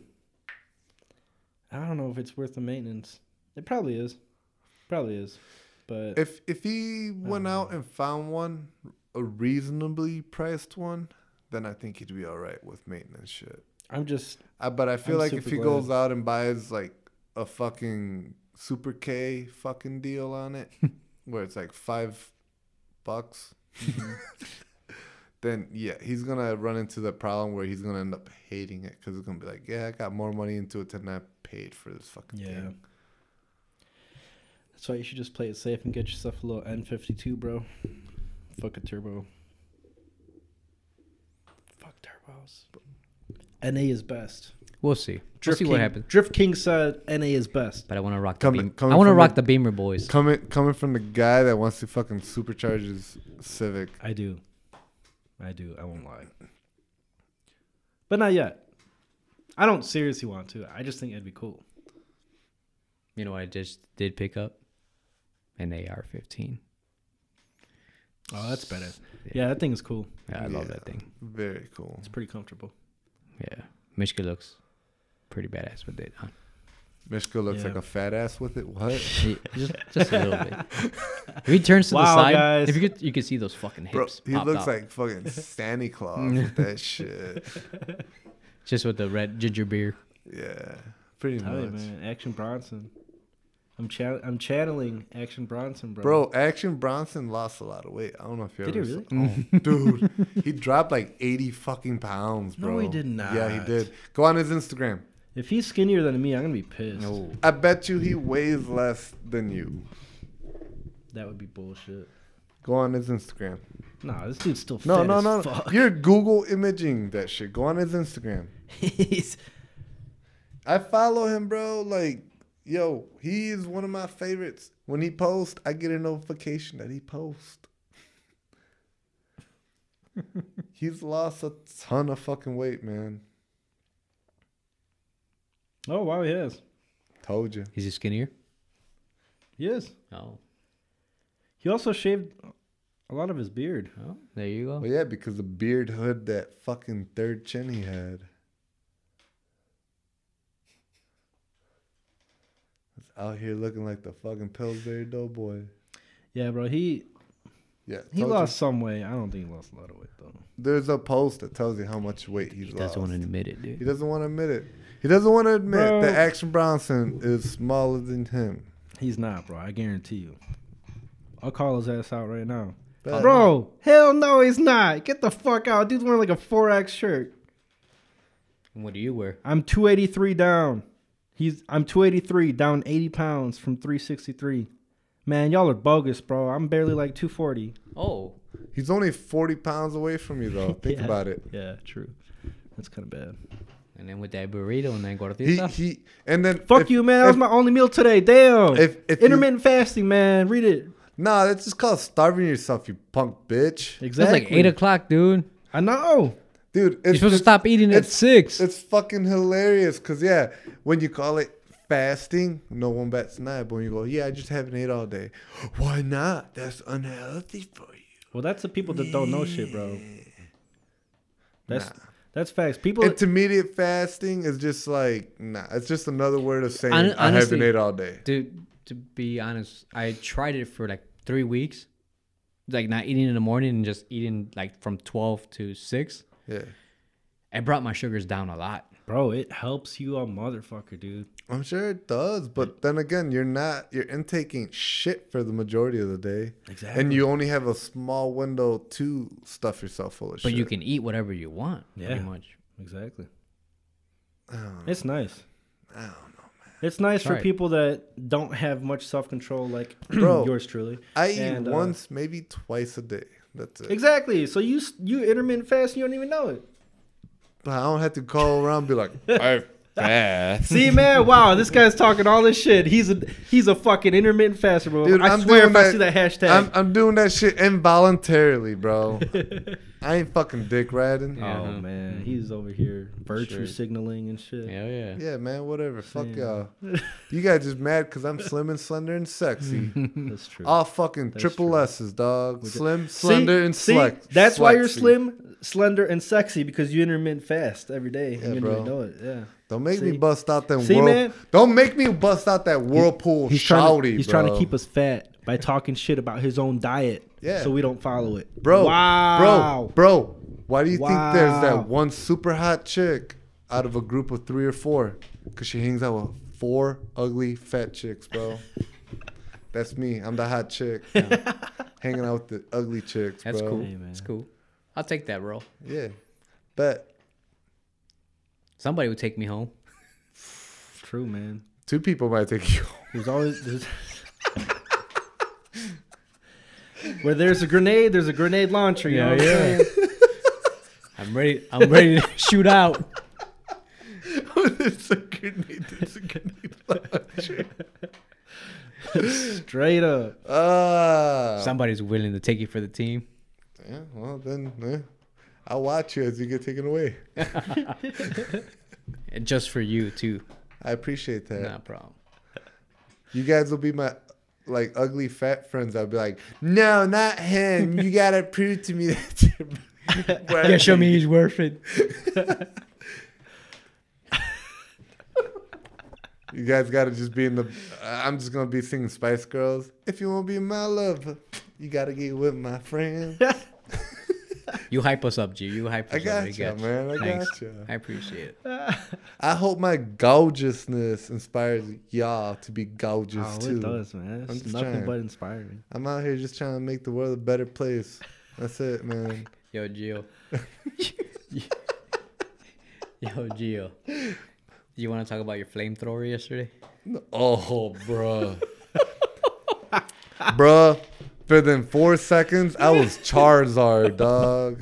[SPEAKER 3] I don't know if it's worth the maintenance. It probably is. Probably is. But
[SPEAKER 1] If if he went out and found one, a reasonably priced one, then I think he'd be all right with maintenance shit.
[SPEAKER 3] I'm just
[SPEAKER 1] I, but I feel
[SPEAKER 3] I'm
[SPEAKER 1] like if
[SPEAKER 3] super
[SPEAKER 1] he
[SPEAKER 3] glad.
[SPEAKER 1] goes out and buys like a fucking super K fucking deal on it, where it's like five bucks,
[SPEAKER 3] Mm-hmm.
[SPEAKER 1] then yeah, he's gonna run into the problem where he's gonna end up hating it because it's gonna be like, yeah, I got more money into it than I paid for this fucking
[SPEAKER 3] yeah.
[SPEAKER 1] thing.
[SPEAKER 3] That's why you should just play it safe and get yourself a little N52, bro. Fuck a turbo. Fuck turbos. NA is best.
[SPEAKER 4] We'll see. We'll
[SPEAKER 3] Drift
[SPEAKER 4] see
[SPEAKER 3] King,
[SPEAKER 4] what happens.
[SPEAKER 3] Drift King said NA is best.
[SPEAKER 4] But I want to rock the
[SPEAKER 1] Coming-
[SPEAKER 4] beam.
[SPEAKER 1] coming
[SPEAKER 4] I want to
[SPEAKER 1] from
[SPEAKER 4] rock
[SPEAKER 1] a-
[SPEAKER 4] the beamer, boys.
[SPEAKER 1] Coming coming from the guy that wants to fucking supercharge his Civic.
[SPEAKER 3] I do. I do. I won't lie. But not yet. I don't seriously want to. I just think it'd be cool.
[SPEAKER 4] You know what I just did pick up? An AR-15.
[SPEAKER 3] Oh, that's better.
[SPEAKER 4] Yeah.
[SPEAKER 3] Yeah, that thing is cool.
[SPEAKER 4] Yeah, I love
[SPEAKER 1] Yeah.
[SPEAKER 4] that thing.
[SPEAKER 1] Very cool.
[SPEAKER 3] It's pretty comfortable.
[SPEAKER 4] Yeah, Mishka looks pretty badass with it. on.
[SPEAKER 1] Mishka looks
[SPEAKER 3] Yeah.
[SPEAKER 1] like a fat ass with it. What?
[SPEAKER 4] He- just, just a little bit. If he turns to the
[SPEAKER 3] Wow,
[SPEAKER 4] side,
[SPEAKER 3] guys.
[SPEAKER 4] if you could, you could see those fucking
[SPEAKER 1] Bro,
[SPEAKER 4] hips.
[SPEAKER 1] he
[SPEAKER 4] popped
[SPEAKER 1] looks
[SPEAKER 4] out.
[SPEAKER 1] like fucking Santa Claus with that shit.
[SPEAKER 4] just with the red ginger beer.
[SPEAKER 1] Yeah, pretty
[SPEAKER 3] Tell you,
[SPEAKER 1] much.
[SPEAKER 3] man, Action Bronson. I'm chan- I'm channeling Action Bronson, bro.
[SPEAKER 1] Bro, Action Bronson lost a lot of weight. I don't know if you
[SPEAKER 3] Did
[SPEAKER 1] ever
[SPEAKER 3] he
[SPEAKER 1] saw- Oh, dude, he dropped like 80 fucking pounds,
[SPEAKER 3] No,
[SPEAKER 1] bro.
[SPEAKER 3] he did not.
[SPEAKER 1] Yeah, he did. Go on his Instagram.
[SPEAKER 3] if he's skinnier than me, I'm gonna be pissed.
[SPEAKER 1] I bet you he weighs less than you.
[SPEAKER 3] That would be bullshit.
[SPEAKER 1] Go on his Instagram.
[SPEAKER 3] Nah, this dude's still fat
[SPEAKER 1] No, no,
[SPEAKER 3] as
[SPEAKER 1] no. no.
[SPEAKER 3] fuck.
[SPEAKER 1] You're Google imaging that shit. Go on his Instagram.
[SPEAKER 3] He's-
[SPEAKER 1] I follow him, bro. Like, yo, he is one of my favorites. When he posts, I get a notification that he posts. He's lost a ton of fucking weight, man.
[SPEAKER 3] oh wow, he is.
[SPEAKER 1] Told you.
[SPEAKER 4] Is he skinnier?
[SPEAKER 3] He is.
[SPEAKER 4] Oh,
[SPEAKER 3] He also shaved a lot of his beard.
[SPEAKER 4] oh, there you go.
[SPEAKER 1] Well, yeah, because the beard hood that fucking third chin he had. It's out here looking like the fucking Pillsbury Doughboy.
[SPEAKER 3] Yeah, bro. He
[SPEAKER 1] Yeah,
[SPEAKER 3] he
[SPEAKER 1] told you.
[SPEAKER 3] lost some weight. I don't think he lost a lot of weight though.
[SPEAKER 1] There's a post that tells you how much weight he's
[SPEAKER 4] He
[SPEAKER 1] lost.
[SPEAKER 4] doesn't want to admit it,
[SPEAKER 1] He
[SPEAKER 4] dude.
[SPEAKER 1] doesn't want to admit it. He doesn't want to admit
[SPEAKER 3] Bro.
[SPEAKER 1] that Action Bronson is smaller than him.
[SPEAKER 3] He's not, bro. I guarantee you. I'll call his ass out right now.
[SPEAKER 1] But-
[SPEAKER 3] Bro, hell no, he's not. Get the fuck out. Dude's wearing like a 4X shirt.
[SPEAKER 4] What do you wear?
[SPEAKER 3] I'm 283 down. He's I'm 283 down 80 pounds from 363. Man, y'all are bogus, bro. I'm barely like 240.
[SPEAKER 4] Oh,
[SPEAKER 1] he's only 40 pounds away from you, though. Think
[SPEAKER 3] Yeah.
[SPEAKER 1] about it.
[SPEAKER 3] Yeah, true. That's kind of bad.
[SPEAKER 4] and then with that burrito and that
[SPEAKER 1] He,
[SPEAKER 4] gordita.
[SPEAKER 1] he, and then.
[SPEAKER 3] Fuck
[SPEAKER 1] if-
[SPEAKER 3] you, man. That was
[SPEAKER 1] if-
[SPEAKER 3] my only meal today. Damn.
[SPEAKER 1] If- if you-
[SPEAKER 3] Intermittent fasting, man. Read it.
[SPEAKER 1] Nah, that's just called starving yourself, you punk bitch.
[SPEAKER 4] It was
[SPEAKER 3] Exactly.
[SPEAKER 4] like eight o'clock, dude.
[SPEAKER 3] I know.
[SPEAKER 1] Dude, it's,
[SPEAKER 4] You're supposed to
[SPEAKER 1] it's-
[SPEAKER 4] stop eating at
[SPEAKER 1] it's-
[SPEAKER 4] six.
[SPEAKER 1] It's fucking hilarious because, yeah, when you call it fasting, no one bats an eye. But when you go, yeah, I just haven't ate all day, why not? That's unhealthy for you.
[SPEAKER 3] Well, that's the people that don't know shit, bro. That's
[SPEAKER 1] Nah.
[SPEAKER 3] that's facts. People
[SPEAKER 1] Intermediate fasting is just like nah. It's just another word of saying
[SPEAKER 4] Hon-
[SPEAKER 1] I haven't
[SPEAKER 4] honestly-
[SPEAKER 1] ate all day.
[SPEAKER 4] Dude, to be honest, I tried it for like three weeks, like not eating in the morning and just eating like from twelve to six.
[SPEAKER 1] Yeah,
[SPEAKER 4] It brought my sugars down a lot.
[SPEAKER 3] Bro, it helps you a motherfucker, dude.
[SPEAKER 1] I'm sure it does, but then again, you're not you're intaking shit for the majority of the day,
[SPEAKER 3] Exactly.
[SPEAKER 1] and you only have a small window to stuff yourself full of
[SPEAKER 4] But
[SPEAKER 1] shit.
[SPEAKER 4] you can eat whatever you want,
[SPEAKER 3] Yeah.
[SPEAKER 4] pretty much.
[SPEAKER 3] Exactly. It's nice.
[SPEAKER 1] I don't know.
[SPEAKER 3] It's nice
[SPEAKER 4] Try
[SPEAKER 3] for
[SPEAKER 4] it.
[SPEAKER 3] people that don't have much self control, like
[SPEAKER 1] Bro,
[SPEAKER 3] yours truly.
[SPEAKER 1] I eat
[SPEAKER 3] And, uh,
[SPEAKER 1] once, maybe twice a day. That's it.
[SPEAKER 3] Exactly. So you s- you intermittent fast, and you don't even know it.
[SPEAKER 1] But I don't have to call around and be like, I fast.
[SPEAKER 3] See, man, wow, this guy's talking all this shit. He's a he's a fucking intermittent faster, bro.
[SPEAKER 1] Dude,
[SPEAKER 3] I
[SPEAKER 1] I'm
[SPEAKER 3] swear,
[SPEAKER 1] doing
[SPEAKER 3] if I
[SPEAKER 1] that-
[SPEAKER 3] see that hashtag,
[SPEAKER 1] I'm, I'm doing that shit involuntarily, bro. I ain't fucking dick riding.
[SPEAKER 4] Yeah.
[SPEAKER 3] oh
[SPEAKER 4] Uh-huh.
[SPEAKER 3] man, he's over here virtue
[SPEAKER 4] Sure.
[SPEAKER 3] signaling and shit.
[SPEAKER 4] Hell yeah.
[SPEAKER 1] Yeah, man, whatever. Fuck
[SPEAKER 3] Yeah.
[SPEAKER 1] y'all. You guys just mad because I'm slim and slender and sexy.
[SPEAKER 3] That's true.
[SPEAKER 1] All fucking
[SPEAKER 3] That's
[SPEAKER 1] triple
[SPEAKER 3] true.
[SPEAKER 1] S's, dog.
[SPEAKER 3] Would you-
[SPEAKER 1] Slim, slender, and select.
[SPEAKER 3] That's why you're slim, slender, and sexy because you intermittent fast every day.
[SPEAKER 1] Yeah,
[SPEAKER 3] and you
[SPEAKER 1] bro.
[SPEAKER 3] don't even know it. Yeah.
[SPEAKER 1] Don't make me
[SPEAKER 3] See?
[SPEAKER 1] bust out that
[SPEAKER 3] See,
[SPEAKER 1] whirl-
[SPEAKER 3] man?
[SPEAKER 1] Don't make me bust out that whirlpool
[SPEAKER 3] He's trying. To,
[SPEAKER 1] shouty,
[SPEAKER 3] he's
[SPEAKER 1] bro.
[SPEAKER 3] trying to keep us fat by talking shit about his own diet.
[SPEAKER 1] Yeah.
[SPEAKER 3] So we don't follow it,
[SPEAKER 1] Bro,
[SPEAKER 3] Wow.
[SPEAKER 1] bro, bro. Why do you think there's
[SPEAKER 3] Wow.
[SPEAKER 1] that one super hot chick out of a group of three or four? Because she hangs out with four ugly fat chicks, bro. That's me. I'm the hot chick. Hanging out with the ugly chicks,
[SPEAKER 4] That's
[SPEAKER 1] bro.
[SPEAKER 4] cool.
[SPEAKER 3] Hey, man.
[SPEAKER 4] That's cool. I'll take that role.
[SPEAKER 1] Yeah. But
[SPEAKER 4] Somebody would take me home.
[SPEAKER 3] True, man.
[SPEAKER 1] two people might take you.
[SPEAKER 3] There's always there's where there's a grenade, there's a grenade launcher. You know what I'm saying?
[SPEAKER 4] I'm ready. I'm ready to shoot out.
[SPEAKER 1] it's a grenade. It's a grenade launcher.
[SPEAKER 3] Straight up. Oh.
[SPEAKER 1] Ah.
[SPEAKER 4] Somebody's willing to take you for the team.
[SPEAKER 1] Yeah, well, then eh, I'll watch you as you get taken away.
[SPEAKER 4] And just for you too.
[SPEAKER 1] I appreciate that.
[SPEAKER 4] No problem.
[SPEAKER 1] You guys will be my like ugly fat friends. I'll be like, no, not him. You gotta prove to me that. You're
[SPEAKER 4] Yeah, show me he's worth it.
[SPEAKER 1] You guys gotta just be in the. I'm just gonna be singing Spice Girls. If you wanna be my lover, you gotta get with my friend.
[SPEAKER 4] You hype us up, G. You hype us
[SPEAKER 1] I
[SPEAKER 4] up.
[SPEAKER 1] got
[SPEAKER 4] We
[SPEAKER 1] you, man. I got you.
[SPEAKER 4] I appreciate it.
[SPEAKER 1] I hope my gorgeousness inspires y'all to be gorgeous
[SPEAKER 3] Oh,
[SPEAKER 1] too.
[SPEAKER 3] it does, man.
[SPEAKER 1] I'm
[SPEAKER 3] It's
[SPEAKER 1] just
[SPEAKER 3] nothing
[SPEAKER 1] trying.
[SPEAKER 3] but inspiring.
[SPEAKER 1] I'm out here just trying to make the world a better place. That's it, man.
[SPEAKER 4] Yo, Gio. Yo, Gio. You want to talk about your flamethrower yesterday?
[SPEAKER 1] Oh, bruh. bruh, within four seconds, I was Charizard, dog.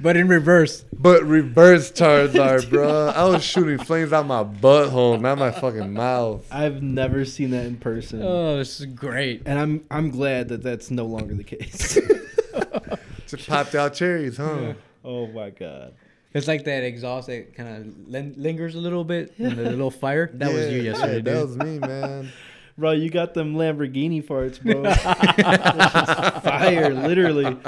[SPEAKER 4] But in reverse.
[SPEAKER 1] But reverse Charizard, bruh. I was shooting flames out my butthole, not my fucking mouth.
[SPEAKER 3] I've never seen that in person.
[SPEAKER 4] Oh, this is great.
[SPEAKER 3] and I'm I'm glad that that's no longer the case.
[SPEAKER 1] Just popped out cherries, huh?
[SPEAKER 3] oh my god.
[SPEAKER 4] It's like that exhaust that kind of lin- lingers a little bit, and the little fire. That was you
[SPEAKER 1] Yeah,
[SPEAKER 4] yesterday,
[SPEAKER 1] yeah,
[SPEAKER 4] dude.
[SPEAKER 1] That was me, man.
[SPEAKER 3] Bro, you got them Lamborghini farts, bro. That shit's fire, literally.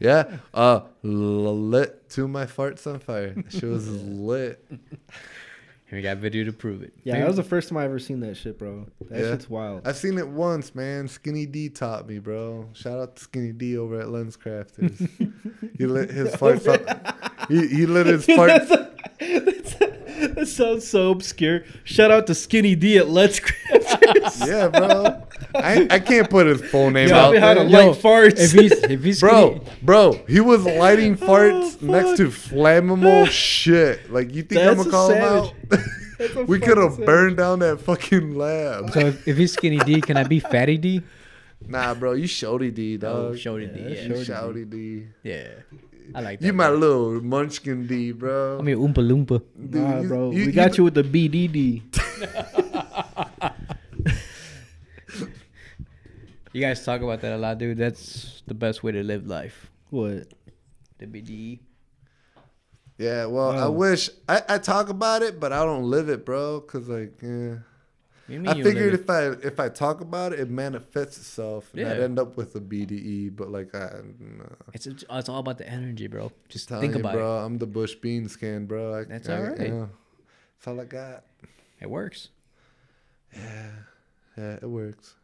[SPEAKER 1] Yeah. Uh, lit to my farts on fire. She was lit.
[SPEAKER 4] And we got video to prove it.
[SPEAKER 3] Yeah, that was the first time I ever seen that shit, bro. That
[SPEAKER 1] Yeah.
[SPEAKER 3] shit's wild.
[SPEAKER 1] I've seen it once, man. Skinny D taught me, bro. Shout out to Skinny D over at Lens Crafters. he lit his farts up. He, he lit his farts.
[SPEAKER 3] that sounds so obscure. Shout out to Skinny D at Let's Crafters.
[SPEAKER 1] Yeah, bro. I, I can't put his full name
[SPEAKER 3] Yo,
[SPEAKER 1] out
[SPEAKER 3] we had
[SPEAKER 1] there.
[SPEAKER 3] a- like farts.
[SPEAKER 4] If he's, if he's
[SPEAKER 1] Bro,
[SPEAKER 4] skinny-
[SPEAKER 1] bro, he was lighting farts
[SPEAKER 3] Oh, fuck.
[SPEAKER 1] next to flammable shit. Like you think I'm gonna
[SPEAKER 3] That's a
[SPEAKER 1] call
[SPEAKER 3] savage.
[SPEAKER 1] him out? we could have burned down that fucking lab.
[SPEAKER 4] so if, if he's skinny D, can I be fatty D?
[SPEAKER 1] Nah, bro, you shouty D,
[SPEAKER 4] Oh,
[SPEAKER 1] dog.
[SPEAKER 4] shorty D. Yeah,
[SPEAKER 1] you shouty D.
[SPEAKER 4] yeah. I like that.
[SPEAKER 1] You my
[SPEAKER 4] bro.
[SPEAKER 1] little munchkin D, bro.
[SPEAKER 4] I mean, Oompa Loompa.
[SPEAKER 1] Dude,
[SPEAKER 3] Nah,
[SPEAKER 1] you-
[SPEAKER 3] bro. we got you with the BDD.
[SPEAKER 4] You guys talk about that a lot, dude. That's the best way to live life.
[SPEAKER 3] What?
[SPEAKER 4] The BDE.
[SPEAKER 1] Yeah, well, I
[SPEAKER 3] Oh.
[SPEAKER 1] wish I, I talk about it, but I don't live it, bro. Cause like, yeah,
[SPEAKER 4] You mean
[SPEAKER 1] I
[SPEAKER 4] you
[SPEAKER 1] figured
[SPEAKER 4] live
[SPEAKER 1] if I if I talk about it, it manifests itself, and I'd
[SPEAKER 4] Yeah.
[SPEAKER 1] end up with a BDE. But like, I no.
[SPEAKER 4] it? it's, it's it's all about the energy, bro. Just
[SPEAKER 1] Telling
[SPEAKER 4] think
[SPEAKER 1] you,
[SPEAKER 4] about
[SPEAKER 1] bro, I'm the bush bean skin, bro. I,
[SPEAKER 4] That's
[SPEAKER 1] I-
[SPEAKER 4] all right.
[SPEAKER 1] yeah. That's all I got.
[SPEAKER 4] it. It works.
[SPEAKER 1] Yeah, it works.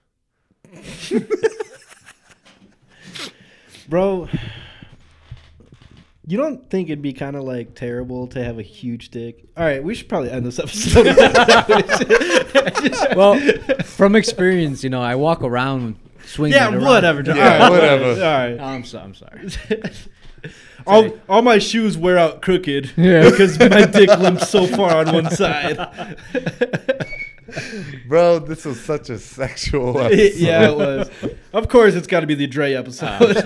[SPEAKER 3] Bro, You don't think it'd be kind of like terrible to have a huge dick? All right, we should probably end this episode. with that.
[SPEAKER 4] Well, from experience, you know, I walk around swinging.
[SPEAKER 2] Yeah,
[SPEAKER 4] it around.
[SPEAKER 2] whatever. John.
[SPEAKER 1] Yeah,
[SPEAKER 2] All right,
[SPEAKER 1] whatever.
[SPEAKER 2] All
[SPEAKER 4] Oh,
[SPEAKER 2] right.
[SPEAKER 4] I'm so, I'm sorry.
[SPEAKER 2] All, all my shoes wear out crooked
[SPEAKER 4] Yeah.
[SPEAKER 2] because my dick limps so far on one side.
[SPEAKER 1] Bro, this was such a sexual episode.
[SPEAKER 2] yeah, it was. Of course, it's got to be the Dre episode.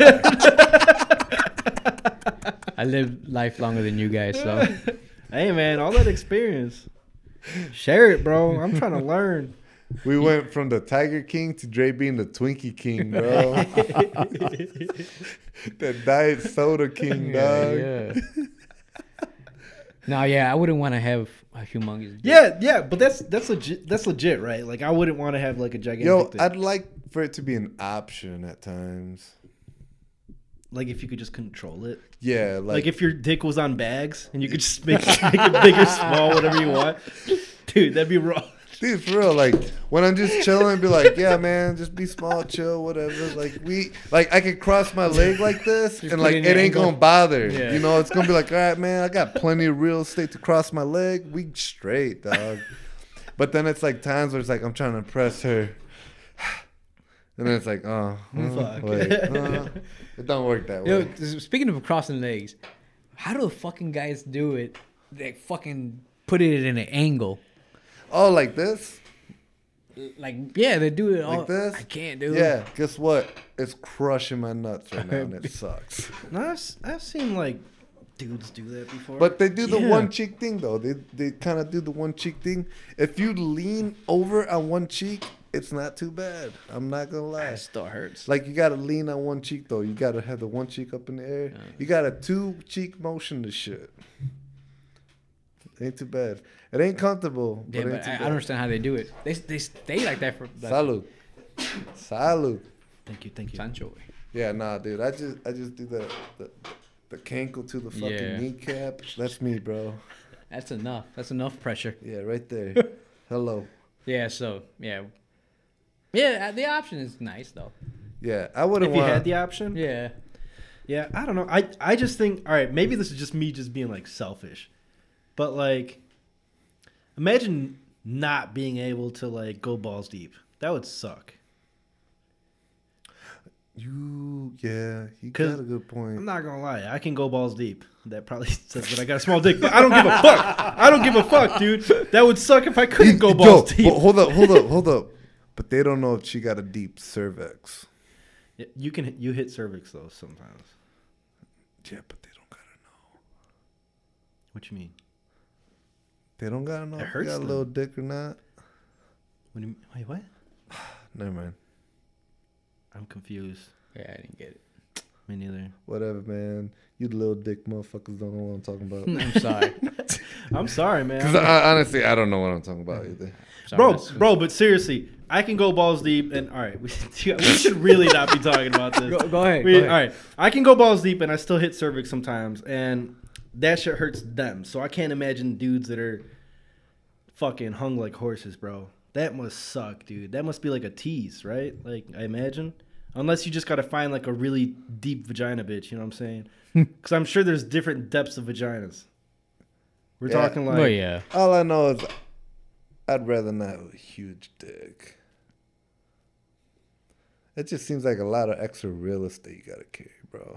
[SPEAKER 4] I live life longer than you guys, so
[SPEAKER 3] hey, man, all that experience, share it, bro. I'm trying to learn.
[SPEAKER 1] We went from the Tiger King to Dre being the Twinkie King, bro. the Diet Soda King, dog.
[SPEAKER 4] yeah. No, yeah, I wouldn't want to have a humongous. dick.
[SPEAKER 3] Yeah, yeah, but that's that's legit. That's legit, right? Like, I wouldn't want to have like a gigantic.
[SPEAKER 1] Yo,
[SPEAKER 3] dick.
[SPEAKER 1] I'd like for it to be an option at times.
[SPEAKER 3] like if you could just control it.
[SPEAKER 1] Yeah,
[SPEAKER 3] Like,
[SPEAKER 1] like,
[SPEAKER 3] if your dick was on bags and you could just make, make it big or small, whatever you want. Dude, that'd be wrong.
[SPEAKER 1] dude, for real, like when I'm just chilling, be like, yeah, man, just be small, chill, whatever. Like we, like I could cross my leg like this, and like
[SPEAKER 4] putting
[SPEAKER 1] it
[SPEAKER 4] your
[SPEAKER 1] ain't
[SPEAKER 4] ankle-
[SPEAKER 1] gonna bother.
[SPEAKER 4] Yeah.
[SPEAKER 1] You know, it's gonna be like, all right, man, I got plenty of real estate to cross my leg. We straight, dog. but then it's like times where it's like I'm trying to impress her. And then it's like, oh, mm,
[SPEAKER 3] Fuck.
[SPEAKER 1] wait, uh, it don't work that way.
[SPEAKER 4] Yo, speaking of crossing legs, how do fucking guys do it? They fucking put it in an angle.
[SPEAKER 1] Oh, like this?
[SPEAKER 4] Like, yeah, they do it all.
[SPEAKER 1] Like this?
[SPEAKER 4] I can't do
[SPEAKER 1] Yeah,
[SPEAKER 4] it.
[SPEAKER 1] guess what? It's crushing my nuts right now, and it sucks.
[SPEAKER 3] No, I've, s- I've seen like dudes do that before.
[SPEAKER 1] But they do the
[SPEAKER 4] Yeah.
[SPEAKER 1] one cheek thing though. They they kind of do the one cheek thing. If you lean over on one cheek, it's not too bad. I'm not gonna lie.
[SPEAKER 3] still hurts.
[SPEAKER 1] Like you gotta lean on one cheek though. You gotta have the one cheek up in the air. You gotta two cheek motion to shit. Ain't too bad. It ain't comfortable.
[SPEAKER 4] Yeah,
[SPEAKER 1] but,
[SPEAKER 4] but
[SPEAKER 1] ain't too
[SPEAKER 4] I, I
[SPEAKER 1] bad.
[SPEAKER 4] don't understand how they do it. They they stay like that for like,
[SPEAKER 1] Salud. Salud.
[SPEAKER 3] Thank you, thank you.
[SPEAKER 4] Sancho.
[SPEAKER 1] Yeah, nah, dude. I just I just do the the, the cankle to the fucking
[SPEAKER 4] Yeah.
[SPEAKER 1] kneecap. That's me, bro.
[SPEAKER 4] That's enough. That's enough pressure.
[SPEAKER 1] Yeah, right there. Hello.
[SPEAKER 4] Yeah. So yeah, yeah. uh, The option is nice though.
[SPEAKER 1] Yeah, I wouldn't
[SPEAKER 3] If you
[SPEAKER 1] want.
[SPEAKER 3] had the option, yeah.
[SPEAKER 4] Yeah.
[SPEAKER 3] I don't know. I I just think all right. Maybe this is just me just being like selfish, but like, imagine not being able to like go balls deep. That would suck.
[SPEAKER 1] You yeah, you
[SPEAKER 3] 'Cause
[SPEAKER 1] got a good
[SPEAKER 3] I'm
[SPEAKER 1] point.
[SPEAKER 3] not gonna lie. I can go balls deep. That probably says that I got a small dick, but I don't give a fuck. I don't give a fuck, dude. That would suck if I couldn't go balls
[SPEAKER 1] Yo,
[SPEAKER 3] deep.
[SPEAKER 1] but hold up, hold up, hold up. But they don't know if she got a deep cervix.
[SPEAKER 3] You can you hit cervix though sometimes.
[SPEAKER 1] Yeah, but they don't gotta know.
[SPEAKER 3] What you mean?
[SPEAKER 1] They don't gotta know
[SPEAKER 3] It
[SPEAKER 1] if you
[SPEAKER 3] hurts
[SPEAKER 1] got a
[SPEAKER 3] them.
[SPEAKER 1] little dick or not.
[SPEAKER 3] What do you, wait, what?
[SPEAKER 1] Never mind.
[SPEAKER 3] I'm confused.
[SPEAKER 4] Yeah. I didn't get it.
[SPEAKER 3] Me neither.
[SPEAKER 1] Whatever, man. You little dick motherfuckers don't know what I'm talking about.
[SPEAKER 4] I'm sorry.
[SPEAKER 3] I'm sorry, man.
[SPEAKER 1] Because I, honestly, I don't know what I'm talking about either.
[SPEAKER 4] sorry
[SPEAKER 3] bro,
[SPEAKER 4] that's-
[SPEAKER 3] bro, but seriously, I can go balls deep, and all right, we, we should really not be talking about this.
[SPEAKER 4] Go, go ahead.
[SPEAKER 3] We-
[SPEAKER 4] go
[SPEAKER 3] all
[SPEAKER 4] ahead.
[SPEAKER 3] right, I can go balls deep, and I still hit cervix sometimes, and that shit hurts them. So I can't imagine dudes that are fucking hung like horses, bro. That must suck, dude. That must be like a tease, right? Like I imagine, unless you just gotta find like a really deep vagina, bitch. You know what I'm saying? Because I'm sure there's different depths of vaginas. We're
[SPEAKER 1] Yeah.
[SPEAKER 3] talking like
[SPEAKER 4] Well, Oh, yeah.
[SPEAKER 1] All I know is I'd rather not have a huge dick. It just seems like a lot of extra real estate you gotta carry, bro.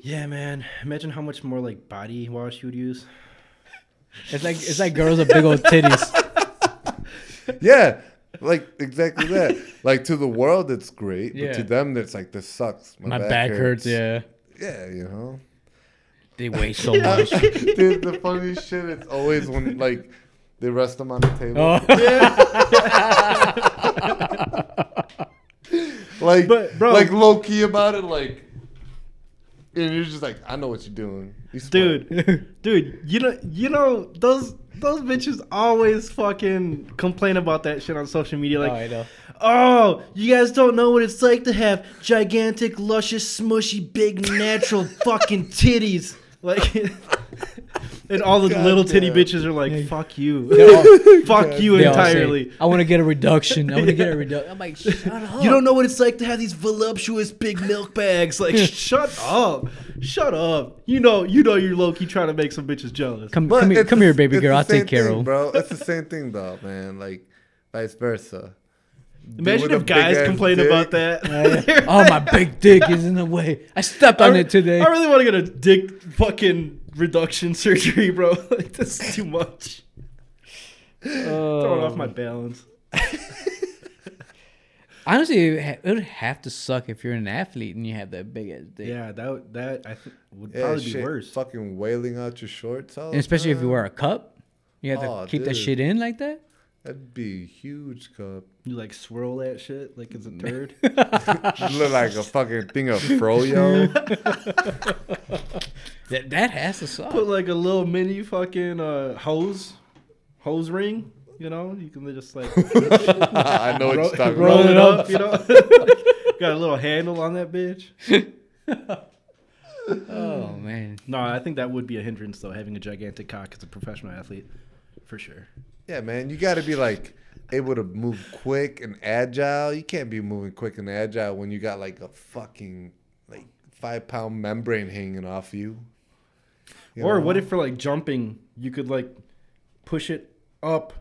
[SPEAKER 3] Yeah, man. Imagine how much more like body wash you would use.
[SPEAKER 4] It's like it's like girls with big old titties.
[SPEAKER 1] Yeah, like exactly that. like to the world, it's great, but to
[SPEAKER 4] Yeah.
[SPEAKER 1] them, it's like this sucks.
[SPEAKER 4] My back hurts. Yeah.
[SPEAKER 1] Yeah, you know,
[SPEAKER 4] They weigh so much.
[SPEAKER 1] dude. The funniest shit is always when like they rest them on the table.
[SPEAKER 4] Oh.
[SPEAKER 1] Like,
[SPEAKER 3] But, bro-
[SPEAKER 1] like low key about it, like. And you're just like, I know what you're doing, You smart.
[SPEAKER 3] Dude, dude, you know you know those those bitches always fucking complain about that shit on social media
[SPEAKER 4] Oh, I
[SPEAKER 3] like
[SPEAKER 4] know.
[SPEAKER 3] Oh, you guys don't know what it's like to have gigantic, luscious, smushy, big, natural fucking titties. Like and all the
[SPEAKER 1] God
[SPEAKER 3] little titty
[SPEAKER 1] damn.
[SPEAKER 3] bitches are like, "Fuck you,
[SPEAKER 4] They all-
[SPEAKER 3] fuck you
[SPEAKER 4] they all say,
[SPEAKER 3] entirely."
[SPEAKER 4] I want to get a reduction. I want to get a reduction. I'm like, shut up.
[SPEAKER 3] You don't know what it's like to have these voluptuous big milk bags. Like, shut up, shut up. You know, you know, you're low key trying to make some bitches jealous.
[SPEAKER 4] come
[SPEAKER 1] But
[SPEAKER 4] come here,
[SPEAKER 1] it's
[SPEAKER 4] come
[SPEAKER 1] the-
[SPEAKER 4] here, baby
[SPEAKER 1] it's
[SPEAKER 4] girl.
[SPEAKER 1] the
[SPEAKER 4] I'll
[SPEAKER 1] same
[SPEAKER 4] take care
[SPEAKER 1] thing,
[SPEAKER 4] of.
[SPEAKER 1] bro. It's the same thing, though, man. Like vice versa. Dude
[SPEAKER 3] Imagine
[SPEAKER 1] with a
[SPEAKER 3] if guys
[SPEAKER 1] big-ass
[SPEAKER 3] complain
[SPEAKER 1] dick.
[SPEAKER 3] about that.
[SPEAKER 4] Oh, my big dick is in the way. I stepped on
[SPEAKER 3] I,
[SPEAKER 4] it today.
[SPEAKER 3] I really want to get a dick fucking reduction surgery, bro. like, this is too much.
[SPEAKER 4] Uh,
[SPEAKER 3] Throwing off my balance.
[SPEAKER 4] Honestly, it ha- it would have to suck if you're an athlete and you have that big ass dick.
[SPEAKER 3] Yeah, that would- that I think would
[SPEAKER 1] Yeah,
[SPEAKER 3] probably
[SPEAKER 1] shit,
[SPEAKER 3] be worse.
[SPEAKER 1] Fucking wailing out your shorts, all
[SPEAKER 4] And especially if you
[SPEAKER 1] time.
[SPEAKER 4] wear a cup, you have to
[SPEAKER 1] Aw,
[SPEAKER 4] keep that
[SPEAKER 1] dude.
[SPEAKER 4] shit in like that.
[SPEAKER 1] That'd be a huge cup.
[SPEAKER 3] You like swirl that shit like it's a turd.
[SPEAKER 1] You look like a fucking thing of froyo.
[SPEAKER 4] That that has to suck.
[SPEAKER 3] Put like a little mini fucking uh, hose, hose ring. You know, you can just like
[SPEAKER 1] I know what you're talking
[SPEAKER 3] roll
[SPEAKER 1] about.
[SPEAKER 3] it up. You know, got a little handle on that bitch.
[SPEAKER 4] oh man,
[SPEAKER 3] No, I think that would be a hindrance though, having a gigantic cock as a professional athlete, for sure.
[SPEAKER 1] Yeah, man, you got to be like able to move quick and agile. You can't be moving quick and agile when you got like a fucking like five pound membrane hanging off you. You
[SPEAKER 3] or
[SPEAKER 1] know?
[SPEAKER 3] what if for like jumping, you could like push it up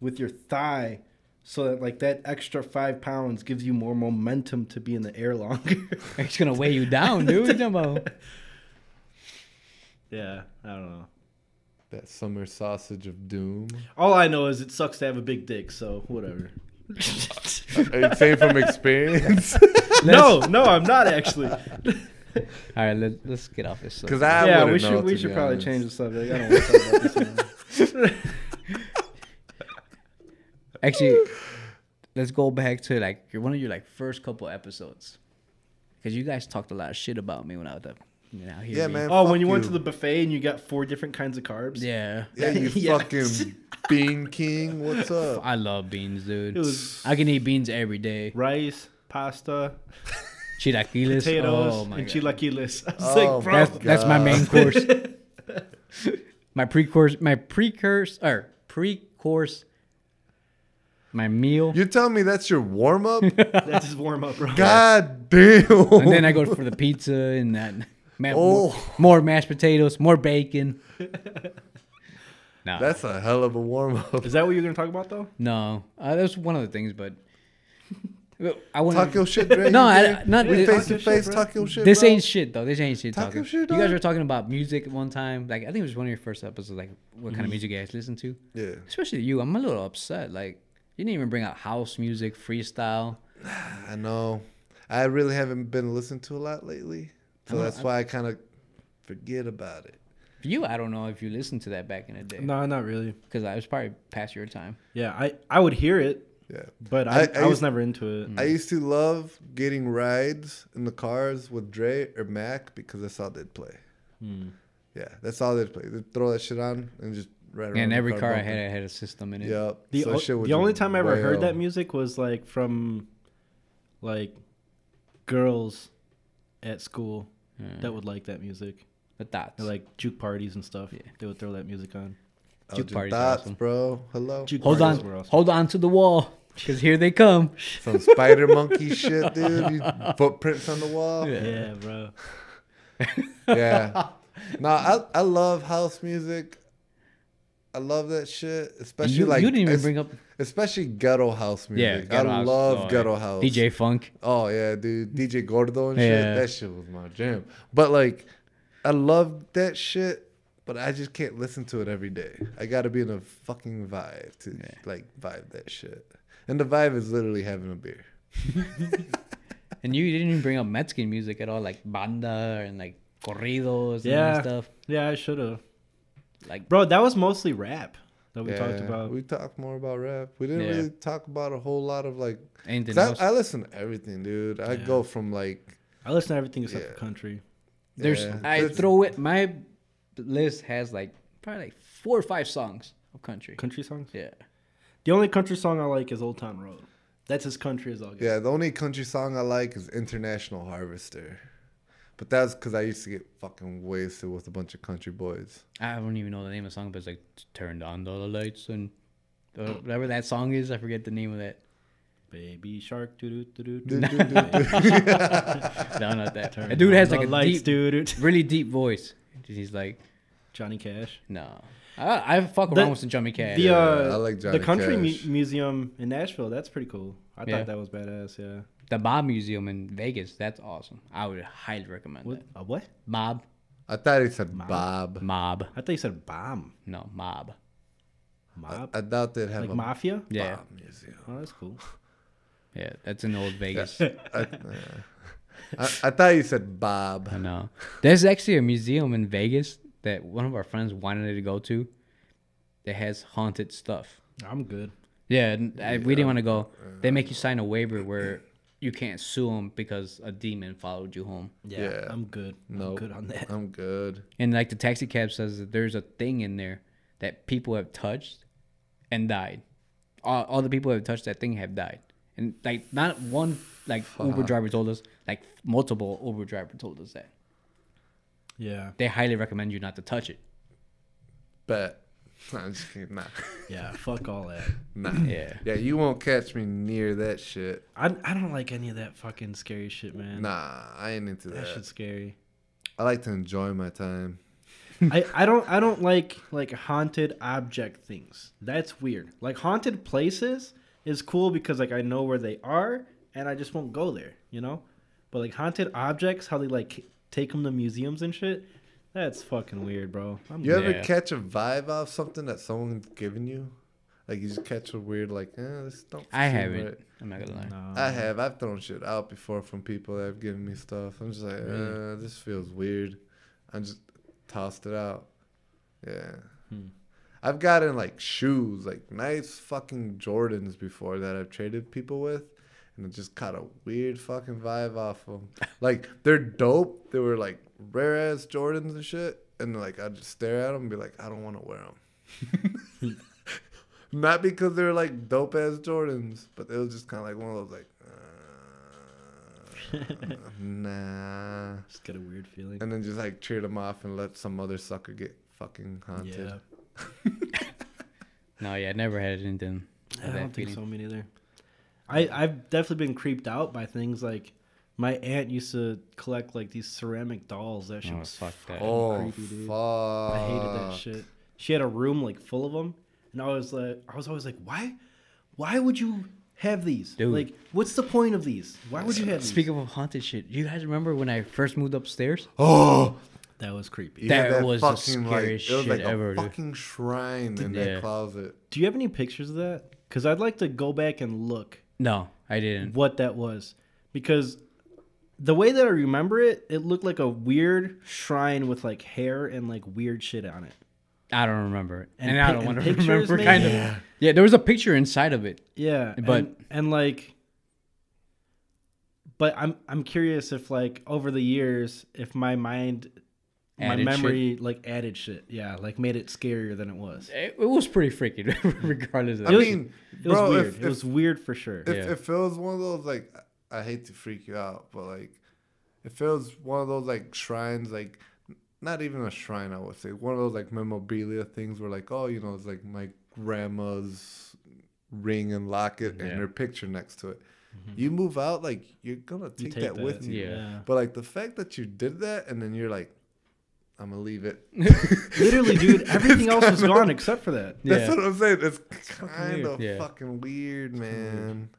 [SPEAKER 3] with your thigh so that like that extra five pounds gives you more momentum to be in the air longer.
[SPEAKER 4] it's gonna weigh you down, dude. What you talking about?
[SPEAKER 3] yeah, I don't know.
[SPEAKER 1] that summer sausage of doom?
[SPEAKER 3] All I know is it sucks to have a big dick, so whatever.
[SPEAKER 1] Are you saying from experience?
[SPEAKER 3] no, no, I'm not actually.
[SPEAKER 4] All right, let, let's get off this.
[SPEAKER 1] Because I
[SPEAKER 4] subject.
[SPEAKER 3] yeah,
[SPEAKER 1] wouldn't
[SPEAKER 3] we
[SPEAKER 1] know,
[SPEAKER 3] should we
[SPEAKER 1] to
[SPEAKER 3] should
[SPEAKER 1] be
[SPEAKER 3] probably
[SPEAKER 1] honest.
[SPEAKER 3] change the subject. I don't want to talk about this anymore.
[SPEAKER 4] Actually, let's go back to like your one of your like first couple episodes, because you guys talked a lot of shit about me when I was up. You know, here
[SPEAKER 1] Yeah,
[SPEAKER 4] we-
[SPEAKER 1] man.
[SPEAKER 3] Oh, when
[SPEAKER 1] fuck
[SPEAKER 3] you went to the buffet and you got four different kinds of carbs.
[SPEAKER 4] Yeah,
[SPEAKER 1] yeah, you
[SPEAKER 3] Yes.
[SPEAKER 1] fucking bean king. What's up?
[SPEAKER 4] I love beans, dude.
[SPEAKER 3] It was-
[SPEAKER 4] I can eat beans every day.
[SPEAKER 3] Rice, pasta,
[SPEAKER 4] Chilaquiles,
[SPEAKER 3] potatoes,
[SPEAKER 4] oh my
[SPEAKER 3] and
[SPEAKER 4] God.
[SPEAKER 3] chilaquiles. I was
[SPEAKER 1] Oh,
[SPEAKER 3] like, bro,
[SPEAKER 4] That's, that's my main course.
[SPEAKER 3] God.
[SPEAKER 4] my pre-course, my pre-course, or pre-course, my meal,
[SPEAKER 1] You're telling me that's your warm up?
[SPEAKER 3] that's his warm up, bro.
[SPEAKER 1] God damn.
[SPEAKER 4] and then I go for the pizza and that. Ma- more,
[SPEAKER 1] Oh.
[SPEAKER 4] more mashed potatoes, more bacon. No,
[SPEAKER 1] That's a hell of a warm up.
[SPEAKER 3] Is that what you're gonna talk about though?
[SPEAKER 4] no, uh, that's one of the things, but I
[SPEAKER 1] Talk
[SPEAKER 4] wouldn't.
[SPEAKER 1] your shit, Dre.
[SPEAKER 4] no,
[SPEAKER 1] You
[SPEAKER 4] I,
[SPEAKER 1] there?
[SPEAKER 4] not
[SPEAKER 1] we face
[SPEAKER 4] this,
[SPEAKER 1] to
[SPEAKER 3] shit,
[SPEAKER 1] face.
[SPEAKER 3] bro.
[SPEAKER 1] Talk your shit.
[SPEAKER 4] this
[SPEAKER 1] bro.
[SPEAKER 4] ain't shit though. This ain't shit
[SPEAKER 1] Talk
[SPEAKER 4] talking.
[SPEAKER 1] your shit,
[SPEAKER 4] you guys
[SPEAKER 1] dog.
[SPEAKER 4] were talking about music at one time. Like I think it was one of your first episodes. Like what
[SPEAKER 1] Mm-hmm.
[SPEAKER 4] kind of music you guys listen to?
[SPEAKER 1] Yeah.
[SPEAKER 4] Especially you. I'm a little upset. Like you didn't even bring out house music, freestyle.
[SPEAKER 1] I know. I really haven't been listening to a lot lately, so that's why I kind of forget about it.
[SPEAKER 4] For you, I don't know if you listened to that back in the day
[SPEAKER 3] No, not really.
[SPEAKER 4] because I was probably past your time.
[SPEAKER 3] Yeah, I I would hear it,
[SPEAKER 1] Yeah.
[SPEAKER 3] but I, I,
[SPEAKER 1] I- I
[SPEAKER 3] was
[SPEAKER 1] used-
[SPEAKER 3] never into it.
[SPEAKER 1] I used to love getting rides in the cars with Dre or Mac because that's all they'd play.
[SPEAKER 4] Hmm.
[SPEAKER 1] Yeah, that's all they'd play. They'd throw that shit on and just ride around.
[SPEAKER 4] and
[SPEAKER 1] the
[SPEAKER 4] every car I
[SPEAKER 1] bumping.
[SPEAKER 4] had, I had a system in it.
[SPEAKER 1] Yep.
[SPEAKER 3] The,
[SPEAKER 1] so
[SPEAKER 3] o-
[SPEAKER 1] shit would
[SPEAKER 3] the only
[SPEAKER 1] just
[SPEAKER 3] time I ever heard
[SPEAKER 1] wail.
[SPEAKER 3] that music was like from like girls at school
[SPEAKER 1] Hmm.
[SPEAKER 3] that would like that music.
[SPEAKER 4] The thoughts.
[SPEAKER 3] At, like juke parties and stuff. They would throw that music on.
[SPEAKER 1] Elgin
[SPEAKER 4] Juke parties
[SPEAKER 1] Oh, Dots,
[SPEAKER 4] awesome.
[SPEAKER 1] bro. Hello.
[SPEAKER 3] Juke
[SPEAKER 4] hold
[SPEAKER 3] parties
[SPEAKER 4] on,
[SPEAKER 3] were awesome.
[SPEAKER 4] hold on to the wall because here they come.
[SPEAKER 1] Some spider monkey shit, dude. You footprints on the wall.
[SPEAKER 4] Yeah.
[SPEAKER 3] Yeah, bro.
[SPEAKER 1] yeah. No, I I love house music. I love that shit, especially
[SPEAKER 4] you,
[SPEAKER 1] like
[SPEAKER 4] you didn't even
[SPEAKER 1] es-
[SPEAKER 4] bring up
[SPEAKER 1] especially ghetto house
[SPEAKER 4] yeah.
[SPEAKER 1] music.
[SPEAKER 4] Ghetto
[SPEAKER 1] I
[SPEAKER 4] House.
[SPEAKER 1] love
[SPEAKER 4] Oh, yeah.
[SPEAKER 1] ghetto house.
[SPEAKER 4] DJ Funk.
[SPEAKER 1] Oh yeah, dude, DJ Gordo and
[SPEAKER 4] Yeah.
[SPEAKER 1] shit. That shit was my jam. But like, I love that shit, but I just can't listen to it every day. I got to be in a fucking vibe to like vibe that shit. And the vibe is literally having a beer.
[SPEAKER 4] And you didn't even bring up Mexican music at all, like banda and like corridos and
[SPEAKER 3] Yeah.
[SPEAKER 4] that stuff.
[SPEAKER 3] Yeah, I should have.
[SPEAKER 4] Like-
[SPEAKER 3] bro, that was mostly rap that we talked
[SPEAKER 1] Yeah,
[SPEAKER 3] about.
[SPEAKER 1] We talked more about rap. We didn't
[SPEAKER 4] Yeah.
[SPEAKER 1] really talk about a whole lot of like.
[SPEAKER 4] Anything
[SPEAKER 1] 'cause I,
[SPEAKER 4] else?
[SPEAKER 1] I listen to everything, dude. I
[SPEAKER 3] Yeah.
[SPEAKER 1] go from like.
[SPEAKER 3] I listen to everything except
[SPEAKER 1] Yeah.
[SPEAKER 3] for country.
[SPEAKER 4] There's
[SPEAKER 1] yeah,
[SPEAKER 4] I
[SPEAKER 1] there's-
[SPEAKER 4] throw it. My list has like probably like four or five songs of country.
[SPEAKER 3] Country songs?
[SPEAKER 4] Yeah.
[SPEAKER 3] The only country song I like is Old Town Road. That's as country as I'll get.
[SPEAKER 1] Yeah, the only country song I like is International Harvester. But that's because I used to get fucking wasted with a bunch of country boys.
[SPEAKER 4] I don't even know the name of the song, but it's like turned on the lights and uh, whatever that song is. I forget the name of that.
[SPEAKER 3] Baby shark, doo doo doo doo.
[SPEAKER 1] Doo-doo-doo-doo.
[SPEAKER 4] No, not that. that dude has like a
[SPEAKER 3] lights,
[SPEAKER 4] deep,
[SPEAKER 3] doo doo.
[SPEAKER 4] really deep voice. He's like,
[SPEAKER 3] Johnny Cash.
[SPEAKER 4] no, I, I fuck
[SPEAKER 3] The-
[SPEAKER 4] around with some Johnny Cash.
[SPEAKER 3] The uh,
[SPEAKER 1] I like
[SPEAKER 3] the
[SPEAKER 1] Johnny
[SPEAKER 3] country mu-
[SPEAKER 1] Cash.
[SPEAKER 3] museum in Nashville. That's pretty cool. I
[SPEAKER 4] Yeah.
[SPEAKER 3] thought that was badass. Yeah.
[SPEAKER 4] the Bob Museum in Vegas. That's awesome. I would highly recommend
[SPEAKER 3] What?
[SPEAKER 4] that.
[SPEAKER 3] Uh, what?
[SPEAKER 4] Mob,
[SPEAKER 1] I thought he said Bob.
[SPEAKER 4] mob,
[SPEAKER 3] I thought you said bomb.
[SPEAKER 4] no mob.
[SPEAKER 3] Mob.
[SPEAKER 1] I doubt they'd have
[SPEAKER 3] like
[SPEAKER 1] a
[SPEAKER 3] mafia.
[SPEAKER 4] Yeah,
[SPEAKER 1] Bob museum.
[SPEAKER 3] Oh, that's cool.
[SPEAKER 4] yeah, that's in old Vegas.
[SPEAKER 1] I, uh, I, I thought you said Bob.
[SPEAKER 4] I know. There's actually a museum in Vegas that one of our friends wanted to go to that has haunted stuff.
[SPEAKER 3] I'm good.
[SPEAKER 4] Yeah, and I, we didn't want to go. They make you sign a waiver where you can't sue them because a demon followed you home.
[SPEAKER 3] Yeah.
[SPEAKER 1] Yeah.
[SPEAKER 3] I'm good.
[SPEAKER 1] No,
[SPEAKER 3] I'm good on that.
[SPEAKER 1] I'm good.
[SPEAKER 4] And like the taxi cab says that there's a thing in there that people have touched and died. All, all the people who have touched that thing have died. And like not one like Uber driver told us, like multiple Uber driver told us that.
[SPEAKER 3] Yeah.
[SPEAKER 4] They highly recommend you not to touch it.
[SPEAKER 1] Bet. I'm just kidding. Nah.
[SPEAKER 3] Yeah. Fuck all that.
[SPEAKER 1] Nah.
[SPEAKER 4] Yeah.
[SPEAKER 1] Yeah, you won't catch me near that shit.
[SPEAKER 3] I I don't like any of that fucking scary shit, man.
[SPEAKER 1] Nah, I ain't into
[SPEAKER 3] That
[SPEAKER 1] that.
[SPEAKER 3] shit's scary.
[SPEAKER 1] I like to enjoy my time.
[SPEAKER 3] I, I don't I don't like like haunted object things. That's weird. Like haunted places is cool because like I know where they are and I just won't go there, you know? But like haunted objects, how they like take them to museums and shit, that's fucking weird, bro. I'm
[SPEAKER 1] You
[SPEAKER 3] good.
[SPEAKER 1] ever
[SPEAKER 4] Yeah.
[SPEAKER 1] catch a vibe off something that someone's giving you? Like you just catch a weird, like, eh, this don't.
[SPEAKER 4] I
[SPEAKER 1] seem
[SPEAKER 4] haven't.
[SPEAKER 1] right.
[SPEAKER 4] I'm not gonna lie.
[SPEAKER 3] No.
[SPEAKER 1] I have. I've thrown shit out before from people that have given me stuff. I'm just like, uh, this feels weird. I just tossed it out. Yeah. I've gotten like shoes, like nice fucking Jordans before that I've traded people with. And it just caught a weird fucking vibe off them. Like they're dope. They were like rare ass Jordans and shit. And like I'd just stare at them and be like, I don't want to wear them. Not because they're like dope ass Jordans, but it was just kind of like one of those like, uh, nah.
[SPEAKER 3] Just get a weird feeling.
[SPEAKER 1] And then just like cheered them off and let some other sucker get fucking haunted.
[SPEAKER 3] Yeah.
[SPEAKER 4] No, yeah, I never had anything. of
[SPEAKER 3] I
[SPEAKER 4] that
[SPEAKER 3] don't think
[SPEAKER 4] feeling.
[SPEAKER 3] so, me neither. I, I've definitely been creeped out by things like my aunt used to collect like these ceramic dolls. That shit
[SPEAKER 4] Oh,
[SPEAKER 3] was
[SPEAKER 4] fuck that.
[SPEAKER 1] Oh
[SPEAKER 3] creepy, dude.
[SPEAKER 1] fuck!
[SPEAKER 3] I hated that shit. She had a room like full of them, and I was like, I was always like, why, why would you have these?
[SPEAKER 4] Dude.
[SPEAKER 3] Like, what's the point of these? Why would you have these?
[SPEAKER 4] Speaking of haunted shit, you guys remember when I first moved upstairs?
[SPEAKER 1] Oh,
[SPEAKER 3] That was creepy.
[SPEAKER 1] you had
[SPEAKER 4] That was the scariest
[SPEAKER 1] it was like
[SPEAKER 4] shit
[SPEAKER 1] a
[SPEAKER 4] ever, dude.
[SPEAKER 1] fucking shrine in
[SPEAKER 4] Yeah.
[SPEAKER 1] that closet.
[SPEAKER 3] Do you have any pictures of that? Because I'd like to go back and look
[SPEAKER 4] No, I didn't.
[SPEAKER 3] what that was, because the way that I remember it, it looked like a weird shrine with like hair and like weird shit on it.
[SPEAKER 4] I don't remember it,
[SPEAKER 3] And
[SPEAKER 4] and, I
[SPEAKER 3] pi-
[SPEAKER 4] don't want to
[SPEAKER 3] and pictures,
[SPEAKER 4] remember.
[SPEAKER 3] maybe?
[SPEAKER 4] Kind of.
[SPEAKER 1] Yeah.
[SPEAKER 4] Yeah, there was a picture inside of it.
[SPEAKER 3] Yeah,
[SPEAKER 4] But-
[SPEAKER 3] and, and like, but I'm I'm curious if like over the years if my mind,
[SPEAKER 4] Added
[SPEAKER 3] my memory like added shit. Yeah, like made it scarier than it was.
[SPEAKER 4] It, it was pretty freaky, regardless of.
[SPEAKER 1] I
[SPEAKER 4] that.
[SPEAKER 1] mean,
[SPEAKER 3] It was
[SPEAKER 1] bro,
[SPEAKER 3] weird.
[SPEAKER 1] if,
[SPEAKER 3] it
[SPEAKER 1] if
[SPEAKER 3] was weird for sure.
[SPEAKER 1] If,
[SPEAKER 4] Yeah.
[SPEAKER 1] if it was one of those like I hate to freak you out, but like if it was one of those like shrines, like not even a shrine, I would say one of those like memorabilia things where like oh you know it's like my grandma's ring and locket
[SPEAKER 4] Yeah.
[SPEAKER 1] and her picture next to it. You move out, like you're gonna take, that, with you.
[SPEAKER 4] Yeah.
[SPEAKER 1] But like the fact that you did that and then you're like, I'm gonna leave it.
[SPEAKER 3] Literally, dude, everything else was
[SPEAKER 1] kinda-
[SPEAKER 3] gone except for that.
[SPEAKER 4] yeah.
[SPEAKER 1] That's what I'm saying. It's
[SPEAKER 3] weird.
[SPEAKER 1] kind of
[SPEAKER 4] Yeah.
[SPEAKER 1] fucking weird, man.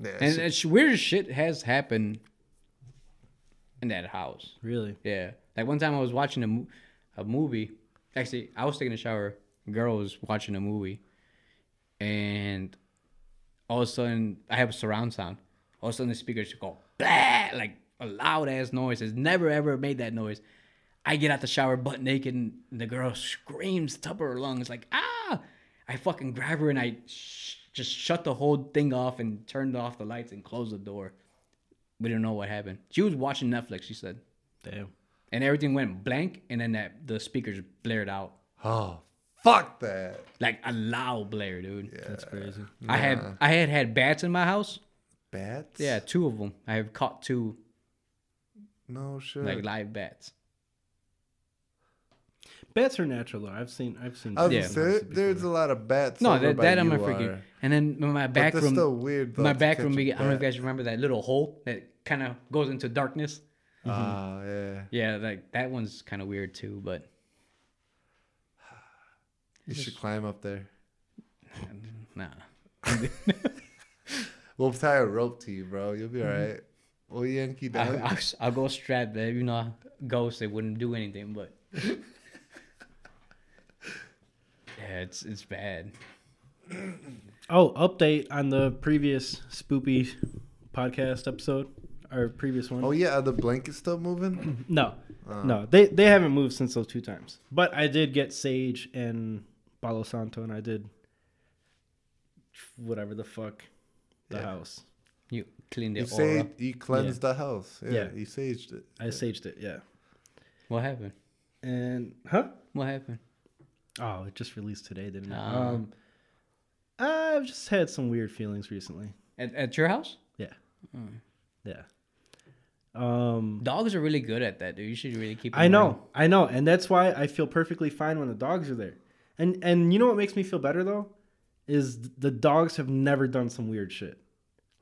[SPEAKER 1] Yeah,
[SPEAKER 4] and
[SPEAKER 1] shit-
[SPEAKER 4] it's weird shit has happened in that house.
[SPEAKER 3] Really?
[SPEAKER 4] Yeah. Like one time I was watching a, mo- a movie. Actually, I was taking a shower. Girl was watching a movie. And all of a sudden, I have a surround sound. All of a sudden, the speakers go, blah, like a loud ass noise. Has never ever made that noise. I get out the shower butt naked, and the girl screams top of her lungs, like, ah! I fucking grab her and I sh- just shut the whole thing off and turned off the lights and closed the door. We didn't know what happened. She was watching Netflix, she said
[SPEAKER 3] Damn.
[SPEAKER 4] and everything went blank and then that the speakers blared out
[SPEAKER 1] Oh, fuck that.
[SPEAKER 4] like a loud blare dude
[SPEAKER 3] That's crazy.
[SPEAKER 4] i had i had had bats in my house
[SPEAKER 1] Bats?
[SPEAKER 4] yeah two of them i have caught two
[SPEAKER 1] No shit.
[SPEAKER 4] like live bats.
[SPEAKER 3] Bats are natural though. I've seen. I've seen.
[SPEAKER 1] I was
[SPEAKER 4] Yeah.
[SPEAKER 1] gonna say, there- there's a lot of bats.
[SPEAKER 4] No,
[SPEAKER 1] over
[SPEAKER 4] that,
[SPEAKER 1] by
[SPEAKER 4] that I'm
[SPEAKER 1] you
[SPEAKER 4] not freaking.
[SPEAKER 1] are.
[SPEAKER 4] And then in my
[SPEAKER 1] But
[SPEAKER 4] back
[SPEAKER 1] that's
[SPEAKER 4] room,
[SPEAKER 1] still weird. Though,
[SPEAKER 4] my
[SPEAKER 1] to
[SPEAKER 4] back
[SPEAKER 1] catch
[SPEAKER 4] room.
[SPEAKER 1] a
[SPEAKER 4] We, I don't know if you
[SPEAKER 1] bat.
[SPEAKER 4] guys remember that little hole that kind of goes into darkness.
[SPEAKER 1] Ah,
[SPEAKER 4] Mm-hmm.
[SPEAKER 1] yeah.
[SPEAKER 4] Yeah, like that one's kind of weird too. But
[SPEAKER 1] You should climb up there.
[SPEAKER 4] nah,
[SPEAKER 1] We'll tie a rope to you, bro. You'll be all right. We'll yank you
[SPEAKER 4] Mm-hmm. I,
[SPEAKER 1] down.
[SPEAKER 4] I, I'll go strapped there. You know, ghosts they wouldn't do anything. But yeah, it's it's bad.
[SPEAKER 3] Oh, update on the previous spoopy podcast episode or previous one.
[SPEAKER 1] oh yeah, are the blankets still moving?
[SPEAKER 3] No, no, they they haven't moved since those two times. But I did get Sage and Palo Santo, and I did whatever the fuck the
[SPEAKER 1] Yeah.
[SPEAKER 3] house.
[SPEAKER 4] You clean the
[SPEAKER 1] you
[SPEAKER 4] aura.
[SPEAKER 1] say you cleansed the house. Yeah,
[SPEAKER 3] Yeah.
[SPEAKER 1] you saged it.
[SPEAKER 3] I saged it, yeah.
[SPEAKER 4] What happened?
[SPEAKER 3] And huh?
[SPEAKER 4] What happened?
[SPEAKER 3] Oh, it just released today, didn't it?
[SPEAKER 4] Ah.
[SPEAKER 3] Um, I've just had some weird feelings recently.
[SPEAKER 4] At, at your house?
[SPEAKER 3] Yeah, yeah. Um,
[SPEAKER 4] Dogs are really good at that, dude. You should really keep.
[SPEAKER 3] I
[SPEAKER 4] them
[SPEAKER 3] know,
[SPEAKER 4] around.
[SPEAKER 3] I know, and that's why I feel perfectly fine when the dogs are there. And and you know what makes me feel better though, is th- the dogs have never done some weird shit,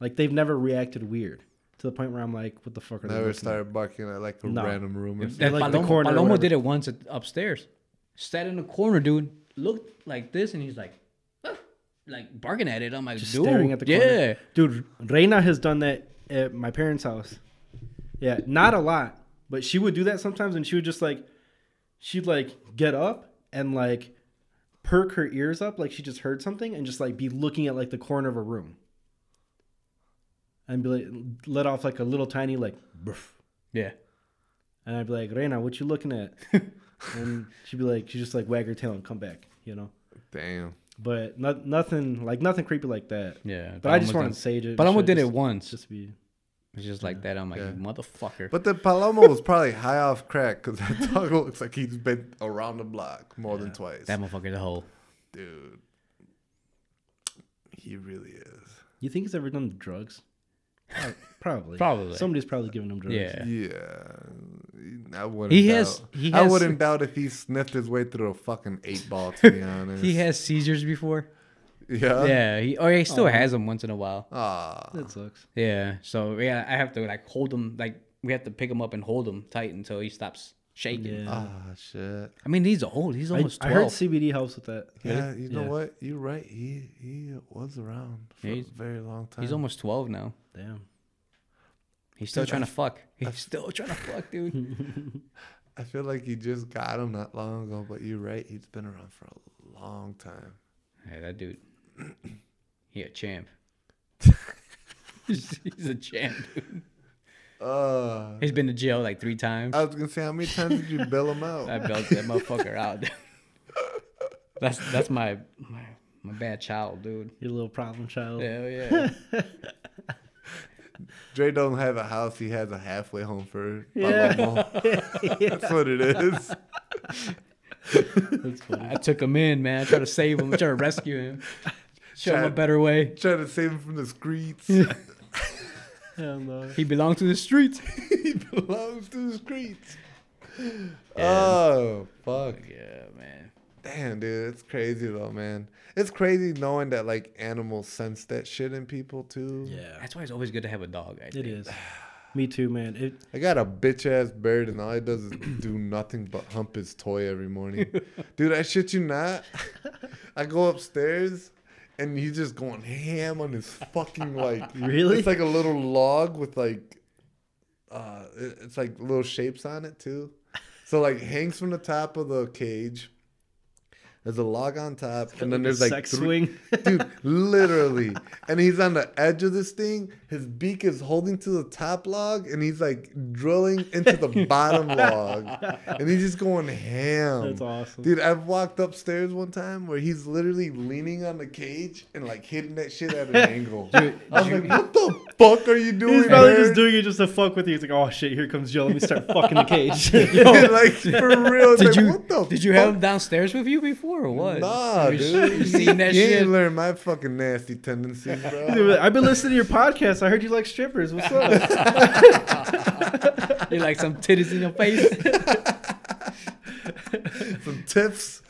[SPEAKER 3] like they've never reacted weird to the point where I'm like, what the fuck are they?
[SPEAKER 1] Never
[SPEAKER 3] looking at?
[SPEAKER 1] started barking at like a
[SPEAKER 3] No.
[SPEAKER 1] random room or something.
[SPEAKER 4] That
[SPEAKER 3] like the
[SPEAKER 4] Palomo,
[SPEAKER 3] corner or
[SPEAKER 4] Palomo
[SPEAKER 3] whatever.
[SPEAKER 4] did it once at, upstairs. Sat in the corner, dude. Looked like this, and he's like, "Ugh," like barking at it. I'm like,
[SPEAKER 3] Just
[SPEAKER 4] dude,
[SPEAKER 3] staring at the corner.
[SPEAKER 4] yeah.
[SPEAKER 3] Dude, Reina has done that at my parents' house. Yeah, not a lot, but she would do that sometimes, and she would just like, she'd like get up and like perk her ears up, like she just heard something, and just like be looking at like the corner of a room, and be like, let off like a little tiny like, "Bruff."
[SPEAKER 4] yeah.
[SPEAKER 3] and I'd be like, Reina, what you looking at? and she'd be like, she just like wag her tail and come back, you know.
[SPEAKER 1] Damn.
[SPEAKER 3] But not, nothing like nothing creepy like that.
[SPEAKER 4] Yeah,
[SPEAKER 3] But I
[SPEAKER 4] Palomo's
[SPEAKER 3] just
[SPEAKER 4] done-
[SPEAKER 3] wanted to say it.
[SPEAKER 4] Palomo
[SPEAKER 3] should
[SPEAKER 4] did it
[SPEAKER 3] just-
[SPEAKER 4] once.
[SPEAKER 3] Just be
[SPEAKER 4] It's just like that. I'm like,
[SPEAKER 1] Yeah.
[SPEAKER 4] you motherfucker.
[SPEAKER 1] But the Palomo was probably high off crack because that dog looks like he's been around the block more than twice.
[SPEAKER 4] that motherfucker's a hole.
[SPEAKER 1] Dude, he really is.
[SPEAKER 3] You think he's ever done drugs? Prob- Probably.
[SPEAKER 4] Probably.
[SPEAKER 3] Somebody's probably giving him drugs.
[SPEAKER 4] Yeah.
[SPEAKER 1] Yeah, I wouldn't.
[SPEAKER 4] He
[SPEAKER 1] doubt.
[SPEAKER 4] has- he
[SPEAKER 1] I
[SPEAKER 4] has-
[SPEAKER 1] wouldn't doubt if he sniffed his way through a fucking eight ball. To be honest,
[SPEAKER 4] He has seizures before.
[SPEAKER 1] Yeah.
[SPEAKER 4] yeah. He or he
[SPEAKER 3] Oh.
[SPEAKER 4] still has them once in a while.
[SPEAKER 1] Ah,
[SPEAKER 3] That sucks.
[SPEAKER 4] Yeah. So yeah, I have to like hold him. Like we have to pick him up and hold him tight until he stops shaking.
[SPEAKER 3] Yeah.
[SPEAKER 1] ah, shit.
[SPEAKER 4] I mean, he's a old. He's
[SPEAKER 3] I,
[SPEAKER 4] Oh, almost
[SPEAKER 3] I heard
[SPEAKER 4] twelve.
[SPEAKER 3] CBD helps with that.
[SPEAKER 1] Yeah, you know
[SPEAKER 3] Yeah.
[SPEAKER 1] what? You're right. He he was around for
[SPEAKER 4] Yeah,
[SPEAKER 1] a
[SPEAKER 4] he's-
[SPEAKER 1] very long time.
[SPEAKER 4] he's
[SPEAKER 3] uh,
[SPEAKER 4] almost twelve now.
[SPEAKER 3] Damn.
[SPEAKER 4] He's still
[SPEAKER 1] Dude,
[SPEAKER 4] trying to fuck. He's still trying to fuck, dude.
[SPEAKER 1] I feel like you just got him not long ago, but you're right. He's been around for a long time.
[SPEAKER 4] Yeah, that dude. He a champ. he's a champ. Dude.
[SPEAKER 1] Uh,
[SPEAKER 4] He's been to jail like three times.
[SPEAKER 1] I was gonna say, how many times did you bail him
[SPEAKER 4] I
[SPEAKER 1] out?
[SPEAKER 4] built that motherfucker out. dude. That's that's my, my my bad child, dude.
[SPEAKER 3] You're a little problem child.
[SPEAKER 4] Hell yeah.
[SPEAKER 1] Dre don't have a house. He has a halfway home for
[SPEAKER 3] Yeah.
[SPEAKER 1] Palomo. That's what it is.
[SPEAKER 3] That's funny.
[SPEAKER 4] I took him in, man. I tried to save him, try to rescue him, show him a
[SPEAKER 1] Chad.
[SPEAKER 4] better way.
[SPEAKER 1] Trying to save him from the streets. he
[SPEAKER 3] Hell no.
[SPEAKER 4] He belonged to the streets.
[SPEAKER 1] belongs to the streets.
[SPEAKER 4] Yeah.
[SPEAKER 1] Oh fuck.
[SPEAKER 4] yeah, man.
[SPEAKER 1] Damn, dude, it's crazy though, man. It's crazy knowing that like animals sense that shit in people too.
[SPEAKER 3] Yeah.
[SPEAKER 4] That's why it's always good to have a dog. I
[SPEAKER 3] It
[SPEAKER 4] think.
[SPEAKER 3] is. Me too, man. It,
[SPEAKER 1] I got a bitch ass bird and all it does is do nothing but hump his toy every morning. Dude, I shit you not. I go upstairs and he's just going ham on his fucking like
[SPEAKER 3] Really?
[SPEAKER 1] It's like a little log with like uh it- it's like little shapes on it too. So like hangs from the top of the cage. There's a log on top, and then there's like
[SPEAKER 3] sex
[SPEAKER 1] three-
[SPEAKER 3] swing.
[SPEAKER 1] dude literally and he's on the edge of this thing his beak is holding to the top log and he's like drilling into the bottom log and he's just going ham
[SPEAKER 3] That's awesome.
[SPEAKER 1] dude i've walked upstairs one time where he's literally leaning on the cage and like hitting that shit at an angle i was like what the fuck are you doing
[SPEAKER 3] He's probably just
[SPEAKER 1] bird?"
[SPEAKER 3] doing it just to fuck with you. He's like, oh shit, here comes Joe. Let me start fucking the cage.
[SPEAKER 1] like for real it's
[SPEAKER 4] Did
[SPEAKER 1] like,
[SPEAKER 4] you
[SPEAKER 1] what the
[SPEAKER 4] did you
[SPEAKER 1] fuck?
[SPEAKER 4] have him downstairs with you before or what?
[SPEAKER 1] Nah,
[SPEAKER 4] you
[SPEAKER 1] dude.
[SPEAKER 4] You seen that
[SPEAKER 1] you
[SPEAKER 4] shit?
[SPEAKER 1] ain't learned my fucking nasty tendencies, bro.
[SPEAKER 3] I've been listening to your podcast. I heard you like strippers. What's up?
[SPEAKER 4] You're like some titties in your face.
[SPEAKER 1] Some tips.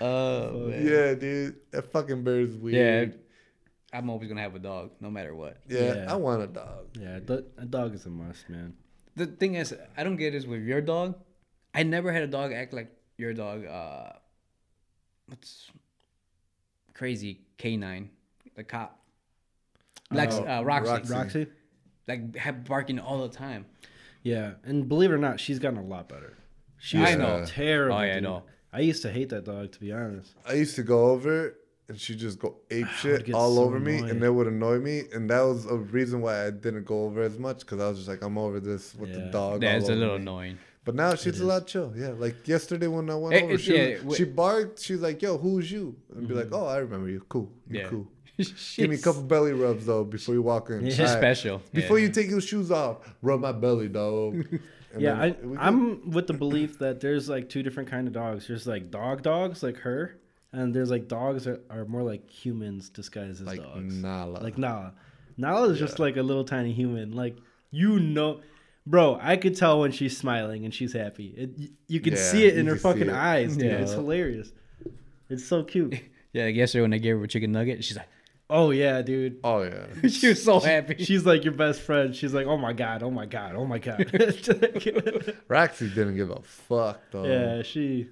[SPEAKER 4] Oh man.
[SPEAKER 1] yeah, dude. That fucking bear's
[SPEAKER 4] Yeah.
[SPEAKER 1] weird.
[SPEAKER 4] I'm always gonna have a dog, no matter what.
[SPEAKER 1] Yeah.
[SPEAKER 3] Yeah.
[SPEAKER 1] I want a dog.
[SPEAKER 3] Yeah, a do- a dog is a must, man.
[SPEAKER 4] The thing is, I don't get is with your dog. I never had a dog act like your dog. Uh, what's crazy canine, the cop, Lex,
[SPEAKER 1] Oh,
[SPEAKER 4] uh, Roxy,
[SPEAKER 1] Roxy.
[SPEAKER 3] Roxy?
[SPEAKER 4] like have barking all the time.
[SPEAKER 3] Yeah, and believe it or not, she's gotten a lot better. She was
[SPEAKER 4] I know.
[SPEAKER 3] terrible.
[SPEAKER 4] Oh, yeah, I
[SPEAKER 3] dude.
[SPEAKER 4] know.
[SPEAKER 3] I used to hate that dog, to be honest.
[SPEAKER 1] I used to go over and she'd just go ape shit
[SPEAKER 3] Ah, get
[SPEAKER 1] all
[SPEAKER 3] so
[SPEAKER 1] over me and
[SPEAKER 3] annoyed.
[SPEAKER 1] that would annoy me. And that was a reason why I didn't go over as much because I was just like, I'm over this with the
[SPEAKER 3] Yeah.
[SPEAKER 1] dog. all
[SPEAKER 4] That's a
[SPEAKER 1] over
[SPEAKER 4] little
[SPEAKER 1] me.
[SPEAKER 4] annoying.
[SPEAKER 1] But now she's a lot chill. Yeah, like yesterday when I went
[SPEAKER 4] It-
[SPEAKER 1] over,
[SPEAKER 4] it's-
[SPEAKER 1] she, was-
[SPEAKER 4] yeah, wait.
[SPEAKER 1] she barked. She's like, "Yo, who's you?" And be like,
[SPEAKER 3] Mm-hmm.
[SPEAKER 1] "Oh, I remember you. Cool, you
[SPEAKER 4] Yeah.
[SPEAKER 1] cool.
[SPEAKER 4] She's,
[SPEAKER 1] Give me a couple belly rubs though before you walk in.
[SPEAKER 4] She's
[SPEAKER 1] All right.
[SPEAKER 4] special.
[SPEAKER 1] Before
[SPEAKER 4] yeah.
[SPEAKER 1] you take your shoes off, rub my belly, dog. And
[SPEAKER 3] yeah,
[SPEAKER 1] then
[SPEAKER 3] I,
[SPEAKER 1] we good.
[SPEAKER 3] I'm with the belief that there's like two different kind of dogs. There's like dog dogs, like her, and there's like dogs that are more like humans disguised as
[SPEAKER 1] like
[SPEAKER 3] dogs.
[SPEAKER 1] Nala.
[SPEAKER 3] Like Nala. Nala is just like a little tiny human. Like you know, bro, I could tell when she's smiling and she's happy. It, you, you can
[SPEAKER 1] Yeah,
[SPEAKER 3] see it
[SPEAKER 1] you
[SPEAKER 3] in her
[SPEAKER 1] can see
[SPEAKER 3] fucking
[SPEAKER 1] it.
[SPEAKER 3] eyes, dude.
[SPEAKER 4] Yeah.
[SPEAKER 3] It's hilarious. It's so cute.
[SPEAKER 4] yeah, like yesterday when I gave her a chicken nugget, she's like,
[SPEAKER 3] Oh yeah, dude.
[SPEAKER 1] oh yeah,
[SPEAKER 4] she was so happy.
[SPEAKER 3] She's like your best friend. She's like, oh my god, oh my god, oh my god.
[SPEAKER 1] Roxy didn't give a fuck though.
[SPEAKER 3] yeah, she.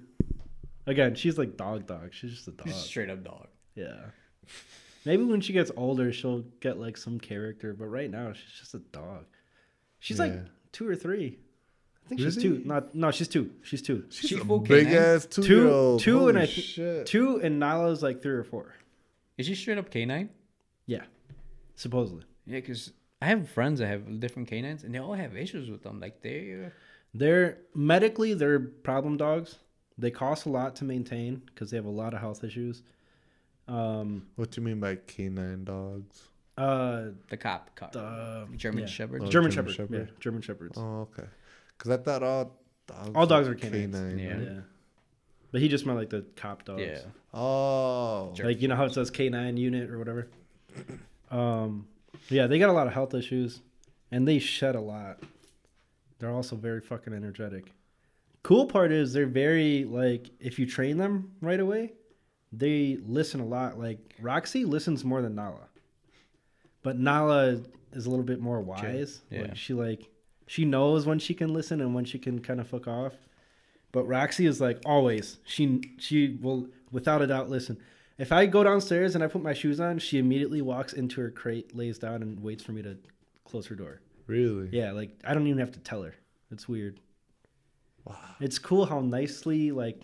[SPEAKER 3] Again, she's like dog dog. She's just a
[SPEAKER 1] Uh,
[SPEAKER 3] dog.
[SPEAKER 4] straight up dog.
[SPEAKER 3] Yeah. Maybe when she gets older, she'll get like some character. But right now, she's just a dog. She's like
[SPEAKER 1] Yeah.
[SPEAKER 3] two or three. I think she's
[SPEAKER 1] Really?
[SPEAKER 3] two. Not no, she's two. She's two.
[SPEAKER 1] she's
[SPEAKER 4] She
[SPEAKER 1] a
[SPEAKER 4] full
[SPEAKER 1] big
[SPEAKER 4] canine.
[SPEAKER 1] ass two year
[SPEAKER 3] Two,
[SPEAKER 1] old.
[SPEAKER 3] two, and I thi-
[SPEAKER 1] shit.
[SPEAKER 3] two, and Nala's like three or four.
[SPEAKER 4] Is she straight up canine?
[SPEAKER 3] Yeah, supposedly
[SPEAKER 4] Yeah, because I have friends that have different canines, and they all have issues with them. Like they, uh,
[SPEAKER 3] they're medically they're problem dogs. They cost a lot to maintain because they have a lot of health issues. Um,
[SPEAKER 1] What do you mean by canine dogs?
[SPEAKER 3] uh,
[SPEAKER 4] the cop, cop
[SPEAKER 3] the
[SPEAKER 4] German
[SPEAKER 3] yeah.
[SPEAKER 4] Shepherd.
[SPEAKER 1] Oh,
[SPEAKER 3] German,
[SPEAKER 1] German
[SPEAKER 3] Shepherd,
[SPEAKER 1] Shepherd.
[SPEAKER 3] yeah, German Shepherds.
[SPEAKER 1] Oh okay, because I thought all dogs
[SPEAKER 3] All dogs are canines.
[SPEAKER 1] canine.
[SPEAKER 4] Yeah.
[SPEAKER 3] Yeah. But he just meant like the cop dogs.
[SPEAKER 4] yeah,
[SPEAKER 1] Oh,
[SPEAKER 4] Sure.
[SPEAKER 3] Like you know how it says K9 unit or whatever. Um yeah, they got a lot of health issues and they shed a lot. They're also very fucking energetic. Cool part is they're very like if you train them right away, they listen a lot. Like Roxy listens more than Nala. But Nala is a little bit more wise.
[SPEAKER 4] Yeah.
[SPEAKER 3] Like she like she knows when she can listen and when she can kind of fuck off. But Roxy is like always. She she will without a doubt listen. If I go downstairs and I put my shoes on, she immediately walks into her crate, lays down, and waits for me to close her door.
[SPEAKER 1] really?
[SPEAKER 3] Yeah, like I don't even have to tell her. It's weird. It's cool how nicely like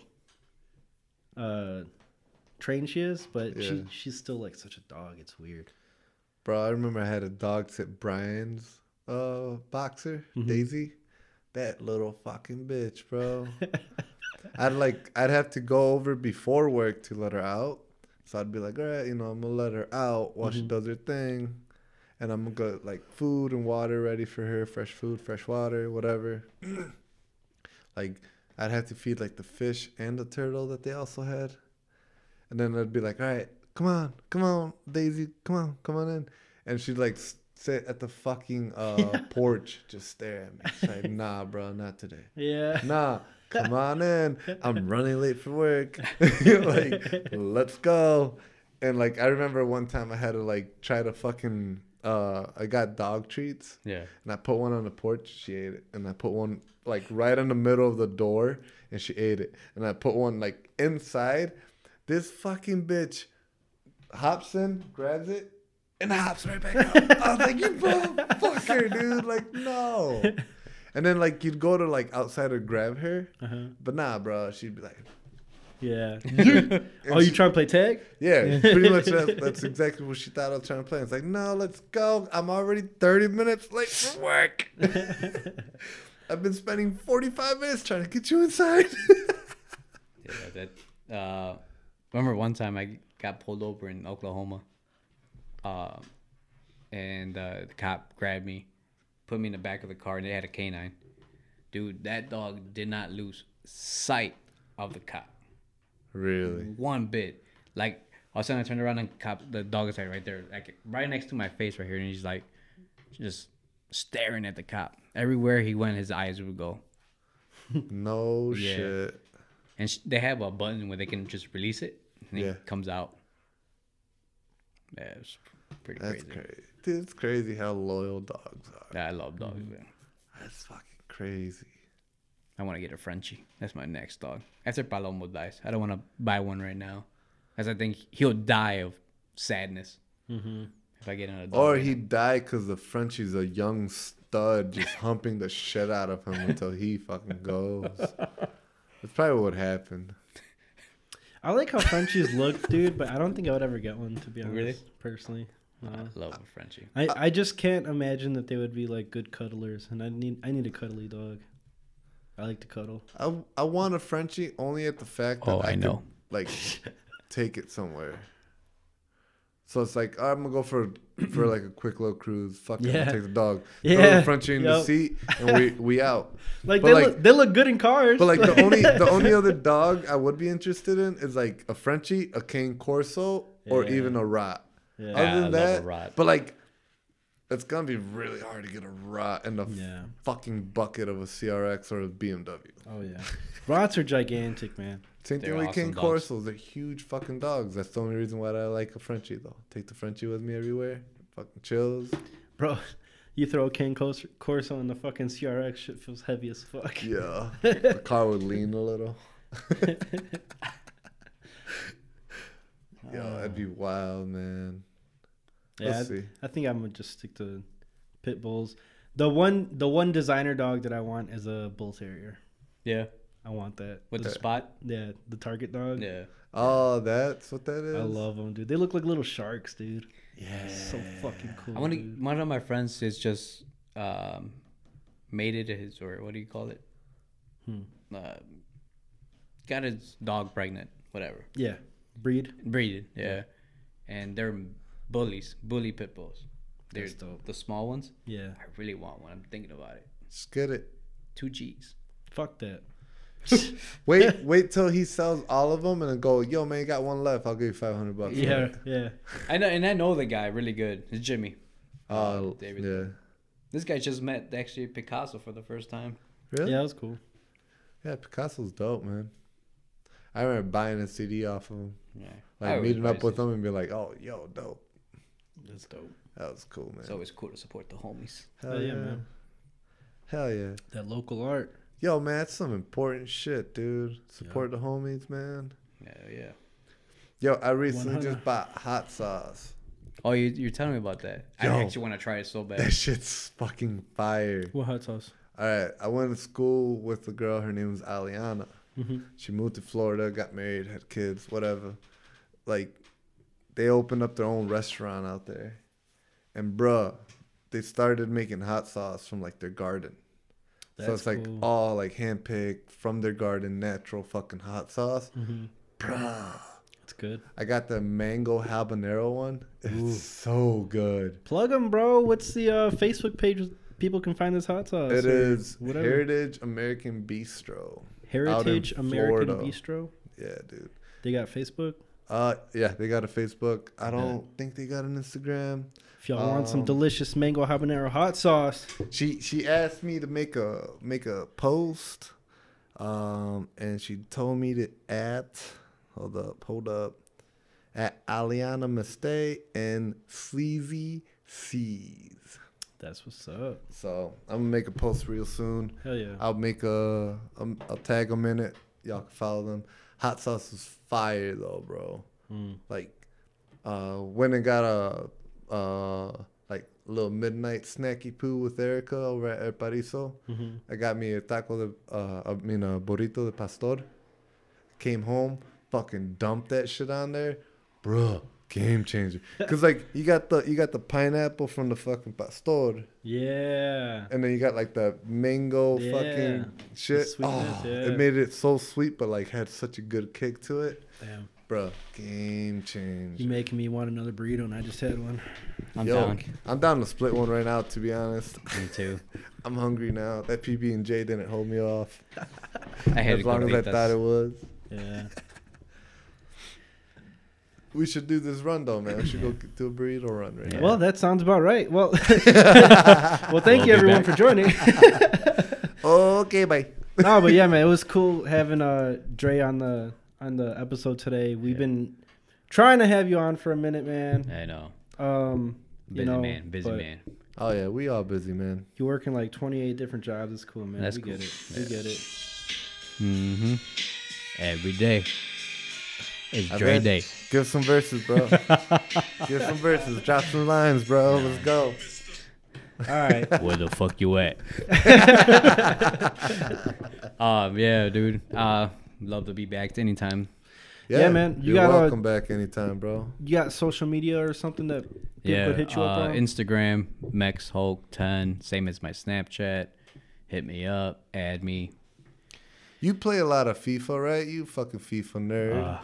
[SPEAKER 3] uh trained she is, but
[SPEAKER 1] Yeah.
[SPEAKER 3] she she's still like such a dog. It's weird.
[SPEAKER 1] Bro, I remember I had a dog sit Brian's uh boxer, Daisy. That little fucking bitch, bro. I'd like I'd have to go over before work to let her out. So I'd be like, all right, you know, I'm gonna let her out while she does her thing. And I'm gonna get like food and water ready for her, fresh food, fresh water, whatever. like I'd have to feed like the fish and the turtle that they also had. And then I'd be like, all right, come on, come on, Daisy, come on, come on in. And she'd like s- sit at the fucking uh, porch, just stare at me. She's like, nah, bro, not today.
[SPEAKER 3] Yeah.
[SPEAKER 1] Nah, come on in. I'm running late for work. like, let's go. And like, I remember one time I had to like try to fucking, uh, I got dog treats
[SPEAKER 4] yeah.
[SPEAKER 1] and I put one on the porch. She ate it, and I put one like right in the middle of the door, and she ate it. And I put one like inside. This fucking bitch hops in, grabs it, and hops right back up. I was like, "You motherfucker, dude! Like, no." And then like you'd go to like outside to grab her,
[SPEAKER 3] Uh-huh.
[SPEAKER 1] but nah, bro. She'd be like,
[SPEAKER 3] Yeah.
[SPEAKER 1] and
[SPEAKER 3] oh, you
[SPEAKER 1] she-
[SPEAKER 3] trying to play tag?
[SPEAKER 1] yeah, pretty much that's, that's exactly what she thought I was trying to play. It's like, no, let's go. I'm already 30 minutes late for work. I've been spending 45 minutes trying to get you inside.
[SPEAKER 4] Yeah, that. Uh, remember one time I got pulled over in Oklahoma, uh, and uh, the cop grabbed me, put me in the back of the car, and they had a canine. Dude, that dog did not lose sight of the cop
[SPEAKER 1] really?
[SPEAKER 4] one bit. Like all of a sudden, I turned around and cop the dog is like right there, like right next to my face, right here, and he's like, just staring at the cop. Everywhere he went, his eyes would go.
[SPEAKER 1] No
[SPEAKER 4] Yeah.
[SPEAKER 1] shit.
[SPEAKER 4] And sh- they have a button where they can just release it, and
[SPEAKER 1] Yeah.
[SPEAKER 4] it comes out. Yeah, it's pretty
[SPEAKER 1] That's
[SPEAKER 4] crazy.
[SPEAKER 1] crazy. Dude, it's crazy how loyal dogs are.
[SPEAKER 4] Yeah, I love dogs.
[SPEAKER 1] Mm-hmm.
[SPEAKER 4] man.
[SPEAKER 1] That's fucking crazy.
[SPEAKER 4] I want to get a Frenchie. That's my next dog. After Palomo dies, I don't want to buy one right now, as I think he'll die of sadness if I get another dog.
[SPEAKER 1] Or
[SPEAKER 4] right
[SPEAKER 1] he died because the Frenchie's a young stud just humping the shit out of him until he fucking goes. That's probably what happened.
[SPEAKER 3] I like how Frenchies look, dude, but I don't think I would ever get one to
[SPEAKER 1] Oh,
[SPEAKER 3] be honest.
[SPEAKER 4] Really?
[SPEAKER 3] Personally.
[SPEAKER 4] now.
[SPEAKER 3] No.
[SPEAKER 4] I love a Frenchie.
[SPEAKER 3] I, I just can't imagine that they would be like good cuddlers and I need I need a cuddly dog. I like to cuddle.
[SPEAKER 1] I, I want a Frenchie only at the fact that
[SPEAKER 4] Oh, I
[SPEAKER 1] could,
[SPEAKER 4] know.
[SPEAKER 1] like take it somewhere. So it's like "Oh, I'm gonna go for for like a quick little cruise. Fuck it, I'm gonna
[SPEAKER 3] Yeah.
[SPEAKER 1] take the dog. Throw
[SPEAKER 3] Yeah,
[SPEAKER 1] the Frenchie in the
[SPEAKER 3] yup.
[SPEAKER 1] seat and we we out.
[SPEAKER 3] Like
[SPEAKER 1] But
[SPEAKER 3] they
[SPEAKER 1] like-
[SPEAKER 3] look they look good in cars.
[SPEAKER 1] But like the only the only other dog I would be interested in is like a Frenchie, a Cane Corso, or
[SPEAKER 3] Yeah.
[SPEAKER 1] even a Rot.
[SPEAKER 3] Yeah.
[SPEAKER 4] Yeah, I
[SPEAKER 1] Other than
[SPEAKER 4] love
[SPEAKER 1] that,
[SPEAKER 4] a Rot.
[SPEAKER 1] but like it's gonna be really hard to get a Rot in the
[SPEAKER 3] Yeah.
[SPEAKER 1] fucking bucket of a CRX or a BMW.
[SPEAKER 3] Oh yeah. Rots are gigantic, man.
[SPEAKER 1] Same thing
[SPEAKER 4] They're
[SPEAKER 1] with
[SPEAKER 4] awesome
[SPEAKER 1] Cane
[SPEAKER 4] dogs.
[SPEAKER 1] Corsos. They're huge fucking dogs. That's the only reason why I like a Frenchie though. Take the Frenchie with me everywhere. Fucking chills.
[SPEAKER 3] Bro, you throw a Ken Cors- Corso in the fucking CRX shit feels heavy as fuck.
[SPEAKER 1] Yeah. the car would lean a little. Yo, that'd be wild, man.
[SPEAKER 3] Yeah,
[SPEAKER 1] Let's
[SPEAKER 3] I-
[SPEAKER 1] see.
[SPEAKER 3] I think I'm gonna just stick to pit bulls. The one the one designer dog that I want is a bull terrier.
[SPEAKER 4] Yeah,
[SPEAKER 3] I want that.
[SPEAKER 4] with the spot.
[SPEAKER 3] Yeah, the target dog.
[SPEAKER 4] Yeah,
[SPEAKER 1] Oh, that's what that is.
[SPEAKER 3] I love them, dude. They look like little sharks, dude. Yeah. So fucking cool.
[SPEAKER 4] I want to.
[SPEAKER 3] dude.
[SPEAKER 1] Mm-hmm.
[SPEAKER 4] One of my friends is just um, mated his or what do you call it?
[SPEAKER 1] Hmm.
[SPEAKER 4] Uh, got his dog pregnant. Whatever.
[SPEAKER 3] Yeah. Breed.
[SPEAKER 4] Breeded, yeah. And they're bullies, bully pit bulls. They're
[SPEAKER 3] That's dope.
[SPEAKER 4] the small ones.
[SPEAKER 3] Yeah.
[SPEAKER 4] I really want one. I'm thinking about it.
[SPEAKER 1] Just get it.
[SPEAKER 4] Two G's.
[SPEAKER 3] Fuck that.
[SPEAKER 1] Wait, wait till he sells all of them and then go, yo, man, you got one left. I'll give you 500 bucks. for
[SPEAKER 3] Yeah.
[SPEAKER 1] it."
[SPEAKER 3] Yeah.
[SPEAKER 4] I know, and I know the guy really good. It's Jimmy.
[SPEAKER 1] Oh,
[SPEAKER 4] David.
[SPEAKER 1] yeah.
[SPEAKER 4] This guy just met actually Picasso for the first time.
[SPEAKER 1] Really? Yeah.
[SPEAKER 3] Yeah, that was cool.
[SPEAKER 1] Picasso's dope, man. I remember buying a CD off of him.
[SPEAKER 4] Yeah, I
[SPEAKER 1] Like
[SPEAKER 4] always
[SPEAKER 1] meeting up
[SPEAKER 4] praise
[SPEAKER 1] with
[SPEAKER 4] it.
[SPEAKER 1] him and be like, oh, yo, dope.
[SPEAKER 3] That's dope.
[SPEAKER 1] That was cool, man.
[SPEAKER 4] It's always cool to support the homies.
[SPEAKER 1] Hell
[SPEAKER 3] Hell yeah,
[SPEAKER 1] yeah,
[SPEAKER 3] man.
[SPEAKER 1] Hell yeah.
[SPEAKER 3] That local art.
[SPEAKER 1] Yo, man, that's some important shit, dude. Support the homies, man.
[SPEAKER 4] Yeah, yeah.
[SPEAKER 1] Yo, I recently
[SPEAKER 3] 100.
[SPEAKER 1] just bought hot sauce.
[SPEAKER 4] Oh, you, you're telling me about that.
[SPEAKER 1] Yo.
[SPEAKER 4] I actually want to try it so
[SPEAKER 1] That
[SPEAKER 4] bad.
[SPEAKER 1] shit's fucking fire.
[SPEAKER 3] What hot sauce?
[SPEAKER 1] All right, I went to school with a girl. Her name was Aliana.
[SPEAKER 3] Mm-hmm.
[SPEAKER 1] She moved to Florida, got married, had kids, whatever. Like, they opened up their own restaurant out there, and bruh, they started making hot sauce from like their garden. so
[SPEAKER 3] That's
[SPEAKER 1] it's like
[SPEAKER 3] cool.
[SPEAKER 1] all like handpicked from their garden, natural fucking hot sauce.
[SPEAKER 3] Mm-hmm.
[SPEAKER 1] Bruh,
[SPEAKER 3] It's good.
[SPEAKER 1] I got the mango habanero one. It's so good.
[SPEAKER 3] Plug them, bro. What's the uh, Facebook page people can find this hot sauce?
[SPEAKER 1] It
[SPEAKER 3] or
[SPEAKER 1] is
[SPEAKER 3] whatever.
[SPEAKER 1] Heritage American Bistro. out in
[SPEAKER 3] Heritage American
[SPEAKER 1] Florida.
[SPEAKER 3] Bistro.
[SPEAKER 1] Yeah, dude.
[SPEAKER 3] They got Facebook.
[SPEAKER 1] Uh, yeah, they got a Facebook. I don't think they got an Instagram.
[SPEAKER 3] If y'all want some
[SPEAKER 1] Um,
[SPEAKER 3] delicious mango habanero hot sauce,
[SPEAKER 1] She she asked me to make a make a post, um, and she told me to at hold up hold up at Aliana Mistay and Sleazy C's.
[SPEAKER 3] that's what's up.
[SPEAKER 1] So I'm gonna make a post real soon.
[SPEAKER 3] Hell yeah.
[SPEAKER 1] I'll make a, a I'll tag them in it. Y'all can follow them. Hot sauce is fire though, bro. Like, uh, went and got a uh like little midnight snacky poo with Erica over at El Pariso. I got me a taco de uh I mean a burrito de pastor. Came home, fucking dumped that shit on there, bruh. Game changer. Cause like you got the you got the pineapple from the fucking pastor
[SPEAKER 3] Yeah.
[SPEAKER 1] and then you got like the mango
[SPEAKER 3] Yeah.
[SPEAKER 1] fucking shit.
[SPEAKER 3] sweetness,
[SPEAKER 1] oh,
[SPEAKER 3] yeah.
[SPEAKER 1] It made it so sweet, but like had such a good kick to it,
[SPEAKER 3] Damn.
[SPEAKER 1] Bruh, Game change.
[SPEAKER 3] You making me want another burrito, and I just had one.
[SPEAKER 4] I'm
[SPEAKER 1] Yo,
[SPEAKER 4] down.
[SPEAKER 1] I'm down to split one right now. To be honest,
[SPEAKER 4] Me too.
[SPEAKER 1] I'm hungry now. That PB and J didn't hold me off
[SPEAKER 4] I had
[SPEAKER 1] as long as I thought it was.
[SPEAKER 3] Yeah.
[SPEAKER 1] we should do this run though, man. We should go do a burrito run right
[SPEAKER 4] Yeah.
[SPEAKER 1] now.
[SPEAKER 3] Well, that sounds about right. Well, well, thank
[SPEAKER 4] We'll be
[SPEAKER 3] you everyone
[SPEAKER 4] back.
[SPEAKER 3] for joining.
[SPEAKER 1] Okay, bye.
[SPEAKER 3] no, but yeah, man, it was cool having uh Dre on the on the episode today. We've
[SPEAKER 4] Yeah.
[SPEAKER 3] been trying to have you on for a minute, man.
[SPEAKER 4] I know.
[SPEAKER 3] Um,
[SPEAKER 4] Busy
[SPEAKER 3] you know,
[SPEAKER 4] man, busy
[SPEAKER 3] but
[SPEAKER 4] man.
[SPEAKER 1] Oh yeah, we all busy, man.
[SPEAKER 3] You're working like 28 different jobs. It's cool, man.
[SPEAKER 4] That's
[SPEAKER 3] we
[SPEAKER 4] cool.
[SPEAKER 3] get it. We
[SPEAKER 4] Yeah.
[SPEAKER 3] get it.
[SPEAKER 4] Mm-hmm. Every day. It's
[SPEAKER 1] I
[SPEAKER 4] Dre
[SPEAKER 1] bet.
[SPEAKER 4] Day.
[SPEAKER 1] Give some verses, bro. Give some verses. Drop some lines, bro. Let's go.
[SPEAKER 3] All right.
[SPEAKER 4] Where the fuck you at? um, yeah, dude. Uh, love to be back anytime.
[SPEAKER 3] Yeah, man, you
[SPEAKER 1] You are
[SPEAKER 3] gotta-
[SPEAKER 1] welcome back anytime, bro.
[SPEAKER 3] You got social media or something that people
[SPEAKER 4] yeah,
[SPEAKER 3] could hit you
[SPEAKER 4] uh,
[SPEAKER 3] up on?
[SPEAKER 4] Instagram Mex Hulk ten, same as my Snapchat. Hit me up, add me.
[SPEAKER 1] You play a lot of FIFA, right? You fucking FIFA nerd.
[SPEAKER 4] Uh,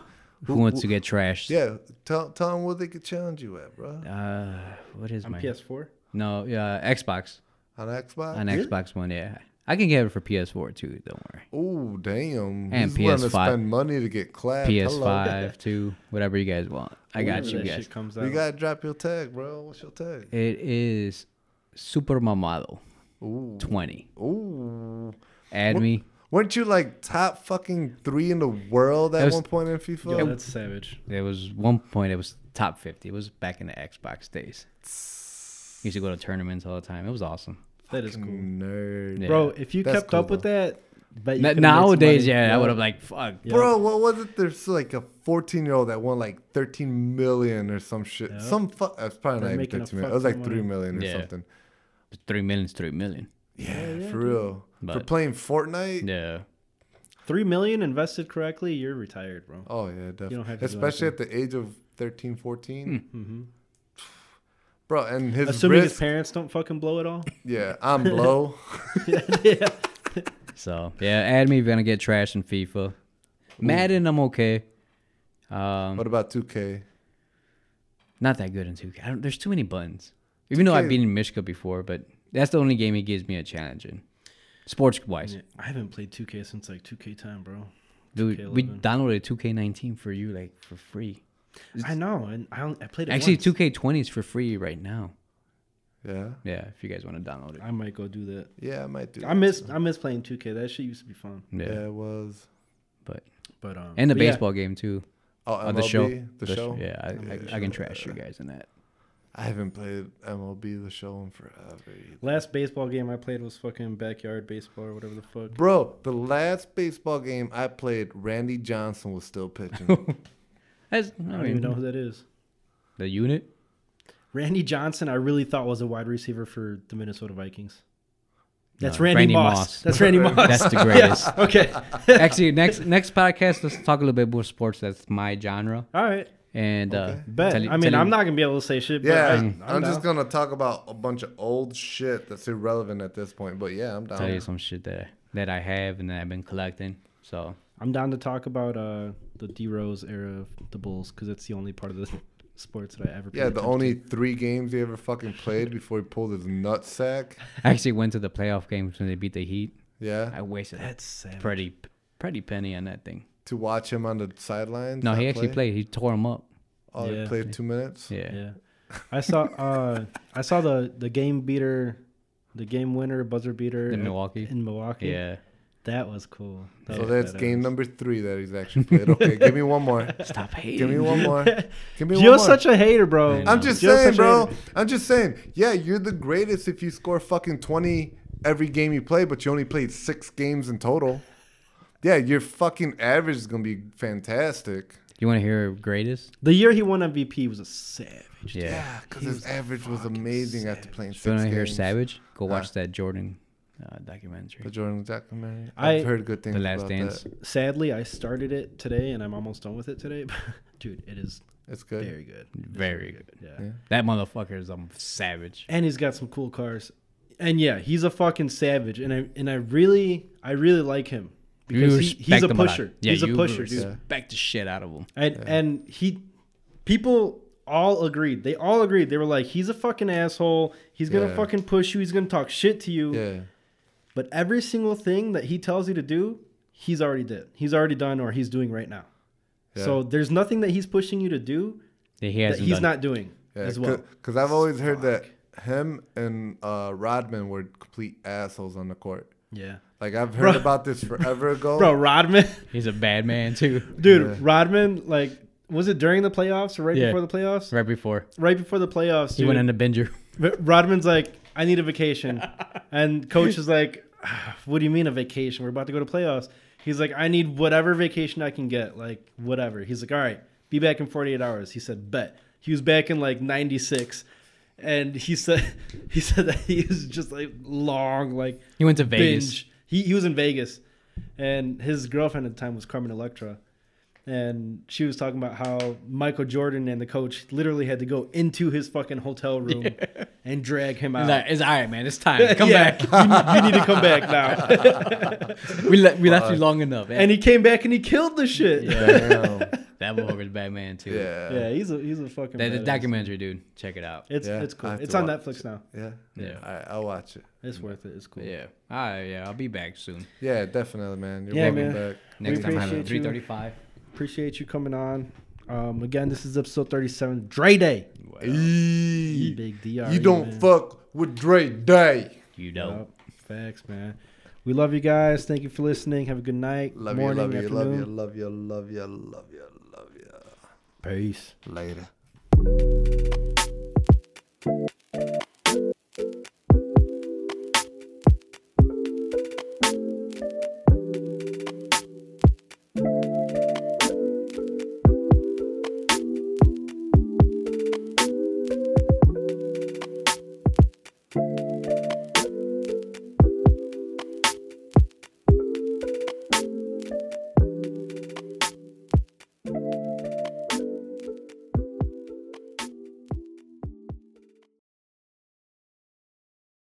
[SPEAKER 4] who, wants to get trashed?
[SPEAKER 1] yeah, tell tell them what they could challenge you at, bro.
[SPEAKER 4] Uh, what is
[SPEAKER 3] on
[SPEAKER 4] my
[SPEAKER 3] PS4.
[SPEAKER 4] no? Yeah, Xbox
[SPEAKER 1] On Xbox.
[SPEAKER 4] on Xbox One. Yeah, I can get it for PS4 too. Don't worry.
[SPEAKER 1] Oh damn!
[SPEAKER 4] And
[SPEAKER 1] He's willing to
[SPEAKER 4] PS5.
[SPEAKER 1] spend money to get clapped. Hello.
[SPEAKER 4] PS5 too. Whatever you guys want, I got
[SPEAKER 3] Whenever
[SPEAKER 4] you
[SPEAKER 3] that
[SPEAKER 4] guys.
[SPEAKER 3] shit comes
[SPEAKER 1] You
[SPEAKER 3] out.
[SPEAKER 1] gotta drop your tag, bro. What's your tag?
[SPEAKER 4] It is Super Mamado
[SPEAKER 1] Ooh,
[SPEAKER 4] twenty.
[SPEAKER 1] ooh.
[SPEAKER 4] Add
[SPEAKER 1] What-
[SPEAKER 4] me.
[SPEAKER 1] Weren't you like top fucking three in the world at
[SPEAKER 4] That was-
[SPEAKER 1] one point in
[SPEAKER 3] Yo,
[SPEAKER 1] FIFA?
[SPEAKER 3] that's savage.
[SPEAKER 4] There was one point it was top fifty. It was back in the Xbox days. Used to go to tournaments all the time. It was awesome.
[SPEAKER 3] That is cool.
[SPEAKER 1] Fucking Nerd,
[SPEAKER 4] Yeah.
[SPEAKER 3] Bro, if you
[SPEAKER 1] That's
[SPEAKER 3] kept
[SPEAKER 1] cool,
[SPEAKER 3] up with that, but
[SPEAKER 4] Na- nowadays, yeah, I would have like fuck.
[SPEAKER 1] bro. What was it? There's like a 14 year old that won like 13 million or some shit.
[SPEAKER 3] Yeah.
[SPEAKER 1] Some fuck. It's probably
[SPEAKER 3] They're
[SPEAKER 1] not even
[SPEAKER 3] making a
[SPEAKER 1] 13 million. It was like
[SPEAKER 3] fuckload
[SPEAKER 1] three
[SPEAKER 3] of
[SPEAKER 1] million or
[SPEAKER 4] Yeah.
[SPEAKER 1] something.
[SPEAKER 4] Three million's three million.
[SPEAKER 1] Yeah, for real. for
[SPEAKER 4] But-
[SPEAKER 1] playing Fortnite.
[SPEAKER 4] Yeah.
[SPEAKER 3] three million invested correctly, you're retired, bro.
[SPEAKER 1] Oh yeah, definitely.
[SPEAKER 3] have to do
[SPEAKER 1] Especially at the age of 13, 14.
[SPEAKER 3] hmm
[SPEAKER 1] Bro, and his
[SPEAKER 3] Assuming
[SPEAKER 1] wrist.
[SPEAKER 3] his parents don't fucking blow it all.
[SPEAKER 1] yeah, I'm low.
[SPEAKER 4] So yeah, add me if you're gonna get trash in FIFA. Madden, I'm okay. Um,
[SPEAKER 1] what about 2K?
[SPEAKER 4] not that good in 2K. I don't, there's too many buttons. Even though I've
[SPEAKER 1] 2K
[SPEAKER 4] beaten Mishka before, but that's the only game he gives me a challenge in. Sports wise,
[SPEAKER 3] Yeah, I haven't played 2K since like 2K time, bro.
[SPEAKER 4] dude, we
[SPEAKER 3] 2K11.
[SPEAKER 4] downloaded 2K19 for you like for free.
[SPEAKER 3] I know, and I only, I played it
[SPEAKER 4] Actually,
[SPEAKER 3] once.
[SPEAKER 4] 2K20 is for free right now.
[SPEAKER 1] Yeah,
[SPEAKER 4] Yeah, if you guys want to download it.
[SPEAKER 3] I might go do that.
[SPEAKER 1] yeah, I might do.
[SPEAKER 3] I
[SPEAKER 1] that.
[SPEAKER 3] miss I miss playing 2K. That shit used to be fun.
[SPEAKER 4] Yeah,
[SPEAKER 1] Yeah, it was.
[SPEAKER 4] but
[SPEAKER 3] But um,
[SPEAKER 4] and the
[SPEAKER 3] but yeah,
[SPEAKER 4] baseball game too.
[SPEAKER 1] Oh,
[SPEAKER 4] Oh,
[SPEAKER 1] MLB,
[SPEAKER 4] the show,
[SPEAKER 1] The, show.
[SPEAKER 4] Yeah, I,
[SPEAKER 1] MLB
[SPEAKER 4] I, I can
[SPEAKER 1] show,
[SPEAKER 4] trash you
[SPEAKER 1] yeah.
[SPEAKER 4] guys in that.
[SPEAKER 1] I haven't played MLB the show in forever. either.
[SPEAKER 3] last baseball game I played was fucking backyard baseball or whatever the fuck.
[SPEAKER 1] Bro, the last baseball game I played, Randy Johnson was still pitching.
[SPEAKER 4] That's,
[SPEAKER 3] I
[SPEAKER 4] I, mean,
[SPEAKER 3] don't even know who that is.
[SPEAKER 4] the unit.
[SPEAKER 3] Randy Johnson, I really thought was a wide receiver for the Minnesota Vikings. That's
[SPEAKER 4] No,
[SPEAKER 3] Randy,
[SPEAKER 4] Randy
[SPEAKER 3] Moss.
[SPEAKER 4] Moss.
[SPEAKER 3] That's Randy Moss.
[SPEAKER 4] That's the greatest.
[SPEAKER 3] Yeah, Okay.
[SPEAKER 4] Actually, next next podcast, let's talk a little bit more sports. That's my genre.
[SPEAKER 3] All right.
[SPEAKER 4] And
[SPEAKER 1] Okay.
[SPEAKER 4] uh,
[SPEAKER 3] Bet.
[SPEAKER 4] tell you-
[SPEAKER 3] I mean,
[SPEAKER 4] tell you-
[SPEAKER 3] I'm not gonna be able to say shit. But
[SPEAKER 1] yeah,
[SPEAKER 3] I,
[SPEAKER 1] I'm,
[SPEAKER 3] I'm
[SPEAKER 1] just
[SPEAKER 3] down.
[SPEAKER 1] gonna talk about a bunch of old shit that's irrelevant at this point. But yeah, I'm down.
[SPEAKER 4] tell you some shit that that I have and that I've been collecting. So
[SPEAKER 3] I'm down to talk about uh, the D Rose era of the Bulls because it's the only part of the sports that I ever.
[SPEAKER 1] yeah,
[SPEAKER 3] paid
[SPEAKER 1] the
[SPEAKER 3] attention
[SPEAKER 1] only three games he ever fucking played before he pulled his nutsack.
[SPEAKER 4] I actually went to the playoff games when they beat the Heat.
[SPEAKER 1] Yeah,
[SPEAKER 4] I wasted
[SPEAKER 3] to.
[SPEAKER 4] a
[SPEAKER 3] That's sad.
[SPEAKER 4] pretty pretty penny on that thing.
[SPEAKER 1] to watch him on the sidelines.
[SPEAKER 4] No,
[SPEAKER 1] not
[SPEAKER 4] he actually
[SPEAKER 1] play.
[SPEAKER 4] played. He tore him up.
[SPEAKER 1] Oh, he
[SPEAKER 3] Yeah.
[SPEAKER 1] played two minutes.
[SPEAKER 4] Yeah.
[SPEAKER 3] Yeah. I saw. Uh, I saw the the game beater, the game winner buzzer beater
[SPEAKER 4] The
[SPEAKER 3] at-
[SPEAKER 4] Milwaukee?
[SPEAKER 3] in Milwaukee.
[SPEAKER 4] Yeah.
[SPEAKER 3] That was cool. That
[SPEAKER 1] So
[SPEAKER 3] was
[SPEAKER 1] that's
[SPEAKER 3] badass.
[SPEAKER 1] game number three that he's actually played. Okay, give me one more.
[SPEAKER 4] Stop hating.
[SPEAKER 1] Give me one more. Give me one
[SPEAKER 3] You're
[SPEAKER 1] more.
[SPEAKER 3] such a hater, bro.
[SPEAKER 4] I
[SPEAKER 1] I'm
[SPEAKER 4] know.
[SPEAKER 1] just
[SPEAKER 3] You're
[SPEAKER 1] saying,
[SPEAKER 3] such a
[SPEAKER 1] bro.
[SPEAKER 3] hater.
[SPEAKER 1] I'm just saying. Yeah, you're the greatest if you score fucking 20 every game you play, but you only played six games in total. Yeah, your fucking average is gonna be fantastic.
[SPEAKER 4] You want to hear greatest?
[SPEAKER 3] The year he won MVP was a savage.
[SPEAKER 4] Yeah.
[SPEAKER 1] Yeah, because his average was amazing after playing six
[SPEAKER 4] you want to
[SPEAKER 1] games.
[SPEAKER 4] hear Savage? Go watch that Jordan uh, documentary.
[SPEAKER 1] The Jordan documentary.
[SPEAKER 3] I-
[SPEAKER 1] I've heard good things.
[SPEAKER 4] the Last
[SPEAKER 1] about
[SPEAKER 4] Dance.
[SPEAKER 1] That.
[SPEAKER 3] Sadly, I started it today and I'm almost done with it today. Dude, it is
[SPEAKER 1] It's good.
[SPEAKER 3] very good.
[SPEAKER 4] Very good.
[SPEAKER 3] Yeah.
[SPEAKER 1] Yeah.
[SPEAKER 4] That motherfucker is a savage.
[SPEAKER 3] And he's got some cool cars. And yeah, he's a fucking savage. And I and I really I really like him
[SPEAKER 4] You
[SPEAKER 3] because he,
[SPEAKER 4] respect
[SPEAKER 3] he's a
[SPEAKER 4] him lot.
[SPEAKER 3] pusher. he's a
[SPEAKER 4] you
[SPEAKER 3] pusher, dude.
[SPEAKER 4] Respect the shit out of him.
[SPEAKER 3] And and he people all agreed. They all agreed. They were like, he's a fucking asshole. He's gonna
[SPEAKER 1] Yeah.
[SPEAKER 3] fucking push you. He's gonna talk shit to you.
[SPEAKER 1] Yeah.
[SPEAKER 3] But every single thing that he tells you to do, he's already did. He's already done or he's doing right now.
[SPEAKER 1] Yeah.
[SPEAKER 3] So there's nothing that he's pushing you to do
[SPEAKER 4] That he
[SPEAKER 3] that
[SPEAKER 4] hasn't
[SPEAKER 3] he's
[SPEAKER 4] done.
[SPEAKER 3] not doing
[SPEAKER 1] Yeah,
[SPEAKER 3] as well.
[SPEAKER 1] Because I've always heard that him and uh, Rodman were complete assholes on the court.
[SPEAKER 3] Yeah.
[SPEAKER 1] Like I've
[SPEAKER 3] Bro.
[SPEAKER 1] heard about this forever ago.
[SPEAKER 3] Bro, Rodman,
[SPEAKER 4] He's a bad man too.
[SPEAKER 3] dude,
[SPEAKER 1] Yeah.
[SPEAKER 3] Rodman, like, was it during the playoffs or right
[SPEAKER 4] Yeah.
[SPEAKER 3] before the playoffs?
[SPEAKER 4] Right before
[SPEAKER 3] Right before the playoffs,
[SPEAKER 4] he
[SPEAKER 3] dude,
[SPEAKER 4] went in the binger.
[SPEAKER 3] But Rodman's like, I need a vacation. and coach is like, "Ah, What do you mean a vacation? We're about to go to playoffs. He's like, I need whatever vacation I can get, like whatever. He's like, All right, be back in 48 hours. He said, Bet. He was back in like 96. And he said he said that he was just like long, like
[SPEAKER 4] He went to Vegas.
[SPEAKER 3] binge. He he was in Vegas, and his girlfriend at the time was Carmen Electra, and she was talking about how Michael Jordan and the coach literally had to go into his fucking hotel room and drag him out.
[SPEAKER 4] He's like, it's all right, man. It's time. Come
[SPEAKER 3] Yeah,
[SPEAKER 4] back.
[SPEAKER 3] you, need- you need to come back now.
[SPEAKER 4] We le- we left you long enough.
[SPEAKER 3] and he came back and he killed the shit. Yeah,
[SPEAKER 1] Damn.
[SPEAKER 4] that motherfucker's bad man too.
[SPEAKER 1] yeah.
[SPEAKER 3] he's a he's a fucking.
[SPEAKER 4] That the
[SPEAKER 3] badass.
[SPEAKER 4] documentary, dude. Check it out.
[SPEAKER 3] It's
[SPEAKER 1] Yeah,
[SPEAKER 3] it's cool.
[SPEAKER 1] I have
[SPEAKER 3] It's
[SPEAKER 1] to
[SPEAKER 3] on
[SPEAKER 1] watch
[SPEAKER 3] Netflix now.
[SPEAKER 1] Yeah.
[SPEAKER 4] Yeah.
[SPEAKER 1] All right, I'll watch it.
[SPEAKER 3] It's worth it. It's cool.
[SPEAKER 4] Yeah. All right. Yeah. I'll be back soon.
[SPEAKER 1] Yeah, definitely, man. You're
[SPEAKER 3] Yeah,
[SPEAKER 1] welcome
[SPEAKER 3] man.
[SPEAKER 1] back.
[SPEAKER 4] Next
[SPEAKER 3] We
[SPEAKER 4] time I have
[SPEAKER 3] appreciate you.
[SPEAKER 4] 335.
[SPEAKER 3] Appreciate you coming on. Um, again, this is episode thirty-seven. Dre Day.
[SPEAKER 1] Eee,
[SPEAKER 3] Big D. E,
[SPEAKER 1] you don't fuck with Dre Day.
[SPEAKER 4] You don't.
[SPEAKER 3] Yup. Facts, man. We love you guys. Thank you for listening. Have a good night.
[SPEAKER 1] Love
[SPEAKER 3] morning,
[SPEAKER 1] you,
[SPEAKER 3] afternoon.
[SPEAKER 1] love you, love you, love you, love you, love you, love you.
[SPEAKER 3] Peace.
[SPEAKER 1] Later.